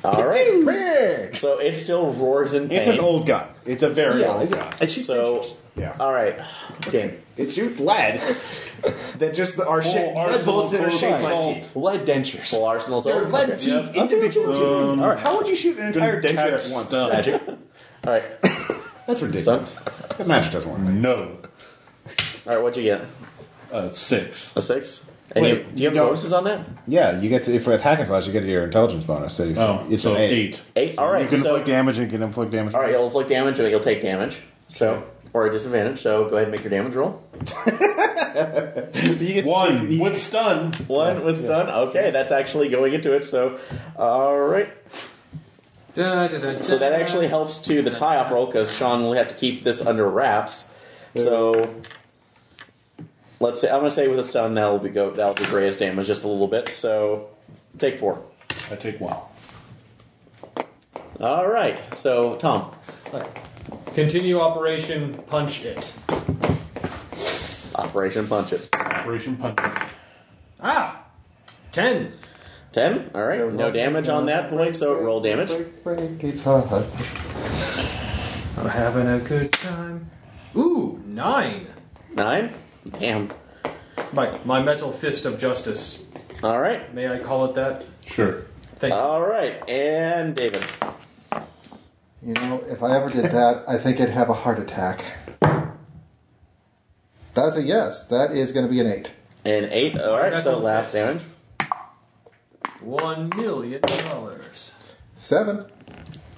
C: All right. So it still roars in pain.
H: It's an old gun. It's a very
C: Yeah,
H: old
C: it's-
H: gun.
C: so.
H: Yeah.
C: All right. Okay.
H: It's used lead. that just are shaped. Lead bullets that are shaped like teeth.
E: Lead dentures.
C: Full arsenals.
H: They're
C: over.
H: lead
C: Okay.
H: teeth, individual teeth.
B: Um,
H: All right, how would you shoot an entire
B: didn't
H: denture
B: catch
H: at once?
B: stuff.
H: Magic.
C: All right.
H: That's ridiculous. That magic doesn't work.
B: No.
C: All right. What'd you get?
B: Uh, six.
C: A six. And you,
H: Wait,
C: do you have
H: you don't-
C: bonuses on that?
H: Yeah, you get to if with hack and slash, you get your intelligence bonus. So it's,
B: Oh,
H: it's
B: so
H: an eight.
B: eight.
C: Eight. All right.
H: You can
C: so,
H: inflict damage and you can inflict damage.
C: all right. You'll inflict damage, and you'll take damage. So or a disadvantage. So go ahead and make your damage roll.
H: You get to-
B: One
H: you-
B: with stun.
C: One was done. Okay, that's actually going into it. So, all right.
D: Da, da, da,
C: So that
D: da.
C: actually helps to the tie-off roll because Sean will have to keep this under wraps. So let's say I'm going to say with a stun that'll be go that'll be Drea's damage just a little bit. So take four.
B: I take one.
C: All right. So Tom.
K: Continue operation punch it.
C: Operation Punch It.
B: Operation Punch It.
D: Ah! Ten.
C: Ten. All right. No damage on that point. So roll damage.
F: Break, break, it's hot.
D: I'm having a good time. Ooh, nine.
C: Nine. Damn.
D: My, my metal fist of justice.
C: All right.
D: May I call it that?
B: Sure.
D: Thank you.
C: All right. And David.
F: You know, if I ever did that, I think I'd have a heart attack. That's a yes. That is going to be an eight.
C: And eight. All right. So
D: Metal
C: last
D: fist.
C: damage.
D: One million dollars.
F: Seven.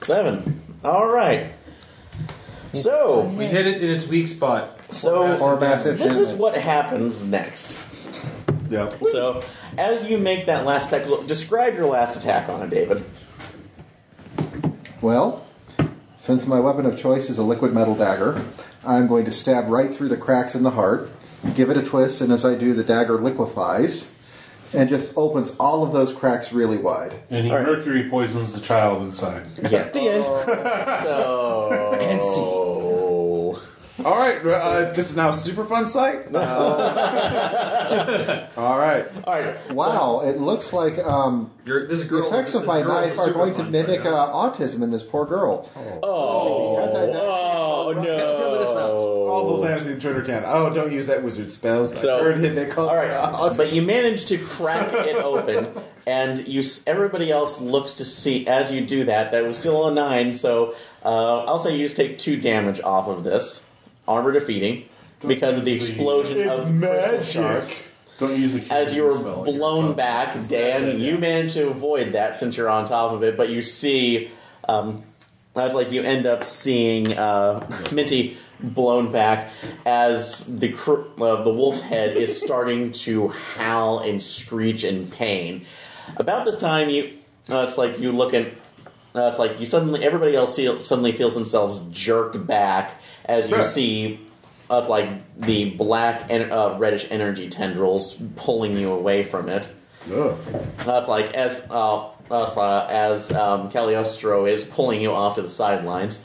C: Seven. All right. So,
D: We hit it in its weak spot.
C: so
F: Or massive
C: this is
F: damage.
C: what happens next.
H: Yep.
C: So, as you make that last attack, look, describe your last attack on it, David.
F: Well, since my weapon of choice is a liquid metal dagger, I'm going to stab right through the cracks in the heart, give it a twist, and as I do, the dagger liquefies and just opens all of those cracks really wide.
B: And he mercury poisons the child inside.
C: Yeah. The end. So.
H: All right, uh, this is now a super fun site. all right,
C: All right.
F: Wow, it looks like um,
D: You're, this
F: the
D: girl,
F: effects of
D: this
F: my
D: girl's
F: knife are
D: super
F: going to
D: fun,
F: mimic
D: so-
F: uh, autism in this poor girl.
D: Oh,
C: Oh,
H: Awful
C: no.
H: fantasy intruder can. Oh, don't use that wizard spells. That
C: So-
H: bird hit that call.
C: All right. But you manage to crack it open, and you s- everybody else looks to see as you do that. That was still a nine, so uh, I'll say you just take two damage off of this armor defeating because of the explosion of crystal shards.
B: Don't use the
C: As you were
B: spell.
C: blown back, Dan,
B: it,
C: you
B: yeah.
C: managed to avoid that since you're on top of it, but you see, um, that's like you end up seeing uh, Minty blown back as the cr- uh, the wolf head is starting to howl and screech in pain. About this time, you uh, it's like you look at. Uh, it's like you suddenly everybody else see, suddenly feels themselves jerked back as you see of like the black and uh, reddish energy tendrils pulling you away from it. That's like as uh, that's, uh, as um, Cagliostro is pulling you off to the sidelines,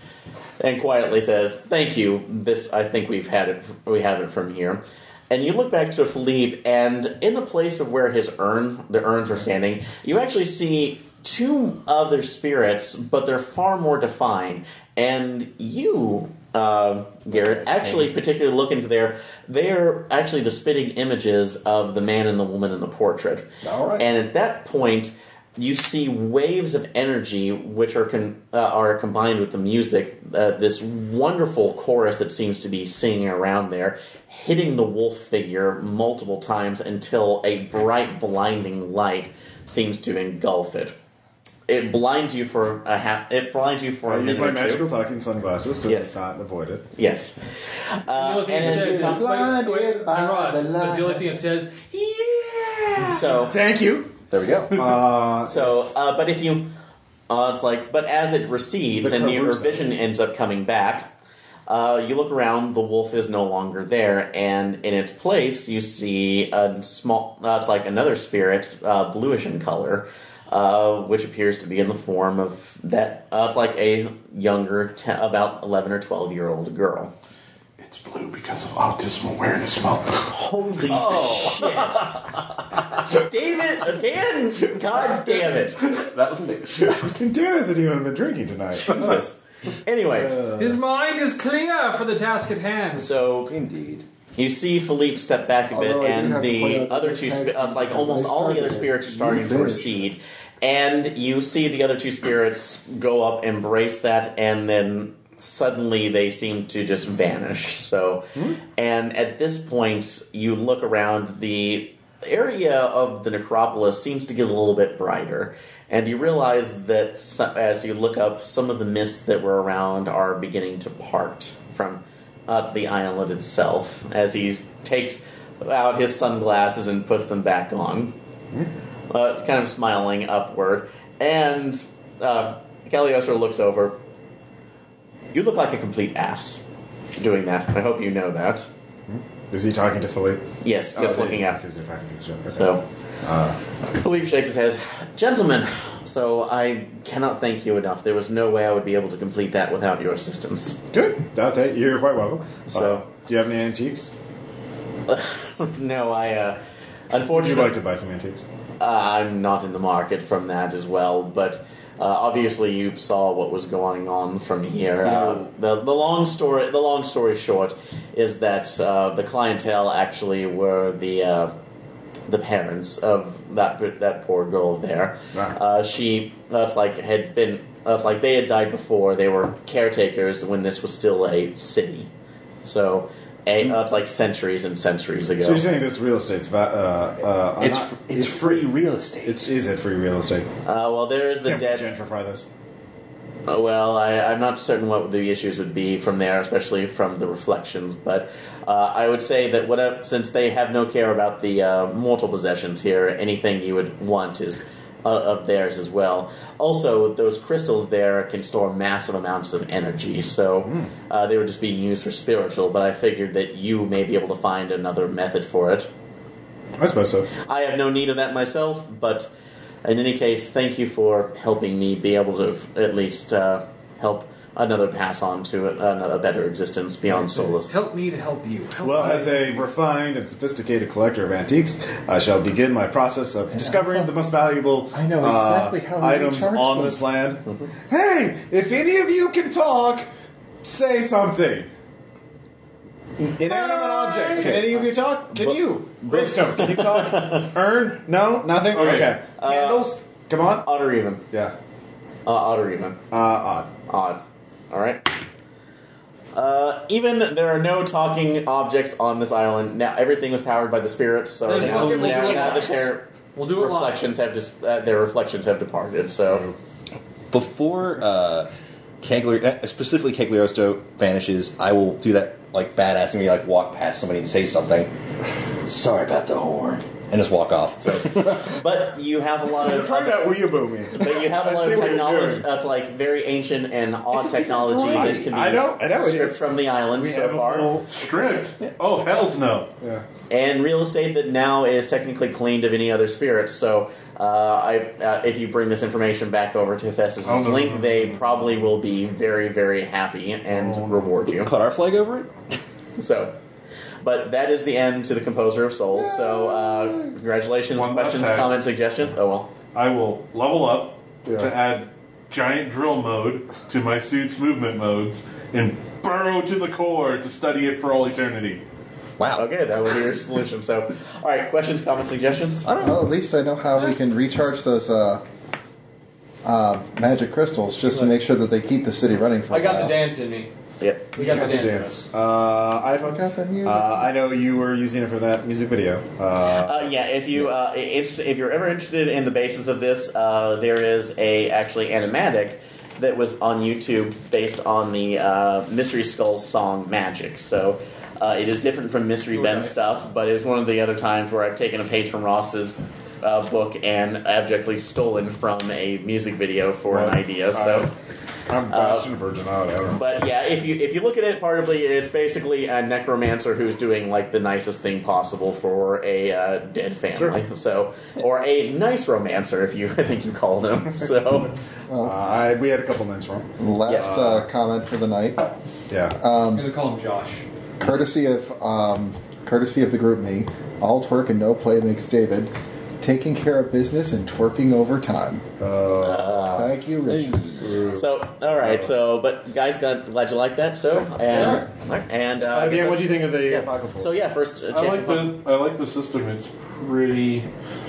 C: and quietly says, "Thank you. This I think we've had it. We have it from here." And you look back to Philippe, and in the place of where his urn, the urns are standing, you actually see two other spirits, but they're far more defined. And you, uh, Garrett, actually particularly look into there. They're actually the spitting images of the man and the woman in the portrait.
F: All right.
C: And at that point, you see waves of energy which are con- uh, are combined with the music. Uh, this wonderful chorus that seems to be singing around there, hitting the wolf figure multiple times until a bright, blinding light seems to engulf it. It blinds you for a half. It blinds you for
H: I
C: a
H: use
C: minute.
H: my
C: or two.
H: magical talking sunglasses to
C: Yes.
H: not avoid it.
C: Yes. Uh,
D: only thing
C: and
D: it
C: as
D: says
C: you
D: is,
C: come-
D: wait, wait, Ross, that's the only thing it says.
C: So
H: thank you.
E: There we go.
H: Uh,
C: so, uh, but if you, uh, it's like, but as it recedes
H: The
C: and your
H: Caruso.
C: vision ends up coming back, uh, you look around. The wolf is no longer there, and in its place, you see a small. Uh, it's like another spirit, uh, bluish in color, uh, which appears to be in the form of that. Uh, it's like a younger, te- about eleven or twelve year old girl.
B: It's blue because of autism awareness month.
C: Holy shit. David, uh, Dan, god damn it.
E: That was it.
H: Dan hasn't even been drinking tonight.
C: Jesus. Anyway.
F: Uh,
D: His mind is clear for the task at hand.
C: So
E: indeed,
C: you see Philippe step back a bit,
D: Although I do
C: and
D: have to point
C: the
D: out
C: other
D: this
C: two,
D: tag
C: spi- uh, like
D: team,
C: almost
D: as I
C: all the other
D: started it,
C: spirits, are
D: you
C: starting to
D: finished.
C: recede, and you see the other two spirits go up, embrace that, and then suddenly they seem to just vanish. So, and at this point, you look around the area of the necropolis seems to get a little bit brighter and you realize that so- as you look up some of the mists that were around are beginning to part from uh, the island itself as he takes out his sunglasses and puts them back on, uh, kind of smiling upward. And uh, Cagliostro looks over. You look like a complete ass doing that. I hope you know that.
H: Is he talking to Philippe?
C: Yes, just
H: Oh,
C: looking
H: they-
C: at.
H: They're talking to each other.
C: So,
H: Uh.
C: Philippe shakes his head. Gentlemen, so I cannot thank you enough. There was no way I would be able to complete that without your assistance.
H: Good. That, that, you're quite welcome.
C: So-
H: Uh, do you have any antiques?
C: no, I, uh,
H: Would you
C: unfortunately.
H: like to buy some antiques?
C: Uh, I'm not in the market from that as well, but uh, obviously you saw what was going on from here. Uh, the the long story the long story short is that uh, the clientele actually were the uh, the parents of that that poor girl there. Uh, she that's like had been that's like they had died before. They were caretakers when this was still a city, so. A, that's like centuries and centuries ago.
H: So you're saying this real estate's va- uh, uh,
C: It's
H: not-
C: fr-
E: it's, free real estate.
H: It's is it free real estate?
C: Uh, well, there is the
H: Can't we
C: dead.
H: gentrify this.
C: Uh, well, I, I'm not certain what the issues would be from there, especially from the reflections. But uh, I would say that what since they have no care about the uh, mortal possessions here, anything you would want is uh, of theirs as well. Also, those crystals there can store massive amounts of energy, so uh, they were just being used for spiritual. But I figured that you may be able to find another method for it.
H: I suppose so.
C: I have no need of that myself, but in any case, thank you for helping me be able to f- at least uh, help another pass on to a, a better existence beyond Solus.
D: Help me to help you. Help
H: Well,
D: me.
H: as a refined and sophisticated collector of antiques, I shall begin my process of discovering the most valuable
F: I know
H: uh,
F: exactly how we
H: items
F: charge
H: on
F: them.
H: this land.
F: Mm-hmm.
H: Hey, if any of you can talk, say something. Inanimate objects. Can any of you talk? Can you? Gravestone, can you talk? Urn? No? Nothing? Okay.
C: Okay.
E: Uh,
H: Candles? Come on.
C: Odd or even?
H: Yeah.
C: Uh, odd or even?
H: Uh, odd.
C: Odd. All right. Uh, even there are no talking objects on this island now. Everything was powered by the spirits, so
D: There's
C: now,
D: only
C: now,
D: two
C: now that
D: left.
C: their
D: We'll do it live.
C: reflections have just uh, their reflections have departed. So
E: Before uh, Kegler, uh, specifically Kegliosto vanishes, I will do that like badass and me like walk past somebody and say something. Sorry about the horn, and just walk off. So
C: But you have a lot of
H: Find out will you boo me?
C: But you have a
H: I
C: lot
H: see
C: of
H: what you're
C: technology
H: doing.
C: that's like very ancient and odd technology
H: variety.
C: that can be
H: I know- I know it
C: stripped
H: is.
C: from the island
H: We
C: so
H: have a
C: far.
H: whole
B: Stripped? Oh, hells no.
H: Yeah.
C: And real estate that now is technically cleaned of any other spirits. So, uh, I, uh, if you bring this information back over to Hephaestus'
B: Oh, no,
C: link,
B: no, no,
C: they probably will be very, very happy and
H: Oh.
C: reward you.
E: put our flag over it.
C: So, but that is the end to the Composer of Souls. So, uh, congratulations.
B: One last
C: Questions,
B: time.
C: comments, suggestions? Oh, well.
B: I will level up
H: Yeah.
B: to add giant drill mode to my suit's movement modes and burrow to the core to study it for all eternity.
E: Wow.
C: Okay, that would be your solution. So, all right, questions, comments, suggestions?
F: Well, at least I know how we can recharge those uh, uh, magic crystals just to make sure that they keep the city running for a
D: I got
F: while.
D: the dance in me.
E: Yep.
D: We got the dance.
H: Uh, I
F: got the music.
H: Uh, I know you were using it for that music video. Uh,
C: Uh, yeah, if you uh, if if you're ever interested in the basis of this, uh, there is a actually animatic that was on YouTube based on the uh, Mystery Skull song Magic. So uh, it is different from Mystery Ben stuff, but it's one of the other times where I've taken a page from Ross's. Uh, book and abjectly stolen from a music video for an idea. So
H: I'm Bastion Virgin. I don't know.
C: but yeah, if you if you look at it partly, it's basically a necromancer who's doing like the nicest thing possible for a uh, dead family. So, or a nice romancer, if you I think you call them. So,
F: Well,
H: Uh, I, we had a couple names for him.
F: Last
C: Yes.
F: uh, comment for the night.
H: Yeah.
F: Um,
Q: I'm gonna call him Josh.
F: courtesy of um, courtesy of the group me. All twerk and no play makes David. Taking care of business and twerking over time. Thank you, Richard.
C: so all right. So, but guys, glad, glad you like that. So, and and uh,
H: Dan, what'd you think of the apocryphal?
C: So yeah, first uh,
I: I like
C: Championship
I: the I like the system. It's pretty.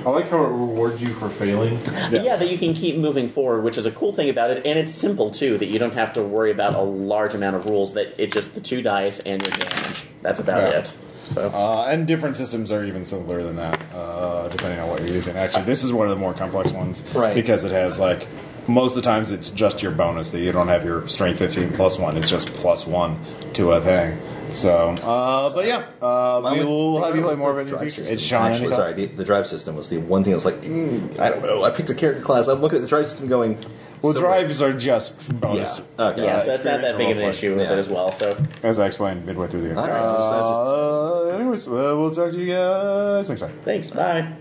I: I like how it rewards you for failing.
C: Yeah. that you can keep moving forward, which is a cool thing about it, and it's simple too. That you don't have to worry about a large amount of rules. That it just the two dice and your damage. That's about
H: Yeah.
C: it. So.
H: Uh, and different systems are even simpler than that, uh, depending on what you're using. Actually, this is one of the more complex ones,
E: Right.
H: Because it has like most of the times it's just your bonus that you don't have your strength 15 plus one. It's just plus one to a thing. So, uh, but yeah, uh,
E: Mine
H: we
E: was-
H: will have you play
E: was
H: more
E: the
H: of it in the
E: drive
H: future.
E: system,
H: It's Sean. any
E: Actually,
H: thoughts?
E: sorry, the, the drive system was the one thing I was like, mm, I don't know. I picked a character class. I'm looking at the drive system going.
H: Well,
E: so-
H: drives are just bonus.
E: Yeah. Okay.
C: Yeah, so that's not that big of an
H: experience
C: issue with it as well. So
H: As I explained midway through the year.
E: All right,
H: Uh, anyways, uh, we'll talk to you guys next time.
C: thanks, bye.